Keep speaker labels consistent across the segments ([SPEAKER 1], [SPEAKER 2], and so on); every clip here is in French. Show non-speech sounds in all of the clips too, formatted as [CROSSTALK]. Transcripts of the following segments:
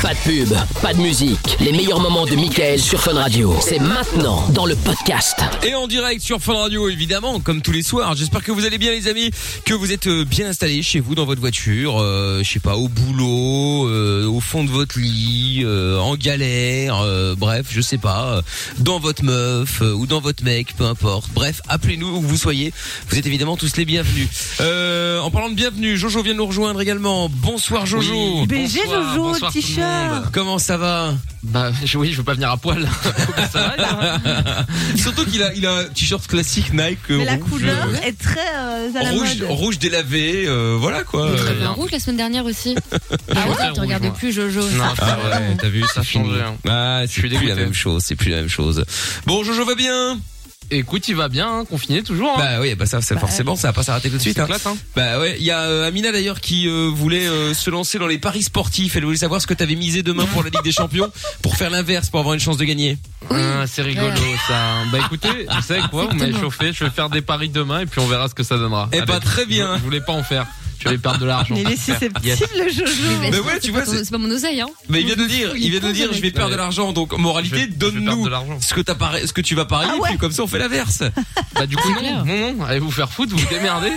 [SPEAKER 1] Pas de pub, pas de musique. Les meilleurs moments de Michael sur Fun Radio. C'est maintenant dans le podcast.
[SPEAKER 2] Et en direct sur Fun Radio, évidemment, comme tous les soirs. J'espère que vous allez bien, les amis, que vous êtes euh, bien installés chez vous, dans votre voiture, euh, je sais pas, au boulot, euh, au fond de votre lit, euh, en galère, euh, bref, je sais pas, euh, dans votre meuf euh, ou dans votre mec, peu importe. Bref, appelez-nous où que vous soyez. Vous êtes évidemment tous les bienvenus. Euh, en parlant de bienvenue, Jojo vient de nous rejoindre également. Bonsoir Jojo.
[SPEAKER 3] Oui, BG
[SPEAKER 4] bonsoir, Jojo, bonsoir tout le t-shirt. monde.
[SPEAKER 2] Comment ça va
[SPEAKER 4] Bah [LAUGHS] oui, je veux pas venir à poil.
[SPEAKER 2] [LAUGHS] Surtout qu'il a, il a un t-shirt classique Nike. euh,
[SPEAKER 3] Mais la
[SPEAKER 2] rouge,
[SPEAKER 3] couleur
[SPEAKER 2] euh,
[SPEAKER 3] est très euh, à la
[SPEAKER 2] Rouge,
[SPEAKER 3] mode.
[SPEAKER 2] rouge délavé, euh, voilà quoi.
[SPEAKER 4] Très
[SPEAKER 2] Euh,
[SPEAKER 4] bien.
[SPEAKER 5] En rouge la semaine dernière aussi.
[SPEAKER 4] Ah
[SPEAKER 5] Ah
[SPEAKER 4] ouais
[SPEAKER 5] ouais, tu regardes
[SPEAKER 4] Rouge,
[SPEAKER 5] plus Jojo.
[SPEAKER 4] Non,
[SPEAKER 2] Ah ouais, t'as vu,
[SPEAKER 4] Ça a
[SPEAKER 2] c'est fini.
[SPEAKER 4] changé, hein.
[SPEAKER 2] Ah, c'est
[SPEAKER 4] suis
[SPEAKER 2] plus la
[SPEAKER 4] dégoûté.
[SPEAKER 2] même chose, c'est plus la même chose. Bon, Jojo va bien
[SPEAKER 4] Écoute, il va bien, hein, confiné toujours. Hein.
[SPEAKER 2] Bah oui, bah ça, c'est forcément, ça va pas s'arrêter tout de suite. hein.
[SPEAKER 4] Éclate, hein.
[SPEAKER 2] Bah ouais, il y a euh, Amina d'ailleurs qui euh, voulait euh, se lancer dans les paris sportifs. Elle voulait savoir ce que t'avais misé demain pour la Ligue des Champions, pour faire l'inverse, pour avoir une chance de gagner.
[SPEAKER 4] Ah, c'est rigolo ça. Bah écoutez,
[SPEAKER 2] Ah,
[SPEAKER 4] vous savez quoi Vous m'avez
[SPEAKER 5] Exactement.
[SPEAKER 4] chauffé, je vais faire des paris demain et puis on verra ce que ça donnera.
[SPEAKER 2] Eh
[SPEAKER 4] Allez,
[SPEAKER 2] bah, très
[SPEAKER 4] je-
[SPEAKER 2] bien.
[SPEAKER 4] Je voulais pas en faire. Je vais perdre de l'argent.
[SPEAKER 3] Mais il est susceptible, le Jojo.
[SPEAKER 2] ouais, tu vois, c'est-
[SPEAKER 5] c'est pas mon oseille, hein.
[SPEAKER 2] Mais il vient de dire, il vient de dire, je vais perdre de l'argent. Donc
[SPEAKER 4] Je
[SPEAKER 2] moralité,
[SPEAKER 4] vais- je vais perdre
[SPEAKER 2] donne-nous
[SPEAKER 4] de l'argent.
[SPEAKER 2] ce que t'as pari- ce que tu vas parier,
[SPEAKER 3] Ah ouais.
[SPEAKER 2] puis comme ça on fait l'inverse.
[SPEAKER 4] Bah du coup
[SPEAKER 5] C'est
[SPEAKER 4] non,
[SPEAKER 5] clair.
[SPEAKER 4] non, non, allez vous faire foutre, vous vous démerdez.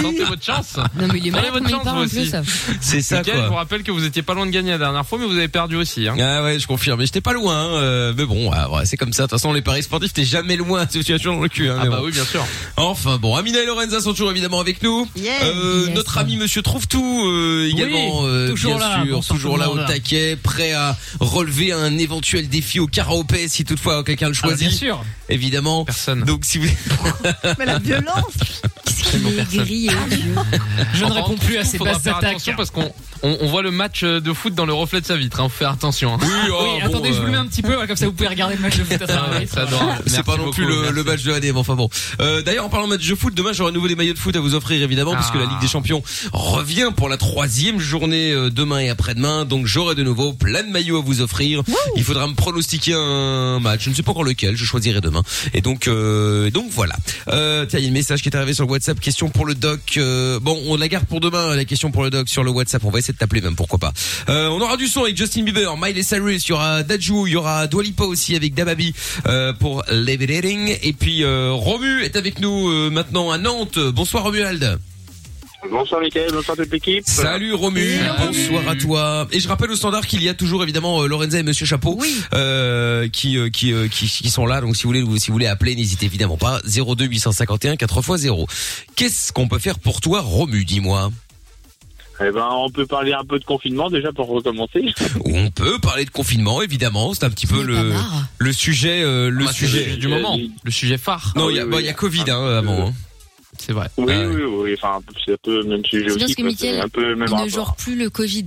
[SPEAKER 4] Tentez votre chance.
[SPEAKER 5] Non, mais il est
[SPEAKER 4] Prenez
[SPEAKER 5] malade
[SPEAKER 4] votre
[SPEAKER 5] comment il
[SPEAKER 4] chance,
[SPEAKER 5] parle en
[SPEAKER 4] vous aussi.
[SPEAKER 5] plus.
[SPEAKER 2] [LAUGHS] C'est ça
[SPEAKER 4] Mickaël, je vous
[SPEAKER 2] quoi.
[SPEAKER 4] rappelle que vous étiez pas loin de gagner la dernière fois, mais vous avez perdu aussi. Hein.
[SPEAKER 2] Ah ouais, je confirme. Mais J'étais pas loin, hein, euh, mais bon, ah, ouais, c'est comme ça. De toute façon, les paris sportifs, t'es jamais loin. [LAUGHS] Tu tu as toujours dans le cul. Hein,
[SPEAKER 4] Ah
[SPEAKER 2] mais
[SPEAKER 4] bah
[SPEAKER 2] bon.
[SPEAKER 4] oui, bien sûr.
[SPEAKER 2] Enfin bon, Amina et Lorenza sont toujours évidemment avec nous.
[SPEAKER 3] Yeah.
[SPEAKER 2] Euh,
[SPEAKER 5] Yes.
[SPEAKER 2] Notre ami Monsieur Trouve Tout euh, également, euh,
[SPEAKER 6] toujours
[SPEAKER 2] bien
[SPEAKER 6] là,
[SPEAKER 2] sûr,
[SPEAKER 6] bonsoir
[SPEAKER 2] toujours
[SPEAKER 6] tout le
[SPEAKER 2] là au
[SPEAKER 6] monde, là.
[SPEAKER 2] taquet, prêt à relever un éventuel défi au karaopé si toutefois quelqu'un le
[SPEAKER 6] Ah,
[SPEAKER 2] choisit.
[SPEAKER 6] bien sûr.
[SPEAKER 2] Évidemment.
[SPEAKER 4] Personne.
[SPEAKER 5] [LAUGHS]
[SPEAKER 2] Donc si vous
[SPEAKER 3] Mais la violence.
[SPEAKER 5] Qu'est-ce qu'il est gris et odieux.
[SPEAKER 6] Je ne
[SPEAKER 4] Enfin,
[SPEAKER 6] réponds plus à
[SPEAKER 4] surtout,
[SPEAKER 6] ces
[SPEAKER 4] faudra
[SPEAKER 6] basses
[SPEAKER 4] faire
[SPEAKER 6] attaques.
[SPEAKER 4] Attention parce qu'on on, on voit le match euh, de foot dans le reflet de sa vitre. Hein, faut faire attention. Hein.
[SPEAKER 2] oui,
[SPEAKER 6] [LAUGHS]
[SPEAKER 2] oh, euh.
[SPEAKER 6] Oui, oh, attendez, je vous le mets un petit peu, voilà, comme ça vous pouvez regarder le match
[SPEAKER 2] [LAUGHS]
[SPEAKER 6] de foot à travers
[SPEAKER 4] Ah ouais,
[SPEAKER 6] les-
[SPEAKER 4] ça adore. Merci
[SPEAKER 2] C'est pas non
[SPEAKER 4] beaucoup,
[SPEAKER 2] plus le,
[SPEAKER 4] merci.
[SPEAKER 2] le match de l'année, mais enfin bon. Euh, D'ailleurs, en parlant de match de foot, demain j'aurai à nouveau des maillots de foot à vous offrir évidemment,
[SPEAKER 4] Ah.
[SPEAKER 2] puisque la Ligue des Champions revient pour la troisième journée euh, demain et après-demain. Donc j'aurai de nouveau plein de maillots à vous offrir. Il faudra me pronostiquer un match, je ne sais pas encore lequel, je choisirai demain. Et donc, euh, et donc voilà. Euh, tiens, il y a un message qui est arrivé sur le WhatsApp. Question pour le doc. Euh, bon, on la garde pour demain. La question pour le doc sur le WhatsApp. On va essayer de t'appeler même, pourquoi pas. Euh, on aura du son avec Justin Bieber, Miley Cyrus, il y aura Daju, il y aura Dwalipa aussi avec Dababi euh, pour Levitating. Et puis euh, Romu est avec nous euh, maintenant à Nantes. Bonsoir Romuald.
[SPEAKER 7] Bonsoir Mickaël, bonsoir toute l'équipe.
[SPEAKER 2] Salut Romu. Bonsoir à toi. Et je rappelle au standard qu'il y a toujours évidemment euh, Lorenza et Monsieur Chapeau euh, qui, euh, qui, euh, qui qui sont là. Donc si vous voulez si vous voulez appeler, n'hésitez évidemment pas. 02 851 4 x 0. Qu'est-ce qu'on peut faire pour toi, Romu Dis-moi.
[SPEAKER 7] Eh ben, on peut parler un peu de confinement déjà pour recommencer.
[SPEAKER 2] On peut parler de confinement évidemment. C'est un petit peu
[SPEAKER 5] J'en ai pas
[SPEAKER 2] le
[SPEAKER 5] marre.
[SPEAKER 2] le sujet euh, le
[SPEAKER 4] Bah, c'est
[SPEAKER 2] sujet.
[SPEAKER 4] du moment, le sujet phare.
[SPEAKER 2] Non,
[SPEAKER 7] Ah
[SPEAKER 2] il y a-
[SPEAKER 7] oui,
[SPEAKER 2] bah,
[SPEAKER 7] oui.
[SPEAKER 2] il y a Covid hein, avant. hein.
[SPEAKER 4] C'est vrai.
[SPEAKER 7] Oui,
[SPEAKER 2] Ah ouais.
[SPEAKER 7] oui, oui. Enfin, c'est un peu le même sujet
[SPEAKER 5] C'est
[SPEAKER 7] aussi.
[SPEAKER 5] bien ce que
[SPEAKER 7] quoi,
[SPEAKER 5] Mickaël,
[SPEAKER 7] c'est un peu le même
[SPEAKER 5] Il ne
[SPEAKER 7] rapport.
[SPEAKER 5] genre plus le Covid.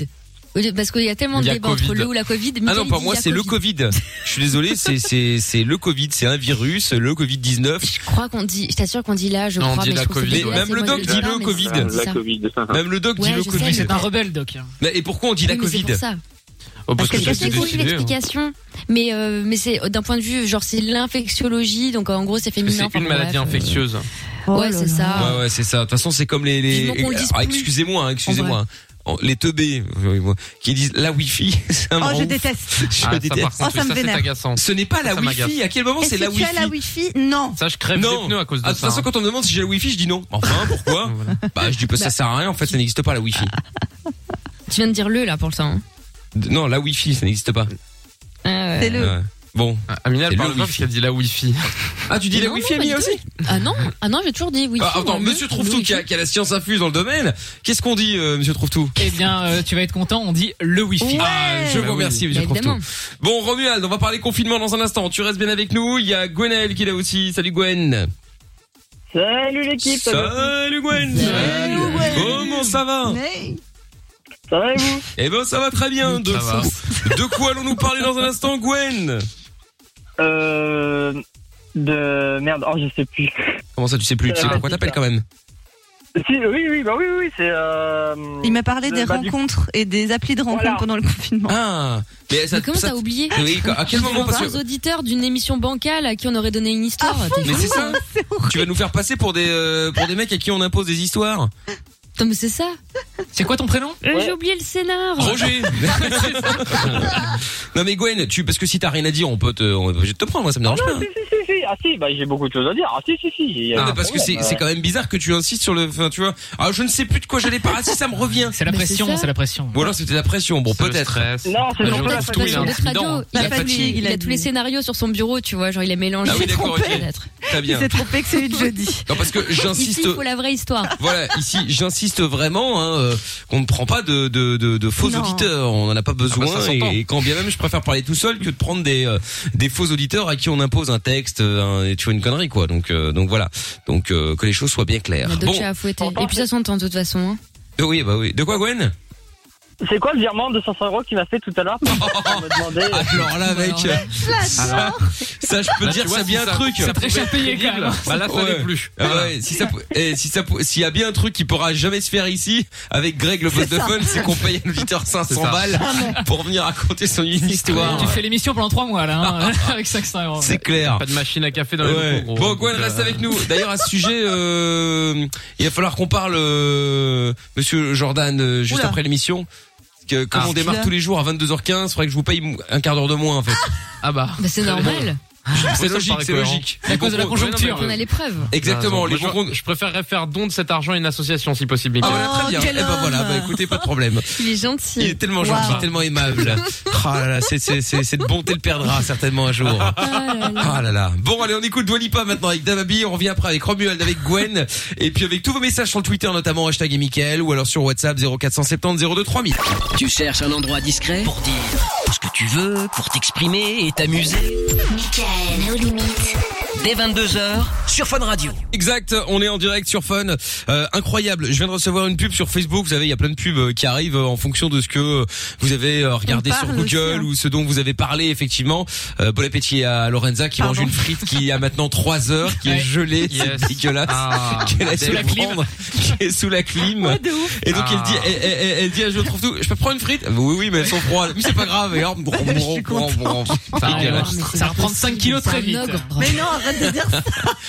[SPEAKER 5] Au lieu- Parce qu'il y a tellement
[SPEAKER 4] Il
[SPEAKER 5] de
[SPEAKER 4] y a
[SPEAKER 5] débats
[SPEAKER 4] Covid.
[SPEAKER 5] entre le ou la Covid.
[SPEAKER 2] Ah
[SPEAKER 5] Mickaël,
[SPEAKER 2] non,
[SPEAKER 5] il
[SPEAKER 2] pour
[SPEAKER 5] dit
[SPEAKER 2] moi
[SPEAKER 5] il y a
[SPEAKER 2] c'est le
[SPEAKER 5] Covid.
[SPEAKER 2] Covid. Je suis désolé, c'est c'est c'est le Covid, c'est un virus, le Covid 19.
[SPEAKER 5] Je crois qu'on dit, je t'assure qu'on dit là, je
[SPEAKER 4] Non, on
[SPEAKER 5] crois,
[SPEAKER 4] dit
[SPEAKER 5] mais
[SPEAKER 4] la
[SPEAKER 5] je trouve que
[SPEAKER 4] Covid.
[SPEAKER 5] c'est dégueulasse,
[SPEAKER 2] Même
[SPEAKER 5] moi,
[SPEAKER 2] le
[SPEAKER 5] je
[SPEAKER 2] doc
[SPEAKER 5] sais
[SPEAKER 2] dit
[SPEAKER 5] pas,
[SPEAKER 2] le
[SPEAKER 5] mais
[SPEAKER 2] Covid.
[SPEAKER 5] c'est- c'est
[SPEAKER 7] La
[SPEAKER 5] ça.
[SPEAKER 7] Covid.
[SPEAKER 5] [LAUGHS]
[SPEAKER 2] Même le doc dit
[SPEAKER 5] Ouais,
[SPEAKER 2] le
[SPEAKER 5] je
[SPEAKER 2] Covid.
[SPEAKER 5] sais,
[SPEAKER 6] C'est un rebelle, Doc. hein.
[SPEAKER 2] Mais- Et pourquoi on dit la
[SPEAKER 5] Oui, mais c'est
[SPEAKER 2] Covid
[SPEAKER 5] pour ça.
[SPEAKER 4] Oh,
[SPEAKER 5] Parce
[SPEAKER 4] parce
[SPEAKER 5] que
[SPEAKER 4] que
[SPEAKER 5] je
[SPEAKER 4] c'est
[SPEAKER 5] sais qu'on eu
[SPEAKER 4] décidé. hein.
[SPEAKER 5] l'explication, mais euh, mais c'est euh, d'un point de vue genre c'est l'infectiologie, donc euh, en gros c'est féminin.
[SPEAKER 4] C'est
[SPEAKER 5] enfin,
[SPEAKER 4] une
[SPEAKER 5] bon,
[SPEAKER 4] maladie
[SPEAKER 5] bref.
[SPEAKER 4] infectieuse.
[SPEAKER 5] Ouais, c'est
[SPEAKER 3] Oh
[SPEAKER 5] ça.
[SPEAKER 2] Ouais ouais, c'est ça. De toute façon, c'est comme les les
[SPEAKER 5] Vivement qu'on le dise
[SPEAKER 2] Ah,
[SPEAKER 5] plus.
[SPEAKER 2] excusez-moi, hein, excusez-moi. hein. Les teubés oui, moi, qui disent la wifi, ça me
[SPEAKER 3] Oh,
[SPEAKER 2] rend
[SPEAKER 3] je
[SPEAKER 2] ouf.
[SPEAKER 3] déteste.
[SPEAKER 2] Je
[SPEAKER 4] Ah, ça,
[SPEAKER 2] déteste.
[SPEAKER 4] par contre,
[SPEAKER 3] Oh, ça me
[SPEAKER 4] ça, c'est
[SPEAKER 3] vénère.
[SPEAKER 4] agaçant.
[SPEAKER 2] Ce n'est pas la
[SPEAKER 4] ça m'agace.
[SPEAKER 2] wifi, à quel moment
[SPEAKER 3] Est-ce
[SPEAKER 2] c'est la
[SPEAKER 3] que tu
[SPEAKER 2] wifi
[SPEAKER 3] as la wifi Non.
[SPEAKER 4] Ça, je crève
[SPEAKER 2] Non.
[SPEAKER 4] les pneus à cause
[SPEAKER 2] Ah,
[SPEAKER 4] de
[SPEAKER 2] de toute
[SPEAKER 4] ça.
[SPEAKER 2] façon,
[SPEAKER 4] hein.
[SPEAKER 2] quand on me demande si j'ai la wifi, je dis non. Enfin, pourquoi
[SPEAKER 4] Voilà.
[SPEAKER 2] Bah, je dis pas ça sert à rien. En fait, ça n'existe pas la wifi.
[SPEAKER 5] Tu viens de dire le là pour le temps. hein.
[SPEAKER 2] D- Non, la wifi, ça n'existe pas.
[SPEAKER 5] Ah, ouais.
[SPEAKER 3] C'est le.
[SPEAKER 2] Ouais. Bon.
[SPEAKER 4] Ah, Amina,
[SPEAKER 2] C'est
[SPEAKER 4] elle parle
[SPEAKER 2] le
[SPEAKER 4] pas parce
[SPEAKER 2] wifi.
[SPEAKER 4] qu'elle dit la wifi.
[SPEAKER 2] Ah, tu dis
[SPEAKER 5] Mais
[SPEAKER 2] la
[SPEAKER 5] non,
[SPEAKER 2] wifi,
[SPEAKER 5] non, pas
[SPEAKER 2] Amina
[SPEAKER 5] du
[SPEAKER 2] aussi
[SPEAKER 5] Ah non, ah non, j'ai toujours dit oui.
[SPEAKER 2] Ah, attends, Monsieur Trouve-Tout qui, a- qui a la science infuse dans le domaine. Qu'est-ce qu'on dit, euh, Monsieur Trouve-Tout
[SPEAKER 6] Eh bien, euh, tu vas être content, on dit le wifi.
[SPEAKER 2] Ah, je
[SPEAKER 4] Bah
[SPEAKER 2] vous
[SPEAKER 4] oui.
[SPEAKER 2] remercie, Monsieur
[SPEAKER 5] Évidemment.
[SPEAKER 2] Trouve-Tout. Bon, Romuald, on va parler confinement dans un instant. Tu restes bien avec nous. Il y a Gwenelle qui est là aussi. Salut Gwen.
[SPEAKER 8] Salut l'équipe, ça va
[SPEAKER 2] Salut Gwen.
[SPEAKER 3] Salut, Gwen.
[SPEAKER 2] Comment ça va
[SPEAKER 3] Mais-
[SPEAKER 8] Ça va et vous
[SPEAKER 2] Eh ben, ça va très bien. De,
[SPEAKER 4] Ça va.
[SPEAKER 2] de quoi allons-nous parler dans un instant, Gwen
[SPEAKER 8] Euh... De... Merde, oh je sais plus. [LAUGHS]
[SPEAKER 2] Comment ça, tu sais plus Tu sais
[SPEAKER 8] Ah,
[SPEAKER 2] pourquoi
[SPEAKER 8] c'est
[SPEAKER 2] t'appelles
[SPEAKER 8] ça.
[SPEAKER 2] quand même
[SPEAKER 8] Si, oui, oui, bah oui, oui, c'est... Euh...
[SPEAKER 3] Il m'a parlé des
[SPEAKER 8] Bah, du-
[SPEAKER 3] rencontres et des applis de rencontres
[SPEAKER 8] Voilà.
[SPEAKER 3] pendant le confinement.
[SPEAKER 2] Ah, mais ça.
[SPEAKER 5] Mais comment
[SPEAKER 2] ça-
[SPEAKER 5] t'as oublié
[SPEAKER 2] Oui, quand- à quel moment parce
[SPEAKER 5] Trois
[SPEAKER 2] que- Ah,
[SPEAKER 5] auditeurs d'une émission bancale à qui on aurait donné une histoire. t'es
[SPEAKER 2] Mais
[SPEAKER 5] fou.
[SPEAKER 2] c'est ça. Tu vas nous faire passer pour des euh, pour des mecs à qui on impose des histoires.
[SPEAKER 5] Non, mais c'est ça.
[SPEAKER 6] C'est quoi ton prénom
[SPEAKER 5] Euh, J'ai oublié le scénar.
[SPEAKER 2] Roger [LAUGHS] Non mais Gwen, tu parce que si t'as rien à dire, on peut te, on est obligé de te prendre, moi ça me dérange pas. hein.
[SPEAKER 8] si, si, si, si. Ah, si, bah, j'ai beaucoup de choses à dire. Ah, si, si, si. il y a
[SPEAKER 2] Non,
[SPEAKER 8] un
[SPEAKER 2] mais parce que c'est
[SPEAKER 8] problème, bah euh.
[SPEAKER 2] c'est
[SPEAKER 8] ouais.
[SPEAKER 2] quand même bizarre que tu insistes sur le, enfin tu vois, ah je ne sais plus de quoi j'allais parler, ah, si ça me revient.
[SPEAKER 6] C'est la
[SPEAKER 5] Mais c'est
[SPEAKER 6] pression,
[SPEAKER 5] ça.
[SPEAKER 6] c'est la pression.
[SPEAKER 2] Ou alors c'était la pression, bon
[SPEAKER 4] C'est le
[SPEAKER 2] peut-être.
[SPEAKER 4] stress.
[SPEAKER 8] Non, c'est
[SPEAKER 4] Bah,
[SPEAKER 8] surtout
[SPEAKER 4] je
[SPEAKER 8] la
[SPEAKER 4] trouve
[SPEAKER 5] Parce
[SPEAKER 4] tout,
[SPEAKER 5] que
[SPEAKER 2] hein.
[SPEAKER 4] il est
[SPEAKER 5] sur Death Radio,
[SPEAKER 4] intimidant.
[SPEAKER 5] il,
[SPEAKER 3] La
[SPEAKER 5] a pas-
[SPEAKER 3] fatigue,
[SPEAKER 5] il
[SPEAKER 3] il a
[SPEAKER 5] a tous les
[SPEAKER 3] dit.
[SPEAKER 5] scénarios sur son bureau, tu vois, genre il les mélange. [LAUGHS]
[SPEAKER 2] Ah oui d'accord, ok,
[SPEAKER 5] Peut-être.
[SPEAKER 2] très
[SPEAKER 3] Il
[SPEAKER 2] bien.
[SPEAKER 3] s'est trompé que
[SPEAKER 2] [LAUGHS]
[SPEAKER 3] celui de jeudi.
[SPEAKER 2] Non
[SPEAKER 8] [LAUGHS]
[SPEAKER 2] parce que
[SPEAKER 5] Ici,
[SPEAKER 2] j'insiste,
[SPEAKER 5] il faut la vraie histoire.
[SPEAKER 2] voilà ici j'insiste vraiment hein, euh, qu'on ne prend pas de de, de, de faux
[SPEAKER 3] Non.
[SPEAKER 2] auditeurs, on en a pas besoin
[SPEAKER 4] Ah bah, ça s'entend.
[SPEAKER 2] et, et quand bien même je préfère parler tout seul que de prendre des euh, des faux auditeurs à qui on impose un texte, euh, un- et tu vois une connerie quoi. Donc euh, donc voilà, donc euh, que les choses soient bien
[SPEAKER 5] Il
[SPEAKER 2] claires.
[SPEAKER 5] y a d'autres
[SPEAKER 2] Bon,
[SPEAKER 5] chats à fouetter. Et puis ça s'entend de toute façon. hein.
[SPEAKER 2] euh, oui bah oui. De quoi Gwen
[SPEAKER 8] C'est quoi le virement de 500 euros qu'il m'a fait tout à
[SPEAKER 2] [LAUGHS]
[SPEAKER 8] l'heure pour me demander euh,
[SPEAKER 2] Alors là, mec, ça, ça, je peux
[SPEAKER 4] Là, Bah, tu
[SPEAKER 2] dire que
[SPEAKER 4] vois,
[SPEAKER 2] c'est
[SPEAKER 4] si
[SPEAKER 2] bien un
[SPEAKER 4] ça-
[SPEAKER 2] truc.
[SPEAKER 6] Ça très cher payé quand même.
[SPEAKER 4] Bah là, ça
[SPEAKER 2] Ouais.
[SPEAKER 4] n'est plus.
[SPEAKER 2] Ah ouais, si ça, pou- eh, si ça, pou- s'il y a bien un truc qui pourra jamais se faire ici avec Greg le boss de fun, c'est qu'on paye un auditeur 500
[SPEAKER 4] ça.
[SPEAKER 2] euh, balles pour venir raconter son histoire.
[SPEAKER 6] Tu fais l'émission pendant 3 mois là,
[SPEAKER 2] [LAUGHS]
[SPEAKER 6] hein, [LAUGHS] avec 500 euros.
[SPEAKER 2] hein. C'est clair.
[SPEAKER 4] Pas de machine à café dans le
[SPEAKER 2] Ouais.
[SPEAKER 4] micro,
[SPEAKER 2] Bon,
[SPEAKER 4] gros.
[SPEAKER 2] Gwen,
[SPEAKER 4] Donc, euh,
[SPEAKER 2] reste avec nous. D'ailleurs, à ce sujet, euh, il va falloir qu'on parle, euh, Monsieur Jordan, euh, juste
[SPEAKER 3] Oula.
[SPEAKER 2] après l'émission. Parce Que, comme
[SPEAKER 4] Ah.
[SPEAKER 2] on démarre tous les jours à 22h15, il faudrait que je vous paye un quart d'heure de
[SPEAKER 5] [LAUGHS]
[SPEAKER 2] moins, en fait.
[SPEAKER 4] Ah bah.
[SPEAKER 5] Bah, c'est normal. Ah.
[SPEAKER 2] C'est
[SPEAKER 4] ça me
[SPEAKER 2] logique,
[SPEAKER 4] paraît
[SPEAKER 2] c'est
[SPEAKER 4] cohérent.
[SPEAKER 2] logique.
[SPEAKER 6] À cause de la
[SPEAKER 2] Ouais, non, mais-
[SPEAKER 6] conjoncture.
[SPEAKER 5] On a les preuves.
[SPEAKER 2] Exactement,
[SPEAKER 4] Raison.
[SPEAKER 2] les
[SPEAKER 4] Moi,
[SPEAKER 2] bons
[SPEAKER 4] je, je préférerais faire don de cet argent à une association si possible.
[SPEAKER 2] Ah
[SPEAKER 4] Mickaël.
[SPEAKER 2] voilà, très
[SPEAKER 3] Oh,
[SPEAKER 2] bien.
[SPEAKER 3] quel
[SPEAKER 2] Eh ben
[SPEAKER 3] homme.
[SPEAKER 2] voilà, bah écoutez, pas de problème.
[SPEAKER 5] Il est
[SPEAKER 2] Il
[SPEAKER 5] gentil.
[SPEAKER 2] est tellement gentil,
[SPEAKER 3] Wow.
[SPEAKER 2] tellement
[SPEAKER 5] [LAUGHS]
[SPEAKER 2] aimable. Ah là là, c'est- c'est- c'est- cette bonté le perdra certainement un jour.
[SPEAKER 5] Ah là là.
[SPEAKER 2] Ah là là. Bon, allez, on écoute Dwalipa maintenant avec Damabi. On revient après avec Romuald, avec Gwen. Et puis avec tous vos messages sur le Twitter, notamment hashtag et Mickaël, ou alors sur WhatsApp 0470 02 3000.
[SPEAKER 1] Tu cherches un endroit discret pour dire ce que tu veux, pour t'exprimer et t'amuser.
[SPEAKER 9] Michael, nos limites.
[SPEAKER 1] Dès 22h sur Fun Radio.
[SPEAKER 2] Exact, on est en direct sur Fun. Euh, incroyable, je viens de recevoir une pub sur Facebook. Vous savez, il y a plein de pubs euh, qui arrivent euh, en fonction de ce que euh, vous avez euh, regardé
[SPEAKER 3] On
[SPEAKER 2] sur
[SPEAKER 3] parle
[SPEAKER 2] Google
[SPEAKER 3] aussi, hein.
[SPEAKER 2] ou ce dont vous avez parlé. Effectivement, Euh, bon appétit à Lorenza qui
[SPEAKER 3] Pardon.
[SPEAKER 2] mange une frite qui a maintenant 3 heures, qui est
[SPEAKER 6] Ouais.
[SPEAKER 2] gelée,
[SPEAKER 4] Yes.
[SPEAKER 2] c'est dégueulasse.
[SPEAKER 4] Ah.
[SPEAKER 2] [LAUGHS] Qu'elle a
[SPEAKER 4] Sous
[SPEAKER 2] dû
[SPEAKER 6] la clim.
[SPEAKER 2] prendre, qui est sous la clim.
[SPEAKER 3] Ouais, de ouf.
[SPEAKER 2] Et donc
[SPEAKER 4] Ah.
[SPEAKER 2] elle dit, elle, elle- elle- elle dit, ah, je trouve tout. Je peux prendre une frite Oui, oui, mais elles sont froides. Mais c'est pas grave. Et alors, bron,
[SPEAKER 3] [LAUGHS] Je
[SPEAKER 2] bron,
[SPEAKER 3] suis
[SPEAKER 2] bron, bron.
[SPEAKER 6] Ça va
[SPEAKER 5] Ah,
[SPEAKER 2] Dégueulasse.
[SPEAKER 5] alors, mais c'est
[SPEAKER 6] Ça
[SPEAKER 5] pas
[SPEAKER 6] reprend
[SPEAKER 5] possible,
[SPEAKER 6] 5 kilos
[SPEAKER 5] c'est
[SPEAKER 6] très
[SPEAKER 5] un
[SPEAKER 6] vite.
[SPEAKER 5] ogre.
[SPEAKER 3] Mais non, arrête de dire ça.
[SPEAKER 2] [LAUGHS]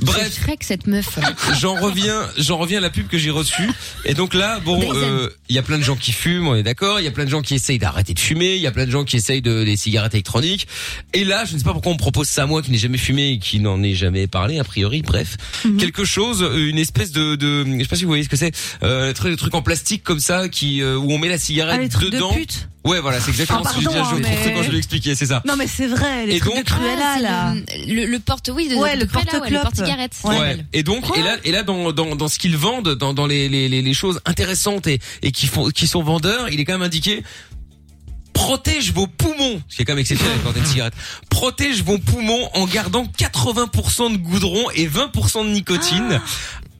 [SPEAKER 2] Bref,
[SPEAKER 5] C'est Shrek, cette meuf.
[SPEAKER 2] J'en reviens, j'en reviens à la pub que j'ai reçue. Et donc là, bon,
[SPEAKER 5] Baiser.
[SPEAKER 2] euh, il y a plein de gens qui fument, on est d'accord. Il y a plein de gens qui essayent d'arrêter de fumer. Il y a plein de gens qui essayent de, des cigarettes électroniques. Et là, je ne sais pas pourquoi on me propose ça à moi qui n'ai jamais fumé et qui n'en ai jamais parlé a priori. Bref, quelque chose, euh, une espèce de, de, je sais pas si vous voyez ce que c'est, euh, le truc, le truc en plastique comme ça qui euh, où on met la cigarette
[SPEAKER 3] Ah, les trucs de
[SPEAKER 2] dedans.
[SPEAKER 3] pute.
[SPEAKER 2] ouais, voilà, c'est exactement
[SPEAKER 3] Ah,
[SPEAKER 2] ce que je
[SPEAKER 3] pardon,
[SPEAKER 2] disais. Je
[SPEAKER 3] hein,
[SPEAKER 2] trouve ça
[SPEAKER 3] mais-
[SPEAKER 2] quand je l'ai expliqué, c'est ça.
[SPEAKER 3] [LAUGHS] Non, mais c'est vrai, les
[SPEAKER 2] Et
[SPEAKER 3] trucs
[SPEAKER 2] donc-
[SPEAKER 3] de Cruella,
[SPEAKER 5] Ah, c'est
[SPEAKER 3] là.
[SPEAKER 5] Le, le, le porte, oui, de,
[SPEAKER 3] Ouais,
[SPEAKER 5] de
[SPEAKER 3] le
[SPEAKER 5] Cruella, ouais,
[SPEAKER 3] porte-clope.
[SPEAKER 5] le porte-cigarette.
[SPEAKER 3] Ouais.
[SPEAKER 2] Ouais. Et donc, et là, et là, dans, dans, dans ce qu'ils vendent, dans, dans les, les, les, les choses intéressantes et, et qui font, qui sont vendeurs, il est quand même indiqué protège vos poumons, ce qui est quand même exceptionnel quand t'as une cigarette. Protège vos poumons en gardant 80% de goudron et 20% de nicotine.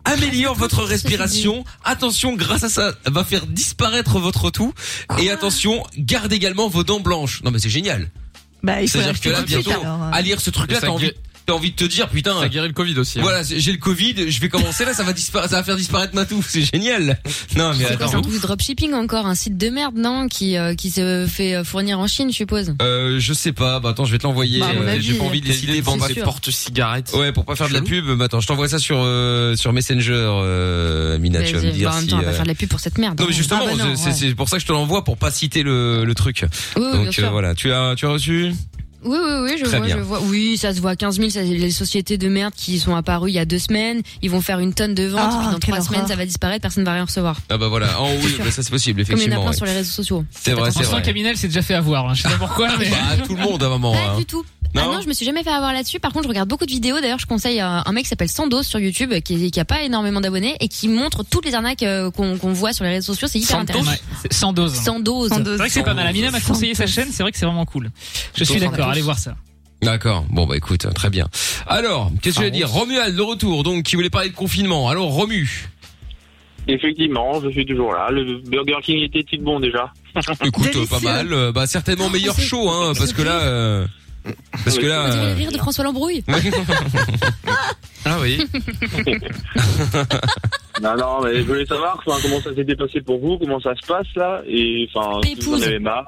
[SPEAKER 2] Améliore votre respiration. Attention, grâce à ça, va faire disparaître votre toux. Et attention, garde également vos dents blanches. Non mais c'est génial.
[SPEAKER 5] Ah,
[SPEAKER 3] Bah, il faut
[SPEAKER 2] C'est-à-dire que
[SPEAKER 3] l'acheter
[SPEAKER 2] là,
[SPEAKER 3] tout de suite,
[SPEAKER 2] bientôt,
[SPEAKER 3] alors, hein.
[SPEAKER 2] à lire ce truc-là,
[SPEAKER 4] Et ça
[SPEAKER 2] t'as envie,
[SPEAKER 4] gué-
[SPEAKER 2] t'as envie de te dire, putain,
[SPEAKER 4] Ça guérit le Covid aussi. hein.
[SPEAKER 2] voilà, j'ai j'ai le Covid, je vais commencer là, ça va dispara- ça va faire disparaître ma touffe, c'est génial. Non mais
[SPEAKER 5] C'est quoi, c'est un
[SPEAKER 2] attends.
[SPEAKER 5] truc de dropshipping encore, un site de merde, non Qui, euh, qui se fait fournir en Chine, je suppose.
[SPEAKER 2] Euh, je sais pas, bah attends, je vais te l'envoyer.
[SPEAKER 3] Bah, à mon
[SPEAKER 2] euh,
[SPEAKER 3] avis,
[SPEAKER 2] J'ai pas envie de
[SPEAKER 4] Quelle idée
[SPEAKER 2] décider.
[SPEAKER 4] de vendre
[SPEAKER 5] c'est
[SPEAKER 4] des
[SPEAKER 5] sûr.
[SPEAKER 4] portes-cigarettes.
[SPEAKER 2] Ouais, pour pas faire de la pub, bah, attends, je t'envoie ça sur euh, sur Messenger, euh, Mina, tu vas me
[SPEAKER 5] Vas-y,
[SPEAKER 2] dire
[SPEAKER 5] bah, en même
[SPEAKER 2] si.
[SPEAKER 5] temps, on va
[SPEAKER 2] euh,
[SPEAKER 5] faire de la pub pour cette merde. hein.
[SPEAKER 2] Non mais justement,
[SPEAKER 3] Ah, bah, non,
[SPEAKER 2] c'est- c'est
[SPEAKER 3] ouais.
[SPEAKER 2] c'est pour ça que je te l'envoie pour pas citer le, le truc.
[SPEAKER 5] Oui, oui, bien
[SPEAKER 2] Donc euh,
[SPEAKER 5] sûr.
[SPEAKER 2] voilà, tu as tu as reçu
[SPEAKER 5] Oui, oui, oui, je
[SPEAKER 2] Très
[SPEAKER 5] vois,
[SPEAKER 2] bien.
[SPEAKER 5] je vois. Oui, ça se voit. 15 000, ça, c'est les sociétés de merde qui sont apparues il y a deux semaines. Ils vont faire une tonne de ventes.
[SPEAKER 3] Ah,
[SPEAKER 5] puis dans
[SPEAKER 3] quelle
[SPEAKER 5] trois semaines,
[SPEAKER 3] horreur.
[SPEAKER 5] ça va disparaître. Personne ne va rien recevoir.
[SPEAKER 2] Ah bah voilà. Oh oui,
[SPEAKER 5] sûr.
[SPEAKER 2] bah, ça c'est possible
[SPEAKER 5] Comme il y en a
[SPEAKER 2] effectivement.
[SPEAKER 5] plein
[SPEAKER 2] ouais.
[SPEAKER 5] sur les réseaux sociaux.
[SPEAKER 2] C'est vrai, c'est
[SPEAKER 6] Attention,
[SPEAKER 2] vrai.
[SPEAKER 6] Caminel s'est déjà fait avoir. hein. Je sais pas pourquoi, mais.
[SPEAKER 2] Bah, tout le monde à un moment.
[SPEAKER 5] Pas
[SPEAKER 2] hein.
[SPEAKER 5] du tout.
[SPEAKER 2] Non
[SPEAKER 5] ah non, je me suis jamais fait avoir là-dessus. Par contre, je regarde beaucoup de vidéos. D'ailleurs, je conseille euh, un mec qui s'appelle Sandos sur YouTube, qui, qui a pas énormément d'abonnés et qui montre toutes les arnaques euh, qu'on qu'on voit sur les réseaux sociaux. C'est hyper intéressant.
[SPEAKER 6] Ouais, Sans dose. C'est
[SPEAKER 5] Sandos.
[SPEAKER 3] Sans dose.
[SPEAKER 6] vrai que c'est pas mal. Amina m'a conseillé sa chaîne, c'est vrai que c'est vraiment cool. Je suis d'accord, allez voir ça.
[SPEAKER 2] D'accord. Bon bah écoute, très bien. Alors, qu'est-ce que je vais dire Romuald de retour, donc qui voulait parler de confinement. Alors Romu,
[SPEAKER 7] Effectivement, je suis toujours là. Le Burger King était-il bon déjà
[SPEAKER 2] écoute euh, pas
[SPEAKER 3] Délicieux.
[SPEAKER 2] mal, euh, bah certainement meilleur
[SPEAKER 5] Ah, c'est-
[SPEAKER 2] show hein parce que là euh, parce que là
[SPEAKER 5] On dirait le
[SPEAKER 2] euh,
[SPEAKER 5] rire de François Lambrouille. [LAUGHS]
[SPEAKER 4] Ah oui.
[SPEAKER 7] Non, non, mais je voulais savoir enfin, comment ça s'était passé pour vous, comment ça se passe là, et enfin, si vous en
[SPEAKER 5] Pépouze.
[SPEAKER 7] avez marre.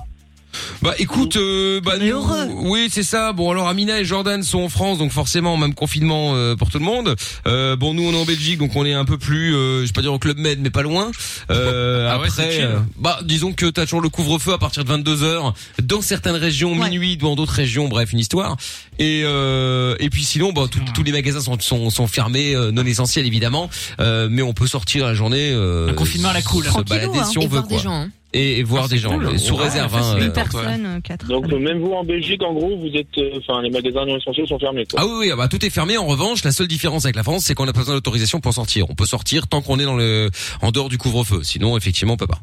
[SPEAKER 2] Bah écoute, euh, bah
[SPEAKER 3] On est
[SPEAKER 2] nous-
[SPEAKER 3] heureux.
[SPEAKER 2] oui c'est ça. Bon alors Amina et Jordan sont en France, donc forcément même confinement euh, pour tout le monde. Euh, bon nous on est en Belgique, donc on est un peu plus, euh, je vais pas dire au club Med, mais pas loin.
[SPEAKER 6] [LAUGHS]
[SPEAKER 2] Euh,
[SPEAKER 4] Ah ouais,
[SPEAKER 2] après,
[SPEAKER 4] c'est chill.
[SPEAKER 2] euh, bah disons que t'as toujours le couvre-feu à partir de 22 h dans certaines régions,
[SPEAKER 3] Ouais.
[SPEAKER 2] minuit, dans d'autres régions, bref une histoire. Et euh, et puis sinon, bah tout- tous les magasins sont sont, sont fermés, euh, non essentiels évidemment, Euh, mais on peut sortir la journée. euh,
[SPEAKER 6] Un confinement à la cool.
[SPEAKER 2] se
[SPEAKER 3] Tranquillou,
[SPEAKER 2] balader
[SPEAKER 3] hein,
[SPEAKER 2] si on
[SPEAKER 5] et
[SPEAKER 2] veut
[SPEAKER 5] voir
[SPEAKER 2] quoi.
[SPEAKER 5] des gens. hein.
[SPEAKER 2] Et, et voir
[SPEAKER 6] Ah,
[SPEAKER 2] des
[SPEAKER 6] c'est
[SPEAKER 2] gens
[SPEAKER 6] cool.
[SPEAKER 2] euh, sous
[SPEAKER 6] Ouais,
[SPEAKER 2] réserve.
[SPEAKER 6] ça,
[SPEAKER 2] hein,
[SPEAKER 6] c'est
[SPEAKER 2] euh,
[SPEAKER 3] Une
[SPEAKER 6] ouais.
[SPEAKER 3] personne, euh, quatre.
[SPEAKER 7] Donc euh, même vous en Belgique, en gros, vous êtes, euh, enfin les magasins non essentiels sont fermés. Quoi.
[SPEAKER 2] Ah oui, oui, ah bah tout est fermé. En revanche, la seule différence avec la France, c'est qu'on a pas besoin d'autorisation pour sortir. On peut sortir tant qu'on est dans le, en dehors du couvre-feu. Sinon, effectivement, on peut pas.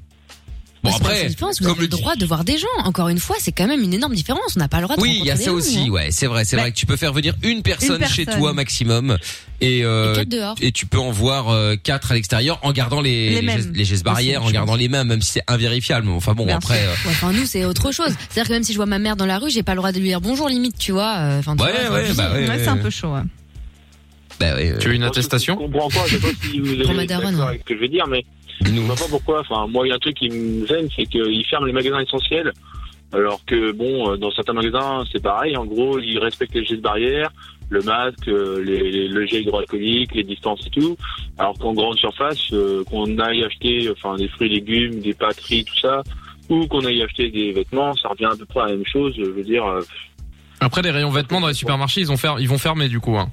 [SPEAKER 2] Bon
[SPEAKER 5] Bah, c'est pas
[SPEAKER 2] après,
[SPEAKER 5] une différence, vous
[SPEAKER 2] comme
[SPEAKER 5] avez
[SPEAKER 2] le
[SPEAKER 5] le droit de voir des gens. Encore une fois, c'est quand même une énorme différence. On n'a pas le droit de
[SPEAKER 2] oui, il y a
[SPEAKER 5] rencontrer
[SPEAKER 2] ça
[SPEAKER 5] des gens,
[SPEAKER 2] aussi.
[SPEAKER 5] hein.
[SPEAKER 2] Ouais, c'est vrai, c'est
[SPEAKER 3] Bah,
[SPEAKER 2] vrai que tu peux faire venir une personne, chez
[SPEAKER 3] personne.
[SPEAKER 2] toi maximum, et euh,
[SPEAKER 5] Et quatre dehors.
[SPEAKER 2] et tu peux en voir euh, quatre à l'extérieur en gardant les
[SPEAKER 3] Les
[SPEAKER 2] les,
[SPEAKER 3] mêmes.
[SPEAKER 2] gestes, les gestes barrières, en
[SPEAKER 3] je
[SPEAKER 2] gardant les mains, même si c'est invérifiable. Enfin bon,
[SPEAKER 3] Bien
[SPEAKER 2] après.
[SPEAKER 3] sûr.
[SPEAKER 2] euh,
[SPEAKER 5] Ouais, enfin nous c'est autre chose. C'est-à-dire que même si je vois ma mère dans la rue, j'ai pas le droit de lui dire bonjour limite, tu vois. euh, Enfin, tu
[SPEAKER 2] Ouais,
[SPEAKER 5] vois, c'est
[SPEAKER 2] ouais,
[SPEAKER 5] abusé.
[SPEAKER 2] bah ouais.
[SPEAKER 3] Ouais, c'est un peu chaud. ouais.
[SPEAKER 2] bah ouais, euh,
[SPEAKER 4] Tu veux une
[SPEAKER 7] Parce que
[SPEAKER 4] attestation
[SPEAKER 7] Je comprends pas, je sais pas si vous
[SPEAKER 5] Pour
[SPEAKER 7] allez
[SPEAKER 5] ma
[SPEAKER 7] être
[SPEAKER 5] daronne,
[SPEAKER 7] d'accord
[SPEAKER 5] ouais.
[SPEAKER 7] avec ce que je vais dire, mais je
[SPEAKER 2] dis-nous.
[SPEAKER 7] vois pas pourquoi. Enfin, moi, il y a un truc qui me gêne, c'est qu'ils ferment les magasins essentiels, alors que bon, euh, dans certains magasins, c'est pareil. En gros, ils respectent les gestes barrières, le masque, euh, les, les- le gel hydroalcoolique, les distances et tout. Alors qu'en grande surface, euh, qu'on aille acheter, enfin, des fruits, légumes, des pâteries, tout ça, ou qu'on aille acheter des vêtements, ça revient à peu près à la même chose. Je veux dire. euh,
[SPEAKER 4] Après, les rayons vêtements dans les supermarchés, ils, ont fer- ils vont fermer du coup. Hein.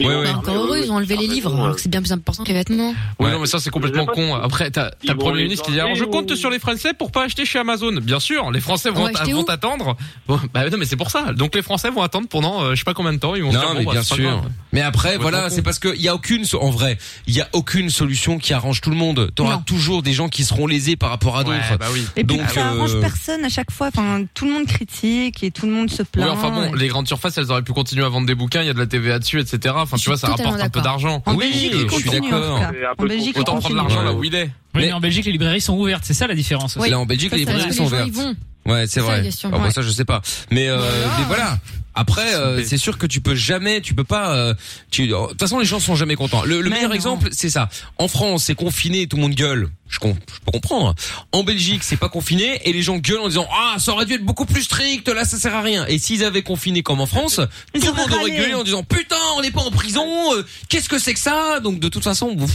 [SPEAKER 7] ils
[SPEAKER 2] Ouais,
[SPEAKER 7] vont
[SPEAKER 2] ouais.
[SPEAKER 7] fermer,
[SPEAKER 5] Bah, encore
[SPEAKER 7] euh,
[SPEAKER 5] heureux, ils ont enlevé les
[SPEAKER 7] fermer,
[SPEAKER 5] livres,
[SPEAKER 7] bon,
[SPEAKER 5] alors
[SPEAKER 7] euh,
[SPEAKER 5] que c'est bien plus important que les vêtements.
[SPEAKER 4] Oui,
[SPEAKER 2] Ouais.
[SPEAKER 4] non, mais ça, c'est complètement
[SPEAKER 7] Je sais pas
[SPEAKER 4] con.
[SPEAKER 7] si-
[SPEAKER 4] Après, t'as t'as
[SPEAKER 7] Ils
[SPEAKER 4] le
[SPEAKER 7] vont
[SPEAKER 4] Premier
[SPEAKER 7] les
[SPEAKER 4] ministre qui dit Alors, je
[SPEAKER 7] enlever
[SPEAKER 4] compte
[SPEAKER 7] ou-
[SPEAKER 4] sur les Français pour pas acheter chez Amazon. Bien sûr, les Français vont
[SPEAKER 5] Ouais,
[SPEAKER 4] att-
[SPEAKER 5] acheter
[SPEAKER 4] vont
[SPEAKER 5] où
[SPEAKER 4] attendre. Bon, bah non, mais c'est pour ça. Donc, les Français vont attendre pendant euh, je sais pas combien de temps. Ils vont se dire,
[SPEAKER 2] Non,
[SPEAKER 4] bon,
[SPEAKER 2] mais
[SPEAKER 4] bah,
[SPEAKER 2] bien
[SPEAKER 4] c'est pas
[SPEAKER 2] sûr.
[SPEAKER 4] grave.
[SPEAKER 2] Mais après,
[SPEAKER 4] Votre
[SPEAKER 2] voilà,
[SPEAKER 4] compte.
[SPEAKER 2] c'est parce qu'il y a aucune, so- en vrai, il y a aucune solution qui arrange tout le monde. T'auras
[SPEAKER 3] Non.
[SPEAKER 2] toujours des gens qui seront lésés par rapport à d'autres.
[SPEAKER 4] Ouais, bah oui.
[SPEAKER 3] Et puis
[SPEAKER 2] Donc,
[SPEAKER 3] ça
[SPEAKER 2] euh,
[SPEAKER 3] arrange personne à chaque fois. Enfin, tout le monde critique et tout le monde se
[SPEAKER 4] Oui,
[SPEAKER 3] plaint.
[SPEAKER 4] enfin bon, les grandes surfaces, elles auraient pu continuer à vendre des bouquins, il y a de la TVA dessus, etc. Enfin,
[SPEAKER 5] Je
[SPEAKER 4] tu vois,
[SPEAKER 5] suis
[SPEAKER 4] ça rapporte
[SPEAKER 5] totalement
[SPEAKER 4] un peu
[SPEAKER 5] d'accord.
[SPEAKER 4] d'argent.
[SPEAKER 3] En
[SPEAKER 2] Oui,
[SPEAKER 3] Belgique, ils
[SPEAKER 2] je suis
[SPEAKER 3] continuent,
[SPEAKER 2] d'accord.
[SPEAKER 3] en tout cas.
[SPEAKER 7] C'est un peu
[SPEAKER 3] En Belgique, ils
[SPEAKER 4] Autant prendre
[SPEAKER 3] continuent.
[SPEAKER 4] l'argent
[SPEAKER 2] Ouais.
[SPEAKER 4] là où il est.
[SPEAKER 6] Oui,
[SPEAKER 2] Mais-
[SPEAKER 6] mais en Belgique, les librairies sont ouvertes, c'est ça la différence.
[SPEAKER 5] Oui.
[SPEAKER 2] Là, en Belgique,
[SPEAKER 5] Ça,
[SPEAKER 2] les
[SPEAKER 5] ça,
[SPEAKER 2] librairies
[SPEAKER 5] les
[SPEAKER 2] sont
[SPEAKER 5] gens,
[SPEAKER 2] vertes.
[SPEAKER 5] ils vont.
[SPEAKER 2] Ouais, c'est
[SPEAKER 5] C'est la
[SPEAKER 2] vrai.
[SPEAKER 5] question,
[SPEAKER 2] Après
[SPEAKER 5] ouais.
[SPEAKER 2] ça, je sais pas. Mais, euh, mais voilà. Après, euh, c'est sûr que tu peux jamais, tu peux pas. euh, tu- De toute façon, les gens sont jamais contents. Le, le
[SPEAKER 3] Mais
[SPEAKER 2] meilleur
[SPEAKER 3] non.
[SPEAKER 2] exemple, c'est ça. En France, c'est confiné, tout le monde gueule. Je, com- je peux comprendre. En Belgique, c'est pas confiné et les gens gueulent en disant ah ça aurait dû être beaucoup plus strict. Là, ça sert à rien. Et s'ils avaient confiné comme en France,
[SPEAKER 3] Ils
[SPEAKER 2] tout le
[SPEAKER 3] auraient
[SPEAKER 2] monde aurait
[SPEAKER 3] râlé.
[SPEAKER 2] gueulé en disant putain on n'est pas en prison. euh, Qu'est-ce que c'est que ça Donc de toute façon, pff,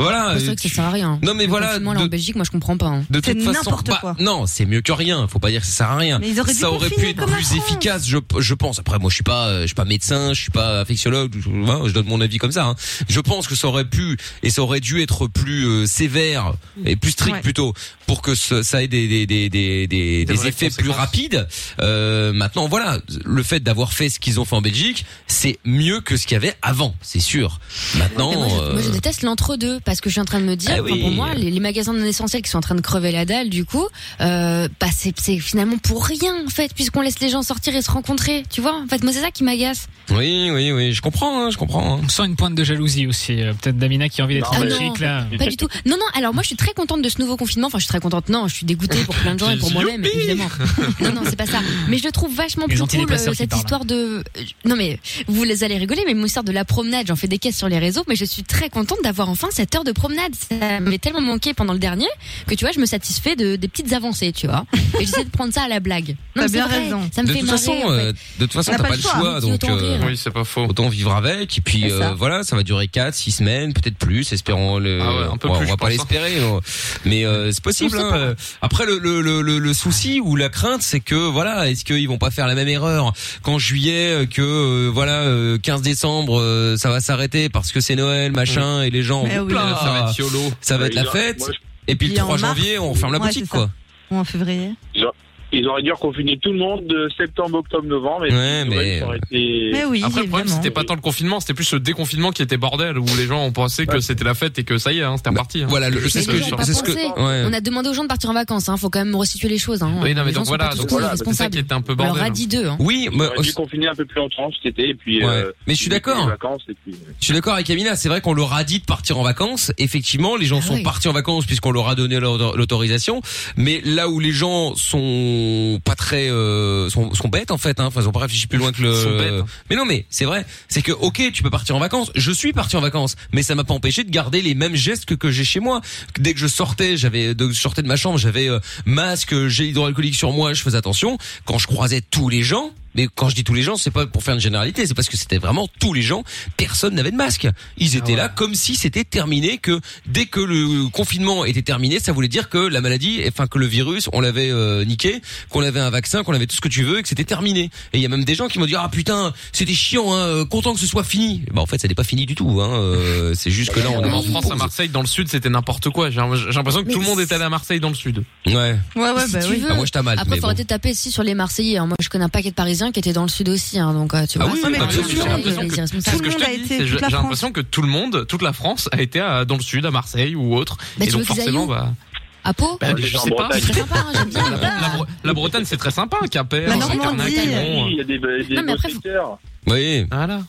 [SPEAKER 2] voilà.
[SPEAKER 5] Bah, C'est vrai que ça sert à rien.
[SPEAKER 2] Ah, Non mais
[SPEAKER 5] Le
[SPEAKER 2] voilà.
[SPEAKER 5] confinement, là,
[SPEAKER 2] de-
[SPEAKER 5] en Belgique, moi je comprends pas. hein.
[SPEAKER 2] de
[SPEAKER 3] C'est
[SPEAKER 2] toute façon,
[SPEAKER 3] n'importe
[SPEAKER 2] bah,
[SPEAKER 3] quoi.
[SPEAKER 2] non, c'est mieux que rien. Faut pas dire que ça sert à rien.
[SPEAKER 3] Mais ils auraient dû
[SPEAKER 2] ça aurait pu
[SPEAKER 3] confiner
[SPEAKER 2] être
[SPEAKER 3] comme la
[SPEAKER 2] plus
[SPEAKER 3] France.
[SPEAKER 2] efficace, je, je pense. Après, moi, je suis pas, euh, je suis pas médecin, je suis pas infectiologue. Je, hein, je donne mon avis comme ça. hein. Je pense que ça aurait pu et ça aurait dû être plus euh, sévère et plus strict
[SPEAKER 3] Ouais.
[SPEAKER 2] plutôt pour que ce- ça ait des des des des des, des
[SPEAKER 4] vraies
[SPEAKER 2] effets plus
[SPEAKER 4] conséquences.
[SPEAKER 2] rapides. Euh, maintenant, voilà, le fait d'avoir fait ce qu'ils ont fait en Belgique, c'est mieux que ce qu'il y avait avant, c'est sûr. Maintenant,
[SPEAKER 5] Mais moi, je, moi, je
[SPEAKER 2] euh,
[SPEAKER 5] déteste l'entre-deux parce que je suis en train de me dire,
[SPEAKER 2] Ah
[SPEAKER 5] enfin,
[SPEAKER 2] oui.
[SPEAKER 5] pour moi, les, les magasins non essentiels qui sont en train de crever la dalle, du coup, euh, bah, c'est c'est finalement pour rien en fait, puisqu'on laisse les gens sortir et se rencontrer, tu vois. En fait, moi c'est ça qui m'agace.
[SPEAKER 2] oui, oui, oui, je comprends, hein, je comprends. hein.
[SPEAKER 6] On sent une pointe de jalousie aussi. euh, Peut-être Damina qui a envie d'être
[SPEAKER 7] Non,
[SPEAKER 6] en
[SPEAKER 5] mais-
[SPEAKER 6] Belgique là.
[SPEAKER 5] Ah Pas du tout. Non, non. Alors moi je suis très contente de ce nouveau confinement. Enfin, je suis très contente. Non, je suis dégoûtée pour plein de gens et pour moi-même
[SPEAKER 2] [LAUGHS]
[SPEAKER 5] évidemment. Non, non, c'est pas ça. Mais je le trouve vachement
[SPEAKER 6] Les
[SPEAKER 5] plus cool
[SPEAKER 6] antidépresseurs
[SPEAKER 5] euh,
[SPEAKER 6] qui
[SPEAKER 5] cette
[SPEAKER 6] parlent.
[SPEAKER 5] histoire de. euh, Non mais vous les allez rigoler, mais mon histoire de la promenade, j'en fais des caisses sur les réseaux, mais je suis très contente d'avoir enfin cette heure de promenade. Ça m'avait tellement manqué pendant le dernier que tu vois, je me satisfais de des petites avancées, tu vois. Et j'essaie de prendre ça à la blague. Non,
[SPEAKER 3] T'as
[SPEAKER 5] mais c'est
[SPEAKER 3] bien
[SPEAKER 5] vrai,
[SPEAKER 3] raison.
[SPEAKER 5] Ça me
[SPEAKER 2] de
[SPEAKER 5] fait
[SPEAKER 2] toute
[SPEAKER 5] marrer.
[SPEAKER 2] façon,
[SPEAKER 5] en fait.
[SPEAKER 2] euh, de toute façon,
[SPEAKER 3] On n'a
[SPEAKER 2] t'as pas, le choix, donc
[SPEAKER 5] hein, autant
[SPEAKER 2] euh,
[SPEAKER 5] rire.
[SPEAKER 4] Oui, c'est pas faux.
[SPEAKER 2] autant vivre avec. Et puis
[SPEAKER 5] C'est ça.
[SPEAKER 2] euh, voilà, ça va durer 4, 6 semaines, peut-être plus. Espérons le.
[SPEAKER 4] Ah ouais, un peu
[SPEAKER 2] on va-
[SPEAKER 4] plus,
[SPEAKER 2] on va
[SPEAKER 4] je
[SPEAKER 2] pas
[SPEAKER 4] pense, hein.
[SPEAKER 2] l'espérer, non. mais euh, c'est possible.
[SPEAKER 5] On sait
[SPEAKER 2] hein.
[SPEAKER 5] pas.
[SPEAKER 2] Euh, Après, le, le, le, le, le souci ou la crainte, c'est que voilà, est-ce qu'ils vont pas faire la même erreur qu'en juillet, euh, que euh, voilà, euh, 15 décembre, euh, ça va s'arrêter parce que c'est Noël,
[SPEAKER 5] Mm.
[SPEAKER 2] machin, et les gens.
[SPEAKER 3] Mais
[SPEAKER 2] oups
[SPEAKER 3] oui.
[SPEAKER 2] là,
[SPEAKER 4] Ça va être YOLO.
[SPEAKER 2] ça va être la
[SPEAKER 7] ils auraient-
[SPEAKER 2] fête.
[SPEAKER 7] moi,
[SPEAKER 2] Et puis le
[SPEAKER 3] Puis en
[SPEAKER 2] 3
[SPEAKER 3] mars.
[SPEAKER 2] janvier, on ferme la
[SPEAKER 3] Ouais,
[SPEAKER 2] boutique,
[SPEAKER 3] c'est ça.
[SPEAKER 2] quoi.
[SPEAKER 3] Ou en février.
[SPEAKER 7] Ils auraient dû reconfiner tout le monde de septembre, octobre, novembre. Et
[SPEAKER 2] Ouais,
[SPEAKER 7] puis,
[SPEAKER 2] mais- euh,
[SPEAKER 7] ça aurait été-
[SPEAKER 3] Mais oui,
[SPEAKER 4] Après, le problème,
[SPEAKER 3] évidemment.
[SPEAKER 4] c'était pas tant le confinement, c'était plus le déconfinement qui était bordel, où les gens ont pensé que c'était la fête et que ça y est, hein, c'était
[SPEAKER 2] Bah,
[SPEAKER 4] reparti. hein.
[SPEAKER 2] Voilà, le- c'est ce
[SPEAKER 5] les
[SPEAKER 2] que
[SPEAKER 5] gens ont pas
[SPEAKER 2] c'est ce que.
[SPEAKER 5] pensé.
[SPEAKER 2] ouais.
[SPEAKER 5] On a demandé aux gens de partir en vacances. Hein. Faut quand même resituer les choses. Hein.
[SPEAKER 4] Oui, non, mais
[SPEAKER 5] Les gens
[SPEAKER 4] donc
[SPEAKER 5] sont
[SPEAKER 4] voilà,
[SPEAKER 5] pas tous
[SPEAKER 4] donc
[SPEAKER 5] tous
[SPEAKER 4] voilà, c'est ça
[SPEAKER 5] responsables.
[SPEAKER 4] qui était un peu
[SPEAKER 5] On leur
[SPEAKER 4] bordel.
[SPEAKER 5] a dit deux. Hein.
[SPEAKER 2] Oui, mais-
[SPEAKER 7] Ils auraient dû confiner un peu plus longtemps cet été et puis.
[SPEAKER 2] Ouais.
[SPEAKER 7] euh,
[SPEAKER 2] Mais je suis
[SPEAKER 7] les
[SPEAKER 2] d'accord.
[SPEAKER 7] Vacances et puis. euh.
[SPEAKER 2] Je suis d'accord avec Amina, c'est vrai qu'on leur a dit de partir en vacances. Effectivement, les gens
[SPEAKER 5] Ah
[SPEAKER 2] sont
[SPEAKER 5] oui.
[SPEAKER 2] partis en vacances puisqu'on leur a donné leur- l'autorisation. Mais là où les gens sont sont pas très euh, sont, sont bêtes en fait hein. enfin ils ont pas réfléchi plus loin que le
[SPEAKER 4] Ils sont bêtes. hein.
[SPEAKER 2] mais non mais c'est vrai c'est que ok tu peux partir en vacances je suis parti en vacances mais ça m'a pas empêché de garder les mêmes gestes que que j'ai chez moi dès que je sortais j'avais de je sortais de ma chambre j'avais euh, masque gel hydroalcoolique sur moi je faisais attention quand je croisais tous les gens mais quand je dis tous les gens, c'est pas pour faire une généralité, c'est parce que c'était vraiment tous les gens. Personne n'avait de masque. Ils étaient là comme si c'était terminé. Que dès que le confinement était terminé, ça voulait dire que la maladie, enfin que le virus, on l'avait euh, niqué, qu'on avait un vaccin, qu'on avait tout ce que tu veux, et que c'était terminé. Et il y a même des gens qui m'ont dit ah putain, c'était chiant, hein, euh, content que ce soit fini. Bah en fait, ça n'est pas fini du tout. Hein. euh, c'est
[SPEAKER 4] [LAUGHS]
[SPEAKER 2] juste que là, on est
[SPEAKER 4] en
[SPEAKER 2] dans une
[SPEAKER 4] France, à
[SPEAKER 2] pause.
[SPEAKER 4] Marseille, dans le sud, c'était n'importe quoi. J'ai j'ai l'impression que tout le monde est allé à Marseille dans le sud.
[SPEAKER 2] Ouais.
[SPEAKER 3] Ouais, ouais,
[SPEAKER 5] Si
[SPEAKER 3] bah
[SPEAKER 5] tu
[SPEAKER 3] oui.
[SPEAKER 5] veux.
[SPEAKER 2] Ah, moi, je t'ai mal,
[SPEAKER 5] Après,
[SPEAKER 2] mais
[SPEAKER 5] faut
[SPEAKER 2] bon.
[SPEAKER 5] arrêter de taper si sur les Marseillais. hein. Moi, je connais un paquet de Parisiens qui étaient dans le sud aussi, hein, donc euh, tu
[SPEAKER 2] Ah
[SPEAKER 5] vois.
[SPEAKER 2] oui, oui,
[SPEAKER 5] c'est
[SPEAKER 2] bah,
[SPEAKER 5] pas
[SPEAKER 2] bien
[SPEAKER 5] grave,
[SPEAKER 2] sûr,
[SPEAKER 5] les-
[SPEAKER 2] j'ai
[SPEAKER 5] les
[SPEAKER 2] l'impression
[SPEAKER 5] irresponsables.
[SPEAKER 4] C'est ce que
[SPEAKER 3] le
[SPEAKER 4] je
[SPEAKER 3] monde a
[SPEAKER 4] te dis.
[SPEAKER 3] été,
[SPEAKER 4] c'est- J'ai
[SPEAKER 3] toute la
[SPEAKER 4] l'impression que tout le monde, toute la France, a été à- dans le sud, à Marseille ou autre.
[SPEAKER 5] Bah,
[SPEAKER 4] et
[SPEAKER 5] tu
[SPEAKER 4] donc
[SPEAKER 5] veux qu'ils aillent
[SPEAKER 4] forcément,
[SPEAKER 5] où
[SPEAKER 4] bah,
[SPEAKER 5] À Pau,
[SPEAKER 4] bah,
[SPEAKER 7] Ouais,
[SPEAKER 4] je
[SPEAKER 7] déjà en
[SPEAKER 4] sais pas.
[SPEAKER 5] c'est très sympa. hein, J'aime bien.
[SPEAKER 4] La, Bre- la Bretagne, c'est très sympa. Quimper,
[SPEAKER 3] La
[SPEAKER 4] Carnac,
[SPEAKER 3] Normandie.
[SPEAKER 4] Lyon.
[SPEAKER 7] Il y a des,
[SPEAKER 2] bah,
[SPEAKER 7] des
[SPEAKER 5] Non, mais
[SPEAKER 7] beaux
[SPEAKER 5] après,
[SPEAKER 7] secteurs.
[SPEAKER 2] Oui.
[SPEAKER 4] Voilà.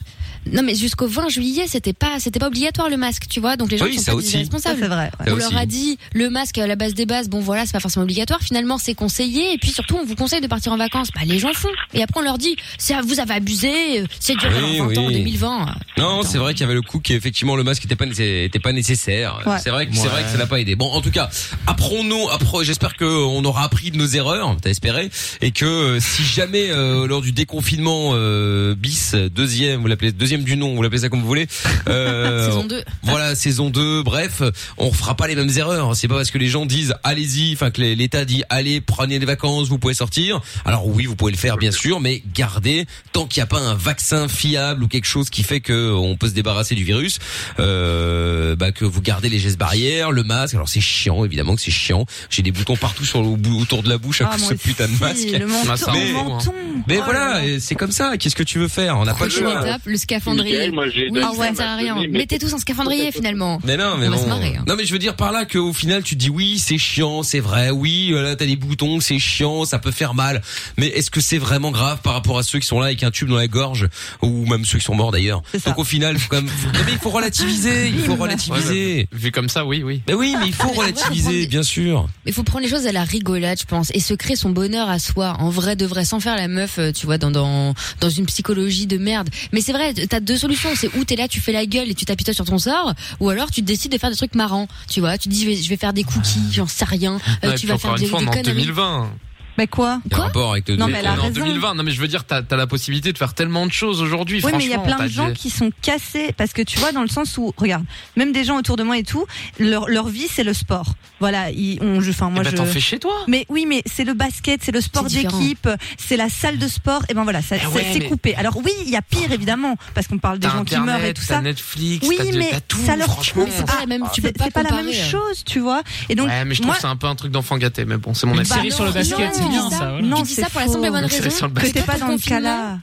[SPEAKER 5] Non, mais jusqu'au 20 juillet, c'était pas, c'était pas obligatoire le masque, tu vois. Donc les gens
[SPEAKER 2] Oui,
[SPEAKER 5] ils
[SPEAKER 2] ça
[SPEAKER 5] sont pas
[SPEAKER 2] aussi.
[SPEAKER 5] des
[SPEAKER 3] Ça,
[SPEAKER 5] irresponsables.
[SPEAKER 3] c'est vrai. ouais.
[SPEAKER 2] Ça
[SPEAKER 5] on
[SPEAKER 2] aussi.
[SPEAKER 5] leur a dit le masque à la base des bases, bon voilà, c'est pas forcément obligatoire. Finalement, c'est conseillé. Et puis surtout, on vous conseille de partir en vacances. Bah, les gens font. Et après, on leur dit, c'est- vous avez abusé, euh, c'est dur
[SPEAKER 2] Oui,
[SPEAKER 5] en 20 ans, en
[SPEAKER 2] oui.
[SPEAKER 5] 2020.
[SPEAKER 2] Non,
[SPEAKER 5] Attends.
[SPEAKER 2] c'est vrai qu'il y avait le coup qu'effectivement le masque était pas né- était pas nécessaire.
[SPEAKER 3] Ouais.
[SPEAKER 2] C'est vrai que c'est
[SPEAKER 4] Ouais.
[SPEAKER 2] vrai que ça n'a pas aidé. Bon, en tout cas, apprends-nous. appre- J'espère que euh, on aura appris de nos erreurs. T'as espéré et que euh, si jamais euh, lors du déconfinement euh, bis deuxième, vous l'appelez deuxième du nom, vous l'appelez ça comme vous voulez. euh,
[SPEAKER 5] Saison 2.
[SPEAKER 2] voilà, saison 2, bref, on fera pas les mêmes erreurs. C'est pas parce que les gens disent allez-y, enfin que les- l'État dit allez, prenez des vacances, vous pouvez sortir. Alors oui, vous pouvez le faire bien sûr, mais gardez tant qu'il n'y a pas un vaccin fiable ou quelque chose qui fait que euh, on peut se débarrasser du virus, euh, bah, que vous gardez les gestes barrières, le masque. Alors c'est chiant, évidemment que c'est chiant. J'ai des boutons partout sur le bou- autour de la bouche à
[SPEAKER 3] Ah,
[SPEAKER 2] cause de
[SPEAKER 3] moi
[SPEAKER 2] ce putain de
[SPEAKER 3] aussi,
[SPEAKER 2] masque.
[SPEAKER 3] Le menton.
[SPEAKER 4] Ah, ça
[SPEAKER 3] le
[SPEAKER 2] rend fou, hein.
[SPEAKER 3] menton.
[SPEAKER 2] Mais
[SPEAKER 3] Oh là
[SPEAKER 2] voilà,
[SPEAKER 3] là.
[SPEAKER 2] et c'est comme ça. Qu'est-ce que tu veux faire On n'a pas le
[SPEAKER 5] Prochaine
[SPEAKER 2] choix.
[SPEAKER 5] étape, le
[SPEAKER 7] Michael,
[SPEAKER 5] scaphandrier.
[SPEAKER 7] moi, j'ai
[SPEAKER 5] Oui,
[SPEAKER 7] donné
[SPEAKER 5] ça
[SPEAKER 7] ma
[SPEAKER 5] ne sert à rien.
[SPEAKER 7] donnée, mais-
[SPEAKER 5] Mettez tous un scaphandrier finalement.
[SPEAKER 2] Mais non, mais
[SPEAKER 5] On va
[SPEAKER 2] bon.
[SPEAKER 5] se marrer, hein.
[SPEAKER 2] Non, mais je veux dire par là qu'au final, tu te dis oui, c'est chiant, c'est vrai, oui, euh, là, t'as des boutons, c'est chiant, ça peut faire mal. Mais est-ce que c'est vraiment grave par rapport à ceux qui sont là avec un tube dans la gorge, ou même ceux qui sont morts d'ailleurs
[SPEAKER 3] C'est ça.
[SPEAKER 2] Donc au final, faut quand même. Non, mais il faut relativiser, il faut relativiser.
[SPEAKER 4] Vu comme ça, oui, oui.
[SPEAKER 2] Mais oui, mais il faut
[SPEAKER 5] Ah, Mais en vrai, on prend
[SPEAKER 2] relativiser,
[SPEAKER 5] des-
[SPEAKER 2] bien sûr.
[SPEAKER 5] Mais faut prendre les choses à la rigolade, je pense, et se créer son bonheur à soi, en vrai de vrai, sans faire la meuf, euh, tu vois, dans dans, dans une psychologie de merde. Mais c'est vrai, t'as deux solutions, c'est ou t'es là, tu fais la gueule et tu t'apitoies sur ton sort, ou alors tu décides de faire des trucs marrants, tu vois, tu te dis je vais, je vais faire des cookies, j'en sais rien, euh,
[SPEAKER 4] Ouais,
[SPEAKER 5] tu
[SPEAKER 4] puis
[SPEAKER 5] vas
[SPEAKER 4] encore
[SPEAKER 5] faire des,
[SPEAKER 4] une fois, on
[SPEAKER 5] des
[SPEAKER 4] est en
[SPEAKER 5] conneries.
[SPEAKER 4] 2020.
[SPEAKER 3] Mais quoi
[SPEAKER 2] Il y a un
[SPEAKER 5] Quoi
[SPEAKER 2] rapport avec le-
[SPEAKER 3] Non, mais elle a
[SPEAKER 4] on est en
[SPEAKER 3] raison.
[SPEAKER 4] 2020. Non, mais je veux dire, t'as t'as la possibilité de faire tellement de choses aujourd'hui.
[SPEAKER 3] Oui,
[SPEAKER 4] franchement,
[SPEAKER 3] mais il y a plein de
[SPEAKER 4] t'as
[SPEAKER 3] gens
[SPEAKER 4] des-
[SPEAKER 3] qui sont cassés parce que tu vois dans le sens où regarde, même des gens autour de moi et tout, leur, leur vie c'est le sport. Voilà, ils, on, je, enfin
[SPEAKER 4] Eh
[SPEAKER 3] moi
[SPEAKER 4] ben,
[SPEAKER 3] je.
[SPEAKER 4] t'en fais chez toi.
[SPEAKER 3] Mais oui, mais c'est le basket, c'est le sport
[SPEAKER 5] C'est différent.
[SPEAKER 3] d'équipe, c'est la salle de sport. Et ben voilà, ça,
[SPEAKER 4] Eh
[SPEAKER 3] c'est
[SPEAKER 4] ouais,
[SPEAKER 3] c'est
[SPEAKER 4] mais-
[SPEAKER 3] coupé. Alors oui, il y a pire évidemment parce qu'on parle des
[SPEAKER 4] T'as
[SPEAKER 3] gens qui meurent et
[SPEAKER 4] Internet,
[SPEAKER 3] tout
[SPEAKER 4] t'as
[SPEAKER 3] ça.
[SPEAKER 4] Netflix,
[SPEAKER 3] Oui,
[SPEAKER 4] t'as de-
[SPEAKER 3] mais
[SPEAKER 4] t'as tout,
[SPEAKER 3] ça leur Ah,
[SPEAKER 4] franchement.
[SPEAKER 5] Mais c'est pas la même, tu peux
[SPEAKER 3] C'est
[SPEAKER 5] pas
[SPEAKER 3] c'est pas la même
[SPEAKER 5] comparer, euh.
[SPEAKER 3] chose, tu vois. Et donc
[SPEAKER 4] ouais, mais je trouve
[SPEAKER 3] moi,
[SPEAKER 4] que c'est un peu un truc d'enfant gâté, mais bon, c'est mon
[SPEAKER 6] Une
[SPEAKER 4] avis.
[SPEAKER 5] Bah
[SPEAKER 6] série
[SPEAKER 5] non,
[SPEAKER 6] sur le
[SPEAKER 5] non,
[SPEAKER 6] basket,
[SPEAKER 5] non,
[SPEAKER 6] c'est bien
[SPEAKER 5] non,
[SPEAKER 6] ça. voilà.
[SPEAKER 3] non,
[SPEAKER 5] tu dis
[SPEAKER 3] c'est
[SPEAKER 5] ça pour la simple et
[SPEAKER 3] faux.
[SPEAKER 5] bonne
[SPEAKER 4] C'est
[SPEAKER 5] raison
[SPEAKER 4] sur le
[SPEAKER 3] que
[SPEAKER 4] basket.
[SPEAKER 3] t'es
[SPEAKER 5] toi,
[SPEAKER 3] pas
[SPEAKER 5] ton
[SPEAKER 3] dans le cas
[SPEAKER 5] confinement,
[SPEAKER 3] là.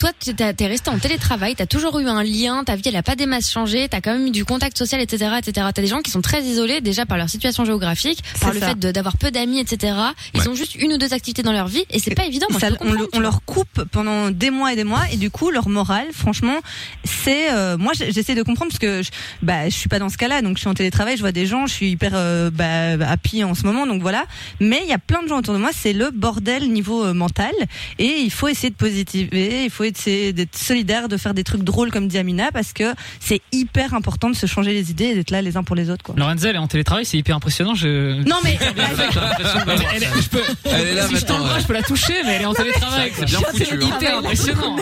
[SPEAKER 5] Toi, tu- t'as- t'es resté en télétravail, t'as toujours eu un lien, ta vie elle a pas des masses changé, t'as quand même eu du contact social, etc., etc. T'as des gens qui sont très isolés déjà par leur situation géographique, par
[SPEAKER 3] C'est
[SPEAKER 5] le
[SPEAKER 3] ça.
[SPEAKER 5] fait de- d'avoir peu d'amis, etc. Ils ont juste une ou deux activités dans leur vie et c'est pas évident. Moi,
[SPEAKER 3] Ça-
[SPEAKER 5] je peux
[SPEAKER 3] on,
[SPEAKER 5] comprendre,
[SPEAKER 3] le-
[SPEAKER 5] tu
[SPEAKER 3] on
[SPEAKER 5] vois.
[SPEAKER 3] leur coupe pendant des mois et des mois et du coup leur morale franchement c'est euh, moi j'- j'essaie de comprendre parce que je, bah je suis pas dans ce cas-là donc je suis en télétravail je vois des gens je suis hyper euh, bah, happy en ce moment donc voilà mais il y a plein de gens autour de moi c'est le bordel niveau euh, mental et il faut essayer de positiver il faut essayer d'être solidaire de faire des trucs drôles comme dit Amina parce que c'est hyper important de se changer les idées et d'être là les uns pour les autres quoi
[SPEAKER 6] Lorenza, elle est en télétravail, c'est hyper impressionnant. Je...
[SPEAKER 3] non
[SPEAKER 6] [LAUGHS]
[SPEAKER 3] mais
[SPEAKER 6] Elle- elle- je peux...
[SPEAKER 2] Elle est là
[SPEAKER 6] si je prends
[SPEAKER 2] maintenant.
[SPEAKER 6] le bras, je peux la toucher, mais elle est en télétravail.
[SPEAKER 4] C'est bien
[SPEAKER 6] quoi.
[SPEAKER 4] foutu, hein.
[SPEAKER 6] hyper impressionnant.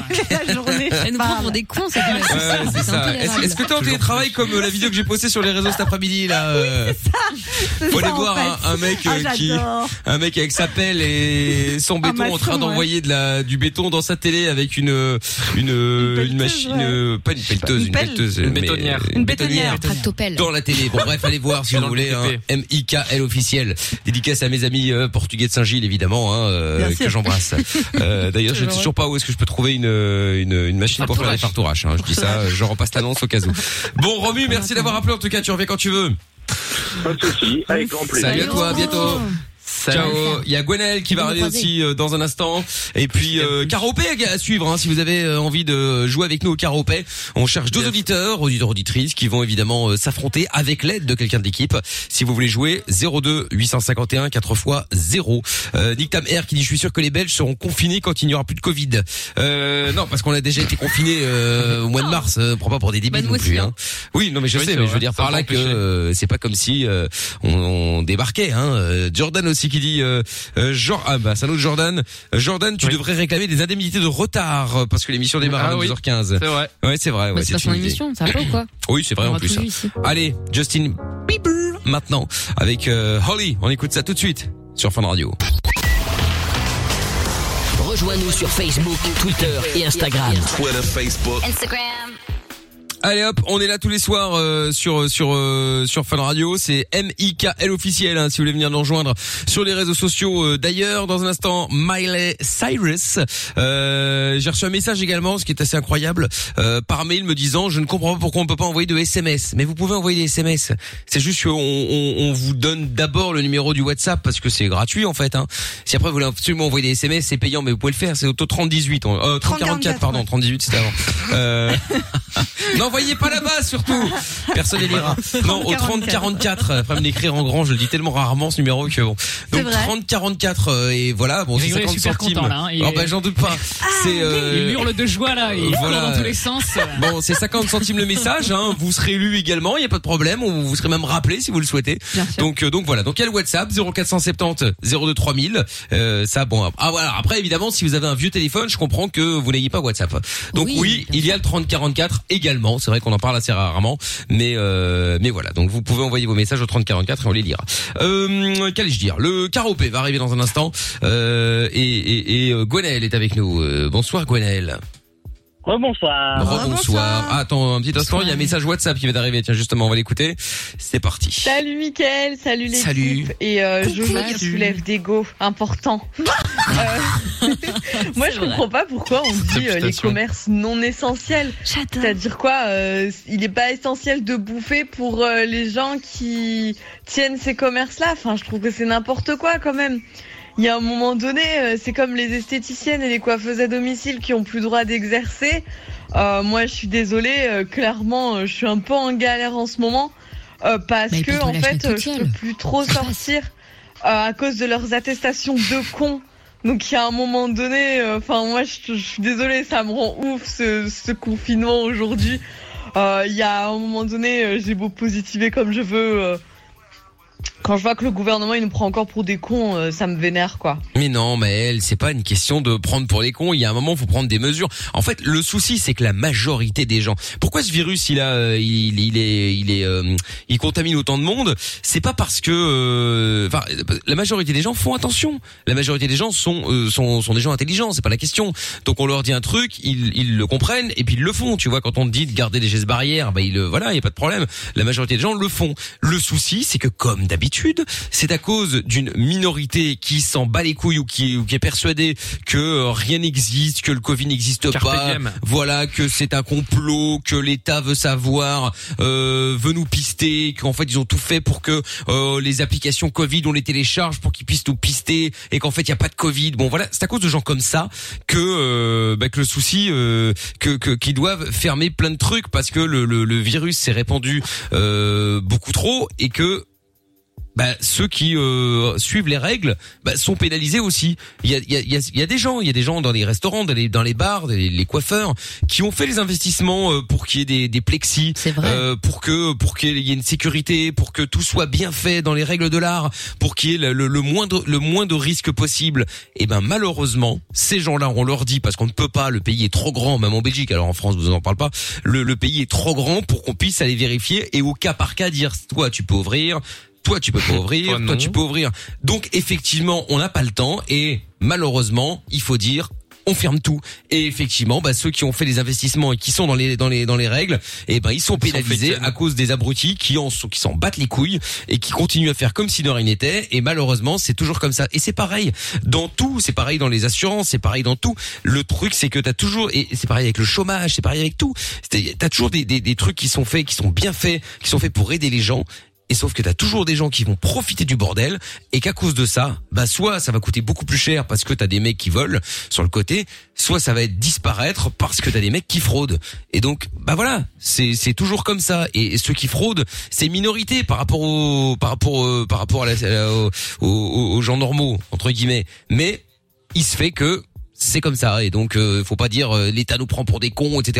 [SPEAKER 3] la journée
[SPEAKER 5] Elle nous prend pour des cons, c'est
[SPEAKER 2] Ouais, ouais, c'est ça. Est-ce est-ce que t'es en télétravail comme euh, la vidéo que j'ai postée sur les réseaux cet après-midi là euh,
[SPEAKER 3] C'est
[SPEAKER 2] Faut aller
[SPEAKER 3] ça, en
[SPEAKER 2] voir
[SPEAKER 3] fait.
[SPEAKER 2] un, un mec euh,
[SPEAKER 3] ah,
[SPEAKER 2] qui
[SPEAKER 3] j'adore.
[SPEAKER 2] un mec avec sa pelle et son béton en train
[SPEAKER 3] maçon,
[SPEAKER 2] d'envoyer de la du béton dans sa télé avec une euh, une euh,
[SPEAKER 3] Une
[SPEAKER 2] une
[SPEAKER 3] pelleteuse,
[SPEAKER 2] machine
[SPEAKER 3] ouais.
[SPEAKER 2] euh, pas une pelleteuse
[SPEAKER 3] Une
[SPEAKER 2] une
[SPEAKER 3] pelle.
[SPEAKER 2] pelleteuse
[SPEAKER 4] Une
[SPEAKER 2] mais-
[SPEAKER 4] bétonnière.
[SPEAKER 2] une bétonnière
[SPEAKER 5] Tractopelle.
[SPEAKER 2] dans la télé. Bon bref, allez voir si
[SPEAKER 4] Dans
[SPEAKER 2] vous
[SPEAKER 4] le
[SPEAKER 2] voulez hein,
[SPEAKER 4] TP.
[SPEAKER 2] M-I-K-L officiel. Dédicace à mes amis euh, portugais de Saint-Gilles évidemment hein, euh,
[SPEAKER 3] Bien
[SPEAKER 2] que
[SPEAKER 3] sûr.
[SPEAKER 2] j'embrasse. Euh, d'ailleurs, je ne sais toujours pas où est-ce que je peux trouver une euh, une, une machine pour faire des fartourages hein. Je dis ça, euh, je repasse l'annonce au cas où. Bon Romu, merci d'avoir appelé en tout cas, tu reviens quand tu veux.
[SPEAKER 7] Pas de souci, avec grand plaisir.
[SPEAKER 2] Salut à toi, à bientôt. Ciao. Il y a Gwenaël qui va
[SPEAKER 5] Vous
[SPEAKER 2] arriver
[SPEAKER 5] croisez.
[SPEAKER 2] aussi euh, dans un instant. Et puis euh, Caropé à à suivre hein, si vous avez euh, envie de jouer avec nous au Caropé. On cherche deux auditeurs, auditeurs auditrices qui vont évidemment euh, s'affronter avec l'aide de quelqu'un de l'équipe. Si vous voulez jouer 02 851 4 x 0. Euh, Nick Tam Air qui dit je suis sûr que les Belges seront confinés quand il n'y aura plus de Covid. Euh, non parce qu'on a déjà été confinés euh, au mois de mars, euh, prends pas pour des débiles
[SPEAKER 5] nous
[SPEAKER 2] non
[SPEAKER 5] aussi,
[SPEAKER 2] plus.
[SPEAKER 5] hein.
[SPEAKER 2] hein. Oui, non mais je
[SPEAKER 4] Oui,
[SPEAKER 2] sais,
[SPEAKER 4] c'est
[SPEAKER 2] mais je veux
[SPEAKER 4] vrai,
[SPEAKER 2] dire
[SPEAKER 4] ça
[SPEAKER 2] par
[SPEAKER 4] va
[SPEAKER 2] là que euh, c'est pas comme si euh, on, on débarquait. Hein. Euh, Jordan aussi qui dit, euh, euh, Jor- ah bah c'est un autre Jordan. Euh, Jordan, tu
[SPEAKER 4] Oui.
[SPEAKER 2] devrais réclamer des indemnités de retard euh, parce que l'émission démarre à
[SPEAKER 4] Ah oui.
[SPEAKER 2] 12h15.
[SPEAKER 4] C'est vrai.
[SPEAKER 2] Ouais, c'est vrai.
[SPEAKER 5] Bah,
[SPEAKER 2] Ah, Ouais,
[SPEAKER 5] c'est pas
[SPEAKER 2] une
[SPEAKER 5] son
[SPEAKER 2] idée.
[SPEAKER 5] émission, ça va pas ou quoi
[SPEAKER 2] Oui, c'est vrai
[SPEAKER 5] On
[SPEAKER 2] en
[SPEAKER 5] aura
[SPEAKER 2] plus. hein.
[SPEAKER 5] tout vu ici.
[SPEAKER 2] Allez, Justin Bieber maintenant avec euh, Holly. On écoute ça tout de suite sur Fun Radio.
[SPEAKER 1] Rejoins-nous sur Facebook, Twitter et Instagram.
[SPEAKER 9] Instagram.
[SPEAKER 2] Allez hop, on est là tous les soirs euh, sur sur euh, sur Fun Radio, c'est MIKL officiel hein, si vous voulez venir nous rejoindre sur les réseaux sociaux euh, d'ailleurs dans un instant Miley Cyrus. Euh, j'ai reçu un message également ce qui est assez incroyable euh, par mail me disant je ne comprends pas pourquoi on peut pas envoyer de SMS mais vous pouvez envoyer des SMS. C'est juste qu'on on, on vous donne d'abord le numéro du WhatsApp parce que c'est gratuit en fait hein. Si après vous voulez absolument envoyer des SMS, c'est payant mais vous pouvez le faire, c'est au taux 38 on- euh, 30 44 pardon, 38 c'était avant. Euh, N'envoyez pas là-bas surtout. Personne
[SPEAKER 6] [LAUGHS]
[SPEAKER 2] ne lira. Non, au 30 44. euh, Après me l'écrire en grand, je le dis tellement rarement ce numéro que bon.
[SPEAKER 3] C'est
[SPEAKER 2] Donc
[SPEAKER 3] vrai.
[SPEAKER 2] 30 44 euh, et voilà, bon, c'est
[SPEAKER 6] Grégory est
[SPEAKER 2] 50
[SPEAKER 6] super
[SPEAKER 2] centimes.
[SPEAKER 6] content, là, hein, il
[SPEAKER 2] Alors
[SPEAKER 6] est-
[SPEAKER 2] ben j'en doute pas. C'est
[SPEAKER 6] Il
[SPEAKER 2] euh,
[SPEAKER 6] hurle de joie là, il hurle
[SPEAKER 2] voilà.
[SPEAKER 6] dans tous les sens.
[SPEAKER 2] Bon, c'est 50 centimes le message. Hein. Vous serez lu également, il n'y a pas de problème. On vous serez même rappelé si vous le souhaitez.
[SPEAKER 3] Bien sûr.
[SPEAKER 2] Donc, euh, donc voilà. Donc il y a le WhatsApp 0470 02 3000. Euh, ça, bon. Ah voilà. Après, évidemment, si vous avez un vieux téléphone, je comprends que vous n'ayez pas WhatsApp. Donc oui,
[SPEAKER 5] Oui, bien
[SPEAKER 2] il y a le 3044 également. C'est vrai qu'on en parle assez rarement, mais euh, mais voilà. Donc vous pouvez envoyer vos messages au 3044 et on les lira. Euh, Qu'allais-je dire Le [LAUGHS] caropé va arriver dans un instant. Euh, et et, et euh, Gwenaëlle est avec nous. Euh, bonsoir Gwenaëlle.
[SPEAKER 8] Rebonsoir.
[SPEAKER 2] Rebonsoir. Ah, attends, un petit instant, il y a un message WhatsApp qui vient d'arriver. Tiens, justement, on va l'écouter. C'est parti.
[SPEAKER 10] Salut Mickaël, salut l'équipe.
[SPEAKER 2] Salut.
[SPEAKER 10] Et euh,
[SPEAKER 5] Coucou.
[SPEAKER 10] Jojo
[SPEAKER 5] Salut.
[SPEAKER 10] qui soulève d'ego, important.
[SPEAKER 5] [LAUGHS]
[SPEAKER 10] Euh, [LAUGHS] Moi je
[SPEAKER 5] vrai.
[SPEAKER 10] comprends pas pourquoi on dit euh, les
[SPEAKER 4] Réputation.
[SPEAKER 10] commerces non essentiels. C'est-à-dire quoi euh, Il n'est pas essentiel de bouffer pour euh, les gens qui tiennent ces commerces-là. Enfin, je trouve que c'est n'importe quoi quand même. Il y a un moment donné, euh, c'est comme les esthéticiennes et les coiffeuses à domicile qui ont plus le droit d'exercer. Euh, moi, je suis désolée. euh, clairement, euh, je suis un peu en galère en ce moment euh, parce
[SPEAKER 5] Mais
[SPEAKER 10] que
[SPEAKER 5] plutôt
[SPEAKER 10] en
[SPEAKER 5] lâche-la
[SPEAKER 10] fait,
[SPEAKER 5] toute
[SPEAKER 10] euh, je peux
[SPEAKER 5] seule.
[SPEAKER 10] plus trop sortir euh, à cause de leurs attestations de cons. Donc il y a un moment donné, euh, enfin moi je, je suis désolée, ça me rend ouf ce, ce confinement aujourd'hui. Euh, Il y a un moment donné, euh, j'ai beau positiver comme je veux. euh, quand je vois que le gouvernement il nous prend encore pour des cons, euh, ça me vénère quoi.
[SPEAKER 2] Mais non, mais elle, c'est pas une question de prendre pour les cons. Il y a un moment, faut prendre des mesures. En fait, le souci, c'est que la majorité des gens. Pourquoi ce virus, il a, euh, il, il est, il est, euh, il contamine autant de monde C'est pas parce que, euh, enfin, la majorité des gens font attention. La majorité des gens sont, euh, sont, sont des gens intelligents. C'est pas la question. Donc on leur dit un truc, ils, ils le comprennent et puis ils le font. Tu vois, quand on te dit de garder des gestes barrières, bah il, voilà, il y a pas de problème. La majorité des gens le font. Le souci, c'est que comme d'habitude, c'est à cause d'une minorité qui s'en bat les couilles ou qui, ou qui est persuadée que euh, rien n'existe, que le Covid n'existe
[SPEAKER 4] Carpe
[SPEAKER 2] pas,
[SPEAKER 4] diem.
[SPEAKER 2] voilà, que c'est un complot, que l'État veut savoir, euh, veut nous pister, qu'en fait ils ont tout fait pour que euh, les applications Covid on les télécharge pour qu'ils puissent nous pister et qu'en fait il y a pas de Covid. Bon voilà, c'est à cause de gens comme ça que euh, bah, que le souci euh, que que- qu'ils doivent fermer plein de trucs parce que le le, le virus s'est répandu euh, beaucoup trop et que bah, ceux qui euh, suivent les règles bah, sont pénalisés aussi. Il y a, il y, a, il y a- il y a des gens, il y a des gens dans les restaurants, dans les, dans les bars, des- les coiffeurs, qui ont fait les investissements euh, pour qu'il y ait des, des plexis,
[SPEAKER 5] C'est vrai.
[SPEAKER 2] euh, pour que pour qu'il y ait une sécurité, pour que tout soit bien fait dans les règles de l'art, pour qu'il y ait le, le- le moindre le moins de risque possible. Et ben malheureusement, ces gens-là, on leur dit parce qu'on ne peut pas, le pays est trop grand, même en Belgique. Alors en France, vous en parle pas. Le, le pays est trop grand pour qu'on puisse aller vérifier et au cas par cas dire toi tu peux ouvrir, toi tu peux pas ouvrir,
[SPEAKER 4] Toi, Oh, non.
[SPEAKER 2] toi tu peux ouvrir. Donc effectivement, on n'a pas le temps et malheureusement, il faut dire on ferme tout et effectivement bah, ceux qui ont fait les investissements et qui sont dans les dans les dans les règles et ben ils sont
[SPEAKER 4] Ils sont
[SPEAKER 2] pénalisés
[SPEAKER 4] fait ken.
[SPEAKER 2] à cause des abrutis qui en sont- qui s'en battent les couilles et qui continuent à faire comme si de rien n'était et malheureusement c'est toujours comme ça et c'est pareil dans tout c'est pareil dans les assurances c'est pareil dans tout le truc c'est que t'as toujours et c'est pareil avec le chômage c'est pareil avec tout C'est- t'as toujours des, des des trucs qui sont faits qui sont bien faits qui sont faits pour aider les gens Et sauf que t'as toujours des gens qui vont profiter du bordel et qu'à cause de ça, bah soit ça va coûter beaucoup plus cher parce que t'as des mecs qui volent sur le côté, soit ça va être disparaître parce que t'as des mecs qui fraudent. Et donc, bah voilà, c'est c'est toujours comme ça. Et, et ceux qui fraudent, c'est minorité par rapport au par rapport euh, par rapport à la, à la- au- au- aux, gens normaux entre guillemets. Mais il se fait que c'est comme ça et donc euh, faut pas dire euh, l'État nous prend pour des cons etc.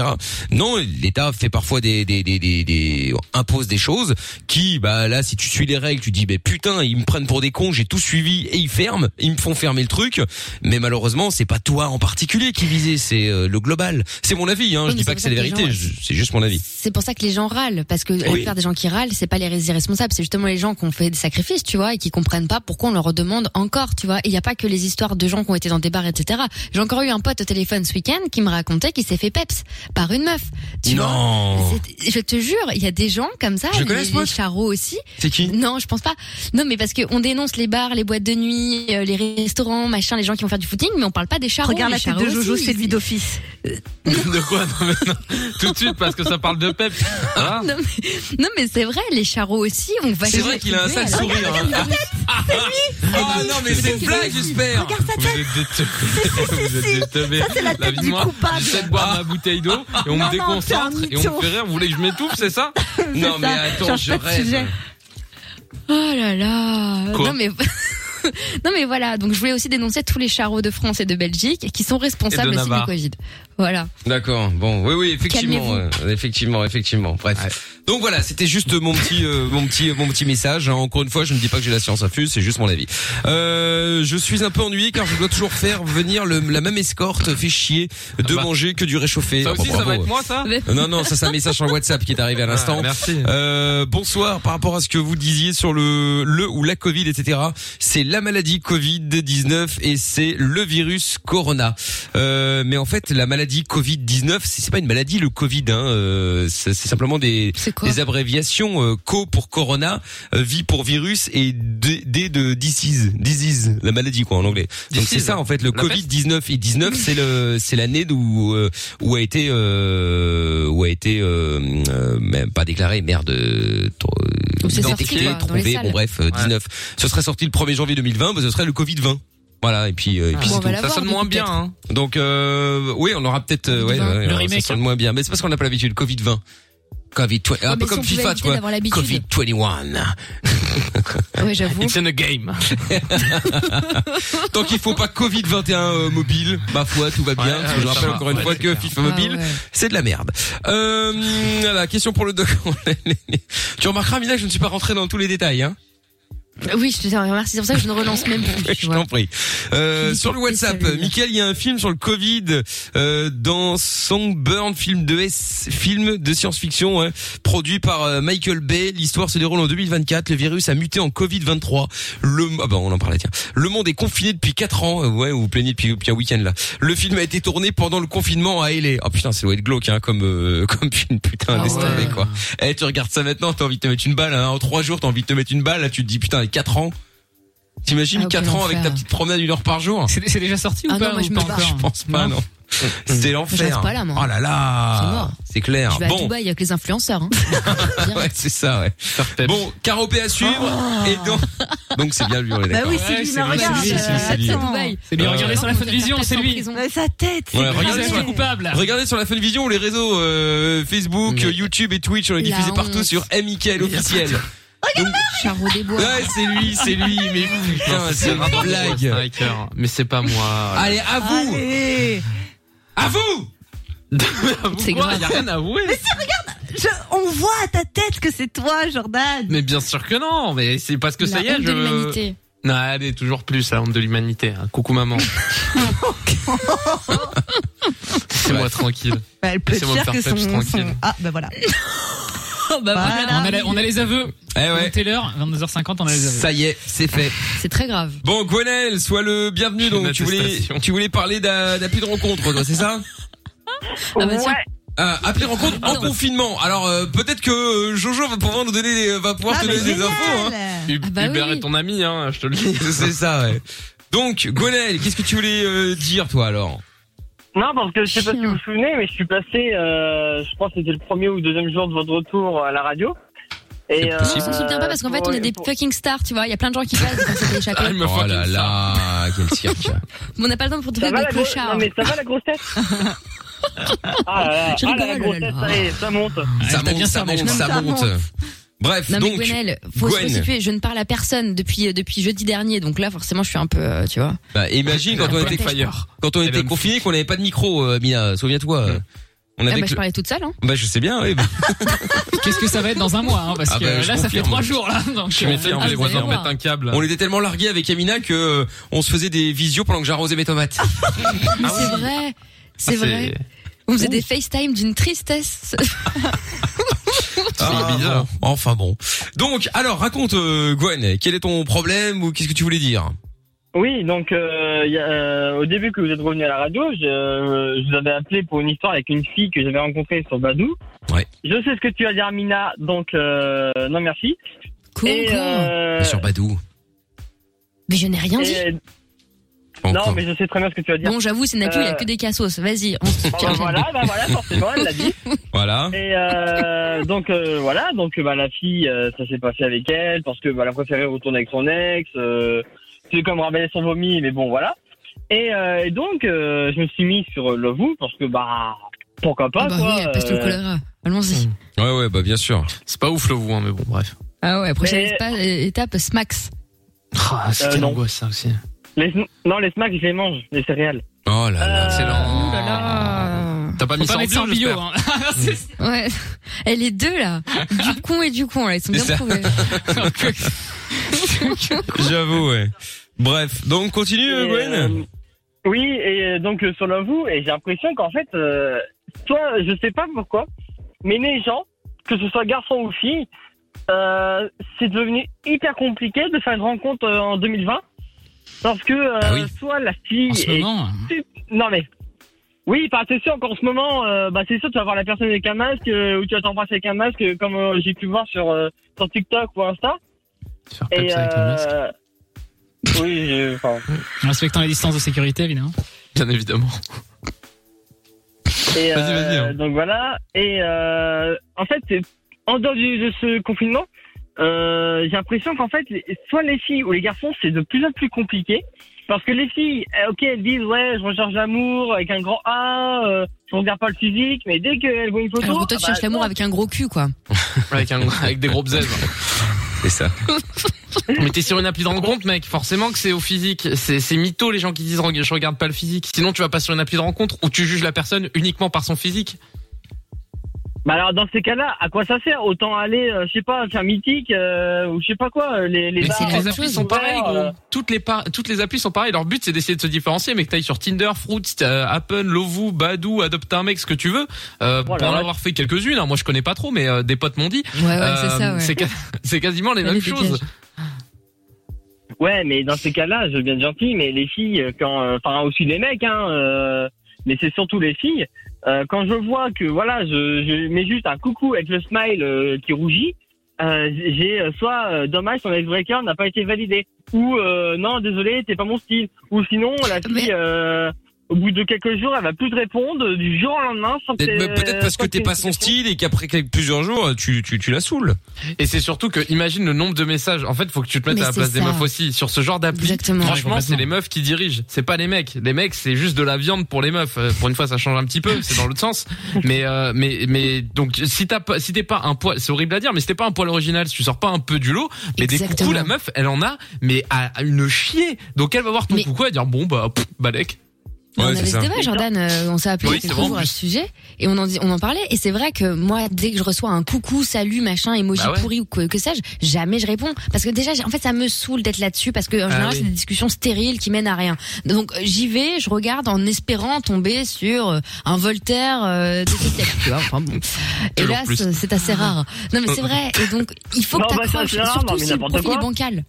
[SPEAKER 2] Non, l'État fait parfois des des, des, des des impose des choses qui bah là si tu suis les règles tu dis mais putain ils me prennent pour des cons j'ai tout suivi et ils ferment ils me font fermer le truc mais malheureusement c'est pas toi en particulier qui visais c'est euh, le global c'est mon avis
[SPEAKER 5] Oui,
[SPEAKER 2] hein je
[SPEAKER 5] mais
[SPEAKER 2] dis
[SPEAKER 5] c'est
[SPEAKER 2] pas
[SPEAKER 5] pour
[SPEAKER 2] que
[SPEAKER 5] ça
[SPEAKER 2] c'est la
[SPEAKER 5] que les
[SPEAKER 2] vérité
[SPEAKER 5] gens-
[SPEAKER 2] je- c'est juste mon avis
[SPEAKER 5] C'est pour ça que les gens râlent, parce que la
[SPEAKER 2] Oui.
[SPEAKER 5] plupart des gens qui râlent, c'est pas les irresponsables, c'est justement les gens qui ont fait des sacrifices, tu vois, et qui comprennent pas pourquoi on leur demande encore, tu vois. Et Il n'y a pas que les histoires de gens qui ont été dans des bars, etc. J'ai encore eu un pote au téléphone ce week-end qui me racontait qu'il s'est fait peps par une meuf. Tu
[SPEAKER 2] Non.
[SPEAKER 5] vois C'est- Je te jure, il y a des gens comme ça.
[SPEAKER 2] Je
[SPEAKER 5] les-
[SPEAKER 2] connais ce
[SPEAKER 5] les
[SPEAKER 2] pote.
[SPEAKER 5] charros aussi.
[SPEAKER 2] C'est qui
[SPEAKER 5] Non, je pense pas. Non, mais parce qu'on dénonce les bars, les boîtes de nuit, euh, les restaurants, machin, les gens qui vont faire du footing, mais on parle pas des charros.
[SPEAKER 3] Regarde
[SPEAKER 5] les
[SPEAKER 3] la tête
[SPEAKER 5] charros
[SPEAKER 3] de Jojo,
[SPEAKER 5] aussi,
[SPEAKER 3] c'est lui d'office.
[SPEAKER 4] De quoi Non, mais non. Tout de suite, parce que ça parle de Pep. Ah.
[SPEAKER 2] Hein
[SPEAKER 5] [LAUGHS] Non mais, non, mais c'est vrai, les charros aussi ont vachement.
[SPEAKER 4] C'est vrai qu'il a un sale
[SPEAKER 5] Regarde,
[SPEAKER 4] sourire,
[SPEAKER 5] regarde,
[SPEAKER 4] hein.
[SPEAKER 5] regarde,
[SPEAKER 2] Ah non mais c'est une blague j'espère
[SPEAKER 4] Vous êtes
[SPEAKER 2] [LAUGHS]
[SPEAKER 4] des teubés. Vous êtes des teubés.
[SPEAKER 2] Ça, c'est la tête
[SPEAKER 4] vie
[SPEAKER 2] du
[SPEAKER 4] moi,
[SPEAKER 2] coupable. Ah.
[SPEAKER 4] J'essaie de boire ma bouteille d'eau et on
[SPEAKER 2] Non,
[SPEAKER 4] me
[SPEAKER 2] non, t'es un
[SPEAKER 4] déconcentre et on me
[SPEAKER 2] mytho.
[SPEAKER 4] fait rire. Vous voulez que je m'étouffe, c'est
[SPEAKER 2] [LAUGHS]
[SPEAKER 4] ça Non,
[SPEAKER 2] ça.
[SPEAKER 4] mais attends,
[SPEAKER 2] Change
[SPEAKER 4] je
[SPEAKER 2] pas de
[SPEAKER 4] rêve.
[SPEAKER 2] sujet.
[SPEAKER 5] Oh là là.
[SPEAKER 4] Quoi
[SPEAKER 5] non mais. [LAUGHS] Non mais voilà, donc je voulais aussi dénoncer tous les charros de France et de Belgique qui sont
[SPEAKER 2] Et
[SPEAKER 5] responsables
[SPEAKER 2] de
[SPEAKER 5] aussi du
[SPEAKER 2] Navarre.
[SPEAKER 5] Covid. Voilà.
[SPEAKER 2] D'accord. Bon, oui, oui, effectivement,
[SPEAKER 5] Calmez-vous.
[SPEAKER 2] euh, effectivement, effectivement. Bref. Donc voilà, c'était juste mon petit, euh, mon petit, mon petit message. hein. Encore une fois, je ne dis pas que j'ai la science infuse, c'est juste mon avis. Euh, je suis un peu ennuyé car je dois toujours faire venir le- la même escorte, fait chier, de manger que du réchauffé.
[SPEAKER 4] Ah bah. Ça
[SPEAKER 2] Ah,
[SPEAKER 4] aussi,
[SPEAKER 2] bah,
[SPEAKER 4] ça va
[SPEAKER 2] bravo.
[SPEAKER 4] être moi, ça
[SPEAKER 2] Euh, Non, non, ça c'est un message sur WhatsApp qui est arrivé à l'instant.
[SPEAKER 4] Ah, merci.
[SPEAKER 2] Euh, bonsoir. Par rapport à ce que vous disiez sur le, le ou la Covid, etc. C'est la maladie Covid 19 et c'est le virus Corona. Euh, mais en fait, la maladie Covid 19, c'est c'est pas une maladie le Covid. Hein, euh, c'est c'est simplement des, des abréviations euh, co pour Corona, euh, vi pour virus et d, d de disease, disease, la maladie quoi en anglais. Donc c'est
[SPEAKER 4] Disease.
[SPEAKER 2] ça en fait le
[SPEAKER 4] hein. La
[SPEAKER 2] Covid
[SPEAKER 4] peste
[SPEAKER 2] 19 et 19 c'est le c'est l'année d'où euh, où a été euh, où a été euh, euh, même pas déclaré merde euh, tr-
[SPEAKER 4] Où c'est sorti,
[SPEAKER 2] identifié
[SPEAKER 4] quoi, dans les
[SPEAKER 2] trouvé
[SPEAKER 4] salles.
[SPEAKER 2] bon bref euh,
[SPEAKER 4] Ouais.
[SPEAKER 2] 19 ce serait sorti le 1er janvier 2020 bah, ce serait le Covid 20 voilà et puis euh, et
[SPEAKER 4] Ah,
[SPEAKER 2] puis
[SPEAKER 4] bon,
[SPEAKER 2] c'est
[SPEAKER 4] on va
[SPEAKER 2] tout.
[SPEAKER 4] l'avoir, Ça sonne du moins coup, bien, peut-être. hein.
[SPEAKER 2] donc euh, oui on aura peut-être euh, ouais,
[SPEAKER 4] Covid 20.
[SPEAKER 2] ouais,
[SPEAKER 4] Le
[SPEAKER 2] alors, ça
[SPEAKER 4] remake,
[SPEAKER 2] sonne moins bien mais c'est parce qu'on n'a pas l'habitude Covid 20 Covid 20
[SPEAKER 5] Ouais,
[SPEAKER 2] un
[SPEAKER 5] mais si
[SPEAKER 2] peu
[SPEAKER 5] on
[SPEAKER 2] comme
[SPEAKER 5] pouvait
[SPEAKER 2] FIFA
[SPEAKER 5] éviter
[SPEAKER 2] tu vois
[SPEAKER 5] d'avoir l'habitude.
[SPEAKER 2] Covid 21
[SPEAKER 5] Ouais, j'avoue.
[SPEAKER 4] It's in a game.
[SPEAKER 2] [LAUGHS] Tant qu'il faut pas Covid 21 euh, mobile, ma foi, tout va bien.
[SPEAKER 4] Ouais,
[SPEAKER 2] parce que je
[SPEAKER 4] ouais, ça
[SPEAKER 2] rappelle
[SPEAKER 4] va,
[SPEAKER 2] encore une
[SPEAKER 4] ouais,
[SPEAKER 2] fois
[SPEAKER 4] c'est
[SPEAKER 2] que
[SPEAKER 4] clair.
[SPEAKER 2] FIFA
[SPEAKER 4] Ah,
[SPEAKER 2] mobile,
[SPEAKER 4] ouais.
[SPEAKER 2] c'est de la merde. Euh, voilà, question pour le doc. [LAUGHS] tu remarqueras, Mina, que je ne suis pas rentré dans tous les détails. Hein.
[SPEAKER 5] Oui, je te remercie, c'est pour ça que je ne relance même plus.
[SPEAKER 2] [LAUGHS] Je t'en prie. Euh, sur le WhatsApp, Michael, il y a un film sur le Covid euh, dans Songburn, film de S, film de science-fiction ouais, produit par euh, Michael Bay. L'histoire se déroule en 2024. Le virus a muté en Covid 23. Le ah bah, on en parlait tiens. Le monde est confiné depuis 4 ans. Euh, ouais, vous vous plaignez depuis, depuis un week-end là. Le film a été tourné pendant le confinement à LA. Oh putain, c'est doit être glauque hein, comme euh, [LAUGHS] comme film putain
[SPEAKER 4] Ah
[SPEAKER 2] laisse
[SPEAKER 4] ouais.
[SPEAKER 2] tomber, quoi. Eh, tu regardes ça maintenant, t'as envie de te mettre une balle. hein. En 3 jours, t'as envie de te mettre une balle. Là, tu te dis putain, 4 ans. T'imagines
[SPEAKER 6] Ah, ok,
[SPEAKER 2] 4 ans avec ta
[SPEAKER 6] l'enfer.
[SPEAKER 2] petite promenade une heure par jour
[SPEAKER 6] C'est c'est déjà sorti ou
[SPEAKER 5] Ah
[SPEAKER 6] pas
[SPEAKER 5] non, moi,
[SPEAKER 6] ou
[SPEAKER 5] je me
[SPEAKER 6] pas
[SPEAKER 5] barre.
[SPEAKER 6] encore
[SPEAKER 5] Je
[SPEAKER 2] pense pas, non. C'est
[SPEAKER 5] Je
[SPEAKER 2] l'enfer.
[SPEAKER 5] reste pas là, moi.
[SPEAKER 2] Oh là
[SPEAKER 5] C'est mort.
[SPEAKER 2] là. C'est clair.
[SPEAKER 5] Je vais à
[SPEAKER 2] bon.
[SPEAKER 5] Dubaï avec les influenceurs. Hein.
[SPEAKER 2] [LAUGHS] Ouais, c'est ça, ouais. Bon, caropé à suivre.
[SPEAKER 5] Ah.
[SPEAKER 2] Et donc, donc c'est bien lui, on est
[SPEAKER 3] Bah
[SPEAKER 2] d'accord.
[SPEAKER 3] oui, c'est lui, mais regarde.
[SPEAKER 5] euh,
[SPEAKER 2] C'est lui, regardez sur la
[SPEAKER 3] de vision, c'est lui. Sa tête. c'est
[SPEAKER 2] Ouais, regardez,
[SPEAKER 3] gravé. [LAUGHS]
[SPEAKER 2] sur, regardez sur la Funvision ou les réseaux euh, Facebook, euh, YouTube et Twitch, on est
[SPEAKER 5] La
[SPEAKER 2] diffusé
[SPEAKER 5] honte.
[SPEAKER 2] partout sur Mickaël officiel.
[SPEAKER 5] Charro des bois.
[SPEAKER 2] Ouais, c'est lui, c'est lui, mais putain, c'est une blague.
[SPEAKER 4] Mais c'est pas moi.
[SPEAKER 2] ah. Allez, ah. à vous. À vous.
[SPEAKER 4] C'est
[SPEAKER 3] grave.
[SPEAKER 4] Il y a rien à avouer.
[SPEAKER 3] Mais si, regarde, je- on voit à ta tête que c'est toi, Jordan.
[SPEAKER 4] Mais bien sûr que non, mais c'est parce que
[SPEAKER 3] La
[SPEAKER 4] ça y est,
[SPEAKER 3] honte
[SPEAKER 4] je.
[SPEAKER 3] de l'humanité.
[SPEAKER 4] Non, allez, Ah, toujours plus la honte de l'humanité. hein. Coucou
[SPEAKER 2] [LAUGHS]
[SPEAKER 4] maman. Laissez-moi tranquille.
[SPEAKER 3] Bah, elle peut être
[SPEAKER 4] Laissez-moi me
[SPEAKER 3] fière
[SPEAKER 4] faire
[SPEAKER 3] que son,
[SPEAKER 4] peps tranquille.
[SPEAKER 3] son- Ah, bah
[SPEAKER 6] [LAUGHS]
[SPEAKER 3] voilà.
[SPEAKER 6] Oh, bah, On a, la- on a les aveux. Notez l'heure, 22h50, on a les aveux.
[SPEAKER 2] Eh Ça y est, c'est fait.
[SPEAKER 5] C'est très grave.
[SPEAKER 2] Bon, Gwenel, sois le bienvenu. Donc, tu voulais, tu voulais parler d'un d'un appui de rencontre, toi, c'est ça
[SPEAKER 6] Ah, bah,
[SPEAKER 5] Ah, bah,
[SPEAKER 2] Euh, appli rencontre en confinement. Alors euh, peut-être que euh, Jojo va pouvoir nous donner, des- euh, va pouvoir
[SPEAKER 4] Ah,
[SPEAKER 2] te
[SPEAKER 4] mais
[SPEAKER 2] donner des
[SPEAKER 4] génial.
[SPEAKER 2] infos. Hein.
[SPEAKER 4] Hu- Ah bah Hubert oui. est ton ami, hein, je te le dis.
[SPEAKER 2] [LAUGHS] C'est ça. Ouais. Donc Gwenel, qu'est-ce que tu voulais euh, dire toi alors
[SPEAKER 8] Non, parce que je sais pas si vous vous souvenez, mais je suis passé, euh, je pense que c'était le premier ou deuxième jour de votre retour à la radio. Et euh,
[SPEAKER 5] On soutient pas parce qu'en fait, on est des fucking stars, tu vois. Il y a plein de gens qui passent, donc c'est échappé.
[SPEAKER 2] Ah, oh là là, quel cirque.
[SPEAKER 5] Mais on n'a pas le temps pour trouver
[SPEAKER 8] va,
[SPEAKER 5] des
[SPEAKER 8] la gro-
[SPEAKER 5] clochards.
[SPEAKER 8] non, mais ça va, la grossesse ah là là,
[SPEAKER 5] Je
[SPEAKER 8] ah
[SPEAKER 5] rigole,
[SPEAKER 8] là, la grossesse,
[SPEAKER 5] Lolo.
[SPEAKER 8] ça, y est, ça monte.
[SPEAKER 2] Ah, Ça monte, ça monte, ça monte. Bref,
[SPEAKER 5] Non mais
[SPEAKER 2] donc.
[SPEAKER 5] Gwenel, faut se
[SPEAKER 2] Gwen.
[SPEAKER 5] resituer. Je ne parle à personne depuis euh, depuis jeudi dernier, donc là forcément je suis un peu, euh, tu vois.
[SPEAKER 2] Bah, imagine quand on était
[SPEAKER 5] Fire.
[SPEAKER 2] quand on était confiné qu'on n'avait pas de micro, euh, Mina. Souviens-toi. euh, ben, On
[SPEAKER 5] Ah,
[SPEAKER 2] avait
[SPEAKER 5] bah,
[SPEAKER 2] que-
[SPEAKER 5] je parlais toute seule. Hein.
[SPEAKER 2] bah je sais bien. oui, bah.
[SPEAKER 6] Qu'est-ce que ça va être dans un mois hein, Parce
[SPEAKER 2] Ah
[SPEAKER 6] que
[SPEAKER 2] bah,
[SPEAKER 6] là,
[SPEAKER 2] je
[SPEAKER 6] ça fait
[SPEAKER 2] confirme.
[SPEAKER 6] trois jours là. Donc,
[SPEAKER 2] Je m'étais
[SPEAKER 6] euh,
[SPEAKER 2] on les voisins mettent un câble. On était tellement largués avec Amina que euh, on se faisait des visios pendant que j'arrosais mes tomates.
[SPEAKER 5] Mais c'est vrai, c'est
[SPEAKER 2] Ah,
[SPEAKER 5] vrai. On faisait des FaceTime d'une tristesse.
[SPEAKER 2] Ah, bizarre. Enfin bon. Donc alors raconte euh, Gwen, quel est ton problème ou qu'est-ce que tu voulais dire
[SPEAKER 8] Oui, donc euh, il y a, euh, au début que vous êtes revenu à la radio, je, euh, je vous avais appelé pour une histoire avec une fille que j'avais rencontrée sur Badou.
[SPEAKER 2] Ouais.
[SPEAKER 8] Je sais ce que tu as dit, Armina, donc euh, non merci.
[SPEAKER 5] Quoi, quoi
[SPEAKER 8] euh,
[SPEAKER 2] Mais Sur Badou.
[SPEAKER 5] Mais je n'ai rien dit.
[SPEAKER 8] et- Non, mais je sais très bien ce que tu as dit.
[SPEAKER 5] Bon, j'avoue, c'est Naku, il y a que des cassos. Vas-y, on se tient.
[SPEAKER 8] voilà, bah voilà, forcément, elle l'a dit.
[SPEAKER 2] [LAUGHS] Voilà.
[SPEAKER 8] Et
[SPEAKER 5] [LAUGHS]
[SPEAKER 8] euh, donc euh, voilà, donc bah la fille, euh, ça s'est passé avec elle parce que bah, elle a préféré retourner avec son ex. euh, c'est comme ramener son vomi, mais bon voilà. Et, euh, et donc euh, je me suis mis sur Love Who parce que bah pourquoi pas
[SPEAKER 5] Ah bah
[SPEAKER 8] quoi.
[SPEAKER 5] oui, elle passe le
[SPEAKER 8] euh,
[SPEAKER 5] choléra. Allons-y.
[SPEAKER 2] Ouais ouais bah bien sûr. C'est pas ouf le vous hein, mais bon bref.
[SPEAKER 5] Ah ouais, prochaine
[SPEAKER 8] Mais-
[SPEAKER 5] espa- euh, étape, Smax.
[SPEAKER 8] Ah,
[SPEAKER 4] c'est quelle angoisse,
[SPEAKER 8] ça aussi. Les, non, les smacks, je les mange, les céréales.
[SPEAKER 2] Oh là
[SPEAKER 11] Euh,
[SPEAKER 2] là, c'est lent. T'as pas
[SPEAKER 6] Faut
[SPEAKER 2] mis
[SPEAKER 6] pas
[SPEAKER 2] ça en
[SPEAKER 6] mettre ça en
[SPEAKER 2] bio,
[SPEAKER 6] bio.
[SPEAKER 2] j'espère.
[SPEAKER 6] hein. [LAUGHS] C'est-
[SPEAKER 5] Ouais. Et les deux là, du con et du con, là, ils sont bien
[SPEAKER 2] C'est ça. [LAUGHS]
[SPEAKER 5] prouvés.
[SPEAKER 2] J'avoue ouais. Bref, donc continue
[SPEAKER 8] Et,
[SPEAKER 2] euh, Gwen.
[SPEAKER 8] euh, Oui, et euh, donc euh, sur Love Who, et j'ai l'impression qu'en fait, euh, soit je sais pas pourquoi, mais les gens, que ce soit garçon ou fille, euh, c'est devenu hyper compliqué de faire une rencontre euh, en 2020 parce que euh, soit la fille
[SPEAKER 6] Ah En ce
[SPEAKER 8] est
[SPEAKER 6] moment. hein.
[SPEAKER 8] sup- non mais oui, bah, c'est sûr qu'en ce moment, euh, bah, c'est sûr tu vas voir la personne avec un masque euh, ou tu vas t'embrasser avec un masque, euh, comme euh, j'ai pu voir sur, euh, sur TikTok ou Insta. Et, euh, oui, je- enfin.
[SPEAKER 6] En respectant les distances de sécurité, évidemment. Bien
[SPEAKER 2] [LAUGHS]
[SPEAKER 6] évidemment.
[SPEAKER 8] Et
[SPEAKER 6] Vas-y, vas-y,
[SPEAKER 8] euh,
[SPEAKER 6] hein.
[SPEAKER 8] donc voilà. Et euh, en fait, c'est- en dehors du- de ce confinement, euh, j'ai l'impression qu'en fait, les- soit les filles ou les garçons, c'est de plus en plus compliqué. Parce que les filles, euh, ok, elles disent ouais, je recherche l'amour avec un grand A, euh, je regarde pas le physique, mais dès qu'elles voient une photo,
[SPEAKER 5] Alors que toi, tu
[SPEAKER 8] ah bah,
[SPEAKER 5] cherches l'amour avec un gros cul,
[SPEAKER 2] [LAUGHS]
[SPEAKER 5] quoi.
[SPEAKER 4] Avec, un- avec des groupes Z.
[SPEAKER 2] C'est ça.
[SPEAKER 4] Mais t'es sur une appli de rencontre, mec. Forcément que c'est au physique. C'est c'est mytho les gens qui disent je regarde pas le physique. Sinon tu vas pas sur une appli de rencontre où tu juges la personne uniquement par son physique.
[SPEAKER 8] Bah alors dans ces cas-là, à quoi ça sert Autant aller, euh, je sais pas, faire mythique euh, ou je sais pas quoi. euh, Les les
[SPEAKER 4] Mais
[SPEAKER 8] bars,
[SPEAKER 4] c'est- les
[SPEAKER 8] euh,
[SPEAKER 4] applis sont
[SPEAKER 8] ouverts,
[SPEAKER 4] pareilles,
[SPEAKER 8] euh,
[SPEAKER 4] gros. Toutes les, par- toutes les applis sont pareilles. Leur but, c'est d'essayer de se différencier, mais que t'ailles sur Tinder, Fruits, euh, Happen, Lovoo, Badou, Adopte un mec, ce que tu veux. Euh, pour en
[SPEAKER 8] ouais.
[SPEAKER 4] avoir fait quelques-unes, hein. moi je connais pas trop, mais euh, des potes m'ont dit. Euh,
[SPEAKER 5] ouais, c'est ça, ouais.
[SPEAKER 4] c'est ca- [LAUGHS] c'est quasiment les
[SPEAKER 5] Allez,
[SPEAKER 4] mêmes
[SPEAKER 5] dégage.
[SPEAKER 4] choses.
[SPEAKER 8] Ouais, mais dans ces cas-là, je veux bien être gentil, mais les filles, euh, quand, euh, enfin aussi les mecs, hein, euh, mais c'est surtout les filles. euh, quand je vois que voilà, je, je mets juste un coucou avec le smile euh, qui rougit, euh, j'ai euh, soit euh, dommage son icebreaker n'a pas été validé, ou euh, non désolé, t'es pas mon style, ou sinon la fille. euh, au bout de quelques jours, elle va plus te répondre euh, du jour au lendemain. sans que
[SPEAKER 2] Peut-être
[SPEAKER 8] t'aies-
[SPEAKER 4] euh,
[SPEAKER 8] euh,
[SPEAKER 2] peut-être parce
[SPEAKER 8] sans
[SPEAKER 2] que t'es
[SPEAKER 8] t'aies
[SPEAKER 2] pas
[SPEAKER 8] une
[SPEAKER 2] son
[SPEAKER 8] explication.
[SPEAKER 2] style et qu'après quelques- plusieurs jours tu tu tu la saoules.
[SPEAKER 4] Et c'est surtout que, imagine le nombre de messages. En fait, faut que tu te mettes
[SPEAKER 5] Mais
[SPEAKER 4] à la place
[SPEAKER 5] c'est
[SPEAKER 4] des
[SPEAKER 5] ça.
[SPEAKER 4] meufs aussi. Sur ce genre d'appli,
[SPEAKER 5] Exactement.
[SPEAKER 6] Ouais,
[SPEAKER 4] franchement,
[SPEAKER 6] complètement.
[SPEAKER 4] c'est les meufs qui dirigent. C'est pas les mecs. Les mecs, c'est juste de la viande pour les meufs. Euh, Pour une fois, ça change un petit peu. C'est dans
[SPEAKER 5] [LAUGHS]
[SPEAKER 4] l'autre sens. Mais, euh, mais, mais, donc, si t'as pas, si t'es pas un poil, c'est horrible à dire, mais si t'es pas un poil original, si tu sors pas un peu du lot, mais des
[SPEAKER 5] Exactement.
[SPEAKER 4] coucous, la meuf, elle en a, mais à à une chier. Donc, elle va voir ton
[SPEAKER 5] Mais-
[SPEAKER 4] coucou, elle va dire, bon, bah, pff, balèque.
[SPEAKER 5] Mais
[SPEAKER 2] Ouais,
[SPEAKER 5] on
[SPEAKER 2] c'est
[SPEAKER 5] avait ce
[SPEAKER 2] ça.
[SPEAKER 5] débat, Jordan. euh, on s'est appelé il
[SPEAKER 4] Oui,
[SPEAKER 5] y a
[SPEAKER 4] c'est
[SPEAKER 5] quelques
[SPEAKER 4] bon,
[SPEAKER 5] jours
[SPEAKER 4] en
[SPEAKER 5] à
[SPEAKER 4] plus.
[SPEAKER 5] ce sujet et on en, dis- on en parlait. Et c'est vrai que moi, dès que je reçois un coucou, salut, machin, emoji
[SPEAKER 4] Bah ouais.
[SPEAKER 5] pourri ou que, que sais-je, jamais je réponds parce que déjà, j'ai- en fait, ça me saoule d'être là-dessus parce que en général,
[SPEAKER 4] oui.
[SPEAKER 5] c'est des discussions stériles qui mènent à rien. Donc euh, j'y vais, je regarde en espérant tomber sur euh, un Voltaire euh, des sociétés, tu vois.
[SPEAKER 2] [LAUGHS]
[SPEAKER 5] Enfin, bon. Et
[SPEAKER 4] Toujours
[SPEAKER 5] là,
[SPEAKER 4] plus.
[SPEAKER 5] c'est- c'est assez rare. Non mais c'est vrai. Et donc il faut
[SPEAKER 8] Non,
[SPEAKER 5] que
[SPEAKER 8] bah, c'est
[SPEAKER 5] t'accroches,
[SPEAKER 8] assez rare, non,
[SPEAKER 5] Euh, surtout
[SPEAKER 8] mais
[SPEAKER 5] si le
[SPEAKER 8] n'importe
[SPEAKER 5] profil
[SPEAKER 8] quoi.
[SPEAKER 5] est bancal.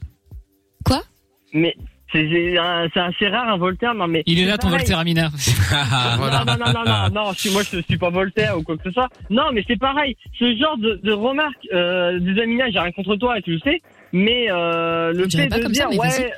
[SPEAKER 8] Mais c'est c'est un- c'est assez rare un Voltaire, non mais.
[SPEAKER 6] Il est là
[SPEAKER 8] c'est
[SPEAKER 6] ton
[SPEAKER 8] pareil.
[SPEAKER 6] Voltaire Amina.
[SPEAKER 8] Non, non, non, non, non, non, je suis, moi je suis pas Voltaire ou quoi que ce soit. Non, mais c'est pareil. Ce genre de, de remarques, euh, des amis, j'ai rien contre toi et tu le sais, mais euh, le
[SPEAKER 5] Je dirais
[SPEAKER 8] fait
[SPEAKER 5] pas
[SPEAKER 8] de
[SPEAKER 5] comme ça,
[SPEAKER 8] dire,
[SPEAKER 5] mais
[SPEAKER 8] ouais.
[SPEAKER 5] vas-y.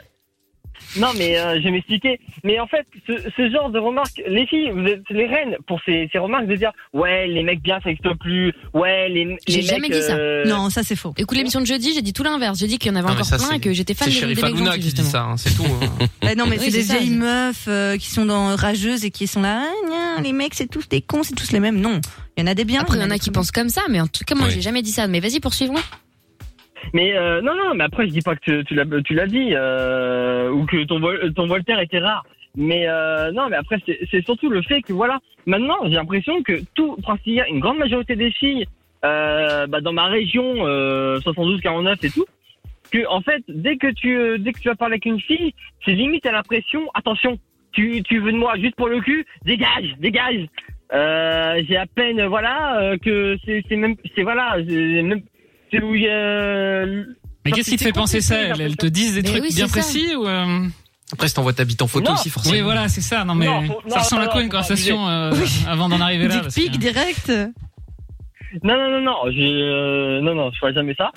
[SPEAKER 8] Non, mais euh, je vais m'expliquer. Mais en fait, ce, ce genre de remarques, les filles, vous êtes les reines pour ces, ces remarques de dire ouais, les mecs bien, ça existe plus. Ouais, les, les
[SPEAKER 5] J'ai
[SPEAKER 8] mecs.
[SPEAKER 5] jamais dit ça.
[SPEAKER 8] euh,
[SPEAKER 3] ça c'est faux.
[SPEAKER 5] Écoute l'émission de jeudi, j'ai dit tout l'inverse. J'ai dit qu'il y en avait
[SPEAKER 4] Non, mais
[SPEAKER 5] encore
[SPEAKER 4] ça,
[SPEAKER 5] plein
[SPEAKER 4] c'est-
[SPEAKER 5] et que j'étais fan
[SPEAKER 4] C'est
[SPEAKER 5] des,
[SPEAKER 4] Sheriff
[SPEAKER 5] des mecs
[SPEAKER 4] Hanouna
[SPEAKER 5] gentils,
[SPEAKER 4] qui dit
[SPEAKER 5] justement.
[SPEAKER 4] ça, hein, c'est tout.
[SPEAKER 5] [LAUGHS]
[SPEAKER 4] hein.
[SPEAKER 3] Bah non, mais
[SPEAKER 5] Oui,
[SPEAKER 3] c'est des
[SPEAKER 5] c'est ça,
[SPEAKER 3] vieilles
[SPEAKER 5] je-
[SPEAKER 3] meufs euh, qui sont dans rageuses et qui sont là. Ah, gna, les mecs, c'est tous des cons, c'est tous les mêmes. Non, il y en a des biens.
[SPEAKER 5] Après, il y en a
[SPEAKER 3] des
[SPEAKER 5] qui
[SPEAKER 3] très bons.
[SPEAKER 5] pensent comme ça, Ah, mais en tout cas, moi,
[SPEAKER 3] Oui.
[SPEAKER 5] j'ai jamais dit ça. Mais vas-y, poursuivons.
[SPEAKER 8] Mais euh, non, non, mais après, je dis pas que tu, tu l'as tu l'as dit, euh, ou que ton, Vol- ton Voltaire était rare. Mais euh, non, mais après, c'est- c'est surtout le fait que, voilà, maintenant, j'ai l'impression que tout, pratiquement, une grande majorité des filles, euh, bah, dans ma région, euh, 72-49 et tout, que, en fait, dès que tu, euh, dès que tu vas parler avec une fille, c'est limite à la pression, attention, tu, tu veux de moi juste pour le cul, dégage, dégage. Euh, j'ai à peine, voilà, euh, que c'est c'est même, c'est voilà, c'est même, c'est où euh, il y a-
[SPEAKER 6] Mais
[SPEAKER 8] Parce
[SPEAKER 6] qu'est-ce
[SPEAKER 8] que
[SPEAKER 6] qui te
[SPEAKER 8] c'est
[SPEAKER 6] fait penser ça
[SPEAKER 8] compliqué,
[SPEAKER 6] Elles
[SPEAKER 8] j'ai
[SPEAKER 6] elles te disent des
[SPEAKER 8] Mais
[SPEAKER 6] trucs
[SPEAKER 8] oui,
[SPEAKER 6] bien
[SPEAKER 8] c'est ça.
[SPEAKER 6] précis ou euh,
[SPEAKER 4] Après, si t'envoies ta bite en photo
[SPEAKER 6] Non.
[SPEAKER 4] aussi, forcément.
[SPEAKER 6] Oui, voilà, c'est ça. Non, mais
[SPEAKER 8] Non, faut- non,
[SPEAKER 6] ça ressemble
[SPEAKER 8] non,
[SPEAKER 6] à quoi
[SPEAKER 8] non,
[SPEAKER 6] une
[SPEAKER 8] faut pas
[SPEAKER 6] conversation euh,
[SPEAKER 8] abuser.
[SPEAKER 6] avant d'en arriver là
[SPEAKER 8] Dick
[SPEAKER 6] parce
[SPEAKER 8] pic,
[SPEAKER 6] que-
[SPEAKER 3] direct.
[SPEAKER 8] Non, non, non, non, je, euh, non, non, je ferai jamais ça.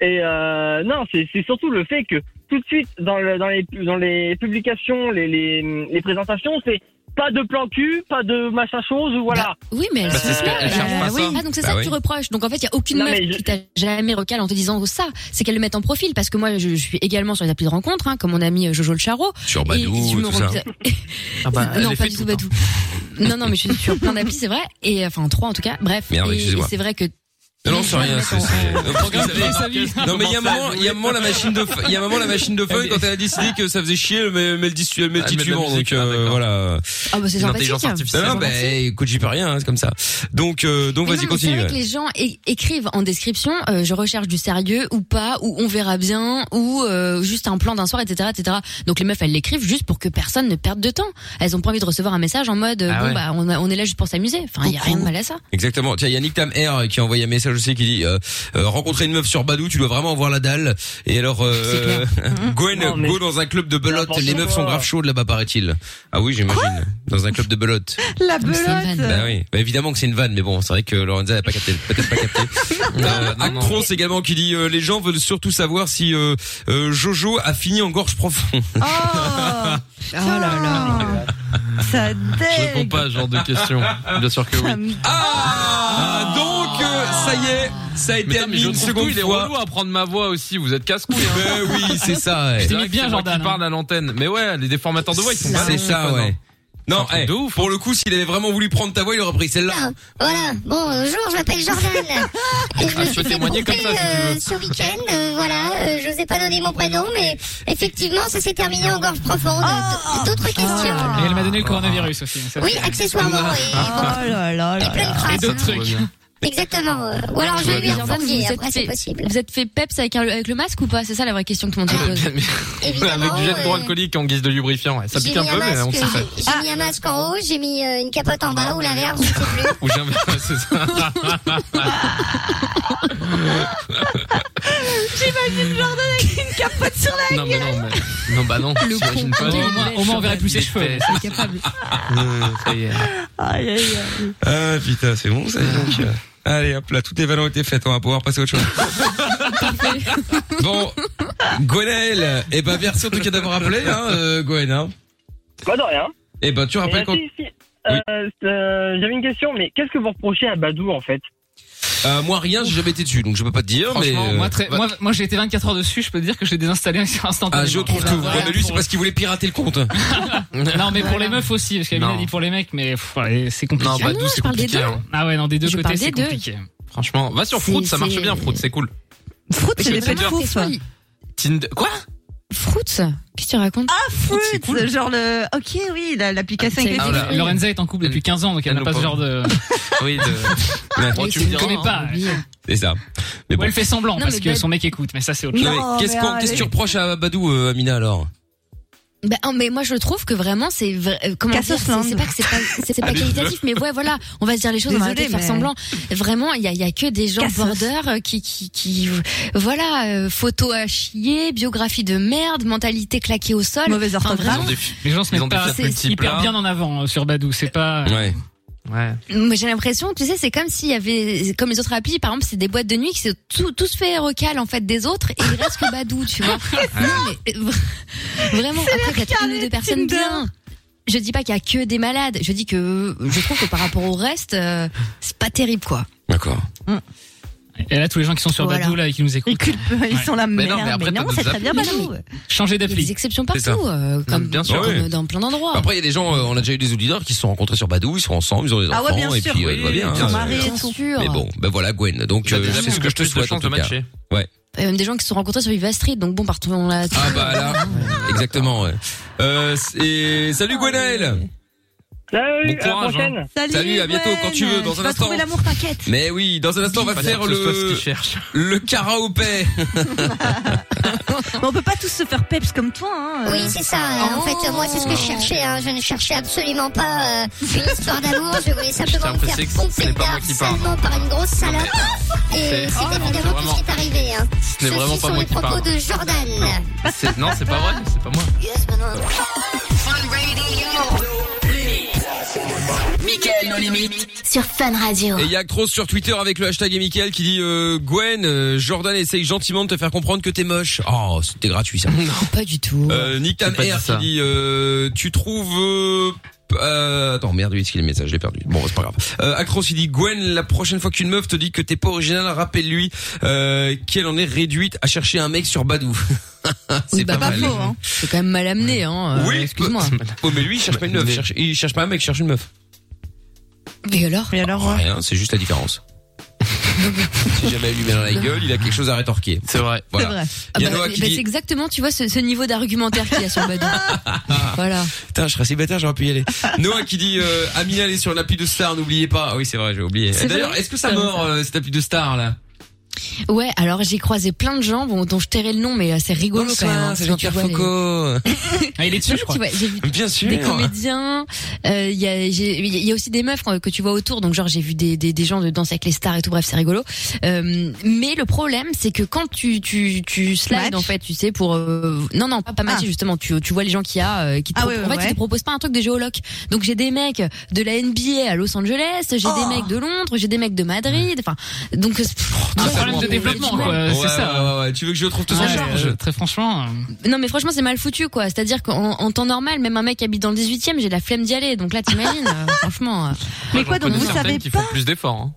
[SPEAKER 8] Et euh, non, c'est c'est surtout le fait que tout de suite dans, le, dans, les, dans les publications, les, les, les présentations, c'est pas de plan cul, pas de machin chose ou voilà.
[SPEAKER 5] Oui, mais elles
[SPEAKER 8] Bah,
[SPEAKER 5] sont
[SPEAKER 8] c'est ce qu'elles- elles cherchent pas
[SPEAKER 5] oui.
[SPEAKER 8] ça.
[SPEAKER 5] Ah, donc c'est
[SPEAKER 8] Bah
[SPEAKER 5] ça que
[SPEAKER 8] oui.
[SPEAKER 5] tu reproches. Donc en fait, il y a aucune
[SPEAKER 8] Non,
[SPEAKER 5] meuf
[SPEAKER 8] mais je-
[SPEAKER 5] qui t'a jamais recalé en te disant oh, ça. C'est qu'elle le mette en profil parce que moi, je, je suis également sur les applis de rencontre, hein, comme mon ami euh, Jojo le Charo.
[SPEAKER 2] Sur
[SPEAKER 5] Et
[SPEAKER 2] Badou,
[SPEAKER 5] je me
[SPEAKER 2] tout ça.
[SPEAKER 5] remplis-
[SPEAKER 4] Ah bah,
[SPEAKER 5] [LAUGHS]
[SPEAKER 4] elle
[SPEAKER 5] non,
[SPEAKER 4] est
[SPEAKER 5] pas
[SPEAKER 4] faite
[SPEAKER 5] du tout Badou. Non, non, mais je suis sur plein d'applis, c'est vrai. Et enfin, trois en tout cas. Bref.
[SPEAKER 2] Merde,
[SPEAKER 5] Et-
[SPEAKER 2] excusez-moi.
[SPEAKER 5] et c'est vrai que.
[SPEAKER 2] Non, non, c'est rien. c'est- c'est- Non, parce que vous savez-
[SPEAKER 6] sa vie.
[SPEAKER 2] Non, mais il y a un moment, il y a un moment la machine de, feu- il y a un moment la machine de feu
[SPEAKER 4] Mais-
[SPEAKER 2] quand elle a décidé que ça faisait chier, elle met, met le dis- elle met le
[SPEAKER 4] Elle met de la
[SPEAKER 2] titubant,
[SPEAKER 4] musique,
[SPEAKER 2] donc euh,
[SPEAKER 4] ah, d'accord.
[SPEAKER 2] voilà.
[SPEAKER 5] Ah, bah, c'est sympathique.
[SPEAKER 2] L'intelligence
[SPEAKER 5] hein.
[SPEAKER 2] artificielle. Non, non, bah, écoute, j'y peux rien, hein, c'est comme ça. Donc, euh, donc
[SPEAKER 5] Mais
[SPEAKER 2] vas-y,
[SPEAKER 5] non, mais C'est
[SPEAKER 2] continue.
[SPEAKER 5] vrai que les gens é- écrivent en description, euh, je recherche du sérieux ou pas, ou on verra bien, ou euh, juste un plan d'un soir, etc., etc. Donc les meufs, elles l'écrivent juste pour que personne ne perde de temps. Elles ont pas envie de recevoir un message en mode, euh,
[SPEAKER 2] Ah
[SPEAKER 5] bon
[SPEAKER 2] ouais.
[SPEAKER 5] bah on, a- on est là juste pour s'amuser. Enfin, il y a rien de mal à ça.
[SPEAKER 2] Exactement. Tiens, il y a Nick Tam R qui a envoyé un message aussi qui dit euh, euh, rencontrer une meuf sur Badou, tu dois vraiment avoir la dalle. Et alors euh, [LAUGHS] Gwen,
[SPEAKER 8] Non, mais-
[SPEAKER 2] go dans un club de belote,
[SPEAKER 8] N'importe
[SPEAKER 2] les meufs sont
[SPEAKER 8] quoi.
[SPEAKER 2] grave chaudes là-bas paraît-il. Ah oui, j'imagine. Dans un club de belote.
[SPEAKER 3] La
[SPEAKER 5] c'est une
[SPEAKER 3] belote.
[SPEAKER 2] Bah oui, Bah, évidemment que c'est une vanne, mais bon, c'est vrai que Lorenza n'a pas capté, peut-être
[SPEAKER 8] [LAUGHS]
[SPEAKER 2] pas capté. euh, Actron, c'est également qui dit euh, les gens veulent surtout savoir si euh, euh, Jojo a fini en gorge profonde.
[SPEAKER 3] Oh, [LAUGHS] oh là là. Ça
[SPEAKER 4] Je réponds
[SPEAKER 3] dé.
[SPEAKER 4] pas à ce genre de questions. Bien sûr que oui.
[SPEAKER 2] Ah, donc euh, ça y est, ça a été
[SPEAKER 4] Mais, non, mais
[SPEAKER 2] admis
[SPEAKER 4] je
[SPEAKER 2] une
[SPEAKER 4] trouve
[SPEAKER 2] seconde
[SPEAKER 4] tout, il est
[SPEAKER 2] fois.
[SPEAKER 4] relou à prendre ma voix aussi. Vous êtes casse-couille. hein. [LAUGHS]
[SPEAKER 2] Ben oui, c'est ça. ouais.
[SPEAKER 6] Je t'ai mis bien, Jordan.
[SPEAKER 4] Qui
[SPEAKER 6] hein.
[SPEAKER 4] parle à l'antenne. Mais ouais, les déformateurs de voix, ils sont pas.
[SPEAKER 2] C'est ça, ouais. Non,
[SPEAKER 4] C'est un truc
[SPEAKER 2] eh,
[SPEAKER 4] de ouf,
[SPEAKER 6] hein.
[SPEAKER 2] pour le coup, s'il avait vraiment voulu prendre ta voix, il aurait pris
[SPEAKER 11] Ah.
[SPEAKER 2] celle-là.
[SPEAKER 11] Voilà, bonjour, je m'appelle
[SPEAKER 4] [LAUGHS]
[SPEAKER 11] Jordan. Et je
[SPEAKER 4] Ah,
[SPEAKER 11] me
[SPEAKER 4] tu peux
[SPEAKER 11] suis fait
[SPEAKER 4] témoigner
[SPEAKER 11] tromper
[SPEAKER 4] comme ça, si tu veux.
[SPEAKER 11] euh, ce week-end, euh, voilà, euh, je vous ai pas donné mon prénom, mais effectivement, ça s'est terminé en gorge profonde.
[SPEAKER 3] Oh.
[SPEAKER 11] D- D'autres questions
[SPEAKER 6] Et elle m'a donné le
[SPEAKER 2] Ah.
[SPEAKER 6] coronavirus aussi. mais ça,
[SPEAKER 11] Oui,
[SPEAKER 6] c'est- Ah.
[SPEAKER 11] accessoirement, et,
[SPEAKER 3] Oh là là
[SPEAKER 11] et
[SPEAKER 3] là.
[SPEAKER 11] plein de
[SPEAKER 6] Et
[SPEAKER 11] crasses.
[SPEAKER 6] d'autres trucs.
[SPEAKER 11] Exactement. euh, Ou alors, je
[SPEAKER 4] Tout va
[SPEAKER 11] vais lui
[SPEAKER 4] bien.
[SPEAKER 5] Jordan, vous
[SPEAKER 11] renforcer,
[SPEAKER 5] êtes
[SPEAKER 11] après,
[SPEAKER 5] fait-
[SPEAKER 11] c'est possible.
[SPEAKER 5] Vous êtes fait peps avec, un- avec le masque ou pas C'est ça la vraie question que tout le monde
[SPEAKER 2] Ah,
[SPEAKER 5] se pose.
[SPEAKER 11] Évidemment,
[SPEAKER 4] Avec du jet de
[SPEAKER 11] euh,
[SPEAKER 4] gros alcoolique en guise de lubrifiant. ouais. Ça
[SPEAKER 11] j'ai
[SPEAKER 4] pique
[SPEAKER 11] mis
[SPEAKER 4] un
[SPEAKER 11] un
[SPEAKER 4] peu, mais on
[SPEAKER 11] masque,
[SPEAKER 4] s'y fait.
[SPEAKER 11] j'ai- j'ai mis un masque en haut, j'ai mis euh, une capote en bas, ou
[SPEAKER 4] [LAUGHS]
[SPEAKER 11] l'inverse, je sais plus.
[SPEAKER 4] Ou jamais, ouais, c'est
[SPEAKER 2] [LAUGHS]
[SPEAKER 4] ça.
[SPEAKER 3] J'imagine Jordan avec une capote sur la
[SPEAKER 4] Non, mais non, mais. Non, bah non. T'imagines pas.
[SPEAKER 6] Au moins, au moins, on verrait plus ses cheveux.
[SPEAKER 4] Déteste.
[SPEAKER 6] Ah,
[SPEAKER 4] Euh, ça y est.
[SPEAKER 3] Aïe, aïe, aïe.
[SPEAKER 2] Ah putain, c'est bon ça. donc, euh, Allez, hop là, toutes les valeurs étaient faites, on va pouvoir passer à autre chose. bon, Gwenaël, eh ben merci en tout cas d'avoir appelé, hein, euh, Gwen. Hein.
[SPEAKER 8] Bah, de rien.
[SPEAKER 2] Eh ben tu rappelles
[SPEAKER 8] Mais,
[SPEAKER 2] quand...
[SPEAKER 8] si, si, euh, euh, J'avais une question, mais qu'est-ce que vous reprochez à Badou en fait
[SPEAKER 2] Euh, moi rien, j'ai jamais été dessus, donc je peux pas te dire, mais...
[SPEAKER 6] Franchement,
[SPEAKER 2] euh,
[SPEAKER 6] moi,
[SPEAKER 4] bah-
[SPEAKER 6] très- moi, moi, j'ai été 24 heures dessus, je peux te dire que je l'ai désinstallé [LAUGHS] instantanément.
[SPEAKER 2] Ah, je trouve tout.
[SPEAKER 6] Voilà,
[SPEAKER 2] Ouais, mais lui, c'est
[SPEAKER 6] pour-
[SPEAKER 2] parce qu'il voulait pirater le compte.
[SPEAKER 6] [LAUGHS] Non, mais pour les meufs aussi, parce qu'Amina
[SPEAKER 4] Non.
[SPEAKER 6] dit pour les mecs, mais pff, ouais, c'est compliqué.
[SPEAKER 4] Non, bah, d'où c'est
[SPEAKER 5] je parle des
[SPEAKER 4] compliqué.
[SPEAKER 5] deux.
[SPEAKER 4] hein.
[SPEAKER 6] Ah ouais, non, des deux
[SPEAKER 5] Je
[SPEAKER 6] côtés,
[SPEAKER 5] parle
[SPEAKER 6] c'est
[SPEAKER 5] des deux.
[SPEAKER 6] compliqué.
[SPEAKER 4] Franchement, va sur
[SPEAKER 5] C'est-
[SPEAKER 4] Fruit, ça marche
[SPEAKER 5] c'est-
[SPEAKER 4] bien, Fruit, c'est cool.
[SPEAKER 3] Fruit, c'est des
[SPEAKER 4] Mais
[SPEAKER 3] pets de
[SPEAKER 4] c'est
[SPEAKER 3] fourfes.
[SPEAKER 4] Tinder. Quoi
[SPEAKER 5] Fruits Qu'est-ce que tu racontes
[SPEAKER 3] Fruit,
[SPEAKER 4] cool.
[SPEAKER 3] Ah, genre le. Ok, oui, la- l'application
[SPEAKER 5] Ah,
[SPEAKER 3] avec
[SPEAKER 5] c'est-
[SPEAKER 3] les
[SPEAKER 4] Ah, bah,
[SPEAKER 6] Lorenza est en couple depuis 15 ans, donc elle n'a
[SPEAKER 4] Elle
[SPEAKER 6] pas ce
[SPEAKER 4] nous
[SPEAKER 6] genre de.
[SPEAKER 4] [LAUGHS] Oui, de.
[SPEAKER 2] Ouais.
[SPEAKER 4] Bon,
[SPEAKER 5] Et
[SPEAKER 4] tu
[SPEAKER 5] c'est une
[SPEAKER 4] me diras.
[SPEAKER 6] connais
[SPEAKER 5] grande
[SPEAKER 6] pas.
[SPEAKER 5] oublie.
[SPEAKER 2] C'est ça. Mais
[SPEAKER 6] Ou
[SPEAKER 2] bon.
[SPEAKER 6] elle fait semblant
[SPEAKER 5] Non,
[SPEAKER 6] parce
[SPEAKER 5] mais
[SPEAKER 6] que
[SPEAKER 5] belle.
[SPEAKER 6] son mec écoute, mais ça c'est autre
[SPEAKER 2] Non,
[SPEAKER 6] chose.
[SPEAKER 2] mais
[SPEAKER 3] Non,
[SPEAKER 2] Qu'est-ce
[SPEAKER 3] mais
[SPEAKER 2] qu'on- qu'est-ce que tu
[SPEAKER 3] allez.
[SPEAKER 2] reproches à Badou, euh, Amina, alors
[SPEAKER 5] Bah, oh, mais moi je trouve que vraiment c'est vra- euh, comment
[SPEAKER 3] Cassos
[SPEAKER 5] dire, c'est- c'est
[SPEAKER 3] Land.
[SPEAKER 5] pas que c'est pas c'est- c'est pas qualitatif mais ouais voilà on va se dire les choses on va arrêter de
[SPEAKER 3] Désolée,
[SPEAKER 5] faire semblant
[SPEAKER 3] mais-
[SPEAKER 5] vraiment il y a, il y a que des gens
[SPEAKER 3] Cassos.
[SPEAKER 5] border euh, qui qui qui voilà euh, photos à chier biographie de merde mentalité claquée au sol
[SPEAKER 3] mauvaises
[SPEAKER 5] Enfin,
[SPEAKER 3] orthographes.
[SPEAKER 5] vraiment,
[SPEAKER 4] Ils ont des
[SPEAKER 6] Les gens se
[SPEAKER 4] Ils ont
[SPEAKER 6] mettent
[SPEAKER 4] des
[SPEAKER 6] pas
[SPEAKER 5] hein,
[SPEAKER 4] fiables multiples.
[SPEAKER 6] hyper
[SPEAKER 4] là.
[SPEAKER 6] bien en avant euh, sur Badou, c'est pas.
[SPEAKER 2] Ouais.
[SPEAKER 4] Ouais.
[SPEAKER 5] Mais j'ai l'impression, tu sais, c'est comme s'il y avait, comme les autres applis, par exemple, c'est des boîtes de nuit qui se tout, tous fait recal en fait des autres et il reste que Badou, tu [LAUGHS] vois. Non, mais, euh, vra- vraiment, après il y a peut-être une ou deux personnes bien. Je dis pas qu'il y a que des malades, je dis que euh, je trouve que par rapport au reste, euh, c'est pas terrible quoi.
[SPEAKER 2] D'accord.
[SPEAKER 6] Mm. Et là, tous les gens qui sont sur
[SPEAKER 5] Voilà.
[SPEAKER 6] Badou, là, et qui nous écoutent.
[SPEAKER 3] Ils
[SPEAKER 6] Ouais.
[SPEAKER 3] sont là,
[SPEAKER 6] Mais
[SPEAKER 3] mais
[SPEAKER 6] non, mais
[SPEAKER 3] merde,
[SPEAKER 6] après,
[SPEAKER 3] mais
[SPEAKER 6] t'as
[SPEAKER 3] non,
[SPEAKER 6] d'autres
[SPEAKER 3] c'est très bien
[SPEAKER 6] applis.
[SPEAKER 3] Badou.
[SPEAKER 6] Changer
[SPEAKER 5] Il y a des
[SPEAKER 6] d'appli.
[SPEAKER 5] exceptions
[SPEAKER 2] C'est ça.
[SPEAKER 5] partout, euh, comme,
[SPEAKER 2] bien sûr,
[SPEAKER 5] comme
[SPEAKER 2] oui.
[SPEAKER 5] dans plein d'endroits.
[SPEAKER 2] Après, il y a des gens, euh, on a déjà eu des auditeurs qui se sont rencontrés sur Badou, ils sont ensemble, ils ont des enfants,
[SPEAKER 5] Ah ouais, bien
[SPEAKER 2] et
[SPEAKER 5] sûr,
[SPEAKER 2] puis euh,
[SPEAKER 5] oui,
[SPEAKER 2] tout va bien.
[SPEAKER 5] ils sont
[SPEAKER 2] hein.
[SPEAKER 5] mariés et tout. Bien sûr.
[SPEAKER 2] Mais bon, ben voilà, Gwen. Donc,
[SPEAKER 4] Il a
[SPEAKER 2] euh,
[SPEAKER 4] déjà
[SPEAKER 2] c'est ce que je te
[SPEAKER 4] plus de
[SPEAKER 2] souhaite.
[SPEAKER 4] chances eh.
[SPEAKER 2] en
[SPEAKER 4] de
[SPEAKER 2] tout cas.
[SPEAKER 4] matcher.
[SPEAKER 2] Ouais.
[SPEAKER 5] Et même des gens qui se sont rencontrés sur Vivastreet, donc bon, partons dans la.
[SPEAKER 2] Ah bah là, exactement. Ouais. Euh, et
[SPEAKER 5] Ah,
[SPEAKER 2] salut Gwenel.
[SPEAKER 8] Salut,
[SPEAKER 2] Bon courage, hein. Salut, à bientôt quand tu veux, dans un
[SPEAKER 3] vas
[SPEAKER 2] instant.
[SPEAKER 3] trouver l'amour, t'inquiète.
[SPEAKER 2] Mais oui, dans un instant, on va
[SPEAKER 4] Pas
[SPEAKER 2] faire
[SPEAKER 4] sûr que ce soit ce
[SPEAKER 2] le
[SPEAKER 4] qu'il cherche. [LAUGHS]
[SPEAKER 2] le karaopé.
[SPEAKER 3] Mais on peut pas tous se faire peps comme toi, hein. euh.
[SPEAKER 11] Oui, c'est ça. En fait, moi, c'est ce que je cherchais. Hein. Je ne cherchais absolument pas euh, une histoire d'amour. Je voulais simplement
[SPEAKER 4] Putain,
[SPEAKER 11] me
[SPEAKER 4] peu
[SPEAKER 11] faire
[SPEAKER 4] sexy, ce
[SPEAKER 11] pomper
[SPEAKER 4] n'est
[SPEAKER 11] le
[SPEAKER 4] pas moi
[SPEAKER 11] gars
[SPEAKER 4] qui parle.
[SPEAKER 11] salement par une grosse salope.
[SPEAKER 4] C'est-
[SPEAKER 11] Et c'est
[SPEAKER 4] Oh,
[SPEAKER 11] évidemment
[SPEAKER 4] c'est
[SPEAKER 11] tout ce qui est arrivé. Hein.
[SPEAKER 4] Ce n'est
[SPEAKER 11] Ceci
[SPEAKER 4] vraiment pas
[SPEAKER 11] sont
[SPEAKER 4] moi
[SPEAKER 11] les
[SPEAKER 4] qui
[SPEAKER 11] propos
[SPEAKER 4] parle.
[SPEAKER 11] de Jordan.
[SPEAKER 4] C'est- Non, c'est pas vrai, c'est pas moi.
[SPEAKER 9] Michael, nos limites.
[SPEAKER 11] Sur Fun Radio.
[SPEAKER 2] Et il y a Cross sur Twitter avec le hashtag et Mickaël qui dit euh, Gwen, euh, Jordan essaye gentiment de te faire comprendre que t'es moche. Oh, c'était gratuit ça. Non,
[SPEAKER 5] pas du tout.
[SPEAKER 2] Euh, Nick Tam
[SPEAKER 4] J'ai pas dit
[SPEAKER 2] R
[SPEAKER 4] ça.
[SPEAKER 2] qui dit euh, tu trouves. euh, p- euh, attends, merde, oui, est-ce qu'il est le message Je l'ai perdu. Bon, c'est pas grave. Euh, Acros, il dit Gwen, la prochaine fois qu'une meuf te dit que t'es pas original, rappelle-lui euh, qu'elle en est réduite à chercher un mec sur Badou. [LAUGHS] c'est
[SPEAKER 5] Oui, bah,
[SPEAKER 2] pas, mal.
[SPEAKER 5] faux, hein. C'est quand même mal amené, hein. euh,
[SPEAKER 2] Oui,
[SPEAKER 5] excuse-moi.
[SPEAKER 2] Oh, mais lui, il cherche pas une meuf. il cherche- il cherche pas un mec, il cherche une meuf.
[SPEAKER 5] Et alors euh,
[SPEAKER 3] Et alors
[SPEAKER 2] Rien, c'est juste
[SPEAKER 6] [LAUGHS]
[SPEAKER 2] la différence. si jamais elle lui met dans la gueule, il a quelque chose à rétorquer.
[SPEAKER 4] C'est vrai.
[SPEAKER 2] Voilà.
[SPEAKER 5] Ah
[SPEAKER 2] Il y a
[SPEAKER 5] bah,
[SPEAKER 2] Noah
[SPEAKER 5] bah,
[SPEAKER 2] qui
[SPEAKER 5] C'est
[SPEAKER 2] dit [LAUGHS]
[SPEAKER 5] exactement, tu vois, ce, ce niveau d'argumentaire qu'il y a sur Badou. voilà.
[SPEAKER 2] Ah, Putain, je serais célibataire, j'aurais pu y aller. Noah qui dit euh, Amina, elle est sur l'appli de Star, n'oubliez pas. Ah Oui, c'est vrai, j'ai oublié.
[SPEAKER 5] C'est
[SPEAKER 2] D'ailleurs,
[SPEAKER 5] vrai,
[SPEAKER 2] est-ce que ça
[SPEAKER 5] c'est vrai,
[SPEAKER 2] mord
[SPEAKER 5] ça.
[SPEAKER 2] euh, cette appli de Star là
[SPEAKER 5] Ouais, alors j'ai croisé plein de gens bon, dont je tairai le nom, mais euh, c'est rigolo quand même. hein,
[SPEAKER 2] c'est
[SPEAKER 5] parce que tu
[SPEAKER 2] Jean-Pierre
[SPEAKER 5] vois les-
[SPEAKER 2] Foucault.
[SPEAKER 5] [LAUGHS]
[SPEAKER 6] Ah, il est dessus, je
[SPEAKER 5] Tu
[SPEAKER 6] crois.
[SPEAKER 5] vois, j'ai vu
[SPEAKER 2] Bien sûr.
[SPEAKER 5] des
[SPEAKER 2] [LAUGHS]
[SPEAKER 5] comédiens. euh, Il y, a, j'ai- il y a aussi des meufs euh, que tu vois autour. Donc genre j'ai vu des, des, des gens de danse avec les stars et tout. Bref, c'est rigolo. Euh, mais le problème, c'est que quand tu tu tu slides
[SPEAKER 3] Match
[SPEAKER 5] en fait, tu sais pour euh, non non pas, pas matcher
[SPEAKER 3] Ah.
[SPEAKER 5] justement. Tu tu vois les gens qu'il y a euh, qui te
[SPEAKER 3] Ah
[SPEAKER 5] propo-
[SPEAKER 3] ouais, ouais,
[SPEAKER 5] en fait ils
[SPEAKER 3] ouais.
[SPEAKER 5] te proposent pas un truc de géoloc. Donc j'ai des mecs de la NBA à Los Angeles, j'ai
[SPEAKER 3] Oh.
[SPEAKER 5] des mecs de Londres, j'ai des mecs de Madrid. Enfin donc euh, c'est-
[SPEAKER 6] Un
[SPEAKER 5] Ouais,
[SPEAKER 6] problème de
[SPEAKER 5] c'est-
[SPEAKER 6] développement, quoi.
[SPEAKER 2] Ouais,
[SPEAKER 6] c'est ça.
[SPEAKER 2] ouais, ouais, ouais. Tu veux que je trouve tout
[SPEAKER 6] Ouais,
[SPEAKER 2] ça Georges
[SPEAKER 6] euh, très franchement. euh,
[SPEAKER 5] Non mais franchement c'est mal foutu quoi. C'est-à-dire qu'en en temps normal même un mec qui habite dans le 18e j'ai la flemme d'y aller. Donc là t'imagines euh, [LAUGHS] franchement. euh,
[SPEAKER 3] Mais quoi, donc
[SPEAKER 4] Connais
[SPEAKER 3] vous
[SPEAKER 4] certaines
[SPEAKER 3] savez
[SPEAKER 4] qui
[SPEAKER 3] pas
[SPEAKER 4] font plus d'efforts. hein.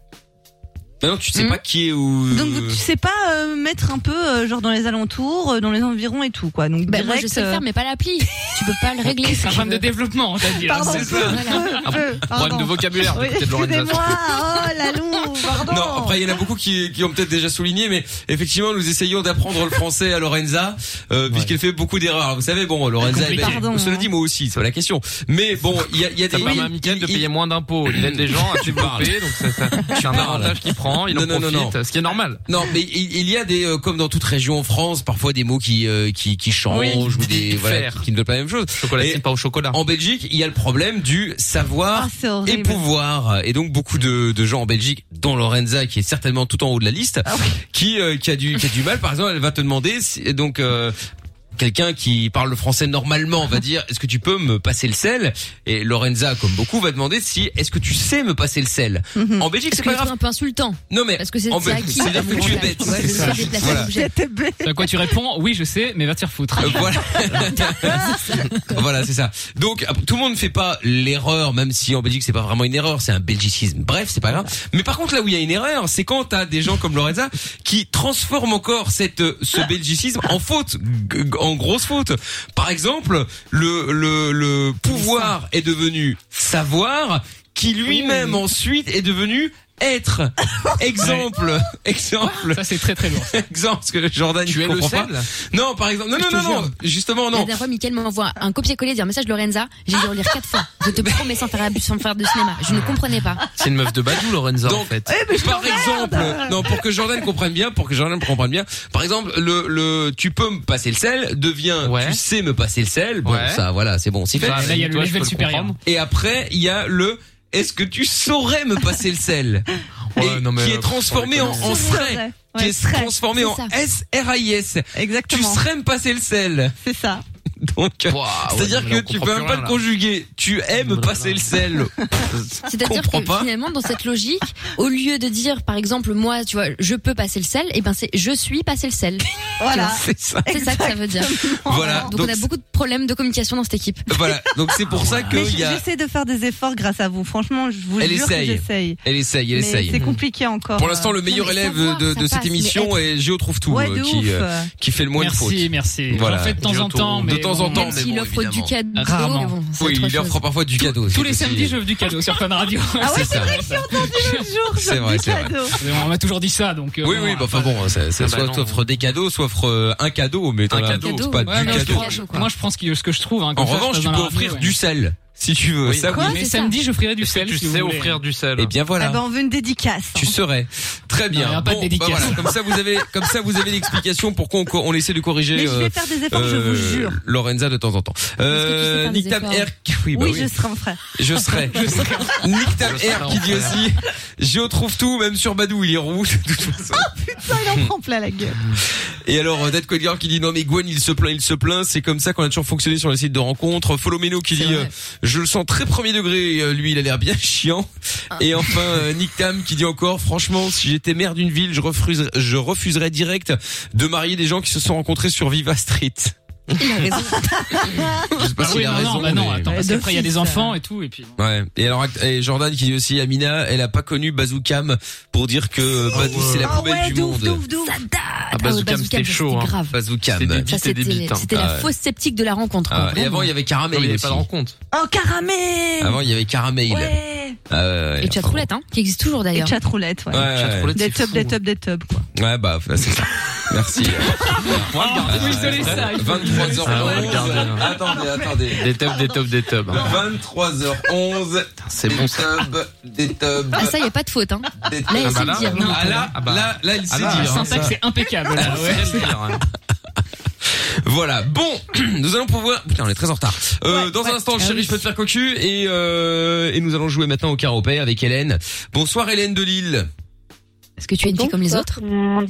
[SPEAKER 2] Bah Non, tu sais
[SPEAKER 5] Hmm.
[SPEAKER 2] pas qui est où.
[SPEAKER 3] donc vous- tu sais pas euh, mettre un peu euh, genre dans les alentours, euh, dans les environs et tout quoi. Donc
[SPEAKER 5] bah,
[SPEAKER 3] direct.
[SPEAKER 5] moi je sais le
[SPEAKER 3] euh,
[SPEAKER 5] faire mais pas l'appli. tu peux pas le régler. Bah,
[SPEAKER 6] C'est un
[SPEAKER 5] si tu
[SPEAKER 6] problème de
[SPEAKER 5] veux.
[SPEAKER 6] développement, on t'a dit. hein,
[SPEAKER 3] Pardon,
[SPEAKER 6] c'est-
[SPEAKER 3] peu, peu, peu,
[SPEAKER 4] Problème de
[SPEAKER 3] pardon.
[SPEAKER 4] vocabulaire,
[SPEAKER 3] Oui,
[SPEAKER 4] du côté de l'organisation.
[SPEAKER 3] Excusez-moi, oh la
[SPEAKER 2] [LAUGHS]
[SPEAKER 3] louve, pardon.
[SPEAKER 2] Non, après il y en a beaucoup qui, qui ont peut-être déjà souligné, mais effectivement nous essayons d'apprendre le français à Lorenza, euh, puisqu'elle fait beaucoup d'erreurs. Vous savez, bon, Lorenza,
[SPEAKER 6] Compliqué.
[SPEAKER 2] ben,
[SPEAKER 3] Pardon,
[SPEAKER 2] cela
[SPEAKER 3] hein.
[SPEAKER 2] dit moi aussi, c'est pas la question. Mais bon, il y a, il y a
[SPEAKER 4] Ça
[SPEAKER 2] des...
[SPEAKER 4] permet à Mickaël de
[SPEAKER 2] il-
[SPEAKER 4] payer moins d'impôts. Il aide les euh, gens à se développer, donc ça, ça- c'est un
[SPEAKER 2] parles.
[SPEAKER 4] avantage qu'il prend, il en
[SPEAKER 2] Non, non, non,
[SPEAKER 4] profite, ce qui est normal.
[SPEAKER 2] Non, mais il il y a des euh, comme dans toute région en France, parfois des mots qui euh, qui, qui changent
[SPEAKER 4] Oui,
[SPEAKER 2] ou des
[SPEAKER 4] qui
[SPEAKER 2] voilà,
[SPEAKER 4] diffèrent.
[SPEAKER 2] qui, qui ne veulent pas la même chose.
[SPEAKER 4] Chocolatine,
[SPEAKER 2] Et-
[SPEAKER 4] pas au chocolat.
[SPEAKER 2] En Belgique, il y a le problème du savoir
[SPEAKER 3] Ah, c'est horrible.
[SPEAKER 2] et pouvoir. Et donc beaucoup de, de gens en Belgique, dont Lorenza, qui est certainement tout en haut de la liste,
[SPEAKER 3] Ah
[SPEAKER 2] qui euh, qui a du qui a du mal. Par exemple, elle va te demander si- et donc. euh, Quelqu'un qui parle le français normalement va dire est-ce que tu peux me passer le sel et Lorenza comme beaucoup va demander si est-ce que tu sais me passer le sel
[SPEAKER 3] Mhm.
[SPEAKER 2] en Belgique
[SPEAKER 5] Parce
[SPEAKER 2] c'est
[SPEAKER 5] que
[SPEAKER 2] pas
[SPEAKER 5] je trouve
[SPEAKER 2] grave
[SPEAKER 5] un peu insultant.
[SPEAKER 2] non mais
[SPEAKER 5] Parce que c'est
[SPEAKER 2] en
[SPEAKER 5] c'est
[SPEAKER 2] Belgique,
[SPEAKER 5] acquis.
[SPEAKER 2] c'est-à-dire que tu es
[SPEAKER 5] Ouais,
[SPEAKER 2] bête
[SPEAKER 5] ouais,
[SPEAKER 2] C'est
[SPEAKER 5] c'est
[SPEAKER 2] ça.
[SPEAKER 5] déplacer
[SPEAKER 2] Voilà.
[SPEAKER 5] l'objet.
[SPEAKER 3] J'étais bête.
[SPEAKER 6] C'est À quoi tu réponds Oui, je sais, mais va te faire foutre.
[SPEAKER 2] Euh, voilà. [LAUGHS] voilà, c'est ça. Donc ap- tout le monde ne fait pas l'erreur, même si en Belgique c'est pas vraiment une erreur, c'est un belgicisme. Bref, c'est pas grave. Mais par contre là où il y a une erreur, c'est quand t'as des gens comme Lorenza qui transforment encore cette euh,
[SPEAKER 6] Ah.
[SPEAKER 2] ce belgicisme en faute, g- g- en grosse faute. Par exemple, le le le pouvoir est devenu savoir, qui lui-même ensuite est devenu
[SPEAKER 6] [LAUGHS]
[SPEAKER 2] être. Exemple, exemple,
[SPEAKER 6] Ça, c'est très très lourd.
[SPEAKER 2] [LAUGHS] exemple, parce que Jordan,
[SPEAKER 4] Tu
[SPEAKER 2] je
[SPEAKER 4] es le
[SPEAKER 2] comprends pas.
[SPEAKER 4] sel
[SPEAKER 2] Non, par exemple, non, non,
[SPEAKER 6] te
[SPEAKER 2] non, non,
[SPEAKER 6] jure.
[SPEAKER 2] justement,
[SPEAKER 5] La
[SPEAKER 2] non.
[SPEAKER 5] dernière fois, Mickaël m'envoie un copier-coller d'un message de Lorenza. J'ai dû relire quatre fois.
[SPEAKER 2] [LAUGHS]
[SPEAKER 5] Je te promets sans faire, sans faire de cinéma. Je ne comprenais pas.
[SPEAKER 4] C'est une meuf de Badou, Lorenza, en
[SPEAKER 2] Donc,
[SPEAKER 4] fait.
[SPEAKER 6] Eh,
[SPEAKER 2] par exemple, non, pour que Jordan comprenne bien, pour que Jordan comprenne bien, par exemple, le, le, tu peux me passer le sel devient,
[SPEAKER 4] Ouais.
[SPEAKER 2] tu sais me passer le sel. Bon,
[SPEAKER 4] Ouais.
[SPEAKER 2] ça, voilà, c'est bon, c'est fait.
[SPEAKER 4] Ça,
[SPEAKER 6] Là, il y a le
[SPEAKER 4] toi, je peux
[SPEAKER 6] level
[SPEAKER 4] le
[SPEAKER 6] supérieur.
[SPEAKER 4] comprendre.
[SPEAKER 2] Et après, il y a le, est-ce que tu saurais me passer le sel?
[SPEAKER 4] Ouais,
[SPEAKER 2] Et
[SPEAKER 4] non, mais,
[SPEAKER 2] qui
[SPEAKER 4] euh,
[SPEAKER 2] est transformé en, en serait.
[SPEAKER 3] Ouais,
[SPEAKER 2] Qui est
[SPEAKER 3] serait.
[SPEAKER 2] transformé
[SPEAKER 5] c'est
[SPEAKER 2] en
[SPEAKER 5] ça.
[SPEAKER 2] S-R-I-S. Tu
[SPEAKER 3] Exactement.
[SPEAKER 2] serais me passer le sel.
[SPEAKER 3] C'est ça.
[SPEAKER 2] Donc, c'est-à-dire
[SPEAKER 4] mais
[SPEAKER 2] que
[SPEAKER 4] là, on comprend plus
[SPEAKER 2] tu peux même pas
[SPEAKER 4] rien,
[SPEAKER 2] le
[SPEAKER 4] là.
[SPEAKER 2] conjuguer. Tu aimes passer
[SPEAKER 4] [LAUGHS]
[SPEAKER 2] le sel.
[SPEAKER 5] C'est-à-dire
[SPEAKER 2] Comprends
[SPEAKER 5] que
[SPEAKER 2] pas.
[SPEAKER 5] finalement, dans cette logique, au lieu de dire, par exemple, moi, tu vois, je peux passer le sel, et ben c'est je suis passer le sel.
[SPEAKER 2] [LAUGHS]
[SPEAKER 5] Tu
[SPEAKER 2] Voilà.
[SPEAKER 5] vois.
[SPEAKER 2] C'est ça.
[SPEAKER 5] C'est ça que ça veut dire.
[SPEAKER 2] Voilà.
[SPEAKER 5] Donc,
[SPEAKER 2] Donc,
[SPEAKER 5] on a beaucoup de problèmes de communication dans cette équipe.
[SPEAKER 2] Voilà. Donc c'est pour ça
[SPEAKER 3] Mais
[SPEAKER 2] qu'il y a.
[SPEAKER 3] j'essaie de faire des efforts grâce à vous. Franchement, je vous
[SPEAKER 2] Elle
[SPEAKER 3] jure
[SPEAKER 2] essaye.
[SPEAKER 3] que j'essaye.
[SPEAKER 2] Elle essaye, elle
[SPEAKER 3] Mais
[SPEAKER 2] essaye.
[SPEAKER 3] C'est compliqué encore.
[SPEAKER 2] Pour l'instant, le
[SPEAKER 3] Euh,
[SPEAKER 2] meilleur
[SPEAKER 3] non, mais
[SPEAKER 2] élève
[SPEAKER 3] savoir,
[SPEAKER 2] de, de
[SPEAKER 3] ça
[SPEAKER 2] cette
[SPEAKER 3] passe, mais
[SPEAKER 2] émission
[SPEAKER 3] être-
[SPEAKER 2] est Géo trouve tout,
[SPEAKER 3] Ouais, de
[SPEAKER 2] euh, qui,
[SPEAKER 3] ouf.
[SPEAKER 2] euh, qui fait le moins de fautes.
[SPEAKER 6] Merci, merci.
[SPEAKER 2] Voilà.
[SPEAKER 6] J'en fais de temps
[SPEAKER 2] Géo
[SPEAKER 6] en
[SPEAKER 2] trouve-
[SPEAKER 6] temps, mais
[SPEAKER 2] de temps en
[SPEAKER 6] bon,
[SPEAKER 2] temps,
[SPEAKER 6] même
[SPEAKER 2] mais
[SPEAKER 6] s'il
[SPEAKER 2] bon,
[SPEAKER 6] offre du
[SPEAKER 2] évidemment.
[SPEAKER 6] cadeau, mais Rarement. bon, c'est
[SPEAKER 2] Oui,
[SPEAKER 6] autre
[SPEAKER 2] il offre
[SPEAKER 6] chose.
[SPEAKER 2] parfois du cadeau.
[SPEAKER 6] [LAUGHS] Tous
[SPEAKER 2] c'est
[SPEAKER 6] les
[SPEAKER 2] aussi-
[SPEAKER 6] samedis, je veux du cadeau sur Fun Radio.
[SPEAKER 2] Ah ouais, c'est vrai que
[SPEAKER 6] j'ai entendu
[SPEAKER 2] [LAUGHS]
[SPEAKER 3] l'autre jour.
[SPEAKER 2] C'est vrai, c'est vrai.
[SPEAKER 6] On m'a toujours dit ça, donc. euh,
[SPEAKER 2] Oui,
[SPEAKER 6] bon,
[SPEAKER 2] oui, bah, enfin bon, c'est c'est
[SPEAKER 4] Ah bah
[SPEAKER 2] soit
[SPEAKER 4] non.
[SPEAKER 2] t'offres des cadeaux, soit offres euh, un cadeau, mais t'en
[SPEAKER 4] Un
[SPEAKER 2] as-
[SPEAKER 4] cadeau.
[SPEAKER 2] c'est pas
[SPEAKER 6] Ouais,
[SPEAKER 2] du
[SPEAKER 6] mais je
[SPEAKER 2] cadeau.
[SPEAKER 6] prends- Moi, je prends ce qui- ce que je trouve. hein,
[SPEAKER 2] En
[SPEAKER 6] comme ça, je
[SPEAKER 2] revanche,
[SPEAKER 6] passe
[SPEAKER 2] tu
[SPEAKER 6] dans
[SPEAKER 2] peux
[SPEAKER 6] la radio,
[SPEAKER 2] offrir
[SPEAKER 6] ouais.
[SPEAKER 2] du sel, si tu veux. Ça, oui.
[SPEAKER 6] Mais samedi, j'offrirai du sel.
[SPEAKER 4] Tu
[SPEAKER 6] si vous
[SPEAKER 4] sais
[SPEAKER 6] voulez.
[SPEAKER 4] offrir du sel.
[SPEAKER 2] Eh bien voilà.
[SPEAKER 3] Ah ben, on veut une dédicace.
[SPEAKER 2] Tu serais. Très bien.
[SPEAKER 6] Non, y a pas de
[SPEAKER 2] Bon, bah
[SPEAKER 6] dédicace.
[SPEAKER 2] voilà. Comme ça, vous avez, comme ça, vous avez l'explication pour qu'on, on essaie de corriger.
[SPEAKER 3] Mais je vais
[SPEAKER 2] euh,
[SPEAKER 3] faire des efforts, je vous jure.
[SPEAKER 2] Lorenza de temps en temps.
[SPEAKER 3] Est-ce que
[SPEAKER 2] Euh,
[SPEAKER 3] tu
[SPEAKER 2] Nick
[SPEAKER 3] sais
[SPEAKER 2] Tam
[SPEAKER 3] faire des
[SPEAKER 2] Air, oui,
[SPEAKER 3] Oui,
[SPEAKER 2] bah oui.
[SPEAKER 3] je serai en frère. [LAUGHS]
[SPEAKER 2] Je serai. [LAUGHS] Nick Tam
[SPEAKER 4] Je serai
[SPEAKER 2] Air
[SPEAKER 4] en
[SPEAKER 2] qui dit
[SPEAKER 4] frère.
[SPEAKER 2] aussi. Je trouve tout, même sur Badou, il est rouge. de toute façon.
[SPEAKER 3] Putain, il en prend plein la gueule.
[SPEAKER 2] Et alors, euh, Dad Collier qui dit non mais Gwen, il se plaint, il se plaint. C'est comme ça qu'on a toujours fonctionné sur les sites de rencontres. Follow Meno qui dit euh, je le sens très premier degré. euh, Lui, il a l'air bien [LAUGHS] chiant.
[SPEAKER 5] Ah.
[SPEAKER 2] Et enfin, euh, Nick Tam qui dit encore franchement, si j'étais maire d'une ville, je refuserais, je refuserais direct de marier des gens qui se sont rencontrés sur Viva Street.
[SPEAKER 5] Il a
[SPEAKER 2] [LAUGHS]
[SPEAKER 5] raison.
[SPEAKER 2] Je sais pas
[SPEAKER 6] Ah
[SPEAKER 2] s'il
[SPEAKER 6] oui,
[SPEAKER 2] a
[SPEAKER 6] non,
[SPEAKER 2] raison.
[SPEAKER 6] non, bah non,
[SPEAKER 2] mais-
[SPEAKER 6] attends, parce
[SPEAKER 3] Mais
[SPEAKER 6] qu'après, il y a des
[SPEAKER 3] d'office,
[SPEAKER 6] enfants et tout, et puis.
[SPEAKER 2] Ouais. Et alors et Jordan qui dit aussi Amina, elle a pas connu Bazookam pour dire que Bazou c'est la
[SPEAKER 3] Ah
[SPEAKER 2] poubelle
[SPEAKER 3] ouais,
[SPEAKER 2] du
[SPEAKER 3] d'ouf,
[SPEAKER 2] monde.
[SPEAKER 3] d'ouf, d'ouf.
[SPEAKER 5] bah,
[SPEAKER 4] Ah, Bazookam, c'était chaud, hein.
[SPEAKER 5] grave.
[SPEAKER 2] Bazookam.
[SPEAKER 5] Ça, c'était c'était la
[SPEAKER 2] Ah ouais.
[SPEAKER 5] fausse sceptique de la rencontre. quoi,
[SPEAKER 2] Ah, et
[SPEAKER 5] vraiment.
[SPEAKER 2] avant il y avait Caramel.
[SPEAKER 4] Non, mais il y avait
[SPEAKER 2] aussi.
[SPEAKER 4] pas de rencontre.
[SPEAKER 3] Oh, caramel
[SPEAKER 2] Avant il y avait Caramel.
[SPEAKER 3] Ouais.
[SPEAKER 2] Ah ouais, ouais.
[SPEAKER 5] Et chatroulette, hein, qui existe toujours
[SPEAKER 3] Et
[SPEAKER 5] d'ailleurs.
[SPEAKER 3] chat roulette, ouais.
[SPEAKER 2] Ouais, ouais, ouais.
[SPEAKER 3] Des tubs, des tubs, des tubs, quoi.
[SPEAKER 2] Ouais, bah, c'est ça. [LAUGHS] Merci.
[SPEAKER 6] Ah, isoler ça.
[SPEAKER 2] Ah, 23h11. Attendez, attendez.
[SPEAKER 4] Des tubs, des tubs, des tubs.
[SPEAKER 2] hein. 23h11.
[SPEAKER 4] C'est bon,
[SPEAKER 2] ça. Des tubs,
[SPEAKER 5] Ah, ça, il n'y a pas de faute, hein.
[SPEAKER 2] des
[SPEAKER 5] Là, il
[SPEAKER 4] Ah,
[SPEAKER 5] sait
[SPEAKER 4] bah là,
[SPEAKER 5] le dire.
[SPEAKER 4] non.
[SPEAKER 5] non.
[SPEAKER 2] Ah là,
[SPEAKER 4] Ah bah.
[SPEAKER 2] là, là, il sait
[SPEAKER 4] Ah,
[SPEAKER 6] La
[SPEAKER 2] dire. hein,
[SPEAKER 6] syntaxe
[SPEAKER 2] ça.
[SPEAKER 6] est impeccable. Ah, ben là, ouais.
[SPEAKER 2] hein. [LAUGHS] Voilà. Bon, [CLEARS THROAT] nous allons pouvoir. Putain, on est très en retard. Euh, dans un
[SPEAKER 6] ah
[SPEAKER 2] instant, chérie, je peux te faire cocu et euh, et nous allons jouer maintenant au caropé avec Hélène. Bonsoir Hélène de Lille.
[SPEAKER 5] Parce que tu es une fille comme les autres.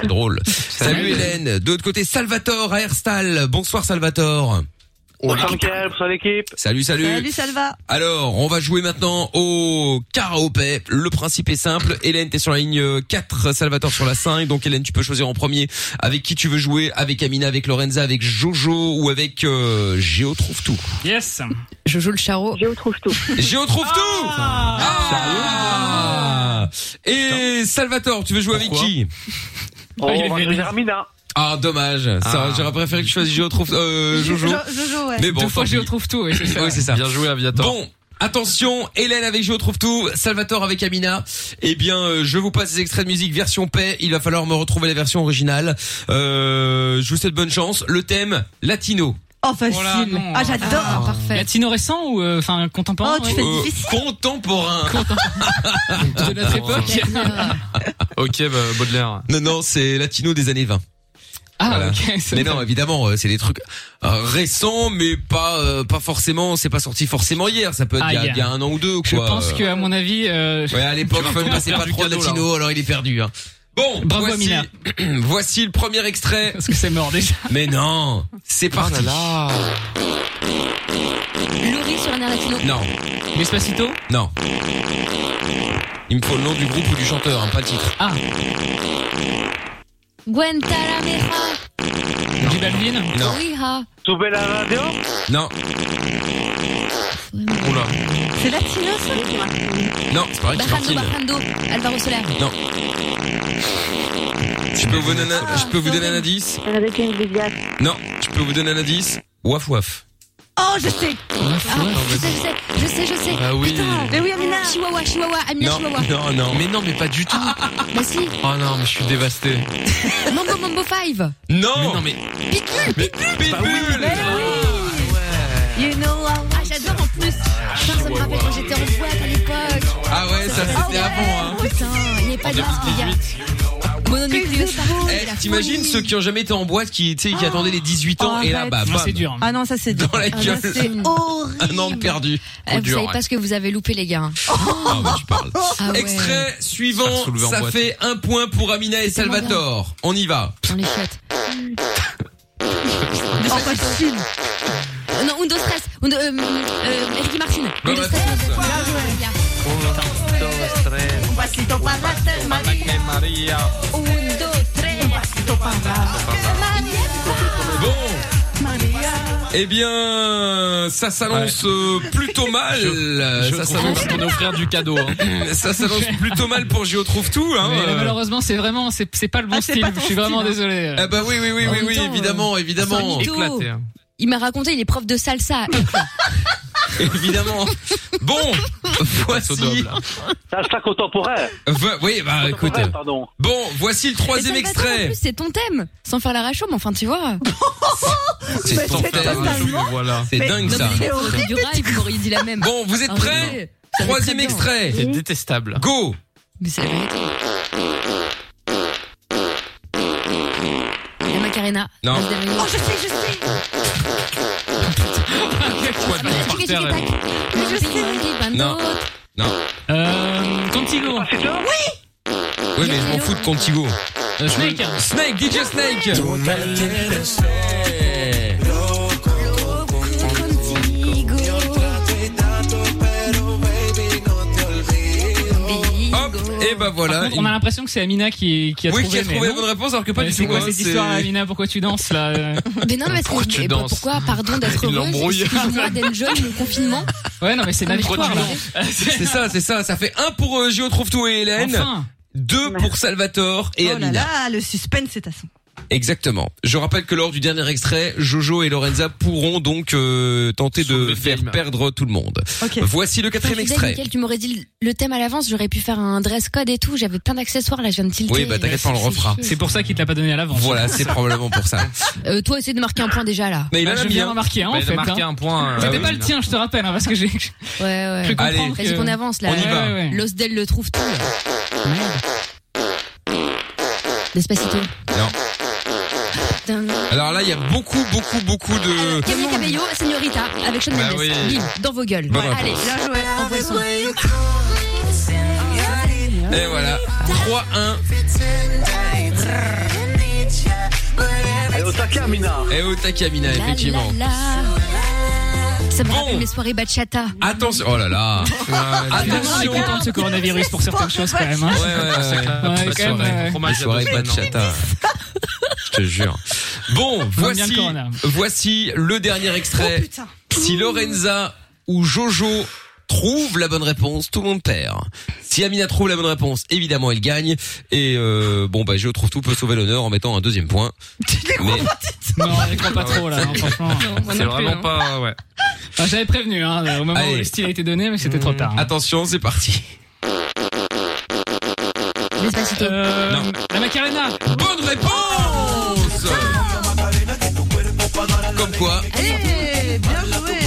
[SPEAKER 2] C'est drôle. Salut, Hélène. De l'autre côté, Salvatore à Herstal. Bonsoir Salvatore.
[SPEAKER 7] Bonsoir Mickaël, bonsoir l'équipe.
[SPEAKER 2] Salut, salut.
[SPEAKER 3] Salut, Salva.
[SPEAKER 2] Alors, on va jouer maintenant au karaopé. Le principe est simple. Hélène, t'es sur la ligne euh, 4, Salvatore sur la 5. Donc, Hélène, tu peux choisir en premier avec qui tu veux jouer, avec Amina, avec Lorenza, avec Jojo ou avec euh, Géo trouve tout.
[SPEAKER 6] Yes.
[SPEAKER 5] Jojo le charreau.
[SPEAKER 2] Géo trouve tout Ah Et Salvatore, tu veux jouer
[SPEAKER 4] Pourquoi
[SPEAKER 2] avec qui
[SPEAKER 7] Oh, On
[SPEAKER 6] Ah, il est
[SPEAKER 7] va
[SPEAKER 6] vénère.
[SPEAKER 7] choisir Amina.
[SPEAKER 2] Ah, dommage. Ça,
[SPEAKER 4] Ah.
[SPEAKER 2] J'aurais préféré que tu choisisses Géo trouve euh, Jojo.
[SPEAKER 3] Jojo, ouais.
[SPEAKER 2] Mais bon,
[SPEAKER 6] Deux fois,
[SPEAKER 2] tant
[SPEAKER 6] j'y
[SPEAKER 2] pis.
[SPEAKER 6] retrouve tout,
[SPEAKER 2] [LAUGHS]
[SPEAKER 6] ouais, c'est ça.
[SPEAKER 2] Oui, c'est ça.
[SPEAKER 4] Bien joué, Aviator.
[SPEAKER 2] Bon, attention, Hélène avec Je retrouve tout, Salvatore avec Amina. Eh bien, euh, je vous passe les extraits de musique version paix. Il va falloir me retrouver la version originale. Euh, je vous souhaite bonne chance. Le thème latino.
[SPEAKER 3] Oh, facile.
[SPEAKER 6] Voilà, non.
[SPEAKER 3] ah, j'adore.
[SPEAKER 5] Parfait.
[SPEAKER 6] Latino récent ou euh, enfin contemporain
[SPEAKER 3] Oh,
[SPEAKER 6] ouais.
[SPEAKER 3] tu fais- C'est difficile.
[SPEAKER 2] contemporain.
[SPEAKER 6] de
[SPEAKER 2] Ah,
[SPEAKER 6] notre époque.
[SPEAKER 4] Ok, bah, Baudelaire.
[SPEAKER 2] Non, non, c'est latino des années 20.
[SPEAKER 6] Ah
[SPEAKER 2] Voilà.
[SPEAKER 6] ok. c'est
[SPEAKER 2] Mais
[SPEAKER 6] vrai.
[SPEAKER 2] non, évidemment, euh, c'est des trucs euh, récents, mais pas euh, pas forcément. C'est pas sorti forcément hier. Ça peut être
[SPEAKER 6] Ah,
[SPEAKER 2] il y a-
[SPEAKER 6] hier.
[SPEAKER 2] il y, a un an ou deux. Quoi.
[SPEAKER 6] Je pense que à mon avis. euh,
[SPEAKER 2] Ouais,
[SPEAKER 6] [LAUGHS]
[SPEAKER 2] à l'époque,
[SPEAKER 4] Je
[SPEAKER 2] Fun
[SPEAKER 4] pense
[SPEAKER 2] passait
[SPEAKER 4] qu'on a
[SPEAKER 2] pas
[SPEAKER 4] perdu
[SPEAKER 2] trop
[SPEAKER 4] cadeau, là.
[SPEAKER 2] latino, alors il est perdu. Hein. Bon,
[SPEAKER 6] Bravo,
[SPEAKER 2] voici,
[SPEAKER 6] Amina.
[SPEAKER 2] [CLEARS THROAT] voici le premier extrait.
[SPEAKER 6] Parce que c'est mort déjà.
[SPEAKER 2] [LAUGHS] Mais non, c'est
[SPEAKER 11] Oh
[SPEAKER 2] parti.
[SPEAKER 5] Laurie sur un air latino.
[SPEAKER 2] Non,
[SPEAKER 6] L'espacito
[SPEAKER 2] non. Il me faut le nom du groupe ou du chanteur, hein, pas le titre.
[SPEAKER 6] Ah,
[SPEAKER 5] Guantanamera.
[SPEAKER 6] du Balvin
[SPEAKER 2] Non,
[SPEAKER 5] Riha.
[SPEAKER 7] Soubez la radio.
[SPEAKER 2] non,
[SPEAKER 4] Oula.
[SPEAKER 3] C'est latino, ça
[SPEAKER 2] non, c'est pareil, c'est
[SPEAKER 5] Barrando,
[SPEAKER 2] parti.
[SPEAKER 5] Barrando. Alvaro Soler.
[SPEAKER 2] Je peux vous donner, un, je peux vous donner un indice. Non, je peux vous donner un indice. Waf waf.
[SPEAKER 3] Oh, je sais.
[SPEAKER 5] Ah, je sais, je sais, je sais, je sais.
[SPEAKER 4] Bah oui.
[SPEAKER 5] Putain.
[SPEAKER 3] Mais oui, Amina.
[SPEAKER 5] Chihuahua, Chihuahua, Amina
[SPEAKER 2] Non,
[SPEAKER 5] Chihuahua.
[SPEAKER 2] non, non,
[SPEAKER 4] Mais non, mais pas du tout.
[SPEAKER 3] Ah,
[SPEAKER 5] Bah si.
[SPEAKER 4] Oh non, mais je suis dévasté.
[SPEAKER 5] Mambo Mambo 5.
[SPEAKER 4] Mais
[SPEAKER 2] non,
[SPEAKER 4] non, mais.
[SPEAKER 5] Pitbull.
[SPEAKER 2] mais Pitbull.
[SPEAKER 3] You know how
[SPEAKER 5] Ah, j'adore en plus. Putain, ça me rappelle quand j'étais en boîte à l'époque.
[SPEAKER 2] Ah ouais, ça c'était avant. Hein.
[SPEAKER 5] Putain, il n'y a pas de disque,
[SPEAKER 2] Ah
[SPEAKER 5] il y a- Mononucléose.
[SPEAKER 2] Eh, T'imagines ceux qui ont jamais été en boîte, qui, tu sais, qui attendaient les 18 ans
[SPEAKER 3] Oh,
[SPEAKER 2] et là,
[SPEAKER 3] arrête.
[SPEAKER 2] bah,
[SPEAKER 6] Ah,
[SPEAKER 2] bam.
[SPEAKER 6] c'est dur.
[SPEAKER 3] Ah non, ça c'est
[SPEAKER 2] Dans
[SPEAKER 3] dur.
[SPEAKER 2] la
[SPEAKER 5] Ah,
[SPEAKER 2] gueule.
[SPEAKER 5] bah, c'est une-
[SPEAKER 3] Horrible.
[SPEAKER 2] [LAUGHS] Un an de perdu.
[SPEAKER 5] Eh, Vous
[SPEAKER 4] dur,
[SPEAKER 5] savez
[SPEAKER 4] ouais.
[SPEAKER 5] pas ce que vous avez loupé, les gars. hein.
[SPEAKER 2] Ah bah, tu parles.
[SPEAKER 5] Ah ouais.
[SPEAKER 2] Extrait
[SPEAKER 4] Se faire
[SPEAKER 2] suivant,
[SPEAKER 4] soulever en
[SPEAKER 2] ça
[SPEAKER 4] boîte.
[SPEAKER 2] fait un point pour Amina et
[SPEAKER 5] tellement
[SPEAKER 2] Salvatore. On y va. Ah,
[SPEAKER 5] Dans les chiottes.
[SPEAKER 3] Oh, facile.
[SPEAKER 5] Non, un, dos, tres. Un, euh, euh, Ricky Martin. Un,
[SPEAKER 2] bah,
[SPEAKER 5] dos, tres.
[SPEAKER 9] Un pasito para atrás, María.
[SPEAKER 5] Un, dos, tres.
[SPEAKER 9] Un pasito para atrás.
[SPEAKER 2] Bon. Eh bien, ça s'annonce euh, plutôt mal.
[SPEAKER 4] Je trouve
[SPEAKER 2] ça s'annonce
[SPEAKER 4] qu'on va t'en offrir du cadeau. hein.
[SPEAKER 2] [LAUGHS] Ça s'annonce plutôt mal pour Géo trouve tout. Hein,
[SPEAKER 6] Mais là,
[SPEAKER 2] euh.
[SPEAKER 6] malheureusement, c'est vraiment, c'est c'est pas le bon
[SPEAKER 3] Ah,
[SPEAKER 6] style. Je suis vraiment
[SPEAKER 3] hein.
[SPEAKER 6] désolé. euh.
[SPEAKER 2] Ah bah oui, oui, oui,
[SPEAKER 6] En
[SPEAKER 2] oui,
[SPEAKER 6] même
[SPEAKER 2] oui,
[SPEAKER 6] temps,
[SPEAKER 2] évidemment, évidemment.
[SPEAKER 5] c'est un mytho. Éclaté, hein. Il m'a raconté, il est prof de
[SPEAKER 2] [LAUGHS]
[SPEAKER 5] salsa.
[SPEAKER 2] évidemment. Bon, voici. Salsa contemporaine. oui, bah écoute. Bon, voici le troisième
[SPEAKER 5] Et Salvatore, En
[SPEAKER 2] extrait.
[SPEAKER 5] plus, c'est ton thème. Sans faire la rachaud, mais enfin, tu vois.
[SPEAKER 2] [LAUGHS] Bah, C'est ton hein.
[SPEAKER 5] c'est
[SPEAKER 2] frère,
[SPEAKER 5] totalement-
[SPEAKER 2] Jules, voilà. C'est
[SPEAKER 5] Mais-
[SPEAKER 2] dingue
[SPEAKER 5] Non,
[SPEAKER 2] ça.
[SPEAKER 5] mais il aurait fait du rail, vous m'auriez dit la même.
[SPEAKER 2] Bon, vous êtes
[SPEAKER 5] Ah,
[SPEAKER 2] prêts
[SPEAKER 5] oui. Ça va
[SPEAKER 2] Troisième
[SPEAKER 5] très bien.
[SPEAKER 2] extrait.
[SPEAKER 4] C'est détestable.
[SPEAKER 2] Go.
[SPEAKER 5] Mais c'est la vérité. La Macarena.
[SPEAKER 2] Non.
[SPEAKER 5] Oh, je sais, je sais. Je sais.
[SPEAKER 2] Non. Non.
[SPEAKER 6] Euh, Contigo. Oui.
[SPEAKER 2] Oui, mais je m'en fous de Contigo.
[SPEAKER 6] Snake.
[SPEAKER 2] Euh, Snake, DJ Snake. Hop, et bah voilà.
[SPEAKER 6] Par contre, on a l'impression que c'est Amina qui, qui a
[SPEAKER 2] Oui,
[SPEAKER 6] trouvé.
[SPEAKER 2] qui a
[SPEAKER 6] mais
[SPEAKER 2] trouvé la
[SPEAKER 6] non.
[SPEAKER 2] bonne réponse alors que pas
[SPEAKER 6] Mais
[SPEAKER 2] du
[SPEAKER 6] C'est
[SPEAKER 2] tout,
[SPEAKER 6] quoi
[SPEAKER 2] hein,
[SPEAKER 6] cette
[SPEAKER 2] c'est-
[SPEAKER 6] histoire, Amina Pourquoi tu danses là euh
[SPEAKER 5] Mais non, mais
[SPEAKER 6] Pourquoi
[SPEAKER 5] parce
[SPEAKER 6] tu
[SPEAKER 5] que. mais
[SPEAKER 6] danses
[SPEAKER 5] Pourquoi,
[SPEAKER 2] [LAUGHS]
[SPEAKER 5] pardon d'être
[SPEAKER 6] Il
[SPEAKER 5] heureuse.
[SPEAKER 6] l'embrouille.
[SPEAKER 5] Excuse-moi d'enjoy le confinement.
[SPEAKER 6] Ouais, non, mais c'est ma
[SPEAKER 5] Pourquoi
[SPEAKER 6] victoire là.
[SPEAKER 2] C'est ça, c'est ça. Ça fait un pour euh, Gio trouve tout et Hélène.
[SPEAKER 6] Enfin.
[SPEAKER 2] Deux pour Salvatore et
[SPEAKER 3] oh là
[SPEAKER 2] Amina.
[SPEAKER 3] là, le suspense est à son.
[SPEAKER 2] Exactement. Je rappelle que lors du dernier extrait, Jojo et Lorenza pourront donc euh, tenter de faire perdre tout le monde. Voici le quatrième
[SPEAKER 5] Enfin, je disais,
[SPEAKER 2] extrait.
[SPEAKER 5] Mickaël, tu m'aurais dit le thème à l'avance, j'aurais pu faire un dress code et tout. J'avais plein d'accessoires là, je viens de tilter.
[SPEAKER 2] Oui, bah t'inquiète pas, on le refera.
[SPEAKER 6] C'est pour ça qu'il te l'a pas donné à l'avance.
[SPEAKER 2] Voilà, c'est probablement
[SPEAKER 6] [LAUGHS]
[SPEAKER 2] pour ça.
[SPEAKER 5] Euh, toi, essaye de marquer un point déjà là.
[SPEAKER 2] Mais il
[SPEAKER 6] Bah,
[SPEAKER 2] en a
[SPEAKER 6] je
[SPEAKER 2] mis
[SPEAKER 6] viens
[SPEAKER 2] un.
[SPEAKER 6] d'en marquer un
[SPEAKER 2] Bah,
[SPEAKER 6] en
[SPEAKER 2] il a
[SPEAKER 6] fait.
[SPEAKER 2] marqué
[SPEAKER 6] hein.
[SPEAKER 2] un point, euh,
[SPEAKER 6] C'était
[SPEAKER 2] Amina.
[SPEAKER 6] pas le tien, je te rappelle, hein, parce que j'ai.
[SPEAKER 5] Ouais, ouais.
[SPEAKER 6] Plus
[SPEAKER 2] Allez.
[SPEAKER 6] comprendre
[SPEAKER 5] Vas-y
[SPEAKER 6] que-
[SPEAKER 5] qu'on avance là.
[SPEAKER 2] On y va.
[SPEAKER 5] Ouais, ouais, ouais. L'Osdell le trouve tout. Despacito.
[SPEAKER 2] Non.
[SPEAKER 5] Dun.
[SPEAKER 2] Alors là, il y a beaucoup, beaucoup, beaucoup de.
[SPEAKER 5] Camille Cabello, Señorita, avec Sean
[SPEAKER 2] Bah
[SPEAKER 5] Mendes.
[SPEAKER 2] oui.
[SPEAKER 5] Bim, dans vos gueules.
[SPEAKER 2] Bonne
[SPEAKER 5] Allez,
[SPEAKER 2] réponse.
[SPEAKER 5] bien joué. hein. Embrassons.
[SPEAKER 2] Et voilà. 3-1. Et au taquet, Amina. Et au taquet, Amina, effectivement.
[SPEAKER 5] La, la, la. Ça me rappelle mes soirées bachata.
[SPEAKER 2] Attention. Oh là là.
[SPEAKER 6] Je suis
[SPEAKER 2] Attention.
[SPEAKER 6] content de ce coronavirus pour certaines choses quand même. hein.
[SPEAKER 2] Ouais, ouais, ouais.
[SPEAKER 6] Ouais, quand même, euh,
[SPEAKER 2] Fromage soirée bachata. Je te jure. Bon,
[SPEAKER 6] J'aime bien
[SPEAKER 2] voici,
[SPEAKER 6] le corona.
[SPEAKER 2] voici le dernier extrait. si Lorenza ou Jojo trouvent la bonne réponse, tout le monde perd. Si Amina trouve la bonne réponse, évidemment, elle gagne. Et euh, bon, bah, Jojo trouve tout peut sauver l'honneur en mettant un deuxième point. Mais
[SPEAKER 6] Non, on y croit pas trop
[SPEAKER 2] [LAUGHS]
[SPEAKER 6] là, non, hein. franchement.
[SPEAKER 2] c'est vraiment pas. Ouais.
[SPEAKER 6] Enfin, J'avais prévenu hein, au moment où le style a été donné, mais c'était trop tard.
[SPEAKER 2] Hmm.
[SPEAKER 6] hein.
[SPEAKER 2] Attention, c'est parti.
[SPEAKER 6] Euh, La Macarena.
[SPEAKER 2] Bonne réponse Comme quoi.
[SPEAKER 9] Allez, bien joué.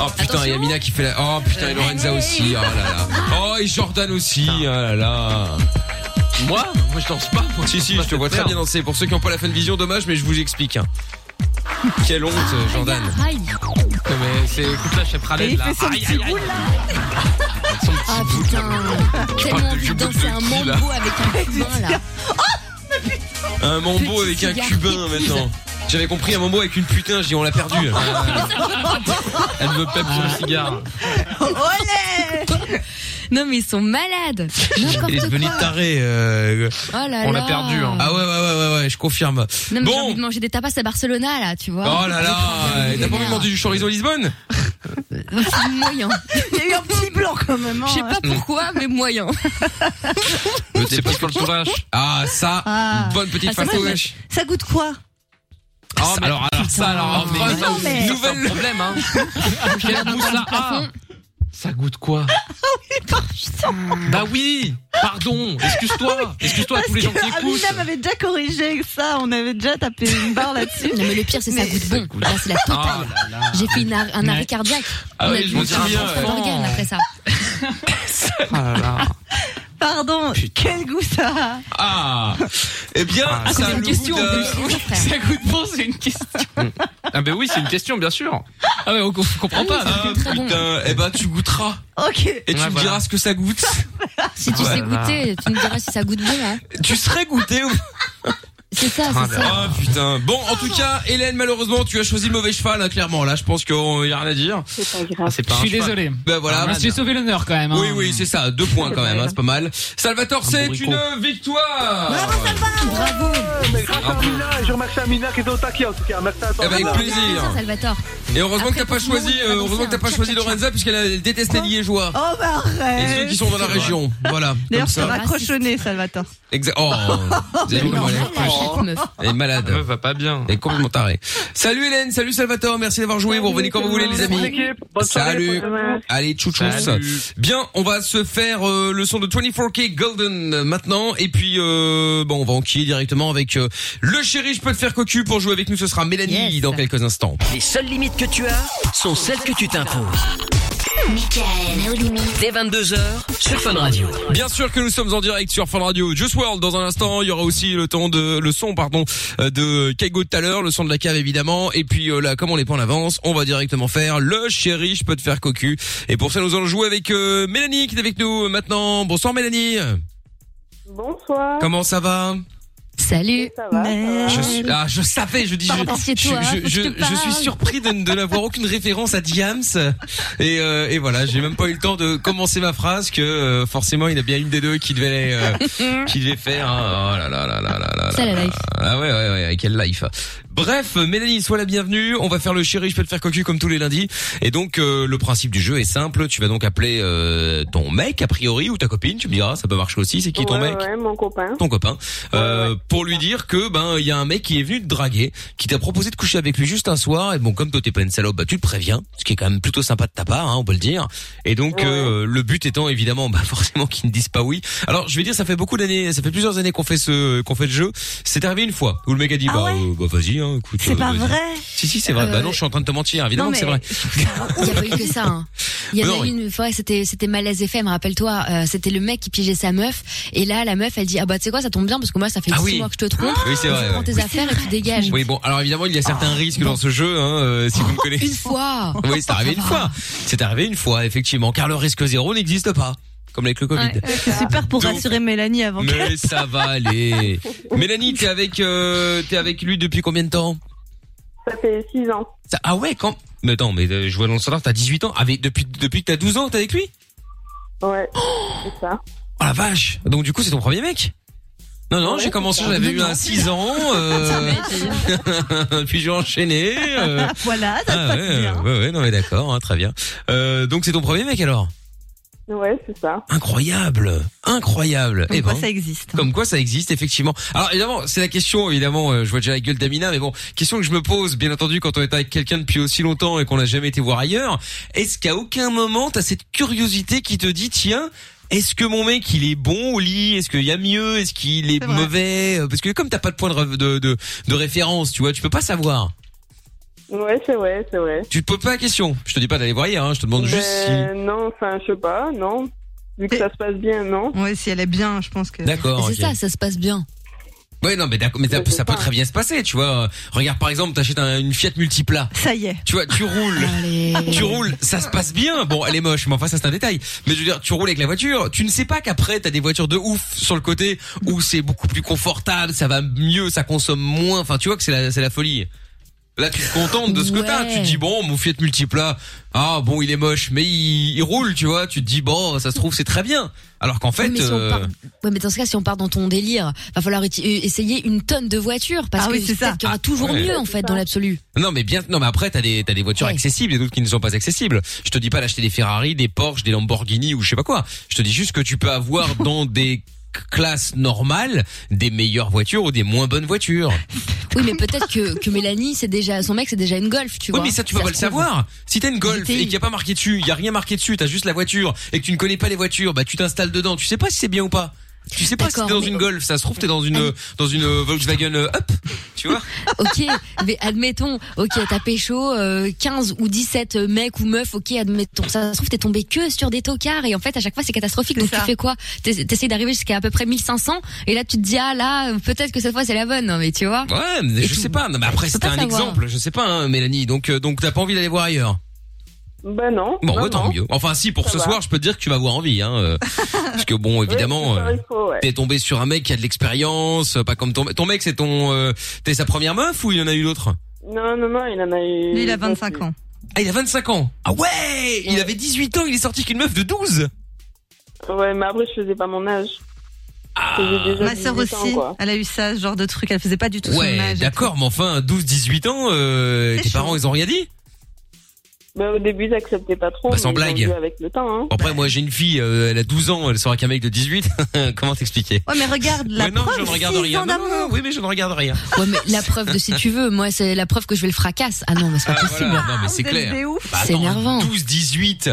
[SPEAKER 2] Oh putain, il y a Mina qui fait la. Oh putain, et
[SPEAKER 5] Eh.
[SPEAKER 2] Lorenza aussi. Oh là là. Oh et Jordan aussi. Oh là là. Moi Moi je danse pas. Si si, je te vois très bien danser. Pour ceux qui n'ont pas la fin de vision, dommage, mais je vous explique. hein. Quelle honte, euh, Jordan.
[SPEAKER 5] Aïe.
[SPEAKER 4] Mais c'est, écoute là, je suis
[SPEAKER 5] Et il
[SPEAKER 4] là.
[SPEAKER 5] fait son
[SPEAKER 4] Aïe,
[SPEAKER 5] petit
[SPEAKER 4] aïe, aïe.
[SPEAKER 5] Ah putain. Tellement envie de danser un mambo avec [LAUGHS] un cubain là. Oh,
[SPEAKER 2] Un mambo avec
[SPEAKER 5] Petit
[SPEAKER 2] un
[SPEAKER 5] cigare
[SPEAKER 2] cubain
[SPEAKER 5] qui [LAUGHS] tease.
[SPEAKER 2] maintenant. J'avais compris un mambo avec une putain, je dis on l'a perdu.
[SPEAKER 5] Ah,
[SPEAKER 2] Ah, Elle me pèpe son cigare.
[SPEAKER 5] Olé Non mais ils sont malades.
[SPEAKER 2] Il est
[SPEAKER 5] N'importe
[SPEAKER 2] devenu
[SPEAKER 5] quoi.
[SPEAKER 2] taré. euh,
[SPEAKER 5] Oh là là.
[SPEAKER 2] Ah ouais, ouais, ouais, ouais, ouais, je confirme.
[SPEAKER 5] Non mais j'ai
[SPEAKER 2] bon.
[SPEAKER 5] envie de manger des tapas à Barcelona là, tu vois.
[SPEAKER 2] Oh là là. T'as pas envie de manger du chorizo à Lisbonne
[SPEAKER 5] C'est moyen. Il y a eu un petit blanc quand même. Je sais
[SPEAKER 3] hein.
[SPEAKER 5] pas
[SPEAKER 2] Mm.
[SPEAKER 5] pourquoi, mais moyen.
[SPEAKER 2] C'est pas sur le Ah, ça,
[SPEAKER 3] [LAUGHS] Ah.
[SPEAKER 2] une bonne petite Oh,
[SPEAKER 3] Ah, ça, moi,
[SPEAKER 2] fastoche.
[SPEAKER 3] je- Ça goûte quoi
[SPEAKER 2] Ça, alors, alors, ça, alors,
[SPEAKER 5] Oh,
[SPEAKER 4] mais
[SPEAKER 2] enfin,
[SPEAKER 4] non,
[SPEAKER 2] ça aussi,
[SPEAKER 4] mais-
[SPEAKER 2] nouvelle problème, hein.
[SPEAKER 4] Quelle mousse là Ah, Ça goûte quoi
[SPEAKER 3] Ah,
[SPEAKER 4] Bah oui Pardon
[SPEAKER 3] [LAUGHS]
[SPEAKER 4] Excuse-toi Excuse-toi à tous les gens qui
[SPEAKER 3] Parce que
[SPEAKER 4] écoutent
[SPEAKER 3] Amina m'avait déjà corrigé ça, on avait déjà tapé une barre là-dessus.
[SPEAKER 5] Non mais le pire c'est ça goûte bon.
[SPEAKER 3] Ah.
[SPEAKER 5] Là c'est la totale. J'ai fait une ar- un arrêt cardiaque.
[SPEAKER 4] Ah
[SPEAKER 5] On
[SPEAKER 4] oui,
[SPEAKER 5] a
[SPEAKER 4] je
[SPEAKER 5] dû
[SPEAKER 4] me
[SPEAKER 5] faire un
[SPEAKER 4] souviens,
[SPEAKER 5] transfert
[SPEAKER 4] ouais.
[SPEAKER 5] d'organes après ça.
[SPEAKER 3] Pardon, quel goût ça a
[SPEAKER 2] Ah Eh bien,
[SPEAKER 4] Ah,
[SPEAKER 2] ça
[SPEAKER 4] c'est
[SPEAKER 2] a
[SPEAKER 4] une
[SPEAKER 2] le
[SPEAKER 4] question,
[SPEAKER 2] goût
[SPEAKER 4] en
[SPEAKER 2] d'un-
[SPEAKER 4] plus.
[SPEAKER 6] Ça goûte bon, c'est une question.
[SPEAKER 4] Ah bah oui, c'est une question, bien sûr
[SPEAKER 6] Ah ouais, on on comprend pas.
[SPEAKER 2] Ah, putain, eh ben, tu goûteras.
[SPEAKER 3] Ok.
[SPEAKER 2] Et tu
[SPEAKER 4] Ouais,
[SPEAKER 2] me
[SPEAKER 4] voilà.
[SPEAKER 2] diras ce que ça goûte.
[SPEAKER 5] Si tu
[SPEAKER 2] Voilà.
[SPEAKER 5] sais goûter, tu me diras si ça goûte bon. Hein.
[SPEAKER 2] Tu serais goûté ou
[SPEAKER 5] C'est ça,
[SPEAKER 2] Ah
[SPEAKER 5] c'est ça.
[SPEAKER 2] putain. Bon, en tout cas, Hélène, malheureusement, tu as choisi le mauvais cheval, hein, clairement. Là, je pense qu'on y a rien à dire.
[SPEAKER 6] C'est
[SPEAKER 10] pas
[SPEAKER 2] Ah, c'est pas
[SPEAKER 6] Je
[SPEAKER 2] un
[SPEAKER 6] suis
[SPEAKER 2] cheval.
[SPEAKER 6] désolé.
[SPEAKER 2] Ben voilà.
[SPEAKER 6] Ah, J'ai sauvé l'honneur quand même. hein.
[SPEAKER 2] Oui, oui, c'est ça. Deux points quand même, hein, c'est pas mal. Salvatore, c'est une victoire.
[SPEAKER 9] Bravo Grâce à Amina, je remercie Amina qui est au taquet en tout cas. Merci à toi.
[SPEAKER 2] Eh ben, avec plaisir.
[SPEAKER 5] Ça, Salvatore.
[SPEAKER 2] Et heureusement
[SPEAKER 5] Après,
[SPEAKER 2] que t'as pas
[SPEAKER 5] pour tout le
[SPEAKER 2] choisi,
[SPEAKER 5] monde, on
[SPEAKER 2] euh,
[SPEAKER 5] va danser
[SPEAKER 2] heureusement que t'as
[SPEAKER 5] un
[SPEAKER 2] pas choisi Lorenza puisqu'elle a détesté Liégeois.
[SPEAKER 3] Oh, bah arrête.
[SPEAKER 2] Et ceux qui sont dans la région. Voilà.
[SPEAKER 3] D'ailleurs,
[SPEAKER 2] comme
[SPEAKER 3] ça
[SPEAKER 5] Ah,
[SPEAKER 3] va
[SPEAKER 2] ça.
[SPEAKER 3] crochonner, Salvatore.
[SPEAKER 2] Exact. Oh. vous avez vu comment elle est
[SPEAKER 5] Oh,
[SPEAKER 3] cette meuf.
[SPEAKER 2] Elle est malade. Elle va pas bien. Elle est complètement tarée. Salut Hélène, salut Salvatore, merci d'avoir joué. Vous revenez quand vous voulez les
[SPEAKER 9] Bonne
[SPEAKER 2] amis.
[SPEAKER 9] équipe, bonne soirée,
[SPEAKER 2] Salut.
[SPEAKER 9] bonne soirée.
[SPEAKER 2] Allez, tchouchous.
[SPEAKER 9] Salut.
[SPEAKER 2] Bien, on va se faire euh, le son de 24K Golden euh, maintenant et puis euh, bon, on va enquiller directement avec euh, le chéri, je peux te faire cocu pour jouer avec nous, ce sera Mélanie dans quelques instants.
[SPEAKER 1] Les seules limites que tu as sont celles que tu t'imposes.
[SPEAKER 11] Michael,
[SPEAKER 1] Dès 22h sur Fun Radio.
[SPEAKER 2] Bien sûr que nous sommes en direct sur Fun Radio, Just World dans un instant. Il y aura aussi le temps de le son, pardon, euh, de Kaigo tout à l'heure, le son de la cave évidemment. Et puis euh, là, comme on n'est pas en avance, on va directement faire le chéri, je peux te faire cocu. Et pour ça, nous allons jouer avec euh, Mélanie qui est avec nous euh, maintenant. Bonsoir Mélanie.
[SPEAKER 10] Bonsoir.
[SPEAKER 2] Comment ça va
[SPEAKER 5] Salut.
[SPEAKER 2] Je suis, ah, je savais, je dis,
[SPEAKER 5] Pardon,
[SPEAKER 2] je,
[SPEAKER 5] c'est
[SPEAKER 2] je,
[SPEAKER 5] toi, hein,
[SPEAKER 2] je,
[SPEAKER 5] faut que je te
[SPEAKER 2] je- je suis
[SPEAKER 5] parle.
[SPEAKER 2] surpris de, de n'avoir aucune référence à Diams. Et, euh, et voilà, j'ai même pas eu le temps de commencer ma phrase que euh, forcément il y en a bien une des deux qui devait, euh, qui devait faire. hein. Oh là là là là là là.
[SPEAKER 5] Ça,
[SPEAKER 2] là.
[SPEAKER 5] la life.
[SPEAKER 2] Ah ouais, ouais, ouais, quelle life. Bref, Mélanie, sois la bienvenue. On va faire le chéri, je peux te faire cocu comme tous les lundis. Et donc, euh, le principe du jeu est simple. Tu vas donc appeler euh, ton mec, a priori, ou ta copine. Tu me diras, ça peut marcher aussi. C'est qui ton
[SPEAKER 12] ouais,
[SPEAKER 2] mec
[SPEAKER 12] Ouais, mon copain.
[SPEAKER 2] ton copain euh, pour lui dire que ben il y a un mec qui est venu te draguer qui t'a proposé de coucher avec lui juste un soir et bon comme toi t'es pas une salope bah tu le préviens ce qui est quand même plutôt sympa de ta part hein, on peut le dire et donc euh, le but étant évidemment bah [LAUGHS] forcément qu'il ne dise pas oui alors je vais dire ça fait beaucoup d'années ça fait plusieurs années qu'on fait ce qu'on fait le jeu c'est arrivé une fois où le mec a dit bah, euh, bah vas-y hein, écoute
[SPEAKER 3] C'est pas
[SPEAKER 2] vas-y.
[SPEAKER 3] vrai
[SPEAKER 2] si si c'est vrai
[SPEAKER 5] Euh,
[SPEAKER 2] bah non je suis en train de te mentir évidemment
[SPEAKER 5] non,
[SPEAKER 2] que c'est
[SPEAKER 5] mais-
[SPEAKER 2] vrai
[SPEAKER 5] Il n'y a pas eu que ça. hein. Il y en
[SPEAKER 2] Non,
[SPEAKER 5] a
[SPEAKER 2] mais-
[SPEAKER 5] eu une fois, c'était c'était malaise FM, rappelle-toi. euh, c'était le mec qui piégeait sa meuf, et là la meuf elle dit ah bah tu sais quoi, ça tombe bien parce que moi ça fait
[SPEAKER 2] Ah
[SPEAKER 5] 6
[SPEAKER 2] oui.
[SPEAKER 5] mois que je te trompe.
[SPEAKER 2] Oui, c'est vrai,
[SPEAKER 5] Tu prends
[SPEAKER 2] ouais.
[SPEAKER 5] tes affaires et tu dégages.
[SPEAKER 2] oui bon alors évidemment il y a certains risques dans ce jeu hein, euh, si vous me
[SPEAKER 5] [LAUGHS]
[SPEAKER 2] connaissez
[SPEAKER 5] Une fois.
[SPEAKER 2] [LAUGHS] Oui, c'est arrivé une fois. C'est arrivé une fois, effectivement. Car le risque zéro n'existe pas. Comme avec le Covid.
[SPEAKER 3] C'est super pour rassurer Mélanie avant
[SPEAKER 2] [LAUGHS] Mais
[SPEAKER 3] qu'elle.
[SPEAKER 2] ça va aller. Mélanie, t'es avec, euh, t'es avec lui depuis combien de temps
[SPEAKER 12] Ça fait 6 ans.
[SPEAKER 2] Ça- Ah ouais, quand Mais attends, mais euh, je vois dans le standard, t'as 18 ans. Avec, depuis, depuis que t'as 12 ans, t'es avec lui
[SPEAKER 12] Ouais, c'est ça.
[SPEAKER 2] Oh la vache Donc du coup, c'est ton premier mec non non,
[SPEAKER 12] Ouais,
[SPEAKER 2] j'ai commencé,
[SPEAKER 12] c'est ça.
[SPEAKER 2] j'avais
[SPEAKER 12] Non,
[SPEAKER 2] eu
[SPEAKER 12] non.
[SPEAKER 2] un 6 ans, euh, [LAUGHS] puis j'ai enchaîné. [LAUGHS]
[SPEAKER 12] [LAUGHS]
[SPEAKER 2] euh,
[SPEAKER 3] [LAUGHS] Voilà, ça
[SPEAKER 2] ah, ouais, euh, ouais, ouais, non mais d'accord, hein, très bien. Euh, donc c'est ton premier mec alors
[SPEAKER 12] Ouais, c'est ça.
[SPEAKER 2] Incroyable, incroyable.
[SPEAKER 12] Comme
[SPEAKER 2] Ah, Eh
[SPEAKER 12] quoi,
[SPEAKER 2] ben,
[SPEAKER 12] ça
[SPEAKER 3] existe.
[SPEAKER 2] Comme quoi ça existe effectivement. Alors évidemment, c'est la question évidemment, euh, je vois déjà la gueule d'Amina mais bon, question que je me pose bien entendu quand on est avec quelqu'un depuis aussi longtemps et qu'on n'a jamais été voir ailleurs, est-ce qu'à aucun moment t'as cette curiosité qui te dit tiens, est-ce que mon mec il est bon au lit, est-ce qu'il y a mieux, est-ce qu'il est, mauvais Euh, parce que comme t'as pas de point de, re- de, de, de référence, tu vois, tu peux pas savoir.
[SPEAKER 12] Ouais, c'est vrai, c'est vrai.
[SPEAKER 2] Tu te poses pas la question. Je te dis pas d'aller voir ailleurs, hein, je te demande juste si
[SPEAKER 12] Ben, Non, enfin, je sais pas, non. Vu que ça se passe bien, non
[SPEAKER 3] Ouais, si elle est bien, je pense que.
[SPEAKER 2] D'accord, C'est ok. ça,
[SPEAKER 5] ça se passe bien.
[SPEAKER 2] Ouais non mais d'accord mais ça, ça peut très bien se passer tu vois Euh, regarde par exemple t'achètes un- une Fiat Multipla
[SPEAKER 3] Ça y est.
[SPEAKER 2] tu vois
[SPEAKER 3] [LAUGHS]
[SPEAKER 2] tu roules tu roules ça se passe bien bon elle est moche mais enfin ça c'est un détail mais je veux dire tu roules avec la voiture tu ne sais pas qu'après t'as des voitures de ouf sur le côté où c'est beaucoup plus confortable ça va mieux ça consomme moins enfin tu vois que c'est la c'est la folie Là, tu te contentes de ce que t'as. Tu te dis bon, mon Fiat Multipla, ah bon, il est moche, mais il, il roule, tu vois. Tu te dis bon, ça se trouve c'est très bien. Alors qu'en fait,
[SPEAKER 5] mais si on
[SPEAKER 2] euh,
[SPEAKER 5] part- Ouais, mais dans ce cas, si on part dans ton délire, va falloir uti- euh, essayer une tonne de voitures parce que peut-être qu'il y aura toujours
[SPEAKER 2] ouais.
[SPEAKER 5] mieux en fait dans l'absolu.
[SPEAKER 2] Non mais bien non mais après t'as des t'as des voitures accessibles et d'autres qui ne sont pas accessibles. Je te dis pas d'acheter des Ferrari, des Porsche, des Lamborghini ou je sais pas quoi. Je te dis juste que tu
[SPEAKER 5] [LAUGHS]
[SPEAKER 2] peux avoir dans des classes normales des meilleures voitures ou des moins bonnes voitures.
[SPEAKER 5] Oui, mais peut-être que, que Mélanie, c'est déjà son mec, c'est déjà une golf, tu
[SPEAKER 2] oui
[SPEAKER 5] vois.
[SPEAKER 2] mais ça tu peux pas le
[SPEAKER 5] se trouve.
[SPEAKER 2] savoir. Si t'as une Golf et qu'il n'y a pas marqué dessus, il y a rien marqué dessus, t'as juste la voiture et que tu ne connais pas les voitures, bah tu t'installes dedans, tu sais pas si c'est bien ou pas. Tu sais pas si t'es
[SPEAKER 5] D'accord,
[SPEAKER 2] dans
[SPEAKER 5] mais- Ah
[SPEAKER 2] une Golf, ça se trouve t'es dans une dans une euh, Volkswagen euh, Up, tu vois.
[SPEAKER 5] Ok, mais admettons, ok, t'as pécho euh, 15 ou 17 mecs ou meufs, ok, admettons. Ça se trouve, t'es tombé que sur des tocards et en fait, à chaque fois, c'est catastrophique. Donc, tu fais quoi T'es- T'essayes d'arriver jusqu'à à peu près 1500 et là, tu te dis, ah là, peut-être que cette fois, c'est la bonne, non, mais tu vois.
[SPEAKER 2] Ouais, mais
[SPEAKER 5] Et
[SPEAKER 2] je
[SPEAKER 5] tout.
[SPEAKER 2] sais pas. Non, mais après,
[SPEAKER 5] Faut
[SPEAKER 2] c'était
[SPEAKER 5] pas
[SPEAKER 2] un
[SPEAKER 5] savoir.
[SPEAKER 2] exemple. Je sais pas, hein, Mélanie. Donc, euh, donc, t'as pas envie d'aller voir ailleurs.
[SPEAKER 12] Ben non.
[SPEAKER 2] Bon,
[SPEAKER 12] non,
[SPEAKER 2] bah, tant
[SPEAKER 12] non.
[SPEAKER 2] mieux. Enfin, si, pour
[SPEAKER 12] Ça
[SPEAKER 2] ce
[SPEAKER 12] va.
[SPEAKER 2] soir, je peux te dire que tu vas avoir envie,
[SPEAKER 12] [LAUGHS]
[SPEAKER 2] hein. euh, parce que bon, évidemment,
[SPEAKER 12] c'est ça,
[SPEAKER 2] euh,
[SPEAKER 12] il faut, ouais.
[SPEAKER 2] t'es tombé sur un mec qui a de l'expérience, euh, pas comme ton, ton mec, c'est ton, euh, t'es sa première meuf ou il y en a eu d'autres
[SPEAKER 12] Non, non, non, il en a eu.
[SPEAKER 3] Lui, il a 25 ans.
[SPEAKER 2] Ah, il a 25 ans. Ah ouais, il avait 18 ans, il est sorti qu'une meuf de 12.
[SPEAKER 12] Ouais, mais après, je faisais pas mon âge.
[SPEAKER 2] Ah.
[SPEAKER 3] Ma sœur aussi, elle a eu ça, ce genre de truc. Elle faisait pas du tout son
[SPEAKER 2] Ouais,
[SPEAKER 3] âge.
[SPEAKER 2] d'accord, mais enfin, 12, 18 ans, euh, tes parents, ils ont rien dit
[SPEAKER 12] Ben, au début, ils acceptaient pas trop.
[SPEAKER 2] Bah,
[SPEAKER 12] mais
[SPEAKER 2] sans
[SPEAKER 12] ils ont
[SPEAKER 2] blague. Oh.
[SPEAKER 12] dû avec le temps, hein.
[SPEAKER 2] Bon, Après, moi, j'ai une fille, euh, elle a 12 ans, elle sort avec un mec de 18. [LAUGHS] Comment t'expliquer
[SPEAKER 3] Ouais, mais regarde la
[SPEAKER 2] Ouais, non,
[SPEAKER 3] preuve.
[SPEAKER 2] je ne regarde
[SPEAKER 3] six
[SPEAKER 2] rien.
[SPEAKER 3] ans
[SPEAKER 2] Non,
[SPEAKER 3] d'amour.
[SPEAKER 2] non, non, oui, mais je ne regarde rien.
[SPEAKER 5] Ouais, mais la preuve de
[SPEAKER 2] [LAUGHS]
[SPEAKER 5] si tu veux, moi, c'est la preuve que je vais le fracasse. Ah non, mais c'est pas
[SPEAKER 2] Ah,
[SPEAKER 5] possible.
[SPEAKER 2] voilà. Non, mais c'est clair. Bah,
[SPEAKER 5] C'est
[SPEAKER 2] attends,
[SPEAKER 5] énervant.
[SPEAKER 2] 12, 18.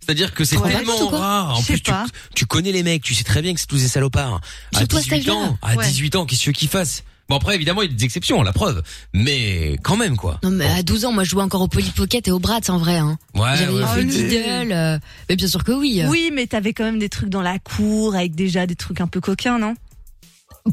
[SPEAKER 2] C'est-à-dire que c'est
[SPEAKER 5] Trois
[SPEAKER 2] tellement
[SPEAKER 5] vaches, quoi.
[SPEAKER 2] rare. En
[SPEAKER 5] Je sais
[SPEAKER 2] plus, tu,
[SPEAKER 5] pas.
[SPEAKER 2] tu connais les mecs, tu sais très bien que c'est tous des salopards. À
[SPEAKER 5] Surtout à cet
[SPEAKER 2] 18 ans,
[SPEAKER 5] âge-là.
[SPEAKER 2] à
[SPEAKER 5] Ouais.
[SPEAKER 2] 18 ans, qu'est-ce que tu veux qu'ils fassent Bon, après, évidemment, il y a des exceptions, la preuve. Mais quand même, quoi.
[SPEAKER 5] Non, mais à 12 ans, moi, je jouais encore au Polypocket et au Bratz, en vrai. Hein.
[SPEAKER 2] Ouais,
[SPEAKER 5] J'avais
[SPEAKER 2] ouais,
[SPEAKER 5] fait
[SPEAKER 2] ouais.
[SPEAKER 5] Diddle, euh, mais bien sûr que oui.
[SPEAKER 3] Oui, mais t'avais quand même des trucs dans la cour avec déjà des trucs un peu coquins, non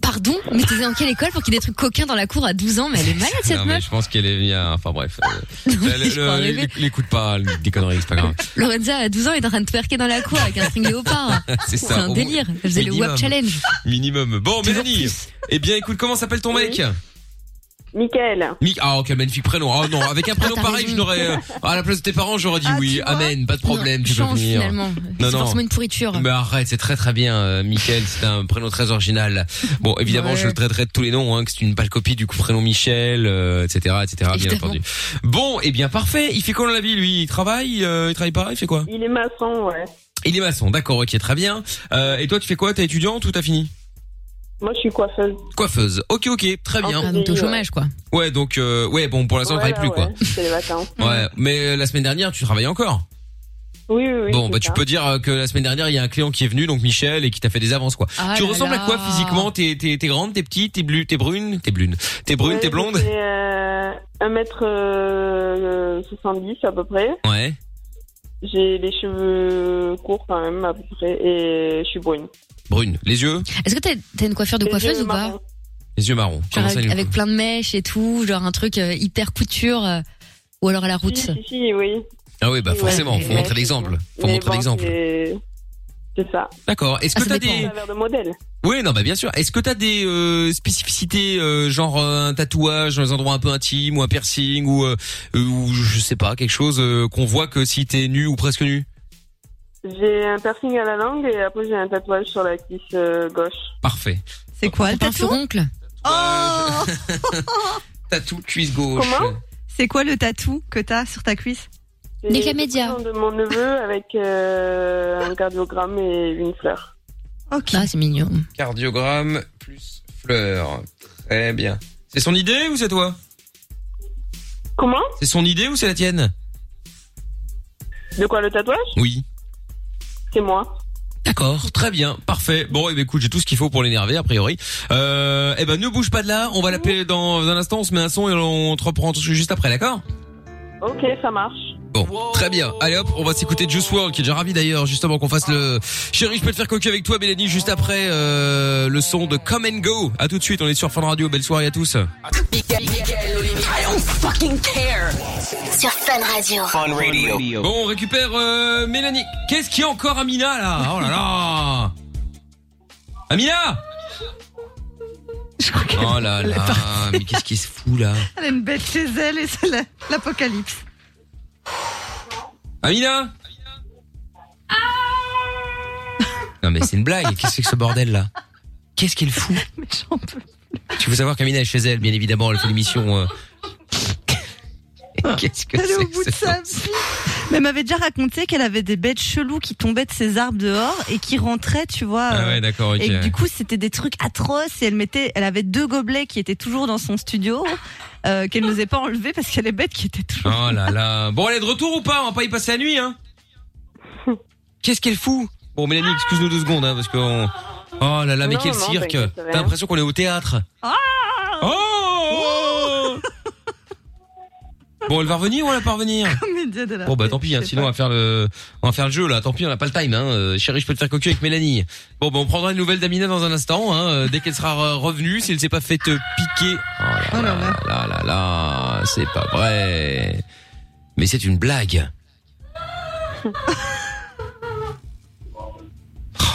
[SPEAKER 5] Pardon Mais t'étais en quelle école pour qu'il y ait des trucs coquins dans la cour à 12 ans Mais elle est malade, Ah, cette
[SPEAKER 2] Non, mais
[SPEAKER 5] meuf
[SPEAKER 2] je pense qu'elle est bien. Enfin, bref. euh,
[SPEAKER 5] [LAUGHS] Non, mais
[SPEAKER 2] le-
[SPEAKER 5] je peux en
[SPEAKER 2] le-
[SPEAKER 5] rêver.
[SPEAKER 2] L'écoute pas, des conneries, c'est pas grave. [LAUGHS]
[SPEAKER 5] Lorenza, à 12 ans, elle est en train de twerker dans la cour avec un string léopard.
[SPEAKER 2] C'est ça,
[SPEAKER 5] un
[SPEAKER 2] au
[SPEAKER 5] délire. Elle faisait le
[SPEAKER 2] minimum.
[SPEAKER 5] WAP Challenge.
[SPEAKER 2] Minimum. Bon, Mélanie. Eh bien, écoute, comment s'appelle ton mec
[SPEAKER 12] Michael.
[SPEAKER 2] Mick, ah, quel magnifique prénom. Ah non, avec un prénom
[SPEAKER 5] t'as
[SPEAKER 2] pareil,
[SPEAKER 5] raison. Ah,
[SPEAKER 2] je n'aurais, euh, à la place de tes parents, j'aurais dit oui. Amen, pas de problème, tu peux
[SPEAKER 5] Change,
[SPEAKER 2] venir.
[SPEAKER 5] finalement. C'est
[SPEAKER 2] Non, non.
[SPEAKER 5] forcément une pourriture.
[SPEAKER 2] Mais arrête, c'est très très bien, euh, Michael. C'est un prénom très original. Bon, évidemment,
[SPEAKER 5] Ouais.
[SPEAKER 2] je le traiterai de tous les noms, hein, que c'est une pâle copie du coup prénom Michel, euh, etc., etc. Bien
[SPEAKER 5] Évidemment.
[SPEAKER 2] entendu. Bon, eh bien parfait. Il fait quoi dans la vie, lui Il travaille euh, Il travaille pas Il fait quoi
[SPEAKER 12] Il est maçon, ouais.
[SPEAKER 2] Il est maçon, d'accord, ok, très bien. Euh, et toi, tu fais quoi T'es étudiante ou t'as fini
[SPEAKER 12] Moi, je suis coiffeuse.
[SPEAKER 2] Coiffeuse. Ok, ok, très bien.
[SPEAKER 5] Ah, donc t'es au chômage, quoi.
[SPEAKER 2] Ouais, donc euh, ouais, bon, pour l'instant, on
[SPEAKER 12] Ouais,
[SPEAKER 2] travaille plus,
[SPEAKER 12] là,
[SPEAKER 2] quoi.
[SPEAKER 12] ouais, C'est les
[SPEAKER 2] [LAUGHS]
[SPEAKER 12] vacances.
[SPEAKER 2] Ouais, mais euh, la semaine dernière, tu travaillais encore.
[SPEAKER 12] Oui, oui, oui.
[SPEAKER 2] bon,
[SPEAKER 12] c'est
[SPEAKER 2] bah tu
[SPEAKER 12] ça.
[SPEAKER 2] peux dire euh, que la semaine dernière, il y a un client qui est venu, donc Michel, et qui t'a fait des avances, quoi.
[SPEAKER 12] Ah
[SPEAKER 2] tu
[SPEAKER 12] là
[SPEAKER 2] ressembles
[SPEAKER 12] là.
[SPEAKER 2] à quoi physiquement T'es t'es t'es grande, t'es petite, t'es blu- t'es brune, t'es brune, t'es brune,
[SPEAKER 12] Ouais,
[SPEAKER 2] t'es blonde.
[SPEAKER 12] je fais, euh, 1m70 à peu près.
[SPEAKER 2] Ouais.
[SPEAKER 12] J'ai les cheveux courts quand même à peu près et je suis brune.
[SPEAKER 2] Brune. Les yeux,
[SPEAKER 5] Est-ce que t'as t'as une coiffure de
[SPEAKER 12] Les
[SPEAKER 5] coiffeuse
[SPEAKER 12] yeux
[SPEAKER 5] ou pas
[SPEAKER 2] les yeux marrons.
[SPEAKER 5] Genre
[SPEAKER 2] Comment ça,
[SPEAKER 5] avec,
[SPEAKER 2] les-
[SPEAKER 5] avec plein de mèches et tout, genre un truc euh, hyper couture, euh, ou alors à la route.
[SPEAKER 12] Si, si, oui.
[SPEAKER 2] Ah oui, bah
[SPEAKER 12] Ouais,
[SPEAKER 2] forcément, faut
[SPEAKER 12] ouais,
[SPEAKER 2] montrer
[SPEAKER 12] c'est
[SPEAKER 2] l'exemple.
[SPEAKER 12] ça.
[SPEAKER 2] Faut
[SPEAKER 12] Mais
[SPEAKER 2] montrer
[SPEAKER 12] bon,
[SPEAKER 2] l'exemple.
[SPEAKER 12] C'est c'est Ah, ça.
[SPEAKER 2] D'accord.
[SPEAKER 5] Ah,
[SPEAKER 2] Est-ce que t'as des
[SPEAKER 12] Travers de modèle.
[SPEAKER 2] Oui, non, bah bien sûr. Est-ce que t'as des euh, spécificités, euh, genre euh, un tatouage dans les endroits un peu intimes, ou un piercing, ou euh, euh, ou je sais pas, quelque chose euh, qu'on voit que si t'es nu ou presque nu.
[SPEAKER 12] J'ai un piercing à la langue et après j'ai un tatouage sur la cuisse euh, gauche.
[SPEAKER 2] Parfait.
[SPEAKER 3] C'est quoi le
[SPEAKER 5] Un
[SPEAKER 3] tatou
[SPEAKER 5] furoncle
[SPEAKER 3] Oh
[SPEAKER 2] [LAUGHS] Tatou cuisse gauche.
[SPEAKER 12] Comment
[SPEAKER 3] C'est quoi le tatou que t'as sur ta cuisse
[SPEAKER 12] C'est le prénom de mon neveu avec euh, un cardiogramme et une fleur.
[SPEAKER 3] Ok.
[SPEAKER 5] Ah, c'est mignon.
[SPEAKER 2] Cardiogramme plus fleur. Très bien. C'est son idée ou c'est toi
[SPEAKER 12] Comment
[SPEAKER 2] C'est son idée ou c'est la tienne
[SPEAKER 12] De quoi le tatouage
[SPEAKER 2] Oui.
[SPEAKER 12] C'est moi.
[SPEAKER 2] D'accord, très bien, parfait. Bon, et ben écoute, j'ai tout ce qu'il faut pour l'énerver a priori. Euh, eh ben ne bouge pas de là, on va l'appeler dans un instant, on se met un son et on te reprend tout juste après, d'accord
[SPEAKER 12] Ok, ça marche.
[SPEAKER 2] Bon, très bien. Allez hop, on va s'écouter Juice World qui est déjà ravi d'ailleurs justement qu'on fasse le Chérie, je peux te faire cocu avec toi Mélanie juste après euh, le son de Come and Go. À tout de suite, on est sur Fun Radio. Belle soirée à tous.
[SPEAKER 13] I don't fucking care. Sur Fun Radio. Fun Radio.
[SPEAKER 2] Bon, on récupère euh, Mélanie. Qu'est-ce qu'il y a encore Amina là Oh là là Amina Oh
[SPEAKER 3] [LAUGHS]
[SPEAKER 2] là
[SPEAKER 3] Elle est
[SPEAKER 2] là Mais qu'est-ce qui se fout là
[SPEAKER 3] Elle a une bête chez elle et c'est la- l'apocalypse.
[SPEAKER 2] Amina Non mais c'est une blague, qu'est-ce que c'est que ce bordel là Qu'est-ce qu'elle fout Tu veux savoir qu'Amina est chez elle, bien évidemment, elle fait l'émission... euh. [LAUGHS] Qu'est-ce que
[SPEAKER 3] Elle est
[SPEAKER 2] c'est
[SPEAKER 3] au
[SPEAKER 2] que
[SPEAKER 3] bout de
[SPEAKER 2] ce-
[SPEAKER 3] sa vie. Mais elle m'avait déjà raconté qu'elle avait des bêtes cheloues qui tombaient de ses arbres dehors et qui rentraient, tu vois.
[SPEAKER 2] Ah
[SPEAKER 3] euh,
[SPEAKER 2] ouais, d'accord, ok.
[SPEAKER 3] Et que du coup, c'était des trucs atroces et elle mettait, elle avait deux gobelets qui étaient toujours dans son studio, euh, qu'elle n'osait pas enlever parce qu'elle est bête qui était toujours.
[SPEAKER 2] Oh là là Bon, elle est de retour ou pas On va pas y passer la
[SPEAKER 12] [LAUGHS]
[SPEAKER 2] nuit, hein Qu'est-ce qu'elle fout Bon, Mélanie, excuse-nous deux secondes, hein, parce que... on- Oh là là, mais
[SPEAKER 12] Non,
[SPEAKER 2] quel
[SPEAKER 12] non,
[SPEAKER 2] cirque
[SPEAKER 12] t'inquiète, ça va. Oh!
[SPEAKER 2] T'as l'impression qu'on est au théâtre Oh [LAUGHS] Bon, elle va revenir ou elle va pas revenir [LAUGHS]
[SPEAKER 3] Comédien de la
[SPEAKER 2] Bon bah tant pis, hein, sinon on va faire le, on va faire le jeu là. Tant pis, on n'a pas le time. Hein. Euh, Chérie, je peux te faire cocu avec Mélanie. Bon bah on prendra une nouvelle d'Amina dans un instant. Hein, euh, dès qu'elle sera re- revenue, si elle s'est pas fait euh, piquer. Oh là là là là, là, c'est pas vrai. Mais c'est une blague.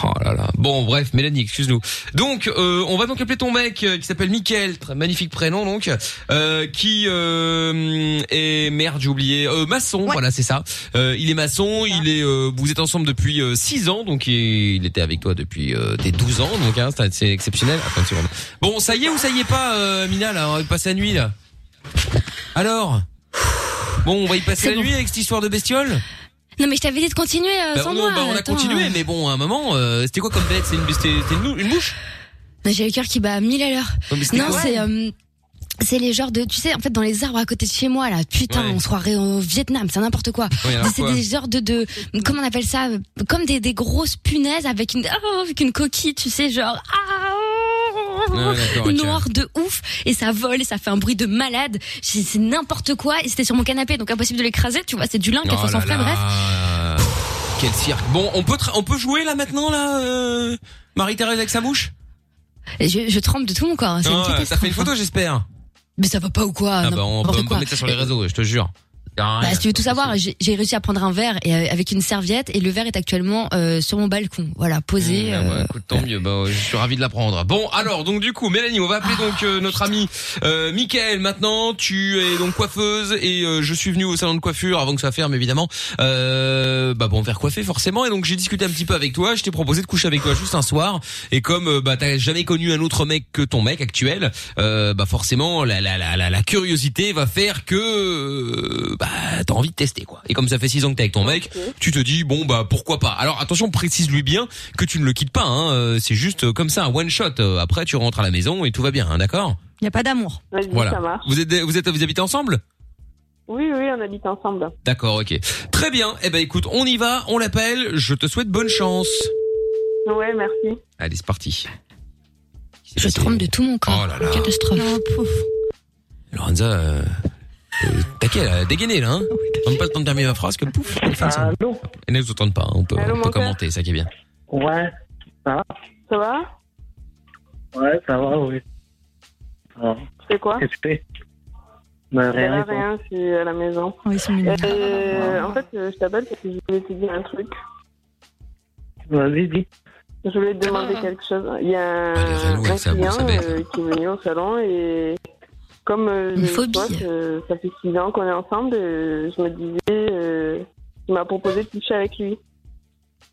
[SPEAKER 2] Oh là là. Bon, bref, Mélanie, excuse-nous. Donc, euh, on va donc appeler ton mec euh, qui s'appelle Mickaël, très magnifique prénom donc, euh, qui euh, est merde, j'ai oublié, euh, maçon. Voilà, c'est ça. Euh, il est maçon. Il est. euh, vous êtes ensemble depuis 6 ans, donc il, il était avec toi depuis euh, tes 12 ans, donc hein, c'est- c'est exceptionnel. Attends une seconde. Bon, ça y est ou ça y est pas, euh, Mina là, on va y passer la nuit là. Alors. Bon, on va y passer
[SPEAKER 5] C'est
[SPEAKER 2] la
[SPEAKER 5] bon.
[SPEAKER 2] nuit avec cette histoire de bestiole.
[SPEAKER 5] Non, mais je t'avais dit de continuer euh,
[SPEAKER 2] Bah,
[SPEAKER 5] sans
[SPEAKER 2] on,
[SPEAKER 5] moi.
[SPEAKER 2] bah, on a
[SPEAKER 5] attends.
[SPEAKER 2] continué, mais bon, à un moment, euh, c'était quoi comme bête C'est une, c'était- c'était une, mou- une mouche
[SPEAKER 5] Non, Ah, J'ai le cœur qui bat à 1000 à l'heure.
[SPEAKER 2] Non, mais c'était
[SPEAKER 5] Non,
[SPEAKER 2] quoi
[SPEAKER 5] c'est euh, c'est les genres de tu sais en fait dans les arbres à côté de chez moi là putain
[SPEAKER 2] Ouais.
[SPEAKER 5] on se croirait au Vietnam c'est n'importe quoi
[SPEAKER 13] Ouais, alors
[SPEAKER 5] c'est
[SPEAKER 13] quoi
[SPEAKER 5] des genres de de comment on appelle ça comme des, des grosses punaises avec une ah, avec une coquille tu sais genre
[SPEAKER 13] Ouais, d'accord, ok.
[SPEAKER 5] noir de ouf et ça vole et ça fait un bruit de malade c'est c'est n'importe quoi et c'était sur mon canapé donc impossible de l'écraser tu vois c'est du lin
[SPEAKER 2] Oh
[SPEAKER 5] 400
[SPEAKER 2] là
[SPEAKER 5] frais
[SPEAKER 2] là.
[SPEAKER 5] bref
[SPEAKER 2] Quel cirque. Bon, on peut, tra- on peut jouer là maintenant, là, euh, Marie-Thérèse avec sa mouche
[SPEAKER 5] Et je, je tremble de tout mon corps Ah, c'est une
[SPEAKER 2] Non,
[SPEAKER 5] catastrophe. hein.
[SPEAKER 2] Ça fait une photo, j'espère.
[SPEAKER 5] mais ça va pas ou quoi
[SPEAKER 2] Ah,
[SPEAKER 5] non,
[SPEAKER 2] bah, on peut
[SPEAKER 5] n'importe
[SPEAKER 2] même pas
[SPEAKER 5] quoi.
[SPEAKER 2] mettre ça sur les réseaux, je te jure. Y a rien.
[SPEAKER 5] Bah, si tu veux tout savoir, j'ai j'ai réussi à prendre un verre et euh, avec une serviette et le verre est actuellement euh, sur mon balcon, voilà, posé. euh,
[SPEAKER 2] Ah, bah, écoute, tant mieux. Bah, je suis ravi de l'apprendre. Bon, alors, donc du coup, Mélanie, on va appeler donc euh, notre ami euh, Michael. Maintenant, tu es donc coiffeuse et euh, je suis venu au salon de coiffure avant que ça ferme, évidemment. Euh, bah, bon, faire coiffer forcément. Et donc, j'ai discuté un petit peu avec toi. Je t'ai proposé de coucher avec toi juste un soir. Et comme euh, bah, t'as jamais connu un autre mec que ton mec actuel, euh, bah forcément, la, la, la, la, la curiosité va faire que euh, bah t'as envie de tester quoi. Et comme ça fait six ans que t'es avec ton mec, tu te dis bon bah pourquoi pas. Alors attention, précise-lui bien que tu ne le quittes pas. Hein, euh, c'est juste euh, comme ça, un one shot. Euh, Après, tu rentres à la maison et tout va bien, hein, d'accord
[SPEAKER 3] Il n'y a pas d'amour.
[SPEAKER 2] Voilà. Vous êtes vous êtes vous habitez ensemble
[SPEAKER 12] Oui, oui, on habite ensemble.
[SPEAKER 2] D'accord, ok. Très bien. Eh ben écoute, on y va, on l'appelle. Je te souhaite bonne chance.
[SPEAKER 12] Ouais, merci.
[SPEAKER 2] Allez, c'est parti.
[SPEAKER 5] Je tremble de tout mon
[SPEAKER 2] Oh
[SPEAKER 5] corps. Catastrophe.
[SPEAKER 12] Oh,
[SPEAKER 2] Lorenza, euh, euh, taquet, là, dégainé là.
[SPEAKER 12] Ah
[SPEAKER 2] Hein Même pas le temps de terminer ma phrase que pouf. elle fait ça. Et ne vous entendent pas, hein, on peut,
[SPEAKER 12] Allô,
[SPEAKER 2] on peut
[SPEAKER 12] mon père
[SPEAKER 2] commenter, ça qui est bien.
[SPEAKER 12] Ouais, ça va Ça va
[SPEAKER 9] Ouais, ça va, oui. Alors,
[SPEAKER 12] Tu fais quoi
[SPEAKER 9] qu'est-ce que tu fais Bah,
[SPEAKER 12] Rien,
[SPEAKER 9] rien,
[SPEAKER 12] rien, je suis à la maison.
[SPEAKER 3] ils sont
[SPEAKER 12] Euh, en fait, euh, je t'appelle parce que je voulais te dire un truc.
[SPEAKER 9] Vas-y, dis.
[SPEAKER 12] Je voulais te
[SPEAKER 3] Ah.
[SPEAKER 12] demander quelque chose. Il y a un, un
[SPEAKER 9] ça, bon,
[SPEAKER 12] client
[SPEAKER 9] ça hein. bête.
[SPEAKER 12] euh, qui est venu au salon et comme euh,
[SPEAKER 5] Une
[SPEAKER 12] je-
[SPEAKER 5] phobie.
[SPEAKER 12] toi, euh, ça fait six ans qu'on est ensemble, euh, je me disais, euh, il m'a proposé de coucher avec lui.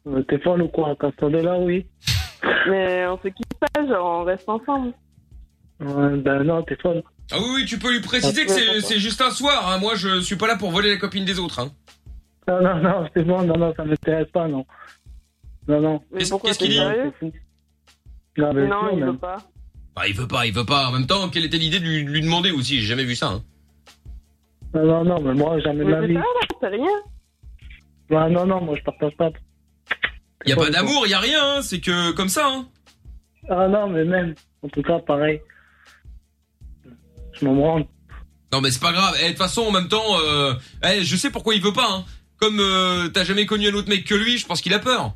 [SPEAKER 9] Euh, T'es folle ou quoi Quand on est là, oui.
[SPEAKER 12] Mais on se quitte pas, genre on reste ensemble.
[SPEAKER 9] Euh, ben non, t'es folle.
[SPEAKER 2] Ah oui, oui, tu peux lui préciser que c'est- c'est juste un soir. hein. Moi, je suis pas là pour voler la copine des autres. Hein.
[SPEAKER 9] Non, non, non, [LAUGHS] c'est bon, non, non, ça m'intéresse pas, non. Non, non.
[SPEAKER 12] Mais pourquoi
[SPEAKER 2] qu'est-ce qu'il
[SPEAKER 12] t'es
[SPEAKER 2] dit
[SPEAKER 12] sérieux
[SPEAKER 9] Non, mais
[SPEAKER 12] Non,
[SPEAKER 9] sûr,
[SPEAKER 12] il
[SPEAKER 9] même.
[SPEAKER 12] veut pas.
[SPEAKER 2] Bah, il veut pas, il veut pas. En même temps, quelle était l'idée de lui, de lui demander aussi J'ai jamais vu ça. hein.
[SPEAKER 9] Non, non, non, mais moi, jamais de
[SPEAKER 12] Mais
[SPEAKER 9] la
[SPEAKER 12] c'est
[SPEAKER 9] vie.
[SPEAKER 12] ça, là, c'est rien.
[SPEAKER 9] Non, non, non, moi, je partage pas.
[SPEAKER 2] Y a pas d'amour, y a rien. hein. C'est que comme ça. Hein.
[SPEAKER 9] Ah non, mais même, en tout cas, pareil. Je m'en branle.
[SPEAKER 2] Non, mais c'est pas grave. Eh, De toute façon, en même temps, euh, eh, je sais pourquoi il veut pas. Hein. Comme euh, t'as jamais connu un autre mec que lui, je pense qu'il a peur. À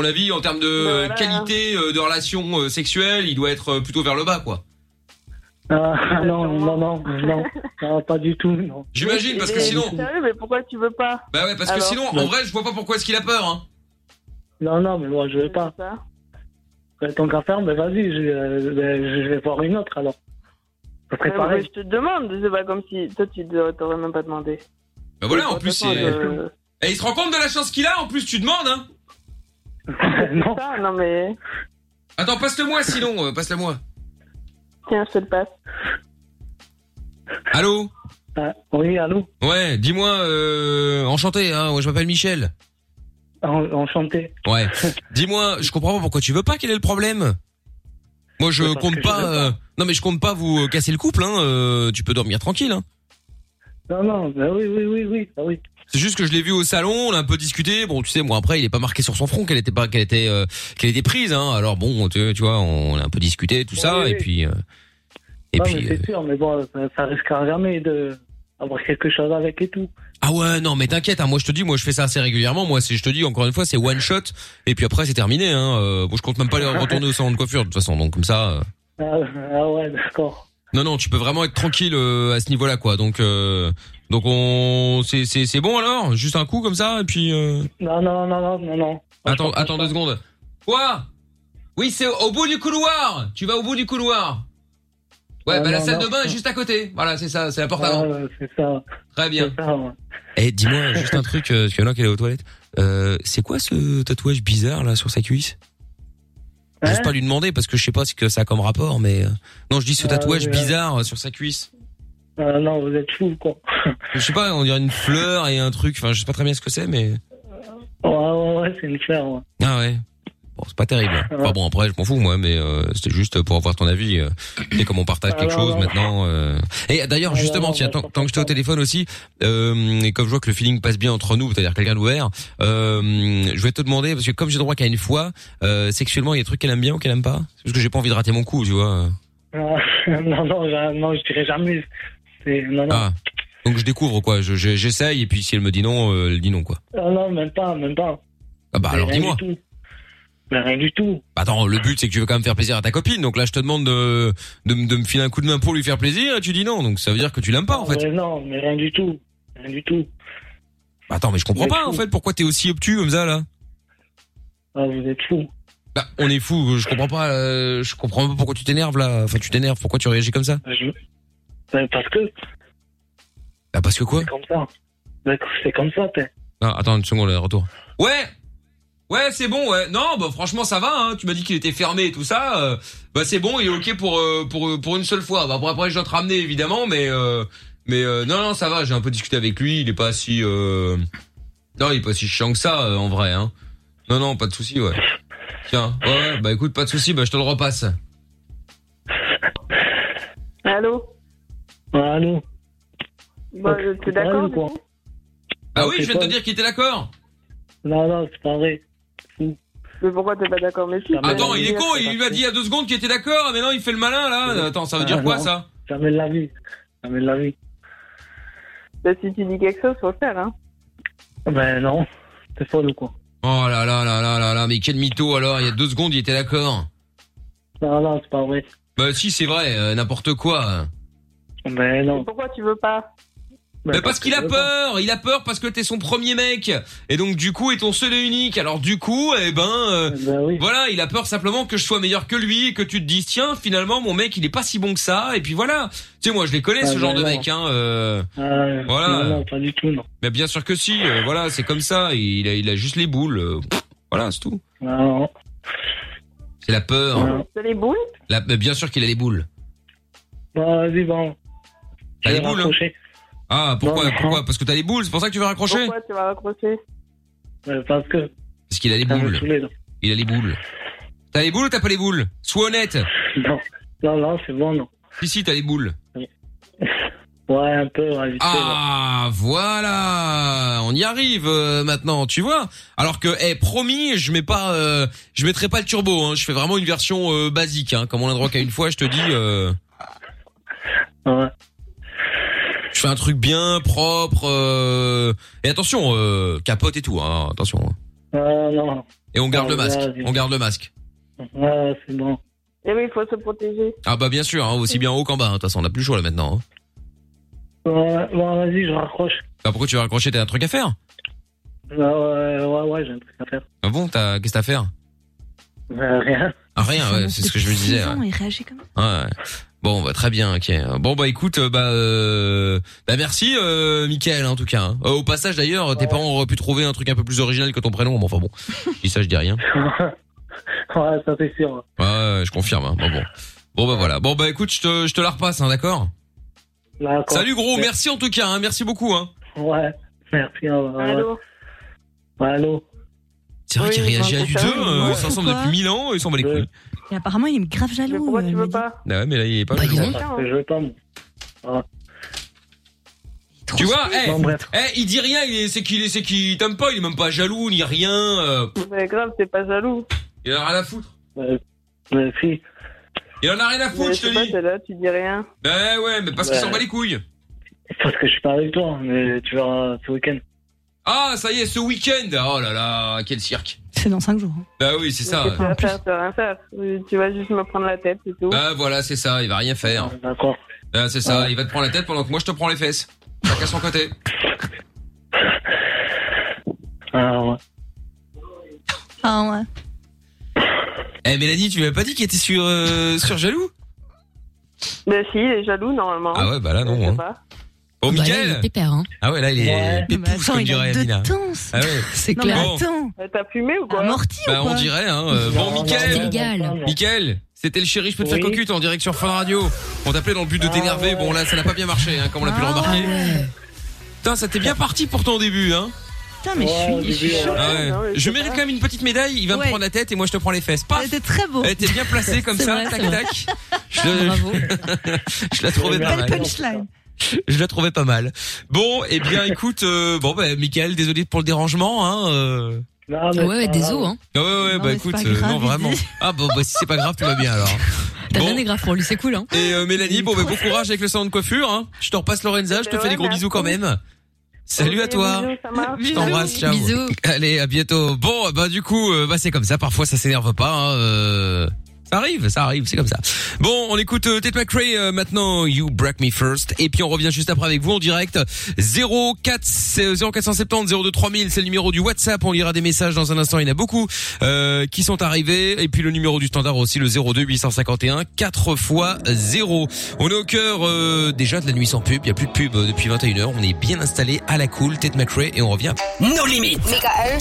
[SPEAKER 2] Mon avis, en termes de
[SPEAKER 12] Bah,
[SPEAKER 2] euh, qualité euh, de relation euh, sexuelle, il doit être euh, plutôt vers le bas, quoi.
[SPEAKER 9] Ah non, non, non,
[SPEAKER 12] [LAUGHS]
[SPEAKER 9] non, non, pas du tout, non.
[SPEAKER 2] J'imagine, parce que
[SPEAKER 12] Mais
[SPEAKER 2] sinon-
[SPEAKER 12] t'es Sérieux, mais pourquoi tu veux pas
[SPEAKER 2] Bah ouais, parce que
[SPEAKER 12] Alors
[SPEAKER 2] sinon, en vrai, je vois pas pourquoi est-ce qu'il a peur. Hein.
[SPEAKER 9] Non, non, mais moi, je vais pas. Euh, Tant qu'à faire, mais vas-y, je, euh, ben, je vais voir une autre, alors. Ça
[SPEAKER 12] Ouais,
[SPEAKER 9] serait
[SPEAKER 12] mais
[SPEAKER 9] pareil.
[SPEAKER 12] Je te demande, c'est pas comme si toi tu te- t'aurais même pas demandé.
[SPEAKER 2] Bah voilà,
[SPEAKER 12] Ouais,
[SPEAKER 2] en plus,
[SPEAKER 12] de toute
[SPEAKER 2] c'est...
[SPEAKER 12] façon, euh,
[SPEAKER 2] Et il se rend compte de la chance qu'il a, en plus, tu demandes, hein
[SPEAKER 9] Non.
[SPEAKER 12] [LAUGHS] non mais
[SPEAKER 2] Attends, passe-le-moi, sinon, euh, passe-le-moi.
[SPEAKER 12] tiens, je te le passe.
[SPEAKER 2] Allô
[SPEAKER 9] Ah, Oui, allô
[SPEAKER 2] Ouais, dis-moi, euh, enchanté, hein, ouais, je m'appelle Michel.
[SPEAKER 9] En- Enchanté. [LAUGHS]
[SPEAKER 2] Ouais. dis-moi, je comprends pas pourquoi tu veux pas, quel est le problème Moi, je
[SPEAKER 9] Parce que
[SPEAKER 2] compte
[SPEAKER 9] je
[SPEAKER 2] pas...
[SPEAKER 9] veux pas.
[SPEAKER 2] euh, Non, mais je compte pas vous euh, casser le couple, hein, euh, tu peux dormir tranquille, hein.
[SPEAKER 9] Non, non, ben oui, oui, oui, oui, ben oui.
[SPEAKER 2] C'est juste que je l'ai vu au salon, on a un peu discuté. Bon, tu sais, moi après, il est pas marqué sur son front qu'elle était pas, qu'elle était, euh, qu'elle était prise. Hein. Alors bon, tu, tu vois, on a un peu discuté tout ça,
[SPEAKER 9] Oui, oui.
[SPEAKER 2] et puis, euh, et
[SPEAKER 9] Non,
[SPEAKER 2] puis. euh,
[SPEAKER 9] mais c'est sûr, mais bon, ça, ça risquera jamais de avoir quelque chose avec et tout.
[SPEAKER 2] Ah ouais, non, mais t'inquiète, hein, moi je te dis, moi je fais ça assez régulièrement. Moi, c'est, je te dis encore une fois, c'est one shot, et puis après c'est terminé. Hein. Euh, bon, je compte même pas aller retourner au salon de coiffure de toute façon, donc comme ça. euh,
[SPEAKER 9] Ah, ah ouais, d'accord.
[SPEAKER 2] Non, non, tu peux vraiment être tranquille euh, à ce niveau-là, quoi. Donc, euh, Donc on, c'est, c'est, c'est bon alors Juste un coup comme ça et puis. euh,
[SPEAKER 9] Non, Ah non, non, non, non, non.
[SPEAKER 2] Attends, attends deux secondes. Quoi Oui, c'est au, au bout du couloir. Tu vas au bout du couloir. Ouais,
[SPEAKER 9] Ah,
[SPEAKER 2] bah la
[SPEAKER 9] non,
[SPEAKER 2] salle
[SPEAKER 9] non. Ah,
[SPEAKER 2] de bain est juste à côté. Voilà, c'est ça, c'est la porte avant.
[SPEAKER 9] Ouais, c'est ça.
[SPEAKER 2] Très bien.
[SPEAKER 9] C'est ça, ouais.
[SPEAKER 2] Eh, dis-moi juste un truc, euh, parce qu'il y en a qui est aux toilettes. Euh, c'est quoi ce tatouage bizarre là sur sa cuisse
[SPEAKER 9] Hein
[SPEAKER 2] J'ose pas lui demander parce que je sais pas ce que ça a comme rapport, mais euh, non, je dis ce
[SPEAKER 9] Ah, oui,
[SPEAKER 2] tatouage
[SPEAKER 9] ouais.
[SPEAKER 2] bizarre euh, sur sa cuisse.
[SPEAKER 9] Euh, non, vous êtes fous, quoi.
[SPEAKER 2] Je sais pas, on dirait une fleur et un truc. Enfin, je sais pas très bien ce que c'est, mais
[SPEAKER 9] Ah Ouais, ouais, ouais, c'est une fleur, ouais.
[SPEAKER 2] ah ouais. Bon, c'est pas terrible. hein. Enfin bon, après, je m'en fous moi, mais euh, c'était juste pour avoir ton avis. euh. Et comme on partage quelque
[SPEAKER 9] Ah, non,
[SPEAKER 2] chose
[SPEAKER 9] non.
[SPEAKER 2] maintenant. euh. Et d'ailleurs,
[SPEAKER 9] Ah, non,
[SPEAKER 2] justement,
[SPEAKER 9] non,
[SPEAKER 2] tiens,
[SPEAKER 9] bah,
[SPEAKER 2] tant, tant que j'étais au téléphone aussi, euh, et comme je vois que le feeling passe bien entre nous, c'est-à-dire quelqu'un d'ouvert, euh, je vais te demander parce que comme j'ai droit qu'à une fois, euh, sexuellement, il y a des trucs qu'elle aime bien ou qu'elle aime pas. C'est Parce que j'ai pas envie de rater mon coup, tu vois.
[SPEAKER 9] Non, Ah, [LAUGHS] non, non, je- non, je dirais jamais. C'est, non, non.
[SPEAKER 2] Ah. Donc je découvre quoi. Je- je- J'essaye et puis si elle me dit non, euh, elle dit non quoi.
[SPEAKER 9] Ah non, même pas, même pas.
[SPEAKER 2] Ah bah
[SPEAKER 9] Mais
[SPEAKER 2] alors
[SPEAKER 9] rien
[SPEAKER 2] dis-moi.
[SPEAKER 9] du tout. Mais rien du tout.
[SPEAKER 2] Bah Attends, le but c'est que tu veux quand même faire plaisir à ta copine, donc là je te demande de, de, me- de me filer un coup de main pour lui faire plaisir et tu dis non, donc ça veut dire que tu l'aimes pas en fait.
[SPEAKER 9] Mais Ah non, mais rien du tout. Rien du tout.
[SPEAKER 2] Bah Attends, mais je comprends
[SPEAKER 9] Mais
[SPEAKER 2] pas
[SPEAKER 9] fou.
[SPEAKER 2] en fait pourquoi t'es aussi obtus comme ça là.
[SPEAKER 9] Ah, vous êtes fous.
[SPEAKER 2] Bah on est fou, je comprends pas, euh, je comprends pas pourquoi tu t'énerves là, enfin tu t'énerves, pourquoi tu réagis comme ça
[SPEAKER 9] Ben, parce que.
[SPEAKER 2] Ah parce que quoi
[SPEAKER 9] C'est comme ça. Ben, C'est comme ça, t'es.
[SPEAKER 2] Ah, attends une seconde, là, retour. Ouais Ouais, c'est bon, ouais. Non, bah franchement ça va, hein. tu m'as dit qu'il était fermé et tout ça, euh, bah c'est bon, il est ok pour, euh, pour, euh, pour une seule fois. Bah, après, après je dois te ramener évidemment, mais... euh, mais euh, non, non, ça va, j'ai un peu discuté avec lui, il est pas si... euh, Non, il est pas si chiant que ça, euh, en vrai, hein. Non, non, pas de souci, ouais. Tiens, ouais, ouais, bah écoute, pas de souci, bah je te le repasse.
[SPEAKER 12] Allô
[SPEAKER 9] Ah, allô
[SPEAKER 12] Bon, je- Bah, t'es d'accord du coup
[SPEAKER 2] Ah
[SPEAKER 9] Ah,
[SPEAKER 2] oui,
[SPEAKER 9] c'est
[SPEAKER 2] je viens de te
[SPEAKER 9] pas-
[SPEAKER 2] dire qu'il était d'accord
[SPEAKER 9] Non, non, c'est pas vrai.
[SPEAKER 12] Mais pourquoi t'es pas d'accord Mais si.
[SPEAKER 2] Attends,
[SPEAKER 12] t'as
[SPEAKER 2] il est
[SPEAKER 12] dit,
[SPEAKER 2] con, il lui a dit il y a deux secondes qu'il était d'accord, mais non, il fait le malin, là. Attends, ça veut dire
[SPEAKER 9] Ah,
[SPEAKER 2] quoi,
[SPEAKER 9] non.
[SPEAKER 2] ça
[SPEAKER 9] Jamais de la vie. Jamais de la vie.
[SPEAKER 12] bah, Si tu dis quelque chose, faut le faire, hein.
[SPEAKER 9] Ben, non. C'est folle ou quoi
[SPEAKER 2] Oh là là là là là là, mais quel mytho alors, il y a deux secondes il était d'accord.
[SPEAKER 9] Non, non, c'est pas vrai.
[SPEAKER 2] Bah si c'est vrai, euh, n'importe quoi.
[SPEAKER 9] Ben, non. Ben,
[SPEAKER 12] Pourquoi tu veux pas
[SPEAKER 2] Mais parce qu'il a peur,
[SPEAKER 9] hein.
[SPEAKER 2] il a peur parce que t'es son premier mec et donc du coup est ton seul et unique. Alors du coup, eh ben, euh, voilà, il a peur simplement que je sois meilleur que lui et que tu te dises tiens finalement mon mec il est pas si bon que ça et puis voilà. Tu sais moi je les connais
[SPEAKER 9] Ah,
[SPEAKER 2] ce genre
[SPEAKER 9] ben
[SPEAKER 2] de
[SPEAKER 9] non.
[SPEAKER 2] mec hein. euh,
[SPEAKER 9] Euh, Non,
[SPEAKER 2] Voilà.
[SPEAKER 9] non, pas du tout, non.
[SPEAKER 2] Mais bien sûr que si, euh, voilà c'est comme ça. Il a, il a juste les boules. euh, pff, voilà c'est tout.
[SPEAKER 9] Ah, Non, non.
[SPEAKER 2] C'est la peur.
[SPEAKER 12] T'as les boules
[SPEAKER 2] La- mais bien sûr qu'il a les boules.
[SPEAKER 9] Bon, Bah, vas-y, bon.
[SPEAKER 2] T'as
[SPEAKER 9] Je
[SPEAKER 2] les
[SPEAKER 9] vais
[SPEAKER 2] boules. hein.
[SPEAKER 9] raccrocher.
[SPEAKER 2] Ah pourquoi
[SPEAKER 9] Non, mais-
[SPEAKER 2] pourquoi parce que t'as les boules c'est pour ça que tu veux raccrocher.
[SPEAKER 12] Pourquoi tu vas raccrocher
[SPEAKER 9] Ben, parce que.
[SPEAKER 2] Parce qu'il a les boules. Il a les boules. T'as les boules ou t'as pas les boules Sois honnête.
[SPEAKER 9] Non, non, non, c'est bon, non.
[SPEAKER 2] Si, si, t'as les boules.
[SPEAKER 9] Ouais, un peu, ouais, vite fait, là.
[SPEAKER 2] Ah, voilà, on y arrive euh, maintenant, tu vois. Alors que, eh, promis, je mets pas, euh, je mettrai pas le turbo. Hein. Je fais vraiment une version euh, basique, hein, comme on a droit qu'à une fois. Je te dis, euh,
[SPEAKER 9] Ouais.
[SPEAKER 2] je fais un truc bien propre. euh, et attention, euh, capote et tout. Hein, attention. hein.
[SPEAKER 9] Ah, non.
[SPEAKER 2] Et on garde
[SPEAKER 9] Ah,
[SPEAKER 2] le masque.
[SPEAKER 9] vas-y.
[SPEAKER 2] On garde le masque.
[SPEAKER 9] Ouais, c'est bon.
[SPEAKER 12] Eh oui, il faut se protéger.
[SPEAKER 2] Ah bah bien sûr, hein, aussi bien en haut qu'en bas. hein. De toute façon, on a plus chaud là maintenant. hein.
[SPEAKER 9] Ouais, bon, vas-y, je raccroche.
[SPEAKER 2] Bah pourquoi tu vas raccrocher T'as un truc à faire
[SPEAKER 9] Ouais, ouais, ouais, ouais, j'ai un truc à faire.
[SPEAKER 2] Ah bon T'as qu'est-ce que t'as à faire
[SPEAKER 9] Euh, rien.
[SPEAKER 2] Ah rien, ouais, c'est ce que je me disais. hein. ouais.
[SPEAKER 3] Non, il réagit comme ça.
[SPEAKER 2] Ouais, ouais. Bon, bah, très bien, ok. Bon, bah, écoute, euh, bah, euh, bah merci, euh, Michael, en tout cas. hein. Euh, au passage, d'ailleurs, tes parents auraient pu trouver un truc un peu plus original que ton prénom. Bon,
[SPEAKER 9] [LAUGHS]
[SPEAKER 2] enfin bon, je dis ça, je dis rien.
[SPEAKER 9] [LAUGHS] ouais, ça c'est sûr.
[SPEAKER 2] Ouais, ouais, je confirme. Hein. Bon, bon. Bon, bah voilà. Bon, bah, écoute, je te, je te la repasse, hein, d'accord
[SPEAKER 9] D'accord.
[SPEAKER 2] Salut, gros, merci en tout cas, hein, merci beaucoup. Hein.
[SPEAKER 9] Ouais, merci. au revoir. Ouais, allô
[SPEAKER 2] C'est vrai qu'il réagit à du 2, euh, ça ensemble
[SPEAKER 3] Pourquoi
[SPEAKER 2] depuis 1000 ans, ils s'en bat les couilles.
[SPEAKER 3] Et apparemment, il est grave jaloux. pourquoi tu veux pas
[SPEAKER 2] Ah ouais, mais là, il est hein. pas...
[SPEAKER 9] Je veux pas, moi.
[SPEAKER 2] Tu vois, eh,
[SPEAKER 9] Bon, bref.
[SPEAKER 2] eh, il dit rien, il est- c'est qu'il est- c'est qu'il t'aime pas, il est même pas jaloux, ni rien. euh,
[SPEAKER 12] Mais grave, t'es pas jaloux.
[SPEAKER 2] il en a rien à foutre.
[SPEAKER 9] Mais si.
[SPEAKER 2] Il en a rien à foutre,
[SPEAKER 12] Mais
[SPEAKER 2] je te
[SPEAKER 12] sais pas,
[SPEAKER 2] dis.
[SPEAKER 12] t'es là, tu dis rien.
[SPEAKER 2] Bah ouais, mais parce qu'il
[SPEAKER 9] Ouais.
[SPEAKER 2] s'en bat les couilles.
[SPEAKER 9] Parce que je suis pas avec toi, mais tu verras ce week-end.
[SPEAKER 2] Ah, ça y est, ce week-end. Oh là là, quel cirque.
[SPEAKER 3] C'est dans 5 jours. hein.
[SPEAKER 2] Bah oui, c'est ça.
[SPEAKER 12] Qu'est-ce que tu vas faire Tu vas rien faire. Tu vas juste me prendre la tête, c'est tout.
[SPEAKER 2] Bah voilà, Ben c'est ça. Il va rien faire.
[SPEAKER 9] D'accord.
[SPEAKER 2] c'est ça. Il va te prendre la tête pendant que moi je te prends les fesses. Chacun son côté.
[SPEAKER 9] Alors,
[SPEAKER 3] Ah ouais.
[SPEAKER 2] Eh Mélanie, tu m'as pas dit qu'il était sur euh, sur jaloux
[SPEAKER 12] Mais si, il est jaloux normalement.
[SPEAKER 2] Ah ouais, bah là non. hein. Oh
[SPEAKER 12] Bah là,
[SPEAKER 2] Mickaël
[SPEAKER 12] il est
[SPEAKER 5] pépère, hein.
[SPEAKER 2] Ah ouais, là il est
[SPEAKER 12] Ouais.
[SPEAKER 2] pépousse,
[SPEAKER 12] Bah attends,
[SPEAKER 2] comme
[SPEAKER 12] il a
[SPEAKER 2] dirait
[SPEAKER 12] deux
[SPEAKER 2] Amina.
[SPEAKER 12] tons.
[SPEAKER 2] Ah ouais.
[SPEAKER 12] Non, mais
[SPEAKER 2] Bon.
[SPEAKER 12] attends. T'as fumé ou quoi Amorti
[SPEAKER 2] Bah on dirait hein. euh,
[SPEAKER 12] Non,
[SPEAKER 2] bon
[SPEAKER 12] non,
[SPEAKER 2] Mickaël.
[SPEAKER 12] c'est légal.
[SPEAKER 2] Mickaël, c'était le chéri, je peux te
[SPEAKER 12] Oui.
[SPEAKER 2] faire cocu, t'es en direct sur Fun Radio. On t'appelait dans le but de t'énerver. Bon là, ça n'a pas bien marché hein, comme on a pu
[SPEAKER 3] Ah
[SPEAKER 2] le remarquer. Putain, ça t'est bien parti pour ton début hein.
[SPEAKER 3] Putain, mais je suis, je suis chaud.
[SPEAKER 2] Ah ouais. Je mérite quand même une petite médaille, il va me prendre la tête et moi je te prends les fesses. Paf
[SPEAKER 3] C'était très beau.
[SPEAKER 2] Elle était bien placée comme
[SPEAKER 3] C'est
[SPEAKER 2] ça,
[SPEAKER 3] vrai,
[SPEAKER 2] tac
[SPEAKER 3] c'est vrai. Ah,
[SPEAKER 2] tac. Je, Bravo. [LAUGHS] je la trouvais pas
[SPEAKER 3] Belle
[SPEAKER 2] mal.
[SPEAKER 3] punchline.
[SPEAKER 2] Je la trouvais pas mal. Bon, eh bien écoute, euh, bon bah Michael, désolé pour le dérangement hein. euh.
[SPEAKER 9] Non,
[SPEAKER 5] mais Ouais, ouais, c'est pas désolé, grave. hein.
[SPEAKER 2] Ah ouais ouais,
[SPEAKER 5] Non,
[SPEAKER 2] bah
[SPEAKER 5] mais c'est
[SPEAKER 2] écoute,
[SPEAKER 5] pas
[SPEAKER 2] euh,
[SPEAKER 5] grave,
[SPEAKER 2] non
[SPEAKER 5] il
[SPEAKER 2] vraiment.
[SPEAKER 5] dit.
[SPEAKER 2] Ah bon bah si c'est pas grave, tout va
[SPEAKER 5] [LAUGHS]
[SPEAKER 2] bien alors.
[SPEAKER 5] T'as rien est grave pour lui, c'est cool, hein.
[SPEAKER 2] Et euh, Mélanie, bon bah bon courage avec le salon de coiffure hein. Je te repasse Lorenza, je te
[SPEAKER 5] Ouais,
[SPEAKER 2] fais des gros
[SPEAKER 5] merci.
[SPEAKER 2] bisous quand même. Salut à
[SPEAKER 5] Ok,
[SPEAKER 2] toi.
[SPEAKER 5] bisous, ça marche.
[SPEAKER 2] Je t'embrasse, ciao.
[SPEAKER 5] Bisous.
[SPEAKER 2] [LAUGHS] Allez, à bientôt. Bon, bah du coup, euh, bah c'est comme ça. Parfois, ça s'énerve pas. hein, euh, Ça arrive, ça arrive, c'est comme ça. Bon, on écoute euh, Tate McRae euh, maintenant. You break me first, et puis on revient juste après avec vous en direct. 04 euh, 0470 02 3000, c'est le numéro du WhatsApp. On lira des messages dans un instant. Il y en a beaucoup euh, qui sont arrivés, et puis le numéro du standard aussi, le 02 851 4 fois 0. On est au cœur euh, déjà de la nuit sans pub. Il y a plus de pub euh, depuis 21 h On est bien installé à la cool. Tate McRae, et on revient.
[SPEAKER 13] Nos limites. Michael.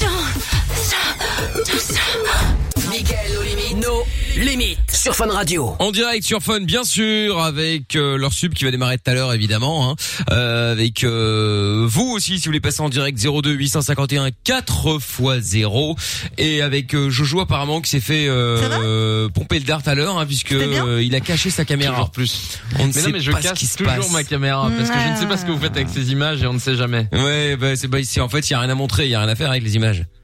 [SPEAKER 13] Michael, nos limites. Nos limites. Sur Fun Radio.
[SPEAKER 2] En direct sur Fun, bien sûr, avec euh, leur sub qui va démarrer tout à l'heure, évidemment. hein. Euh, avec euh, vous aussi, si vous voulez passer en direct, 02 851 4 x 0. Et avec euh, Jojo, apparemment, qui s'est fait euh, euh, pomper le dart à l'heure, hein, puisque euh, il a caché sa caméra.
[SPEAKER 4] Toujours
[SPEAKER 2] plus. On ne
[SPEAKER 4] mais
[SPEAKER 2] sait
[SPEAKER 4] non, mais je
[SPEAKER 2] pas
[SPEAKER 4] cache
[SPEAKER 2] ce qui se
[SPEAKER 4] toujours
[SPEAKER 2] passe.
[SPEAKER 4] ma caméra parce que je ne sais pas ce que vous faites avec
[SPEAKER 5] Ah.
[SPEAKER 4] ces images et on ne sait jamais.
[SPEAKER 2] Ouais, bah, c'est bah, ici. En fait, il y a rien à montrer, il y a rien à faire avec les images. Ah.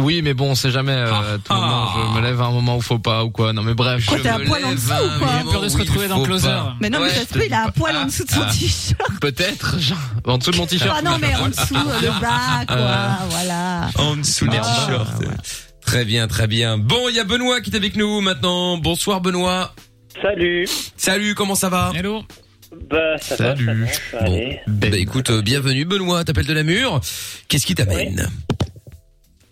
[SPEAKER 4] Oui, mais bon, on sait jamais. euh, à tout moment, je me lève à un moment où faut pas ou quoi. Non, mais bref.
[SPEAKER 3] Quoi,
[SPEAKER 4] je
[SPEAKER 3] t'es à
[SPEAKER 4] me
[SPEAKER 3] poil en
[SPEAKER 4] lève
[SPEAKER 3] dessous
[SPEAKER 4] à un
[SPEAKER 3] ou quoi
[SPEAKER 4] moment
[SPEAKER 3] Il a peur de se
[SPEAKER 4] où il
[SPEAKER 3] retrouver dans
[SPEAKER 4] faut
[SPEAKER 3] Closer.
[SPEAKER 4] pas.
[SPEAKER 3] Mais non, mais
[SPEAKER 4] Ouais,
[SPEAKER 3] ça se peut, il a un poil en dessous de son
[SPEAKER 4] ah.
[SPEAKER 3] t-shirt.
[SPEAKER 4] Peut-être, genre, en dessous de mon t-shirt.
[SPEAKER 3] Ah non, mais en dessous, euh, le bas,
[SPEAKER 5] [LAUGHS]
[SPEAKER 3] quoi, voilà.
[SPEAKER 2] Euh,
[SPEAKER 5] Oh.
[SPEAKER 2] En dessous des
[SPEAKER 5] Ah,
[SPEAKER 2] t-shirts. Très bien, très bien. Bon, il y a Benoît qui est avec nous maintenant. Bonsoir Benoît.
[SPEAKER 14] Salut.
[SPEAKER 2] Salut, comment ça va
[SPEAKER 6] Hello.
[SPEAKER 14] Bah, ça va,
[SPEAKER 2] Salut.
[SPEAKER 14] ça va, ça va
[SPEAKER 2] Bon,
[SPEAKER 14] aller.
[SPEAKER 2] bah écoute, euh, bienvenue Benoît, t'appelles de la mure. Qu'est-ce qui t'amène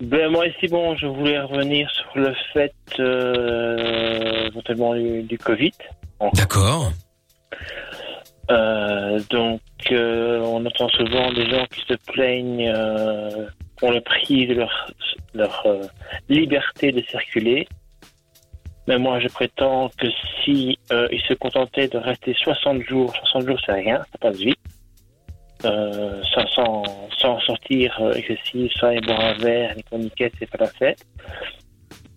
[SPEAKER 14] Ben, moi ici, bon, je voulais revenir sur le fait euh, éventuellement du, du Covid.
[SPEAKER 2] D'accord.
[SPEAKER 14] Euh, donc, euh, on entend souvent des gens qui se plaignent euh, pour le prix de leur, leur euh, liberté de circuler. Mais moi, je prétends que si euh, ils se contentaient de rester 60 jours, 60 jours, c'est rien, ça passe vite. Euh, sans, sans, sans sortir euh, excessif, sans aller boire un verre, les chroniquettes, c'est pas la fête.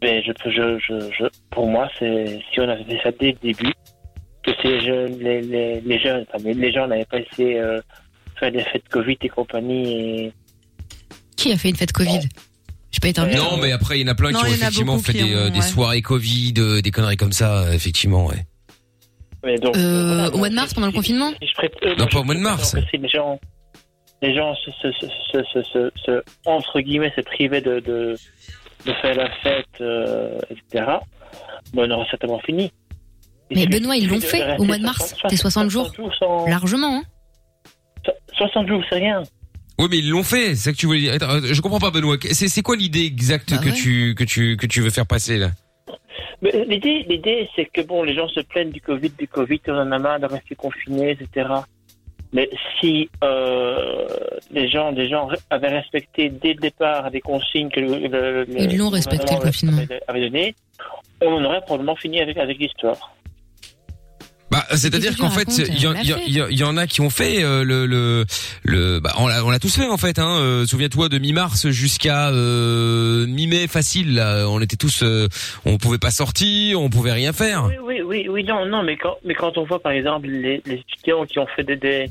[SPEAKER 14] Mais je, peux- je, je, je, pour moi, c'est si on avait fait ça dès le début, que ces jeunes, les, les, les jeunes, enfin, les- les gens n'avaient pas essayé euh, faire des fêtes Covid et compagnie. Et...
[SPEAKER 5] Qui a fait une fête Covid J'ai pas été invitée.
[SPEAKER 2] Non, mais après, il y en a plein
[SPEAKER 5] Non,
[SPEAKER 2] qui ont
[SPEAKER 5] il y en a
[SPEAKER 2] effectivement
[SPEAKER 5] beaucoup
[SPEAKER 2] fait
[SPEAKER 5] qui
[SPEAKER 2] des, euh,
[SPEAKER 5] ont,
[SPEAKER 2] des
[SPEAKER 5] ouais.
[SPEAKER 2] soirées Covid, euh, des conneries comme ça, euh, effectivement, ouais.
[SPEAKER 14] Mais donc,
[SPEAKER 5] Euh, au mois de mars, pendant le confinement
[SPEAKER 14] je prétends,
[SPEAKER 2] Non, pas au mois de mars.
[SPEAKER 14] que si les gens, les gens se, se, se, se, se, se- se- entre guillemets, se privaient de, de, de faire la fête, euh, etc., bon, on aurait certainement fini.
[SPEAKER 5] Mais Benoît, ils l'ont fait au mois de mars. T'es 60 jours. Largement, hein.
[SPEAKER 14] 60 jours, c'est rien.
[SPEAKER 2] Oui, mais ils l'ont fait, c'est ça que tu voulais dire. Attends, euh, je comprends pas Benoît, c'est c'est quoi l'idée exacte que
[SPEAKER 14] Bah ouais.
[SPEAKER 2] tu que tu que tu veux faire passer là
[SPEAKER 14] Mais L'idée, l'idée, c'est que bon, les gens se plaignent du Covid, du Covid, on en a marre de rester confinés, etc. Mais si euh, les gens, les gens avaient respecté dès le départ les consignes que le, le- le-
[SPEAKER 5] Ils l'ont
[SPEAKER 14] le
[SPEAKER 5] respecté,
[SPEAKER 14] gouvernement
[SPEAKER 5] le confinement.
[SPEAKER 14] avait- avait donné, on en aurait probablement fini avec avec l'histoire.
[SPEAKER 2] Bah,
[SPEAKER 14] qu'est-ce
[SPEAKER 2] c'est-à-dire
[SPEAKER 14] que
[SPEAKER 2] qu'en
[SPEAKER 14] tu
[SPEAKER 2] fait,
[SPEAKER 14] racontes
[SPEAKER 2] il y, en-
[SPEAKER 14] Elle
[SPEAKER 2] il y en-
[SPEAKER 14] l'a fait.
[SPEAKER 2] il y en- il y en a qui ont fait euh, le le le. Bah, on l'a on l'a tous fait en fait. Hein. Euh, Souviens-toi de mi-mars jusqu'à euh, mi-mai facile. Là. On était tous, euh, on pouvait pas sortir, on pouvait rien faire.
[SPEAKER 14] Oui, oui, oui, oui, non, non, mais quand, mais quand on voit par exemple les, les étudiants qui ont fait des, des,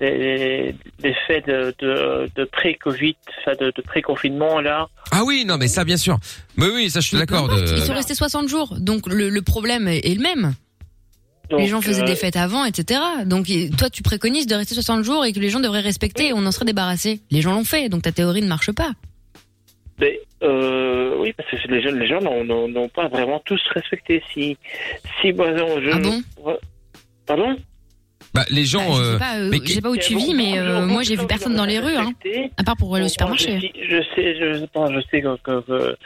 [SPEAKER 14] des, des faits de, de, de pré-Covid, enfin, de, de pré-confinement, là,
[SPEAKER 2] Ah oui, non, mais ça bien sûr. Mais oui, ça je suis d'accord. de-
[SPEAKER 14] Euh,
[SPEAKER 2] Bah,
[SPEAKER 5] Ils sont restés 60 jours. Donc, le, le problème est est le même. les
[SPEAKER 2] Donc,
[SPEAKER 5] gens faisaient
[SPEAKER 2] euh,
[SPEAKER 5] des fêtes avant, etc. Donc, y- toi, tu préconises de rester 60 jours et que les gens devraient respecter et on en serait débarrassé. Les gens l'ont fait, donc ta théorie ne marche pas.
[SPEAKER 14] Mais, Ben, euh, oui, parce que les gens, les gens n'ont- n'ont n'ont pas vraiment tous respecté. Si, si par exemple, je. Ah bon Pardon
[SPEAKER 2] Bah, les gens.
[SPEAKER 5] Je
[SPEAKER 2] euh,
[SPEAKER 5] sais pas, euh,
[SPEAKER 2] mais
[SPEAKER 5] je sais pas où tu vis, mais euh, moi j'ai vu personne dans les rues, hein, à part pour aller au supermarché.
[SPEAKER 14] Je, sais, je, attends, je sais que, que- que-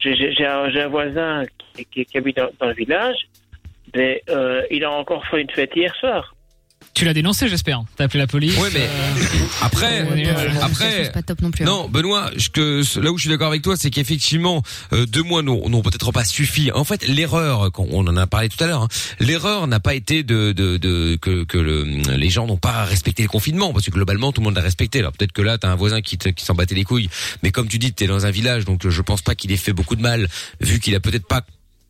[SPEAKER 14] j'ai- j'ai j'ai un, j'ai un voisin qui, qui- qui habite dans, dans le village, mais euh, il a encore fait une fête hier soir.
[SPEAKER 6] Tu l'as dénoncé, j'espère. T'as appelé la police. euh,
[SPEAKER 2] Ouais, mais après, après,
[SPEAKER 5] C'est pas top non plus. hein.
[SPEAKER 2] non, Benoît, je- que là où je suis d'accord avec toi, c'est qu'effectivement, euh, deux mois n'ont n'ont peut-être pas suffi. En fait, l'erreur, qu'on- on en a parlé tout à l'heure, hein, l'erreur n'a pas été de, de, de- que, que le- les gens n'ont pas respecté le confinement, parce que globalement, tout le monde l'a respecté. Alors peut-être que là, t'as un voisin qui, te- qui s'en battait les couilles, mais comme tu dis, t'es dans un village, donc euh, je pense pas qu'il ait fait beaucoup de mal, vu qu'il a peut-être pas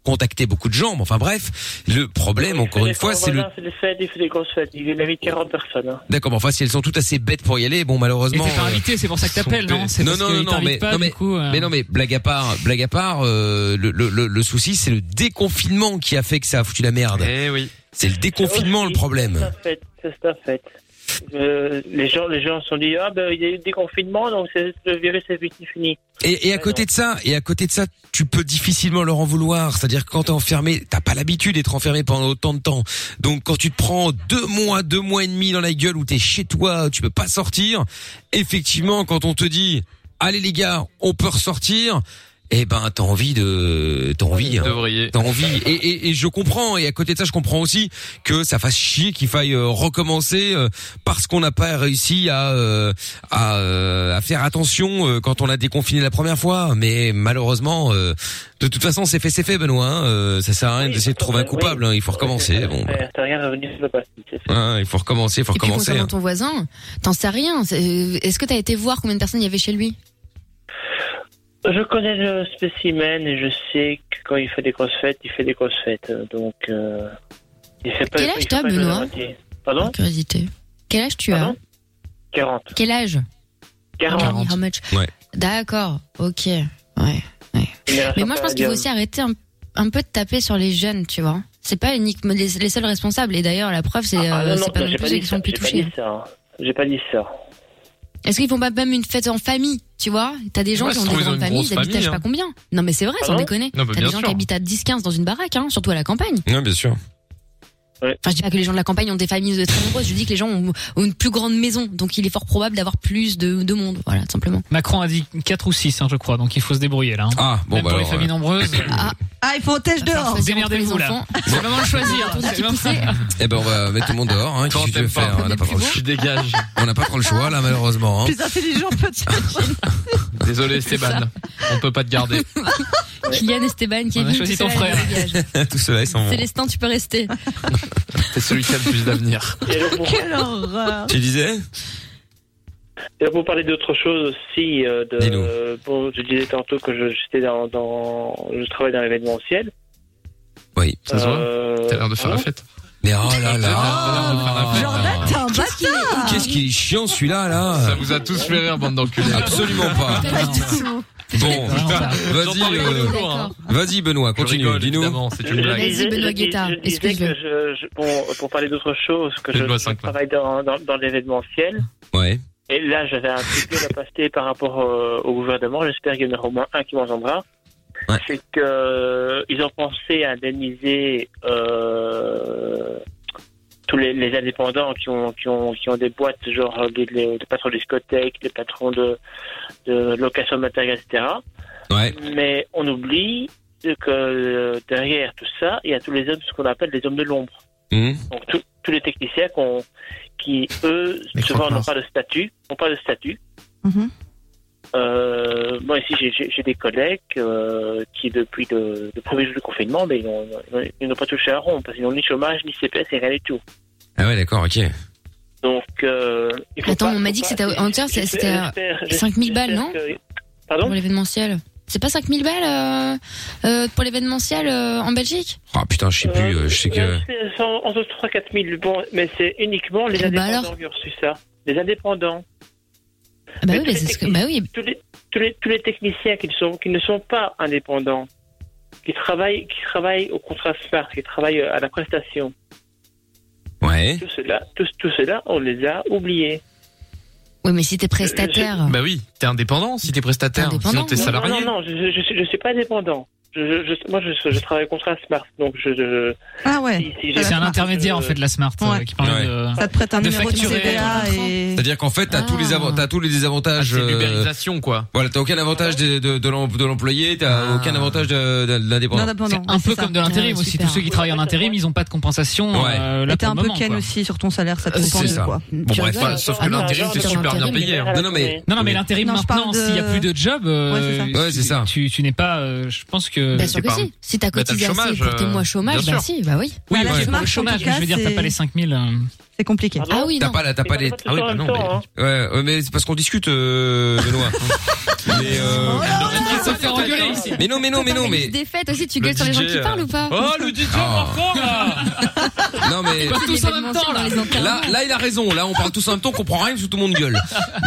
[SPEAKER 2] contacté beaucoup de gens. Mais enfin bref, le problème, encore une fois, c'est le Oh.
[SPEAKER 14] C'est des fêtes, il fait des grosses fêtes. Il a mis 40 personnes. hein.
[SPEAKER 2] D'accord, mais enfin, si elles sont toutes assez bêtes pour y aller, bon, malheureusement.
[SPEAKER 6] Et t'es pas
[SPEAKER 2] euh,
[SPEAKER 6] invité, c'est pour ça que t'appelles,
[SPEAKER 2] sont-
[SPEAKER 6] non C'est
[SPEAKER 2] Non,
[SPEAKER 6] parce
[SPEAKER 2] non,
[SPEAKER 6] qu'ils
[SPEAKER 2] non, non,
[SPEAKER 6] t'invitent
[SPEAKER 2] mais,
[SPEAKER 6] pas,
[SPEAKER 2] non,
[SPEAKER 6] du
[SPEAKER 2] mais,
[SPEAKER 6] coup, euh.
[SPEAKER 2] mais non, mais blague à part, blague à part, euh, le, le, le, le souci, c'est le déconfinement qui a fait que ça a foutu la merde.
[SPEAKER 4] Eh oui.
[SPEAKER 2] C'est le déconfinement le problème.
[SPEAKER 14] C'est un fait, C'est un fait. Euh, les gens, les gens se sont dit ah ben il y a eu des confinements donc c'est- le virus est fini fini.
[SPEAKER 2] Et, et à côté de ça, et à côté de ça, tu peux difficilement leur en vouloir. C'est-à-dire que quand t'es enfermé, t'as pas l'habitude d'être enfermé pendant autant de temps. Donc quand tu te prends deux mois, deux mois et demi dans la gueule où t'es chez toi, tu peux pas sortir. Effectivement, quand on te dit, allez les gars, on peut ressortir. Eh ben, t'as envie de, t'as envie, hein.
[SPEAKER 4] devriez.
[SPEAKER 2] t'as envie. Et, et, et je comprends. Et à côté de ça, je comprends aussi que ça fasse chier qu'il faille euh, recommencer euh, parce qu'on n'a pas réussi à euh, à, euh, à faire attention euh, quand on a déconfiné la première fois. Mais malheureusement, euh, de toute façon, c'est fait, c'est fait, Benoît. hein. Euh, ça sert à rien d'essayer de trouver un coupable. hein. Il faut recommencer. Bon, bah,
[SPEAKER 14] Ouais, T'as rien revenu sur le passé. c'est fait.
[SPEAKER 2] hein, il faut recommencer, il faut
[SPEAKER 5] Et puis
[SPEAKER 2] recommencer.
[SPEAKER 5] concernant
[SPEAKER 2] hein.
[SPEAKER 5] ton voisin, t'en sais rien. C'est- euh, Est-ce que t'as été voir combien de personnes il y avait chez lui
[SPEAKER 14] Je connais le spécimen et je sais que quand il fait des grosses fêtes, il fait des grosses fêtes. euh, Donc euh, il fait pas.
[SPEAKER 5] Quel
[SPEAKER 14] il
[SPEAKER 5] âge
[SPEAKER 14] fait
[SPEAKER 5] t'as,
[SPEAKER 14] pas jouer
[SPEAKER 5] Benoît
[SPEAKER 14] la moitié. Pardon
[SPEAKER 5] Curiosité. Quel âge tu as
[SPEAKER 14] 40.
[SPEAKER 5] Quel âge
[SPEAKER 14] 40.
[SPEAKER 5] Tell me how much.
[SPEAKER 2] Ouais.
[SPEAKER 5] D'accord, ok. Ouais. Mais moi, je pense qu'il faut aussi arrêter un, un peu de taper sur les jeunes, tu vois. C'est pas uniquement les, les seuls responsables. Et d'ailleurs, la preuve, c'est
[SPEAKER 14] Ah
[SPEAKER 5] euh,
[SPEAKER 14] non, non,
[SPEAKER 5] c'est pas
[SPEAKER 14] non,
[SPEAKER 5] non
[SPEAKER 14] j'ai
[SPEAKER 5] plus
[SPEAKER 14] pas
[SPEAKER 5] ceux
[SPEAKER 14] dit
[SPEAKER 5] qui sont
[SPEAKER 14] ça.
[SPEAKER 5] le plus
[SPEAKER 14] J'ai pas
[SPEAKER 5] touchés.
[SPEAKER 14] dit ça. hein. J'ai pas dit ça.
[SPEAKER 5] Est-ce qu'ils font pas même une fête en famille, tu vois T'as des gens
[SPEAKER 14] Ouais,
[SPEAKER 5] qui
[SPEAKER 14] ça
[SPEAKER 5] ont
[SPEAKER 14] se
[SPEAKER 5] des
[SPEAKER 14] trouve, ils
[SPEAKER 5] grandes
[SPEAKER 14] ont une
[SPEAKER 5] familles,
[SPEAKER 14] grosse
[SPEAKER 5] ils habitent à je sais
[SPEAKER 14] famille,
[SPEAKER 5] pas
[SPEAKER 14] hein.
[SPEAKER 5] combien. Non, mais c'est vrai,
[SPEAKER 14] Ah
[SPEAKER 5] sans
[SPEAKER 14] non
[SPEAKER 5] déconner.
[SPEAKER 2] Non,
[SPEAKER 5] T'as
[SPEAKER 2] mais
[SPEAKER 5] des
[SPEAKER 2] bien
[SPEAKER 5] gens
[SPEAKER 2] sûr.
[SPEAKER 5] qui habitent à 10-15 dans une baraque, hein, surtout à la campagne.
[SPEAKER 2] Ouais, bien sûr.
[SPEAKER 5] Enfin, je dis pas que les gens de la campagne ont des familles très nombreuses. Je dis que les gens ont, ont une plus grande maison, donc il est fort probable d'avoir plus de, de monde. Voilà, tout simplement.
[SPEAKER 6] Macron a dit 4 ou six, hein, je crois, donc il faut se débrouiller là. hein.
[SPEAKER 2] Ah,
[SPEAKER 6] Même pour les familles nombreuses.
[SPEAKER 3] Ah, il faut tèche dehors.
[SPEAKER 6] Démerdez-vous là. C'est vraiment le choisir. C'est vraiment ça.
[SPEAKER 2] Eh ben, on va mettre tout le monde dehors.
[SPEAKER 6] [LAUGHS]
[SPEAKER 2] Hein. Qu'est-ce que tu veux faire On n'a pas trop le choix.
[SPEAKER 4] dégage.
[SPEAKER 2] On n'a pas trop le choix là, malheureusement. hein.
[SPEAKER 3] Plus intelligent peut-être.
[SPEAKER 4] Désolé, Esteban. On peut pas te garder.
[SPEAKER 5] [LAUGHS] Kylian, Esteban, Kevin.
[SPEAKER 4] choisi
[SPEAKER 5] tout
[SPEAKER 4] ton
[SPEAKER 5] cela,
[SPEAKER 4] frère.
[SPEAKER 5] les gars.
[SPEAKER 2] [LAUGHS] Tout cela est sans moi.
[SPEAKER 5] Célestin, tu peux rester.
[SPEAKER 4] C'est celui qui a le plus d'avenir.
[SPEAKER 5] [LAUGHS] Quelle horreur.
[SPEAKER 2] Tu disais
[SPEAKER 14] Et pour parler d'autre chose aussi, euh, de, bon, je disais tantôt que je- j'étais dans, dans, je travaille dans l'événementiel. Euh,
[SPEAKER 2] Oui.
[SPEAKER 4] Ça se
[SPEAKER 14] voit.
[SPEAKER 4] T'as l'air de faire la fête.
[SPEAKER 2] Mais oh là là
[SPEAKER 3] Jordan, t'es un bâtard.
[SPEAKER 11] Ah.
[SPEAKER 2] Qu'est-ce qu'il est chiant celui-là là
[SPEAKER 4] Ça vous a tous fait rire, bande d'enculés.
[SPEAKER 2] Absolument pas.
[SPEAKER 3] Pas du tout. euh,
[SPEAKER 2] Bon, vas-y, euh, vas-y Benoît, continue, dis-nous.
[SPEAKER 4] C'est
[SPEAKER 14] Je
[SPEAKER 5] Vas-y,
[SPEAKER 14] disais-
[SPEAKER 5] Benoît
[SPEAKER 14] je dis-
[SPEAKER 5] Guetta,
[SPEAKER 14] je disais
[SPEAKER 5] excuse-le.
[SPEAKER 14] que je- je- bon, pour parler d'autre chose, que je,
[SPEAKER 2] Benoît
[SPEAKER 14] je travaille dans, dans, dans l'événementiel.
[SPEAKER 2] Ouais.
[SPEAKER 14] Et là, j'avais un petit peu la pastée par rapport euh, au gouvernement. J'espère qu'il y en aura au moins un qui m'entendra. C'est que euh, ils ont pensé à indemniser euh, tous les, les indépendants qui ont, qui ont qui ont des boîtes, genre euh, des, les- des patrons de discothèques, des patrons de, de location de matériel, etc. Mais on oublie que euh, derrière tout ça, il y a tous les hommes, ce qu'on appelle les hommes de l'ombre.
[SPEAKER 2] Mhm.
[SPEAKER 14] Donc tous- tous les techniciens qu'on- qui, eux, souvent n'ont pas de statut, n'ont pas de statut. Euh, moi ici, j'ai- j'ai j'ai des collègues euh, qui, depuis le, le premier jour du confinement, ben, ils n'ont- ils n'ont- ils n'ont pas touché un rond parce qu'ils n'ont ni chômage, ni CPS, et rien du tout.
[SPEAKER 2] Ah ouais, d'accord, ok.
[SPEAKER 14] Donc, euh, il faut
[SPEAKER 5] Attends,
[SPEAKER 14] pas-
[SPEAKER 5] on m'a
[SPEAKER 14] faut
[SPEAKER 5] dit que
[SPEAKER 14] pas-
[SPEAKER 5] c'était à- en tout cas,
[SPEAKER 14] j'espère-
[SPEAKER 5] c'était à
[SPEAKER 14] j'espère-
[SPEAKER 5] 5000 balles,
[SPEAKER 14] j'espère
[SPEAKER 5] non
[SPEAKER 14] que- Pardon
[SPEAKER 5] Pour l'événementiel. C'est pas 5000 balles euh, euh, pour l'événementiel euh, en Belgique
[SPEAKER 2] Ah putain, je sais plus, euh, je sais que...
[SPEAKER 14] C'est cent- Entre 3 000 4 000, bon, mais c'est uniquement les
[SPEAKER 5] bah
[SPEAKER 14] indépendants
[SPEAKER 5] alors
[SPEAKER 14] qui ont reçu ça. Les indépendants.
[SPEAKER 5] Ah Bah oui,
[SPEAKER 14] tous
[SPEAKER 5] mais
[SPEAKER 14] les
[SPEAKER 5] c'est ce que.
[SPEAKER 14] technici-
[SPEAKER 5] Bah oui.
[SPEAKER 14] Tous les, tous les, tous les techniciens qui ne, sont, qui ne sont pas indépendants, qui travaillent, qui travaillent au contrat SMART, qui travaillent à la prestation.
[SPEAKER 2] Ouais.
[SPEAKER 14] Tout cela, tout, tout cela, on les a oubliés.
[SPEAKER 5] Oui, mais si t'es prestataire.
[SPEAKER 4] Bah oui, t'es indépendant si t'es prestataire. Sinon t'es
[SPEAKER 14] non,
[SPEAKER 4] salarié.
[SPEAKER 14] Non, non, je ne suis pas indépendant. Je, je- je- moi, je, je travaille contre la Smart, donc je. je-
[SPEAKER 3] Ah ouais.
[SPEAKER 14] si j'ai-
[SPEAKER 6] C'est un intermédiaire en fait, la Smart, euh, qui permet
[SPEAKER 2] Ouais.
[SPEAKER 6] de.
[SPEAKER 3] Ça te prête un
[SPEAKER 6] de
[SPEAKER 3] numéro de
[SPEAKER 6] facturer.
[SPEAKER 3] CVA et.
[SPEAKER 2] C'est-à-dire qu'en fait, t'as tous
[SPEAKER 5] Ah.
[SPEAKER 2] les avantages, t'as tous les désavantages.
[SPEAKER 4] Ah, c'est
[SPEAKER 2] euh,
[SPEAKER 4] l'ubérisation, quoi. Ah.
[SPEAKER 2] Voilà, t'as aucun avantage de, de, de l'em- de l'employé, t'as aucun avantage de, de- de l'indépendant.
[SPEAKER 5] Ah
[SPEAKER 6] C'est un peu comme de l'intérim aussi. Tous ceux qui travaillent en intérim, ils n'ont pas de compensation.
[SPEAKER 2] Ouais.
[SPEAKER 6] euh, là,
[SPEAKER 3] Et t'es
[SPEAKER 6] pour
[SPEAKER 3] un
[SPEAKER 6] le
[SPEAKER 3] peu
[SPEAKER 6] moment,
[SPEAKER 3] can
[SPEAKER 6] quoi.
[SPEAKER 3] aussi sur ton salaire, ça te
[SPEAKER 6] Euh,
[SPEAKER 3] coupe en
[SPEAKER 6] c'est
[SPEAKER 3] deux,
[SPEAKER 6] ça.
[SPEAKER 3] quoi.
[SPEAKER 6] Bon, Tu bref, rigoles, sauf que l'intérim,
[SPEAKER 2] c'est super bien payé, hein. Non, non, mais-
[SPEAKER 6] non, non, mais l'intérim
[SPEAKER 5] Non, je parle
[SPEAKER 6] maintenant,
[SPEAKER 5] de-
[SPEAKER 6] s'il n'y a plus de job, euh,
[SPEAKER 5] Ouais, c'est ça.
[SPEAKER 2] Ouais, c'est ça.
[SPEAKER 6] Tu, tu n'es pas. euh, je pense que.
[SPEAKER 5] Bien sûr que si. Si t'as
[SPEAKER 6] Bah, t'as le
[SPEAKER 5] cotisé assez
[SPEAKER 6] chômage,
[SPEAKER 5] pour tes
[SPEAKER 6] euh,
[SPEAKER 5] mois chômage,
[SPEAKER 6] bien sûr.
[SPEAKER 5] bah si, bah oui.
[SPEAKER 6] Oui, mais pour le chômage, je veux dire, t'as pas les 5000.
[SPEAKER 3] C'est compliqué.
[SPEAKER 5] Ah oui,
[SPEAKER 2] T'as
[SPEAKER 5] non.
[SPEAKER 2] pas, la- t'as pas les. Ah oui, bah non, mais.
[SPEAKER 5] temps,
[SPEAKER 2] Ouais, ouais, mais c'est parce qu'on discute, euh,
[SPEAKER 4] [LAUGHS]
[SPEAKER 2] Benoît. mais euh.
[SPEAKER 5] Oh Ah,
[SPEAKER 6] se faire engueuler ici.
[SPEAKER 2] Mais non, mais non, mais non, mais.
[SPEAKER 5] Des fêtes aussi, tu
[SPEAKER 2] Le
[SPEAKER 5] gueules sur les gens
[SPEAKER 2] DJ,
[SPEAKER 5] qui
[SPEAKER 2] euh,
[SPEAKER 5] parlent ou pas
[SPEAKER 2] Oh, le DJ
[SPEAKER 5] Ah.
[SPEAKER 2] encore
[SPEAKER 5] [LAUGHS]
[SPEAKER 2] Non, mais.
[SPEAKER 5] Pas tous en même temps, là.
[SPEAKER 2] Là, là, il a raison. Là, on parle tous en même temps, on comprend rien parce que tout le monde gueule.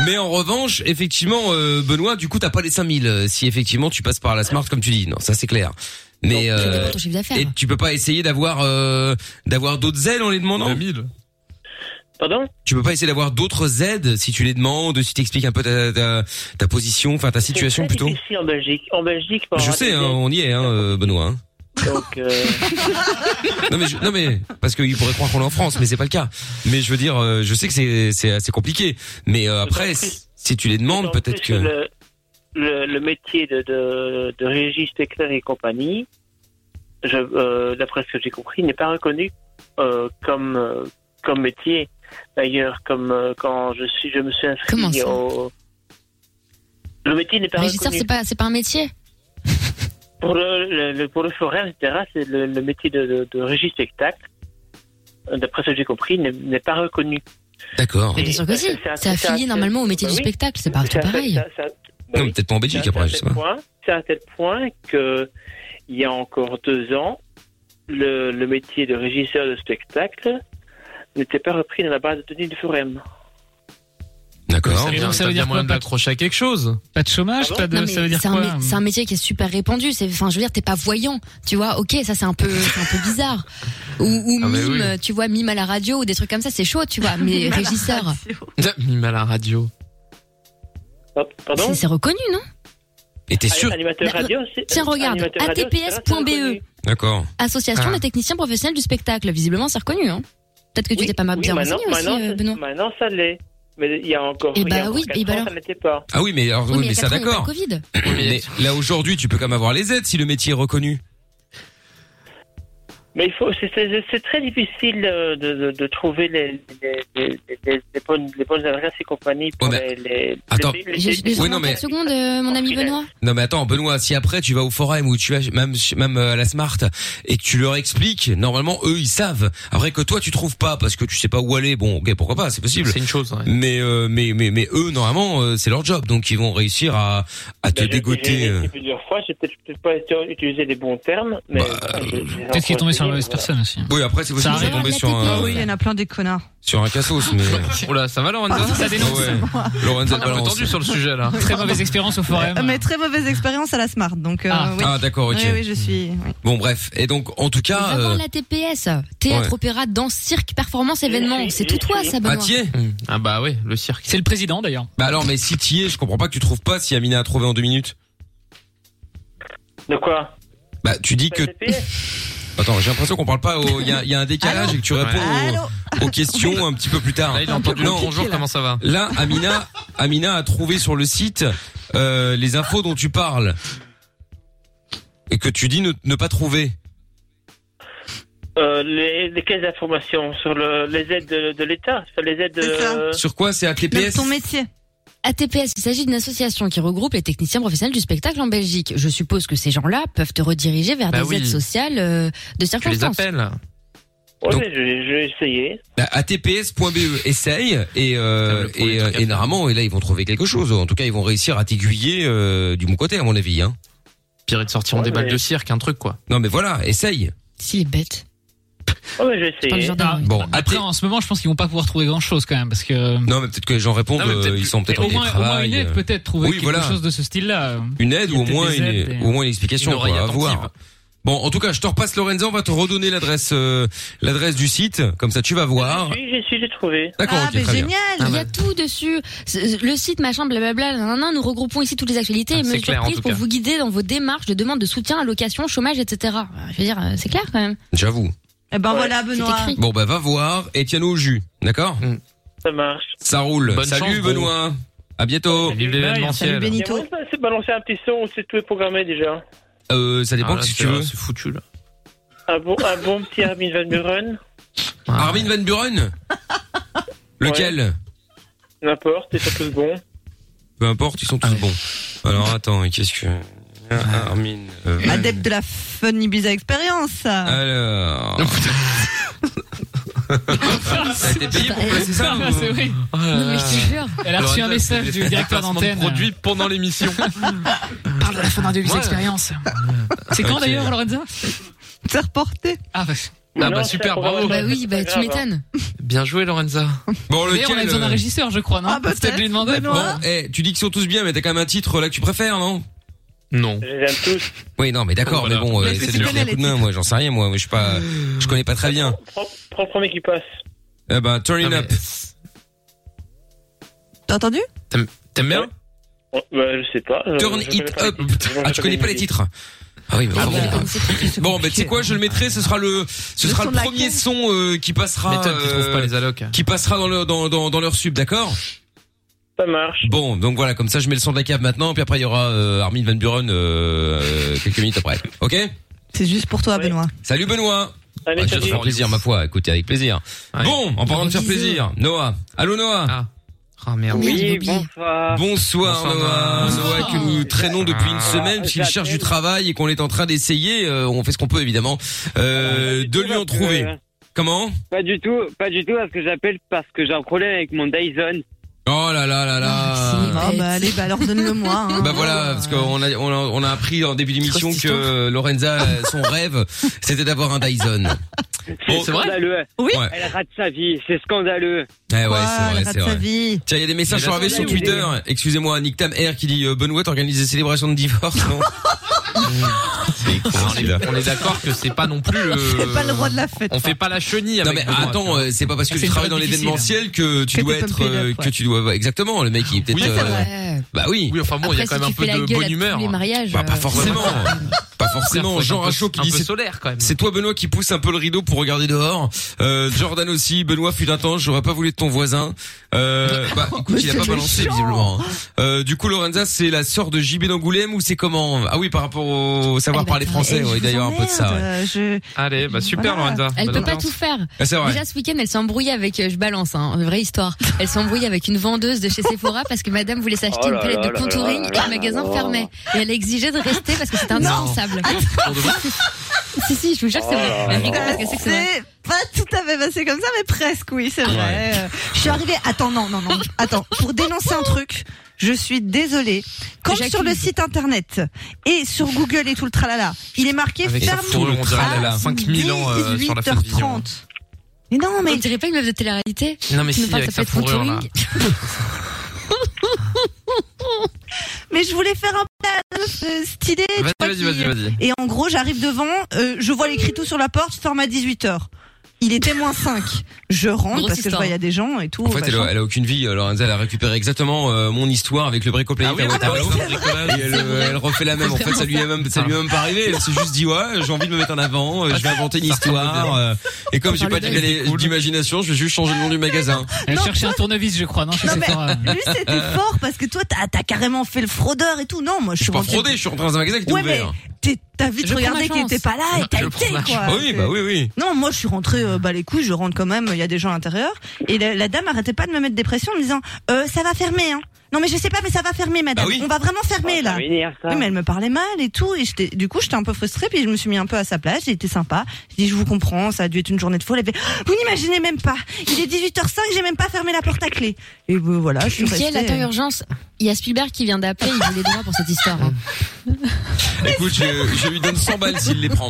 [SPEAKER 2] Mais en revanche, effectivement, euh, Benoît, du coup, t'as pas les 5000 euh, si effectivement tu passes par la smart comme tu dis. Non, ça c'est clair. Mais
[SPEAKER 5] ça
[SPEAKER 2] euh,
[SPEAKER 5] dépend de ton chiffre d'affaires.
[SPEAKER 2] et tu peux pas essayer d'avoir euh, d'avoir d'autres ailes en les demandant. 2000.
[SPEAKER 14] Pardon
[SPEAKER 2] Tu peux pas essayer d'avoir d'autres aides si tu les demandes, si t'expliques un peu ta, ta, ta position, enfin ta situation
[SPEAKER 14] C'est très
[SPEAKER 2] plutôt.
[SPEAKER 14] difficile en Belgique. En Belgique, par
[SPEAKER 2] Je
[SPEAKER 14] rapport à
[SPEAKER 2] sais,
[SPEAKER 14] des-
[SPEAKER 2] hein, on y est, hein, euh, Benoît. hein.
[SPEAKER 14] Donc, euh,
[SPEAKER 5] Ah,
[SPEAKER 2] Non mais je- non mais parce qu'il pourrait croire qu'on est en France, mais c'est pas le cas. Mais je veux dire, euh, je sais que c'est c'est assez compliqué. Mais euh, après, si si tu les demandes, peut-être
[SPEAKER 14] plus
[SPEAKER 2] que.
[SPEAKER 14] le, le, le métier de, de, de régie spectacle et compagnie, je, euh, d'après ce que j'ai compris, n'est pas reconnu euh, comme, euh, comme métier. D'ailleurs, comme euh, quand je suis, je me suis
[SPEAKER 5] Comment
[SPEAKER 14] inscrit
[SPEAKER 5] ça
[SPEAKER 14] au. Le métier n'est pas
[SPEAKER 5] Régisseur,
[SPEAKER 14] reconnu.
[SPEAKER 5] c'est pas, c'est pas un métier.
[SPEAKER 14] Pour le, le- le- pour le forain, etc., c'est le, le métier de, de, de régie spectacle, euh, d'après ce que j'ai compris, n'est- n'est pas reconnu.
[SPEAKER 2] D'accord.
[SPEAKER 5] Mais bien sûr que si. C'est affilié normalement au métier du spectacle, c'est pas tout pareil.
[SPEAKER 2] Non, mais peut-être pas en Belgique après, je sais pas.
[SPEAKER 14] point- c'est à tel point que il y a encore deux ans, le, le métier de régisseur de spectacle n'était pas repris dans la base de tenue du forum.
[SPEAKER 2] D'accord.
[SPEAKER 4] Donc ça veut dire moyen d'accrocher à quelque chose.
[SPEAKER 6] Pas de
[SPEAKER 4] Ah,
[SPEAKER 6] chômage, pas de.
[SPEAKER 5] Non, mais
[SPEAKER 6] ça veut dire
[SPEAKER 5] c'est un
[SPEAKER 6] quoi hein
[SPEAKER 4] euh
[SPEAKER 5] mé- C'est un métier qui est super répandu. C'est, enfin, je veux dire, t'es pas voyant, tu vois. Ok, ça c'est un peu, c'est un peu bizarre. Ou, ou
[SPEAKER 4] Ah, mais
[SPEAKER 5] mime,
[SPEAKER 4] oui.
[SPEAKER 5] tu vois, mime à la radio ou des trucs comme ça, c'est chaud, tu [LAUGHS] vois. Mais
[SPEAKER 4] Mime à la
[SPEAKER 5] régisseur,
[SPEAKER 4] Mime à la radio.
[SPEAKER 5] c'est, c'est reconnu, non
[SPEAKER 2] Et t'es sûr
[SPEAKER 14] Animateur
[SPEAKER 5] Bah,
[SPEAKER 14] radio, c'est- euh,
[SPEAKER 5] Tiens, regarde,
[SPEAKER 14] animateur radio, etc., c'est
[SPEAKER 5] atps.be,
[SPEAKER 2] D'accord.
[SPEAKER 5] E, association
[SPEAKER 2] Ah.
[SPEAKER 5] des techniciens professionnels du spectacle. Visiblement, c'est reconnu, hein. Peut-être que tu t'es pas mal
[SPEAKER 14] Oui,
[SPEAKER 5] Ah,
[SPEAKER 14] bah
[SPEAKER 5] bien
[SPEAKER 14] maintenant,
[SPEAKER 5] renseigné aussi,
[SPEAKER 14] maintenant,
[SPEAKER 5] euh, Benoît.
[SPEAKER 14] maintenant, ça l'est. Mais il y a encore.
[SPEAKER 5] Eh
[SPEAKER 14] il y a
[SPEAKER 5] bah
[SPEAKER 14] encore
[SPEAKER 5] oui,
[SPEAKER 14] quatre
[SPEAKER 5] eh bah
[SPEAKER 14] ans,
[SPEAKER 5] alors.
[SPEAKER 14] ça n'était pas.
[SPEAKER 2] Ah oui, mais alors, oui,
[SPEAKER 5] il y
[SPEAKER 2] mais
[SPEAKER 5] a
[SPEAKER 2] ça
[SPEAKER 5] quatre ans, il y a pas
[SPEAKER 2] d'accord.
[SPEAKER 5] le Covid.
[SPEAKER 2] Mais là aujourd'hui, tu peux quand même avoir les aides si le métier est reconnu.
[SPEAKER 14] Mais il faut, c'est- c'est c'est très difficile euh, de, de, de trouver les, les, les, les, les bonnes, les bonnes adresses et compagnie pour les, les.
[SPEAKER 2] Attends.
[SPEAKER 14] les- les-
[SPEAKER 5] J'ai- j'ai
[SPEAKER 2] Oui, non,
[SPEAKER 5] seulement
[SPEAKER 2] mais-
[SPEAKER 5] 30 secondes, euh, mon ami Benoît.
[SPEAKER 2] Non mais attends Benoît, si après tu vas au forum ou tu vas même même euh, à la Smart et que tu leur expliques, normalement eux ils savent. Après que toi tu trouves pas parce que tu sais pas où aller, bon ok pourquoi pas, c'est possible.
[SPEAKER 4] C'est une chose, ouais.
[SPEAKER 2] Mais euh, mais mais mais eux normalement euh, c'est leur job donc ils vont réussir à à te
[SPEAKER 14] Bah, je-
[SPEAKER 2] dégoter.
[SPEAKER 14] J'ai
[SPEAKER 2] euh.
[SPEAKER 14] essayé plusieurs fois, j'ai peut-être peut-être pas été- utilisé les bons termes, mais.
[SPEAKER 2] Bah,
[SPEAKER 14] Peut-être
[SPEAKER 6] qu'il est tombé sur la mauvaise personne aussi.
[SPEAKER 2] Oui après c'est possible
[SPEAKER 6] Ça
[SPEAKER 2] de
[SPEAKER 6] arrive.
[SPEAKER 2] tomber sur
[SPEAKER 3] Ah
[SPEAKER 2] un
[SPEAKER 3] oui, il y en a plein des connards.
[SPEAKER 2] sur un cassos
[SPEAKER 4] [LAUGHS]
[SPEAKER 2] mais
[SPEAKER 4] Oula, ça va Lorenzo
[SPEAKER 3] Ça dénonce.
[SPEAKER 2] Ah ouais. Lorenzo
[SPEAKER 4] On a un peu
[SPEAKER 2] balance.
[SPEAKER 4] tendu sur le sujet là.
[SPEAKER 6] Très mauvaise expérience au forum.
[SPEAKER 3] Hein Euh, Mais très mauvaise expérience à la Smart, donc. euh,
[SPEAKER 2] Ah.
[SPEAKER 3] oui.
[SPEAKER 2] [LAUGHS] Ah, d'accord, ok.
[SPEAKER 3] Oui, oui, je suis. oui.
[SPEAKER 2] Bon bref et donc en tout cas
[SPEAKER 5] Va voir
[SPEAKER 2] euh,
[SPEAKER 5] la TPS, théâtre,
[SPEAKER 2] ouais.
[SPEAKER 5] opéra, danse, cirque, performance, événement. C'est tout toi, ça,
[SPEAKER 2] ah
[SPEAKER 5] Benoît.
[SPEAKER 2] t'y es
[SPEAKER 4] Ah bah oui, le cirque.
[SPEAKER 6] C'est le président d'ailleurs.
[SPEAKER 2] Bah alors mais si t'y es, je comprends pas que tu trouves pas si Amina a trouvé en deux minutes.
[SPEAKER 14] De quoi
[SPEAKER 2] Bah tu dis que [LAUGHS] Attends, j'ai l'impression qu'on parle pas au. Il y a, il y a un décalage et que tu réponds aux, aux questions un petit peu plus tard.
[SPEAKER 4] Là, il a entendu le bonjour, comment ça va
[SPEAKER 2] Là, Amina, Amina a trouvé sur le site euh, les infos dont tu parles et que tu dis ne, ne pas trouver.
[SPEAKER 14] Euh, les, les caisses d'information sur le, les aides de, de l'État, sur les aides euh, de.
[SPEAKER 2] Sur quoi C'est ATPS
[SPEAKER 3] métier.
[SPEAKER 5] ATPS, il s'agit d'une association qui regroupe les techniciens professionnels du spectacle en Belgique. Je suppose que ces gens-là peuvent te rediriger vers
[SPEAKER 2] Bah
[SPEAKER 5] des
[SPEAKER 2] oui.
[SPEAKER 5] aides sociales euh, de circonstance.
[SPEAKER 14] Ouais, je, je vais essayer.
[SPEAKER 2] Bah, ATPS.be E, essaye et
[SPEAKER 6] Ah,
[SPEAKER 2] euh, et, euh, et normalement et là ils vont trouver quelque chose. En tout cas, ils vont réussir à t'aiguiller euh, du bon côté à mon avis. Hein.
[SPEAKER 4] Pire est de sortir en
[SPEAKER 2] Ouais,
[SPEAKER 4] des balles
[SPEAKER 2] mais-
[SPEAKER 4] de cirque, un truc quoi.
[SPEAKER 2] Non mais voilà, essaye.
[SPEAKER 5] S'il est bête.
[SPEAKER 14] Oh, mais je vais
[SPEAKER 6] Pas le
[SPEAKER 14] essayer.
[SPEAKER 6] genre d'arbre.
[SPEAKER 2] Bon,
[SPEAKER 6] Ah, Après, en ce moment, je pense qu'ils vont pas pouvoir trouver grand chose quand même parce que.
[SPEAKER 2] Non mais peut-être que les gens répondent.
[SPEAKER 6] Non, mais peut-être-
[SPEAKER 2] euh, ils sont peut-être en
[SPEAKER 6] au moins, au
[SPEAKER 2] télétravail,
[SPEAKER 6] moins une aide,
[SPEAKER 2] euh.
[SPEAKER 6] peut-être trouver
[SPEAKER 2] Oui,
[SPEAKER 6] quelque
[SPEAKER 2] voilà.
[SPEAKER 6] chose de ce style-là.
[SPEAKER 2] Une aide
[SPEAKER 6] Il y a
[SPEAKER 2] ou au
[SPEAKER 6] peut-être
[SPEAKER 2] moins
[SPEAKER 6] des
[SPEAKER 2] une,
[SPEAKER 6] aides, des-
[SPEAKER 2] ou au moins une explication
[SPEAKER 6] Une oreille
[SPEAKER 2] quoi, à
[SPEAKER 6] attentive.
[SPEAKER 2] voir. Bon, en tout cas, je te repasse Lorenzo, on va te redonner l'adresse euh, l'adresse du site, comme ça tu vas voir.
[SPEAKER 14] Oui, j'y suis, j'ai trouvé.
[SPEAKER 2] D'accord,
[SPEAKER 5] Ah,
[SPEAKER 2] ok,
[SPEAKER 5] mais
[SPEAKER 2] très bien.
[SPEAKER 5] génial
[SPEAKER 2] Ah,
[SPEAKER 5] Il y
[SPEAKER 2] bah,
[SPEAKER 5] a tout dessus. C'est- Le site, machin, blablabla, nanana, nous regroupons ici toutes les actualités et
[SPEAKER 2] Ah, c'est
[SPEAKER 5] mesures
[SPEAKER 2] clair, en
[SPEAKER 5] prises
[SPEAKER 2] tout
[SPEAKER 5] pour
[SPEAKER 2] cas.
[SPEAKER 5] vous guider dans vos démarches de demande de soutien, allocation, chômage, etc. Je veux dire, euh, c'est clair quand même.
[SPEAKER 2] J'avoue.
[SPEAKER 3] Eh ben voilà, Benoît.
[SPEAKER 2] Bon, bah va voir et tiens-nous au jus, d'accord
[SPEAKER 14] Ça marche.
[SPEAKER 2] Ça roule.
[SPEAKER 4] Bonne
[SPEAKER 2] Salut
[SPEAKER 4] chance, gros.
[SPEAKER 2] Benoît. À bientôt. Salut
[SPEAKER 4] l'événementiel. Salut Benito.
[SPEAKER 14] C'est balancer un petit son, c'est tout est programmé déjà.
[SPEAKER 2] Euh, ça dépend
[SPEAKER 4] Ah, là,
[SPEAKER 2] si
[SPEAKER 4] c'est-
[SPEAKER 2] tu veux.
[SPEAKER 4] là, c'est foutu là.
[SPEAKER 14] Un bon, un bon petit Armin Van Buren,
[SPEAKER 2] Ah. Armin
[SPEAKER 14] [LAUGHS]
[SPEAKER 2] Van Buren Lequel
[SPEAKER 14] n'importe, ils sont tous bons.
[SPEAKER 2] Peu importe, ils sont
[SPEAKER 4] Ah
[SPEAKER 2] tous bons. Alors attends, et qu'est-ce que Ah, Armin euh,
[SPEAKER 3] Adepte de la Fun Ibiza Experience.
[SPEAKER 2] Ah. Alors. [LAUGHS] Ça a été payé pour
[SPEAKER 4] [LAUGHS]
[SPEAKER 2] placer ça. ou-
[SPEAKER 6] Ah, C'est vrai.
[SPEAKER 4] oh
[SPEAKER 2] Non,
[SPEAKER 6] mais je te jure. Elle a reçu un message du directeur
[SPEAKER 4] Placement de
[SPEAKER 6] d'antenne.
[SPEAKER 4] produit
[SPEAKER 6] [LAUGHS]
[SPEAKER 4] pendant l'émission.
[SPEAKER 6] Parle de la fin d'un début
[SPEAKER 4] Ouais.
[SPEAKER 6] d'expérience. C'est quand
[SPEAKER 4] Ok.
[SPEAKER 6] d'ailleurs, Lorenza
[SPEAKER 3] C'est reporté.
[SPEAKER 6] Ah, bah,
[SPEAKER 4] Ah bah super, bravo.
[SPEAKER 6] Bah oui, bah tu m'étonnes.
[SPEAKER 4] Bien joué Lorenza.
[SPEAKER 2] Bon,
[SPEAKER 6] D'ailleurs, on a
[SPEAKER 2] lequel,
[SPEAKER 6] besoin d'un
[SPEAKER 2] euh,
[SPEAKER 6] régisseur, je crois, non Ah, peut-être lui demander.
[SPEAKER 2] Bon, eh, tu dis qu'ils sont tous bien, mais t'as quand même un titre là que tu préfères, non Non.
[SPEAKER 14] Je les aime tous.
[SPEAKER 2] Oui, non, mais d'accord,
[SPEAKER 4] Voilà.
[SPEAKER 2] mais bon, euh,
[SPEAKER 4] Mais
[SPEAKER 2] c'est
[SPEAKER 4] tu
[SPEAKER 2] de me
[SPEAKER 4] connais
[SPEAKER 2] filer un
[SPEAKER 4] les
[SPEAKER 2] coup de main, moi, j'en sais rien, moi, je suis pas, je connais pas très bien.
[SPEAKER 14] Prends, prends le premier qui passe.
[SPEAKER 2] Eh ben, turn it up.
[SPEAKER 3] T'as entendu
[SPEAKER 4] T'aimes bien
[SPEAKER 14] Oh, bah, je sais pas. je-
[SPEAKER 2] Turn
[SPEAKER 14] je connais
[SPEAKER 2] it
[SPEAKER 14] pas les
[SPEAKER 2] up.
[SPEAKER 14] titres. Je
[SPEAKER 2] Ah, tu connais pas les
[SPEAKER 14] musique.
[SPEAKER 2] titres Ah oui, bah,
[SPEAKER 14] Ah,
[SPEAKER 2] formidable.
[SPEAKER 14] bah,
[SPEAKER 2] Bon, mais tu sais quoi, je le mettrai, ce sera le, ce sera le premier son euh, qui passera,
[SPEAKER 4] M'étonne, tu trouves pas les allocs.
[SPEAKER 2] qui passera dans le, dans, dans, dans leur sub, d'accord
[SPEAKER 14] Ça marche.
[SPEAKER 2] Bon, donc voilà, comme ça, je mets le son de la cave maintenant, puis après, il y aura euh, Armin Van Buren euh, euh, quelques minutes après. Ok
[SPEAKER 3] C'est juste pour toi, Benoît.
[SPEAKER 2] Salut Benoît
[SPEAKER 14] Allez,
[SPEAKER 2] Je te
[SPEAKER 14] salut.
[SPEAKER 2] fais plaisir, ma foi, écoutez, avec plaisir. Bon, en parlant de faire
[SPEAKER 14] Bisous.
[SPEAKER 2] plaisir, Noah. Allô Noah Ah, merde.
[SPEAKER 14] Oui, bonsoir.
[SPEAKER 2] Bonsoir, Noah. Noah que nous traînons depuis une
[SPEAKER 14] Ah,
[SPEAKER 2] semaine parce qu'il
[SPEAKER 14] j'appelle.
[SPEAKER 2] cherche du travail et qu'on est en train d'essayer. euh, on fait ce qu'on peut évidemment euh, de lui en trouver. Comment
[SPEAKER 15] Pas du tout, pas du tout, parce que j'appelle parce que j'ai un problème avec mon Dyson.
[SPEAKER 2] Oh là là là là.
[SPEAKER 3] Ah bah allez, bah alors donne-le moi. hein.
[SPEAKER 2] Bah voilà, parce qu'on a, on a on a appris en début d'émission que euh, Lorenza son rêve [LAUGHS] c'était d'avoir un Dyson.
[SPEAKER 15] C'est scandaleux.
[SPEAKER 3] Oui.
[SPEAKER 2] Ouais.
[SPEAKER 15] Elle rate sa vie, c'est scandaleux.
[SPEAKER 2] Eh ouais, c'est
[SPEAKER 15] rate
[SPEAKER 2] vrai, c'est
[SPEAKER 15] sa
[SPEAKER 2] vrai.
[SPEAKER 3] vie.
[SPEAKER 2] Tiens, il y a des
[SPEAKER 15] Mais
[SPEAKER 2] messages
[SPEAKER 15] la
[SPEAKER 2] sur arrivés sur
[SPEAKER 15] société,
[SPEAKER 2] Twitter.
[SPEAKER 15] oui.
[SPEAKER 2] Excusez-moi, Nick Tam R qui dit euh, Benoît organise des célébrations de divorce.
[SPEAKER 4] [LAUGHS]
[SPEAKER 2] Non.
[SPEAKER 4] On est- on est d'accord que c'est pas non plus le.
[SPEAKER 3] C'est pas le roi de
[SPEAKER 2] Euh,
[SPEAKER 3] la fête.
[SPEAKER 4] On fait pas la chenille avec.
[SPEAKER 2] Non mais attends, euh, c'est pas parce que tu travailles dans l'événementiel que tu
[SPEAKER 4] Que
[SPEAKER 2] dois
[SPEAKER 4] t'es
[SPEAKER 2] être,
[SPEAKER 4] pumped up,
[SPEAKER 2] euh,
[SPEAKER 4] ouais.
[SPEAKER 2] que tu dois exactement. Le mec, il est peut-être.
[SPEAKER 4] Oui, c'est
[SPEAKER 2] euh,
[SPEAKER 5] vrai.
[SPEAKER 2] Bah oui. Oui, enfin
[SPEAKER 5] Après, si tu fais la gueule à Tous les mariages.
[SPEAKER 2] Bah pas
[SPEAKER 5] euh,
[SPEAKER 2] forcément. [LAUGHS] Pas forcément.
[SPEAKER 4] Faut être
[SPEAKER 2] Jean
[SPEAKER 4] un peu-
[SPEAKER 2] Rachaud qui
[SPEAKER 4] un
[SPEAKER 2] dit
[SPEAKER 4] peu
[SPEAKER 2] c'est-
[SPEAKER 4] solaire, quand même.
[SPEAKER 2] C'est toi Benoît qui pousse un peu le rideau pour regarder dehors. Euh, Jordan aussi. Benoît fut un temps. J'aurais pas voulu de ton voisin. Euh, bah écoute, il a
[SPEAKER 4] Mais
[SPEAKER 2] pas
[SPEAKER 4] c'est
[SPEAKER 2] balancé
[SPEAKER 4] méchant.
[SPEAKER 2] visiblement. hein. Euh, du coup, Lorenza, c'est la sœur de JB d'Angoulême ou c'est comment Ah oui, par rapport au savoir parler français. Oui, d'ailleurs un peu de
[SPEAKER 3] Ah,
[SPEAKER 2] ça. ouais.
[SPEAKER 4] Allez, bah super
[SPEAKER 5] voilà.
[SPEAKER 4] Lorenza.
[SPEAKER 5] Elle
[SPEAKER 4] Bonne
[SPEAKER 5] peut pas
[SPEAKER 4] chance.
[SPEAKER 5] tout faire.
[SPEAKER 2] Ah, c'est vrai.
[SPEAKER 5] Déjà ce week-end, elle s'est embrouillée avec, euh, je balance, hein, vraie histoire. Elle s'est embrouillée avec une vendeuse de chez Sephora parce que Madame voulait s'acheter
[SPEAKER 13] Oh
[SPEAKER 5] une
[SPEAKER 13] là
[SPEAKER 5] palette
[SPEAKER 13] là
[SPEAKER 5] de
[SPEAKER 13] là
[SPEAKER 5] contouring
[SPEAKER 13] là
[SPEAKER 5] et
[SPEAKER 13] là
[SPEAKER 5] le magasin
[SPEAKER 13] là.
[SPEAKER 5] fermait. Et elle exigeait de rester parce que c'était
[SPEAKER 13] Non.
[SPEAKER 5] indispensable. [LAUGHS] si si, je vous jure que c'est
[SPEAKER 4] Oh
[SPEAKER 5] vrai. Elle rigole parce que c'est que c'est vrai.
[SPEAKER 3] C'est pas tout à fait passé comme ça, mais presque, oui, c'est vrai.
[SPEAKER 5] Ouais.
[SPEAKER 3] Euh, Je suis arrivée. Attends, non, non, non. Attends, pour dénoncer un truc, je suis désolée. Quand sur le site internet et sur Google et tout le tralala, il est marqué
[SPEAKER 4] Avec sa
[SPEAKER 3] ferme
[SPEAKER 4] fourrure, on dirait
[SPEAKER 3] à
[SPEAKER 4] elle a 5000 ans, euh, sur la fête vision.
[SPEAKER 3] 18h30. Mais non, mais.
[SPEAKER 5] On dirait pas une meuf de télé-réalité.
[SPEAKER 4] Non, mais
[SPEAKER 5] Tu me
[SPEAKER 4] si,
[SPEAKER 5] parles
[SPEAKER 4] avec
[SPEAKER 5] de
[SPEAKER 4] sa
[SPEAKER 5] palette
[SPEAKER 4] fourrure, là.
[SPEAKER 5] contouring.
[SPEAKER 3] [LAUGHS] Mais je voulais faire un plat euh, stylé. tu
[SPEAKER 4] Vas-y,
[SPEAKER 3] vois,
[SPEAKER 4] vas-y,
[SPEAKER 3] qui-
[SPEAKER 4] vas-y, vas-y.
[SPEAKER 3] Et en gros, j'arrive devant, euh, je vois l'écrit tout sur la porte, ferme à 18h. Il était moins 5. Je rentre
[SPEAKER 5] Grosse
[SPEAKER 3] parce que je
[SPEAKER 5] histoire.
[SPEAKER 3] vois il y a des gens et tout.
[SPEAKER 2] En fait,
[SPEAKER 3] machin.
[SPEAKER 2] elle a, elle a aucune vie. euh, Lorenza, elle a récupéré exactement euh, mon histoire avec le
[SPEAKER 3] Ah
[SPEAKER 2] bricoplanet à Waterloo. Et elle, euh, elle refait la même. En fait, ça lui est même, ça lui est même pas arrivé. Elle s'est juste dit ouais, j'ai envie de me mettre en avant. euh, Je vais inventer une histoire. euh, Et comme j'ai pas d'idée d'imagination, je vais juste changer le nom du magasin.
[SPEAKER 6] Elle cherchait un tournevis, je crois, non chez
[SPEAKER 3] Non
[SPEAKER 2] hein.
[SPEAKER 6] Sephora.
[SPEAKER 3] mais lui
[SPEAKER 2] [LAUGHS]
[SPEAKER 3] c'était fort parce que toi t'as t'as carrément fait le fraudeur et tout. Non moi je suis
[SPEAKER 2] suis pas
[SPEAKER 3] rentrée-
[SPEAKER 2] fraudé, je suis rentré dans un magasin qui était
[SPEAKER 3] ouais,
[SPEAKER 2] ouvert.
[SPEAKER 3] mais t'es- T'as vite
[SPEAKER 5] Je
[SPEAKER 3] regardé
[SPEAKER 5] prends ma
[SPEAKER 3] qu'il était pas là et t'as
[SPEAKER 2] Je
[SPEAKER 3] été
[SPEAKER 2] prends ma
[SPEAKER 3] quoi.
[SPEAKER 2] chance. Oui, bah oui, oui.
[SPEAKER 3] Non, moi je suis rentrée euh, bah les couilles, je rentre quand même, il y a des gens à l'intérieur et la, la dame arrêtait pas de me mettre des pressions en me disant euh, ça va fermer hein. Non mais je sais pas mais ça va fermer
[SPEAKER 2] Bah
[SPEAKER 3] madame. On va vraiment fermer là. Oui, mais elle me parlait mal et tout et j'étais du coup j'étais un peu frustrée puis je me suis mis un peu à sa place, j'ai été sympa. J'ai dit je vous comprends, ça a dû être une journée de folie. Elle fait, Oh, vous n'imaginez même pas. Il est 18h05, j'ai même pas fermé la porte à clé. Et euh, voilà, je suis restée.
[SPEAKER 5] Michel, attends urgence. Il y a Spielberg qui vient d'appeler, il voulait des droits pour cette histoire. hein.
[SPEAKER 2] Écoute, je, je lui donne 100 balles s'il les prend.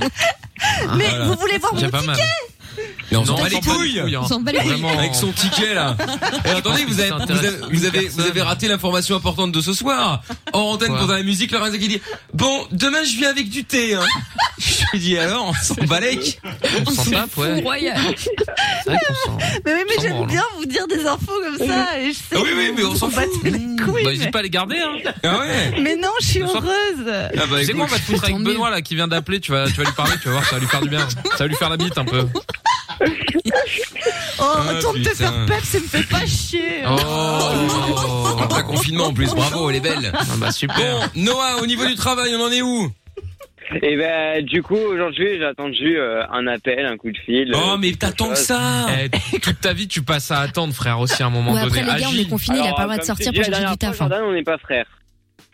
[SPEAKER 2] Ah
[SPEAKER 5] Mais
[SPEAKER 3] vous voulez voir
[SPEAKER 5] Déjà
[SPEAKER 2] mon
[SPEAKER 5] pas mal.
[SPEAKER 2] ticket Mais on s'en
[SPEAKER 4] Non,
[SPEAKER 2] bat
[SPEAKER 4] on
[SPEAKER 2] les
[SPEAKER 4] s'en bat
[SPEAKER 2] couilles.
[SPEAKER 4] les couilles, hein. On s'en bat les couilles. Vraiment.
[SPEAKER 2] Avec son ticket [LAUGHS] là. Et attendez, vous avez,
[SPEAKER 4] Je pense
[SPEAKER 2] vous
[SPEAKER 4] que ça
[SPEAKER 2] avez,
[SPEAKER 4] intéresse
[SPEAKER 2] vous avez,
[SPEAKER 4] personne.
[SPEAKER 2] vous avez raté l'information importante de [LAUGHS] ce soir. Hors antenne pendant la musique, Lorenzo qui dit Bon, demain je viens avec du thé. Hein. lui dis alors, on s'en balèque. On s'en tape, ouais. C'est vrai qu'on s'en-
[SPEAKER 3] Mais oui, mais
[SPEAKER 2] Sans
[SPEAKER 3] j'aime
[SPEAKER 2] branle. hein.
[SPEAKER 3] bien vous dire des infos comme ça. Et je sais
[SPEAKER 4] Ah
[SPEAKER 2] oui, oui,
[SPEAKER 3] que
[SPEAKER 2] mais
[SPEAKER 3] vous
[SPEAKER 2] on s'en
[SPEAKER 3] vous battez les couilles,
[SPEAKER 4] bah,
[SPEAKER 3] mais-
[SPEAKER 4] n'hésite pas à les garder, hein.
[SPEAKER 2] Ah
[SPEAKER 3] [LAUGHS]
[SPEAKER 2] ouais.
[SPEAKER 3] Mais non, je suis heureuse.
[SPEAKER 4] Ah bah, c'est quoi, on va te foutre avec
[SPEAKER 3] Tant mieux.
[SPEAKER 4] Benoît là qui vient d'appeler, tu vas, tu vas lui parler, tu vas voir, ça va lui faire du bien. Ça va lui faire la bite un peu.
[SPEAKER 3] Oh,
[SPEAKER 4] Ah,
[SPEAKER 3] retourne te
[SPEAKER 4] putain.
[SPEAKER 3] faire pep, ça me fait pas chier.
[SPEAKER 2] Oh, en plein confinement en plus, bravo, elle est belle.
[SPEAKER 4] bah super.
[SPEAKER 2] Bon, Noah, au niveau du travail, on en est où
[SPEAKER 15] Et ben, du coup, aujourd'hui, j'ai attendu euh, un appel, un coup de fil. euh,
[SPEAKER 4] Oh,
[SPEAKER 2] mais t'attends
[SPEAKER 4] que
[SPEAKER 2] ça
[SPEAKER 6] Eh,
[SPEAKER 4] [LAUGHS]
[SPEAKER 2] Eh,
[SPEAKER 4] Toute ta vie, tu passes à attendre, frère, aussi à un moment
[SPEAKER 5] Ouais,
[SPEAKER 4] donné.
[SPEAKER 5] après, les gars, on
[SPEAKER 4] Agis.
[SPEAKER 5] est confinés, il a
[SPEAKER 15] Alors,
[SPEAKER 5] pas le droit de
[SPEAKER 15] comme
[SPEAKER 5] sortir
[SPEAKER 15] tu
[SPEAKER 5] pour
[SPEAKER 15] dis la
[SPEAKER 5] chercher du taf. hein.
[SPEAKER 15] Jordan, on n'est pas frères.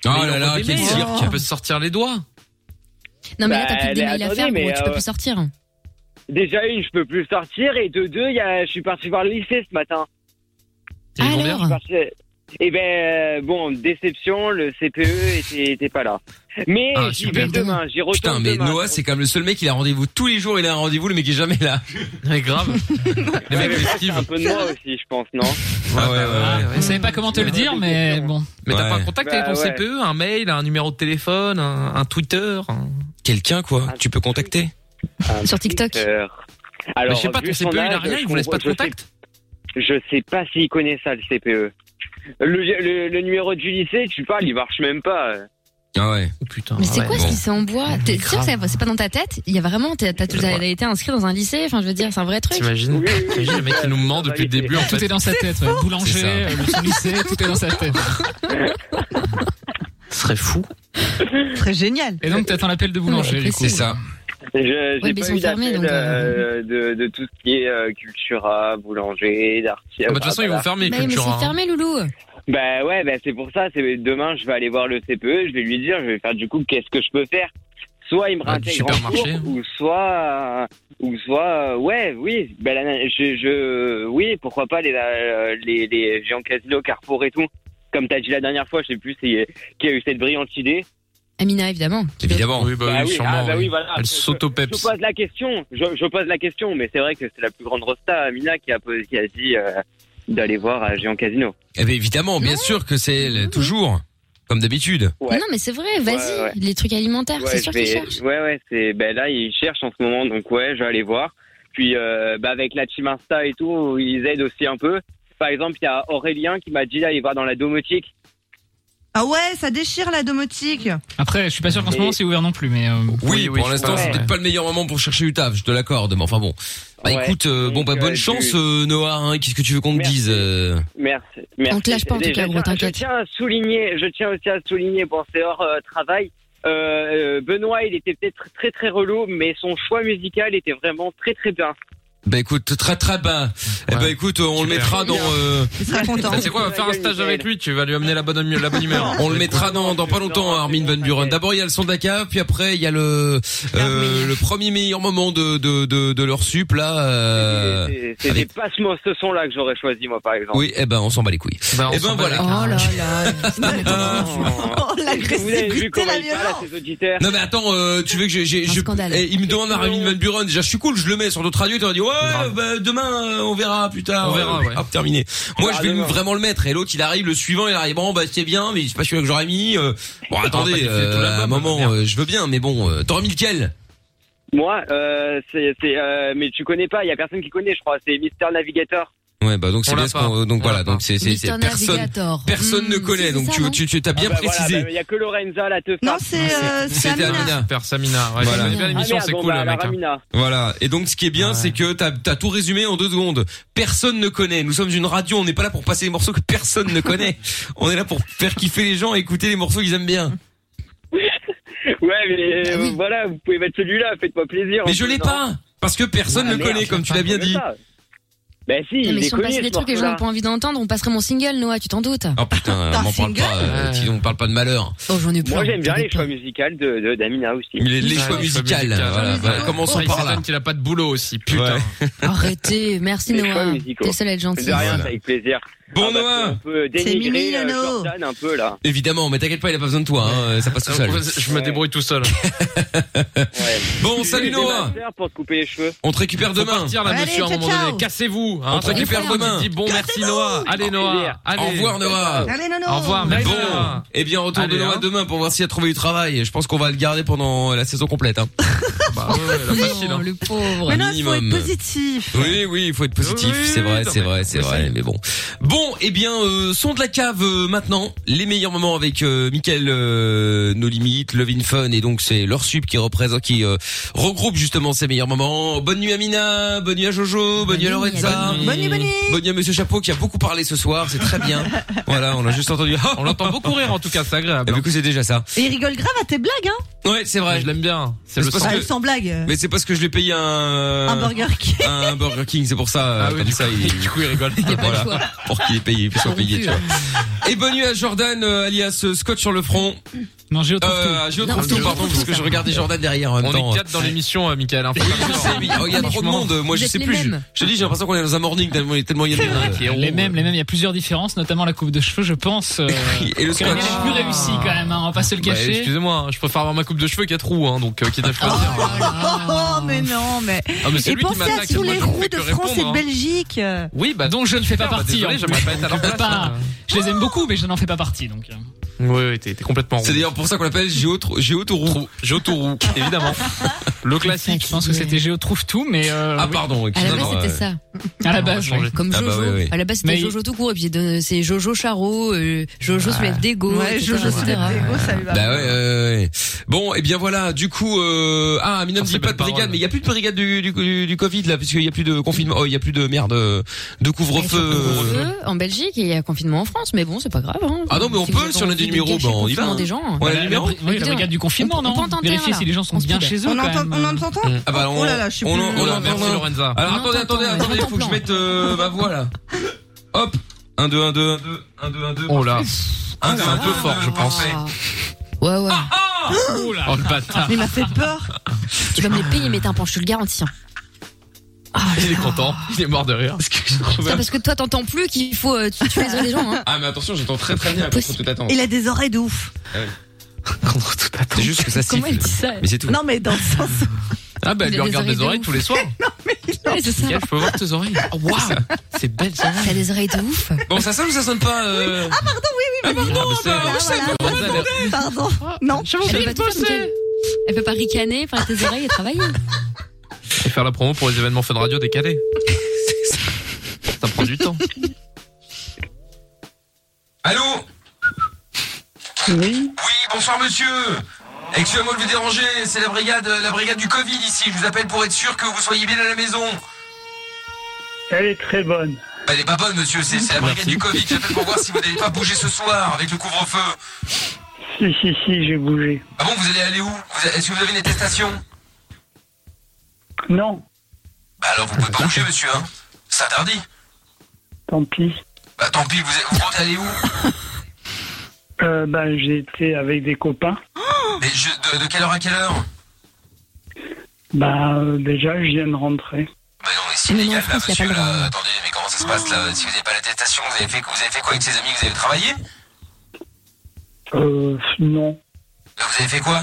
[SPEAKER 2] Oh
[SPEAKER 4] Mais
[SPEAKER 2] là
[SPEAKER 4] on
[SPEAKER 2] là,
[SPEAKER 4] fait des
[SPEAKER 2] quel
[SPEAKER 4] mails,
[SPEAKER 2] cirque.
[SPEAKER 4] On peut se sortir les doigts.
[SPEAKER 5] Non, mais là,
[SPEAKER 15] Bah,
[SPEAKER 5] t'as plus que des
[SPEAKER 15] mais
[SPEAKER 5] mails à
[SPEAKER 15] attendez,
[SPEAKER 5] faire, gros,
[SPEAKER 15] mais,
[SPEAKER 5] tu peux
[SPEAKER 15] euh,
[SPEAKER 5] plus sortir.
[SPEAKER 15] Déjà une, je peux plus sortir, et de deux, il y a, je suis parti voir le lycée ce matin.
[SPEAKER 5] Alors
[SPEAKER 15] Et ben, euh, bon, déception, le CPE était, était pas là. Mais
[SPEAKER 2] Ah,
[SPEAKER 15] j'y
[SPEAKER 2] super.
[SPEAKER 15] vais demain, j'y retourne
[SPEAKER 2] Putain, mais
[SPEAKER 15] demain.
[SPEAKER 2] Noah, c'est quand même le seul mec, il a rendez-vous tous les jours, il a un rendez-vous, le mec est jamais là.
[SPEAKER 4] Mais
[SPEAKER 2] [LAUGHS]
[SPEAKER 4] grave.
[SPEAKER 15] Ouais, mais ça, c'est [LAUGHS] un peu de moi aussi, je pense, non
[SPEAKER 2] Ah ouais, ouais, ouais.
[SPEAKER 6] Je savais pas comment te le dire, mais bon.
[SPEAKER 4] Mais t'as
[SPEAKER 2] Ouais.
[SPEAKER 4] pas un contact avec
[SPEAKER 15] Bah,
[SPEAKER 4] ton
[SPEAKER 15] ouais.
[SPEAKER 4] CPE, un mail, un numéro de téléphone, un, un Twitter un-
[SPEAKER 2] Quelqu'un, quoi, tu peux contacter
[SPEAKER 5] Sur TikTok
[SPEAKER 15] Alors,
[SPEAKER 4] Bah, je sais pas,
[SPEAKER 15] vu
[SPEAKER 4] ton
[SPEAKER 15] son
[SPEAKER 4] CPE, il a
[SPEAKER 15] âge,
[SPEAKER 4] rien, il
[SPEAKER 15] je
[SPEAKER 4] vous laisse pas de
[SPEAKER 15] comprends- je sais-
[SPEAKER 4] contact
[SPEAKER 15] Je sais pas s'il connaît ça, le CPE. Le, le, le numéro du lycée, tu parles, il marche même pas.
[SPEAKER 2] Ah ouais.
[SPEAKER 4] Oh, Putain.
[SPEAKER 5] Mais c'est quoi ce
[SPEAKER 15] bon.
[SPEAKER 5] lycée en bois T'es sûr que c'est- c'est pas dans ta tête Il y a vraiment, t'as t'as- t'as été inscrit dans un lycée, enfin je veux dire, c'est un vrai truc.
[SPEAKER 4] T'imagines T'imagines le mec qui nous ment depuis le début en fait.
[SPEAKER 6] Tout est dans sa tête, ouais. boulanger, euh, le son lycée, tout est dans sa tête.
[SPEAKER 4] Ce
[SPEAKER 6] [LAUGHS]
[SPEAKER 4] serait fou.
[SPEAKER 3] Très génial.
[SPEAKER 6] Et donc t'attends l'appel de boulanger, du coup.
[SPEAKER 15] Je- J'ai
[SPEAKER 6] mais ils
[SPEAKER 15] pas
[SPEAKER 6] sont
[SPEAKER 15] eu
[SPEAKER 6] fermés,
[SPEAKER 15] d'appel
[SPEAKER 6] donc,
[SPEAKER 15] euh, de, de tout ce qui est euh, Cultura, boulanger, d'artiste.
[SPEAKER 4] Ah bah, de toute façon, ils vont fermer, Bah oui, mais Cultura, c'est hein. fermé,
[SPEAKER 5] loulou.
[SPEAKER 15] Bah ouais, bah, c'est pour ça. c'est Demain, je vais aller voir le CPE, je vais lui dire, je vais faire du coup, qu'est-ce que je peux faire Soit il me
[SPEAKER 4] Ah, du
[SPEAKER 15] réintègre en
[SPEAKER 4] supermarché.
[SPEAKER 15] cours, ou soit, ou soit, euh, ouais, oui, bah, la- je, je, oui, pourquoi pas les, euh, les, les géants casino, Carrefour et tout. Comme t'as dit la dernière fois, je sais plus c'est- qui a eu cette brillante idée.
[SPEAKER 5] Amina, évidemment.
[SPEAKER 2] Évidemment.
[SPEAKER 4] Oui, bah,
[SPEAKER 15] Bah
[SPEAKER 4] oui,
[SPEAKER 15] oui,
[SPEAKER 4] sûrement.
[SPEAKER 15] ah, bah
[SPEAKER 4] oui.
[SPEAKER 15] oui, voilà.
[SPEAKER 4] Elle
[SPEAKER 15] Je-
[SPEAKER 4] s'auto-peps.
[SPEAKER 15] Je pose la question, je, je pose la question, mais c'est vrai que c'est la plus grande rosta, Amina, qui a, posé- qui a dit euh, d'aller voir à Géant Casino.
[SPEAKER 2] Eh ben, évidemment, bien sûr que c'est elle, toujours, comme d'habitude.
[SPEAKER 5] Non, mais c'est vrai, vas-y,
[SPEAKER 15] Ouais, ouais.
[SPEAKER 5] les trucs alimentaires,
[SPEAKER 15] Ouais,
[SPEAKER 5] Ah, c'est sûr
[SPEAKER 15] je vais-
[SPEAKER 5] qu'ils cherchent.
[SPEAKER 15] Ouais, ouais, c'est, ben là, ils cherchent en ce moment, donc ouais, je vais aller voir. Puis, euh, bah, avec la team Insta et tout, ils aident aussi un peu. Par exemple, il y a Aurélien qui m'a dit d'aller voir dans la domotique.
[SPEAKER 3] Ah ouais, ça déchire la domotique.
[SPEAKER 6] Après, je suis pas sûr qu'en ce moment c'est ouvert non plus, mais. euh,
[SPEAKER 2] Oui,
[SPEAKER 6] oui,
[SPEAKER 2] pour
[SPEAKER 6] je
[SPEAKER 2] l'instant,
[SPEAKER 6] pense,
[SPEAKER 2] c'est
[SPEAKER 6] ouais.
[SPEAKER 2] peut-être pas le meilleur moment pour chercher du taf, je te l'accorde, mais enfin bon. Bah
[SPEAKER 15] Ouais,
[SPEAKER 2] écoute, euh, bon bah bonne chance euh, Noah, hein, qu'est-ce que tu veux qu'on te dise euh
[SPEAKER 15] Merci. merci.
[SPEAKER 5] On te lâche pas, en tout
[SPEAKER 15] Et
[SPEAKER 5] cas,
[SPEAKER 15] je
[SPEAKER 5] gros,
[SPEAKER 15] tiens-
[SPEAKER 5] t'inquiète.
[SPEAKER 15] Je tiens à souligner, je tiens aussi à souligner, bon, c'est hors euh, travail. Euh, euh, Benoît, il était peut-être très très relou, mais son choix musical était vraiment très très bien.
[SPEAKER 2] Bah écoute, très très bien. Eh ben écoute, euh, on le mettra dans... euh,
[SPEAKER 4] Ah, C'est quoi, on va faire un stage avec lui, tu vas lui amener la bonne,
[SPEAKER 6] [LAUGHS]
[SPEAKER 4] la bonne humeur.
[SPEAKER 2] On le mettra dans, dans pas longtemps, Armin Van Buren. D'abord, il y a le son de la cave, puis après, il y a le, euh, le premier meilleur moment de, de, de, de leur sup, là. euh,
[SPEAKER 15] C'est- C'était
[SPEAKER 2] avec-
[SPEAKER 15] pas ce, ce son-là que j'aurais choisi, moi, par exemple.
[SPEAKER 2] Oui, eh ben, on s'en bat les couilles. Oh. eh
[SPEAKER 5] Oh
[SPEAKER 2] ben, voilà.
[SPEAKER 3] [LAUGHS] Oh,
[SPEAKER 2] Ah,
[SPEAKER 15] Vous avez vu comment il parle à ses auditeurs
[SPEAKER 2] Non mais attends, euh, tu veux que j'ai, j'ai- je, eh, il me demande un Armin Van Buren. Déjà, je suis cool, je le mets sur d'autres radios. Tu vas dire ouais, bah, demain euh, on verra Bah, plus tard.
[SPEAKER 4] On verra,
[SPEAKER 2] Euh,
[SPEAKER 4] ouais.
[SPEAKER 2] Hop, terminé.
[SPEAKER 4] On
[SPEAKER 2] Moi,
[SPEAKER 4] verra
[SPEAKER 2] je vais
[SPEAKER 4] demain.
[SPEAKER 2] vraiment le mettre. Et l'autre, il arrive, le suivant, il arrive. Bon, bah c'est bien, mais c'est pas celui-là que j'aurais mis. euh, bon,
[SPEAKER 4] Ah, bah,
[SPEAKER 2] attendez,
[SPEAKER 4] il fait
[SPEAKER 2] euh,
[SPEAKER 4] tout l'album,
[SPEAKER 2] à un moment, euh, je veux bien, mais bon, euh, t'aurais mis lequel
[SPEAKER 15] Moi, euh, c'est, c'est, euh, mais tu connais pas, il y a personne qui connaît, je crois, c'est Mister Navigator.
[SPEAKER 2] Ouais, bah donc c'est
[SPEAKER 15] On
[SPEAKER 2] bien
[SPEAKER 15] l'a
[SPEAKER 2] ce qu'on,
[SPEAKER 15] pas.
[SPEAKER 2] donc
[SPEAKER 15] On
[SPEAKER 2] voilà,
[SPEAKER 15] l'a
[SPEAKER 2] donc
[SPEAKER 15] pas.
[SPEAKER 2] c'est, c'est, c'est
[SPEAKER 15] Mister
[SPEAKER 2] personne,
[SPEAKER 15] Navigator.
[SPEAKER 2] personne ne
[SPEAKER 15] Hmm,
[SPEAKER 2] connaît.
[SPEAKER 15] c'est
[SPEAKER 2] Donc
[SPEAKER 15] ça,
[SPEAKER 2] tu,
[SPEAKER 15] non
[SPEAKER 2] tu, tu t'as bien
[SPEAKER 15] Ah bah voilà,
[SPEAKER 2] précisé.
[SPEAKER 15] bah, Il y a que Lorenza, la teuf. hein.
[SPEAKER 3] Non, c'est euh, c'est
[SPEAKER 2] C'était
[SPEAKER 3] Amina.
[SPEAKER 2] Amina.
[SPEAKER 4] Père Samina, ouais,
[SPEAKER 2] Voilà.
[SPEAKER 4] j'aimais bien l'émission,
[SPEAKER 15] Ah merde,
[SPEAKER 4] c'est
[SPEAKER 15] bon,
[SPEAKER 4] cool,
[SPEAKER 15] bah,
[SPEAKER 4] le mec.
[SPEAKER 15] alors,
[SPEAKER 4] hein.
[SPEAKER 15] Amina.
[SPEAKER 2] Voilà. Et donc, ce qui est bien, c'est que t'as as tout résumé en deux secondes. Personne ne connaît. Nous sommes une radio. On n'est pas là pour passer des morceaux que personne ne connaît.
[SPEAKER 4] [LAUGHS]
[SPEAKER 2] On est là pour faire kiffer les gens, et écouter les morceaux qu'ils aiment bien.
[SPEAKER 4] Mm.
[SPEAKER 15] Ouais, mais euh, voilà, vous pouvez mettre celui-là, faites-moi plaisir.
[SPEAKER 2] Mais je l'ai pas, parce que personne
[SPEAKER 15] Ah,
[SPEAKER 2] ne
[SPEAKER 15] merde,
[SPEAKER 2] connaît, comme tu
[SPEAKER 15] putain,
[SPEAKER 2] l'as bien
[SPEAKER 15] je
[SPEAKER 2] dit.
[SPEAKER 15] savais pas. Bah si,
[SPEAKER 5] Non,
[SPEAKER 15] il
[SPEAKER 5] mais
[SPEAKER 15] est
[SPEAKER 5] si on
[SPEAKER 15] connu,
[SPEAKER 5] passait des
[SPEAKER 15] ce
[SPEAKER 5] trucs que j'aurais
[SPEAKER 15] morceau-là.
[SPEAKER 5] pas envie d'entendre, on passerait mon single, Noah, tu t'en
[SPEAKER 15] [LAUGHS]
[SPEAKER 5] doutes
[SPEAKER 2] Oh putain,
[SPEAKER 5] Putain,
[SPEAKER 2] m'en parle
[SPEAKER 5] single.
[SPEAKER 2] pas. euh, Tison, on parle pas de malheur.
[SPEAKER 5] Oh, j'en ai plein.
[SPEAKER 15] Moi, j'aime bien les choix musicaux de, de d'Amina aussi.
[SPEAKER 2] Les, les choix musicaux. Voilà, voilà. Commençons
[SPEAKER 4] Il
[SPEAKER 2] par là.
[SPEAKER 4] s'étonne qu'il a pas de boulot aussi, putain.
[SPEAKER 5] Arrêtez, merci
[SPEAKER 15] Les choix
[SPEAKER 5] Noah.
[SPEAKER 15] musicaux.
[SPEAKER 5] T'es seul à être gentil.
[SPEAKER 15] De rien, c'est avec plaisir.
[SPEAKER 2] Bon,
[SPEAKER 15] Ah, parce
[SPEAKER 2] Noah.
[SPEAKER 15] qu'on peut dénigrer euh, Jordan un peu, là.
[SPEAKER 2] Évidemment, mais t'inquiète pas, il a pas besoin de toi. hein, ça passe tout seul.
[SPEAKER 4] Je me débrouille tout
[SPEAKER 2] [LAUGHS]
[SPEAKER 4] seul.
[SPEAKER 2] Bon,
[SPEAKER 15] J'ai
[SPEAKER 2] salut
[SPEAKER 15] des
[SPEAKER 2] Noah.
[SPEAKER 15] masters Pour te couper les cheveux.
[SPEAKER 2] On te récupère
[SPEAKER 4] Faut
[SPEAKER 2] demain.
[SPEAKER 4] partir là, monsieur, à un moment donné. Cassez-vous. hein.
[SPEAKER 2] On te récupère
[SPEAKER 4] Cassez-vous.
[SPEAKER 2] demain.
[SPEAKER 4] Il dit bon, merci Noah. Allez Noah. Allez.
[SPEAKER 2] Au revoir Noah.
[SPEAKER 3] Allez, Nono.
[SPEAKER 4] Au revoir. Bye,
[SPEAKER 2] Bon,
[SPEAKER 4] Noah.
[SPEAKER 2] eh bien retour
[SPEAKER 4] Allez,
[SPEAKER 2] de Noah
[SPEAKER 4] hein.
[SPEAKER 2] demain pour voir s'il a trouvé du travail. Je pense qu'on va le garder pendant la saison complète. Hein.
[SPEAKER 4] Bah ouais, ouais, la facile, hein.
[SPEAKER 5] Oh, le pauvre.
[SPEAKER 3] Mais non, il faut être
[SPEAKER 2] minimum.
[SPEAKER 3] positif.
[SPEAKER 2] Oui, oui, il faut être positif,
[SPEAKER 4] Oui,
[SPEAKER 2] c'est vrai,
[SPEAKER 4] non,
[SPEAKER 2] c'est
[SPEAKER 4] mais-
[SPEAKER 2] vrai, c'est vrai, mais bon. Bon, eh bien, euh, son de la cave euh, maintenant, les meilleurs moments avec euh, Mickaël euh, No Limites, Love in Fun, et donc c'est leur sub qui représente, qui euh, regroupe justement ces meilleurs moments. Bonne nuit à Mina, bonne nuit à Jojo, bonne, nuit à Lorenza.
[SPEAKER 3] Bonne nuit, bonne nuit.
[SPEAKER 2] Bonne nuit à Monsieur Chapeau qui a beaucoup parlé ce soir, c'est très [LAUGHS] bien. voilà, on l'a juste entendu. [LAUGHS] on l'entend beaucoup rire en tout cas, c'est agréable. Et du coup, c'est déjà ça.
[SPEAKER 3] Et il rigole grave à tes blagues, hein
[SPEAKER 2] Ouais, c'est vrai. Je l'aime bien. C'est
[SPEAKER 3] Ah, sans blague.
[SPEAKER 2] mais c'est parce que je lui ai payé un...
[SPEAKER 3] Un Burger King.
[SPEAKER 2] Un Burger King, c'est pour ça. euh, comme ça, il... du coup, il rigole. [LAUGHS] voilà. Pour qu'il est payé, qu'il soit payé, tu vois. Et bonne nuit à Jordan, euh, alias euh, Scott sur le front.
[SPEAKER 6] Non, j'ai
[SPEAKER 2] autre euh, Géo trouve tout, pardon, parce que je regardais Jordan derrière en même
[SPEAKER 4] On
[SPEAKER 2] temps.
[SPEAKER 4] est quatre dans l'émission, euh, Michael. hein, faut pas
[SPEAKER 2] Je sais, mais il y a- il y a trop de monde, euh, moi je sais plus. je- Je te dis, j'ai l'impression qu'on est dans un morning tellement tellement il y a de monde.
[SPEAKER 6] Les mêmes, les mêmes. Il y a plusieurs différences, notamment la coupe de cheveux, je pense. euh,
[SPEAKER 2] [LAUGHS] Et le
[SPEAKER 6] qu'elle est
[SPEAKER 2] scotch.
[SPEAKER 6] la plus réussie quand même. hein, On va pas se le
[SPEAKER 4] Bah,
[SPEAKER 6] cacher.
[SPEAKER 4] Excusez-moi, hein, je préfère avoir ma coupe de cheveux qu'à trou, hein, donc euh,
[SPEAKER 6] [LAUGHS]
[SPEAKER 4] quitte à choisir.
[SPEAKER 3] [LAUGHS] Oh, mais non, mais.
[SPEAKER 4] Ah, mais c'est
[SPEAKER 3] et
[SPEAKER 4] lui qui
[SPEAKER 3] pensez à
[SPEAKER 4] m'attaque,
[SPEAKER 3] tous
[SPEAKER 4] moi,
[SPEAKER 3] les
[SPEAKER 4] je ne fais
[SPEAKER 3] roux de
[SPEAKER 4] que
[SPEAKER 3] France et de
[SPEAKER 4] répondre, hein.
[SPEAKER 3] Belgique.
[SPEAKER 6] Oui, bah donc je ne fais pas
[SPEAKER 4] Bah,
[SPEAKER 6] partie.
[SPEAKER 4] désolé,
[SPEAKER 6] hein.
[SPEAKER 4] j'aimerais pas être à leur
[SPEAKER 6] Je peux
[SPEAKER 4] place,
[SPEAKER 6] pas.
[SPEAKER 4] hein.
[SPEAKER 6] Je les aime beaucoup, mais je n'en fais pas partie. Donc. euh.
[SPEAKER 4] Oui, oui, t'es t'es complètement roux.
[SPEAKER 2] C'est d'ailleurs pour ça qu'on l'appelle Géotourou. [LAUGHS]
[SPEAKER 4] Géotourou, évidemment. Le classique.
[SPEAKER 6] Je pense que c'était Géo trouve tout, mais. euh,
[SPEAKER 2] Ah, pardon,
[SPEAKER 5] À la
[SPEAKER 2] excusez-moi. euh,
[SPEAKER 5] base, c'était ça.
[SPEAKER 6] À la base,
[SPEAKER 5] ouais. Comme
[SPEAKER 2] Ah,
[SPEAKER 5] Jojo.
[SPEAKER 2] bah oui, oui.
[SPEAKER 5] À la base, c'était
[SPEAKER 2] Mais-
[SPEAKER 5] Jojo tout court. Et puis, euh, c'est Jojo Charo, euh,
[SPEAKER 2] Ah.
[SPEAKER 5] Jojo sous la dégo.
[SPEAKER 3] Ouais, Jojo sous la dégo, ça lui va.
[SPEAKER 2] Bah ouais, ouais, ouais. Bon, et bien voilà. Du coup, euh... ah, Mina me dit pas de brigade, mais il y a plus de brigade du du, du, du Covid là, puisqu'il y a plus de confinement. Oh, il y a plus de merde, euh, de couvre-feu.
[SPEAKER 5] Couvre-feu En Belgique, et il y a confinement en France, mais bon, c'est pas grave. Hein.
[SPEAKER 2] Ah non, mais on
[SPEAKER 5] Si
[SPEAKER 2] peut,
[SPEAKER 5] vous avez
[SPEAKER 2] si on a
[SPEAKER 5] envie
[SPEAKER 2] des
[SPEAKER 5] de
[SPEAKER 2] numéros,
[SPEAKER 5] gâcher
[SPEAKER 2] bah,
[SPEAKER 5] le
[SPEAKER 2] on y va,
[SPEAKER 5] confinement
[SPEAKER 2] hein.
[SPEAKER 5] des gens.
[SPEAKER 2] On
[SPEAKER 5] euh,
[SPEAKER 2] a les
[SPEAKER 5] bah,
[SPEAKER 2] numéros
[SPEAKER 5] bah,
[SPEAKER 6] Oui, la
[SPEAKER 5] écoutez,
[SPEAKER 6] brigade du confinement,
[SPEAKER 5] on-
[SPEAKER 6] non
[SPEAKER 5] on peut en tenter
[SPEAKER 6] Vérifier
[SPEAKER 5] un,
[SPEAKER 6] si les gens
[SPEAKER 5] là.
[SPEAKER 6] sont
[SPEAKER 5] Ah, On se
[SPEAKER 6] bien
[SPEAKER 5] coupe.
[SPEAKER 6] chez eux.
[SPEAKER 5] On
[SPEAKER 6] quand
[SPEAKER 5] entend-
[SPEAKER 6] même.
[SPEAKER 5] on entend-
[SPEAKER 3] T'entends
[SPEAKER 2] Ah bah on,
[SPEAKER 3] Oh là là, je suis
[SPEAKER 2] on,
[SPEAKER 3] plus-
[SPEAKER 2] en- on, en-
[SPEAKER 4] Merci,
[SPEAKER 2] on en-
[SPEAKER 4] Lorenza.
[SPEAKER 2] Alors
[SPEAKER 4] On
[SPEAKER 2] attendez,
[SPEAKER 4] entend,
[SPEAKER 2] attendez,
[SPEAKER 4] on
[SPEAKER 2] attendez,
[SPEAKER 4] entend
[SPEAKER 2] faut que je mette euh, ma voix là. Hop, 1 2 1 2 1 2 1 2 1 2.
[SPEAKER 4] Oh là.
[SPEAKER 2] Un,
[SPEAKER 4] Ah,
[SPEAKER 2] deux,
[SPEAKER 4] c'est un peu
[SPEAKER 2] un,
[SPEAKER 4] fort,
[SPEAKER 2] deux,
[SPEAKER 4] je pense.
[SPEAKER 5] Ouais, Bah ouais. [LAUGHS]
[SPEAKER 6] Oh là.
[SPEAKER 4] Oh le bâtard.
[SPEAKER 3] Il m'a fait peur.
[SPEAKER 5] Tu vas me les payer, mais t'es un je te le garantis. hein.
[SPEAKER 3] ah,
[SPEAKER 4] Il est content. Il est mort de rire.
[SPEAKER 5] C'est pas parce que toi, t'entends plus qu'il faut euh, tu- tuer les
[SPEAKER 3] [LAUGHS]
[SPEAKER 5] uns les gens. Hein.
[SPEAKER 2] Ah mais attention, j'entends très très bien contre toute attente.
[SPEAKER 3] Il a des oreilles de ouf.
[SPEAKER 4] Eh
[SPEAKER 2] Ah oui. Contre toute attente. C'est juste que ça siffle.
[SPEAKER 5] ça
[SPEAKER 2] Mais c'est tout.
[SPEAKER 3] Non, mais dans le sens.
[SPEAKER 2] [LAUGHS]
[SPEAKER 4] Ah bah
[SPEAKER 3] Il
[SPEAKER 4] elle
[SPEAKER 3] a
[SPEAKER 4] lui
[SPEAKER 3] des
[SPEAKER 4] regarde
[SPEAKER 3] oreilles
[SPEAKER 4] les
[SPEAKER 3] de
[SPEAKER 4] oreilles
[SPEAKER 3] ouf.
[SPEAKER 4] tous les
[SPEAKER 3] [LAUGHS]
[SPEAKER 4] soirs.
[SPEAKER 5] c'est ça.
[SPEAKER 4] Mickaël, je peux voir tes oreilles. Oh, Waouh, c'est belle ça.
[SPEAKER 5] T'as des oreilles de ouf.
[SPEAKER 2] Ah, Bon, ça sonne ou ça sonne pas euh...
[SPEAKER 3] Ah, pardon, oui, oui, mais
[SPEAKER 2] pardon, bah,
[SPEAKER 3] voilà,
[SPEAKER 2] je sais
[SPEAKER 3] voilà.
[SPEAKER 2] que vous m'entendez.
[SPEAKER 3] Pardon.
[SPEAKER 6] Oh,
[SPEAKER 3] Non,
[SPEAKER 5] Elle peut pas te faire comme elle- Elle peut pas ricaner, enfin tes oreilles et
[SPEAKER 3] [LAUGHS]
[SPEAKER 5] travailler.
[SPEAKER 4] Et faire la promo pour les événements Fun Radio décalés. ça prend du temps.
[SPEAKER 2] Allô Oui bonsoir monsieur Excusez-moi de vous déranger, c'est la brigade, la brigade du Covid ici. Je vous appelle pour être sûr que vous soyez bien à la maison.
[SPEAKER 9] Elle est très bonne.
[SPEAKER 2] Elle est pas bonne, monsieur, c'est c'est la brigade du Covid. J'appelle pour voir si vous n'allez pas bouger ce soir avec le couvre-feu.
[SPEAKER 9] Si, si, si, j'ai bougé.
[SPEAKER 2] Ah bon, vous allez aller où Vous a- Est-ce que vous avez une attestation
[SPEAKER 9] Non,
[SPEAKER 2] Bah alors, vous pouvez pas bouger, monsieur, hein C'est interdit.
[SPEAKER 9] tant pis.
[SPEAKER 2] Bah tant pis, vous, vous comptez aller où Bah,
[SPEAKER 9] Euh, ben, j'ai été avec des copains.
[SPEAKER 2] Mais je- de, de quelle heure à quelle heure
[SPEAKER 9] Ben, euh, déjà, je viens de rentrer.
[SPEAKER 2] Bah non, mais c'est
[SPEAKER 9] Mais non,
[SPEAKER 2] illégal,
[SPEAKER 9] en
[SPEAKER 2] là,
[SPEAKER 9] France, y a
[SPEAKER 2] monsieur,
[SPEAKER 9] pas le droit.
[SPEAKER 2] là. Attendez, mais comment ça se passe, là Si vous n'avez pas l'attestation, vous avez fait, vous avez fait quoi avec ses amis Vous avez travaillé
[SPEAKER 9] Euh, non.
[SPEAKER 2] Bah, Vous avez fait quoi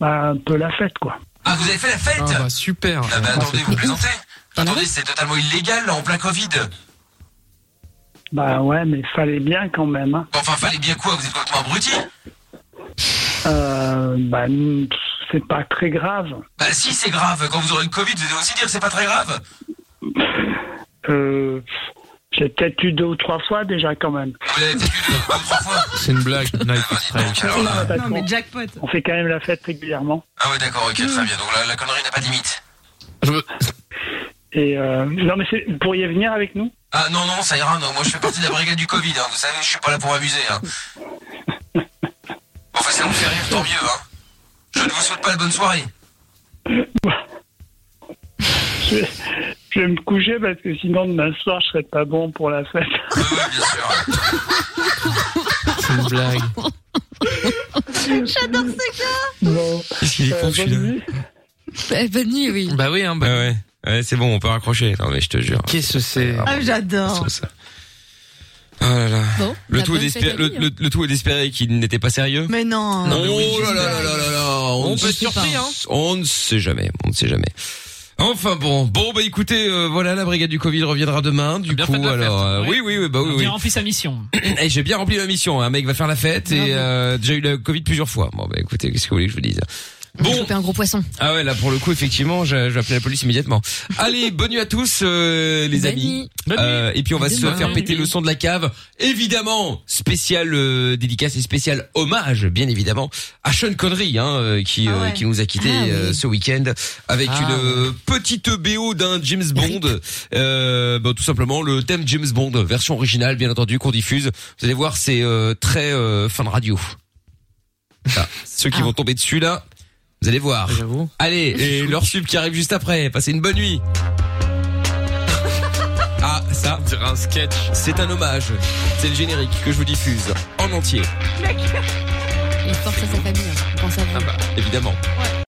[SPEAKER 9] Ben, un peu la fête, quoi.
[SPEAKER 2] Ah, vous avez fait la fête
[SPEAKER 4] Ah bah super.
[SPEAKER 2] Ah bah attendez, vous plaisantez Attendez, c'est totalement illégal, là, en plein Covid.
[SPEAKER 9] Ben, ouais, mais fallait bien quand même. Hein.
[SPEAKER 2] Enfin, fallait bien quoi Vous êtes complètement abruti
[SPEAKER 9] Euh, ben, pff, c'est pas très grave.
[SPEAKER 2] Bah si, c'est grave. Quand vous aurez le Covid, vous allez aussi dire que c'est pas très grave.
[SPEAKER 9] Euh, pff, j'ai peut-être eu deux ou trois fois déjà quand même.
[SPEAKER 2] Vous l'avez peut-être eu deux deux ou trois fois.
[SPEAKER 4] C'est une blague. Non, il faut se faire.
[SPEAKER 2] Alors là-
[SPEAKER 9] Non, mais
[SPEAKER 3] jackpot.
[SPEAKER 9] On fait quand même la fête régulièrement.
[SPEAKER 2] Ah ouais, d'accord, ok, très bien. Donc la, la connerie n'a pas de limite.
[SPEAKER 9] Et euh, non, mais c'est- vous pourriez venir avec nous
[SPEAKER 2] Ah non, non, ça ira, non. Moi, je fais partie de la brigade du Covid, hein. Vous savez, je suis pas là pour m'amuser, hein. Bon, Enfin, ça vous fait rire, tant mieux, hein. Je ne vous souhaite pas la bonne soirée.
[SPEAKER 9] je, je vais me coucher parce que sinon demain soir je serai pas bon pour la fête.
[SPEAKER 4] C'est une blague.
[SPEAKER 3] J'adore ce gars.
[SPEAKER 9] Bon.
[SPEAKER 2] Qu'est-ce qu'il est
[SPEAKER 3] Euh,
[SPEAKER 2] con, celui-là
[SPEAKER 5] Bonne nuit, oui.
[SPEAKER 4] Bah oui, hein. Bah...
[SPEAKER 2] ouais. Ouais, c'est bon, on peut raccrocher. Non, mais je te jure.
[SPEAKER 4] Qu'est-ce que c'est
[SPEAKER 3] Ah, j'adore.
[SPEAKER 2] Oh là là.
[SPEAKER 3] Bon,
[SPEAKER 2] le,
[SPEAKER 3] la
[SPEAKER 2] tout est
[SPEAKER 3] bonne hein.
[SPEAKER 2] d'espérer-
[SPEAKER 3] fête à
[SPEAKER 2] le,
[SPEAKER 3] lui,
[SPEAKER 2] le- le tout est d'espérer qu'il n'était pas sérieux.
[SPEAKER 3] Mais non.
[SPEAKER 2] Non, mais oui, oh là là là là là là.
[SPEAKER 4] On
[SPEAKER 2] ne
[SPEAKER 4] peut être
[SPEAKER 2] sait
[SPEAKER 4] surpris,
[SPEAKER 2] pas.
[SPEAKER 4] hein.
[SPEAKER 2] On ne sait jamais. On ne sait jamais. Enfin bon, bon bah écoutez, euh, voilà la brigade du Covid reviendra demain. Du coup alors, euh, oui oui oui bah oui
[SPEAKER 6] On
[SPEAKER 2] oui.
[SPEAKER 6] a rempli sa mission.
[SPEAKER 2] [CLEARS THROAT] Et j'ai bien hein. rempli ma mission. Un mec va faire la fête et euh, déjà eu le Covid plusieurs fois. Bon bah écoutez, qu'est-ce que vous voulez que je vous dise
[SPEAKER 5] Bon. Choper un gros poisson.
[SPEAKER 2] Ah ouais, là pour le coup, effectivement, je, je vais appeler la police
[SPEAKER 5] [LAUGHS]
[SPEAKER 2] immédiatement. Allez, bonne nuit à tous, euh, les
[SPEAKER 5] Bonne
[SPEAKER 2] amis.
[SPEAKER 5] nuit. Bonne
[SPEAKER 2] Euh,
[SPEAKER 5] nuit.
[SPEAKER 2] et puis on va
[SPEAKER 5] À
[SPEAKER 2] se
[SPEAKER 5] demain.
[SPEAKER 2] faire
[SPEAKER 5] Bonne
[SPEAKER 2] péter
[SPEAKER 5] nuit.
[SPEAKER 2] le son de la cave. Évidemment, spécial euh, dédicace et spécial hommage, bien évidemment, à Sean Connery, hein, euh,
[SPEAKER 5] Ah
[SPEAKER 2] qui, euh, qui nous a quittés euh, ce week-end avec
[SPEAKER 16] Ah,
[SPEAKER 2] une euh, petite BO d'un James [LAUGHS] Bond. Euh, bah, tout simplement le thème James Bond, version originale, bien entendu, qu'on diffuse. Vous allez voir, c'est euh, très euh, fin de radio. Ah, ceux qui vont tomber dessus là, vous allez voir. [LAUGHS] Allez, et leur sub qui arrive juste après. Passez une bonne [LAUGHS] nuit. Ah, ça. un sketch. C'est un hommage. C'est le générique que je vous diffuse en entier,
[SPEAKER 5] Il force à sa famille. hein. Pense à vous.
[SPEAKER 2] Ah bah, évidemment.
[SPEAKER 5] Ouais.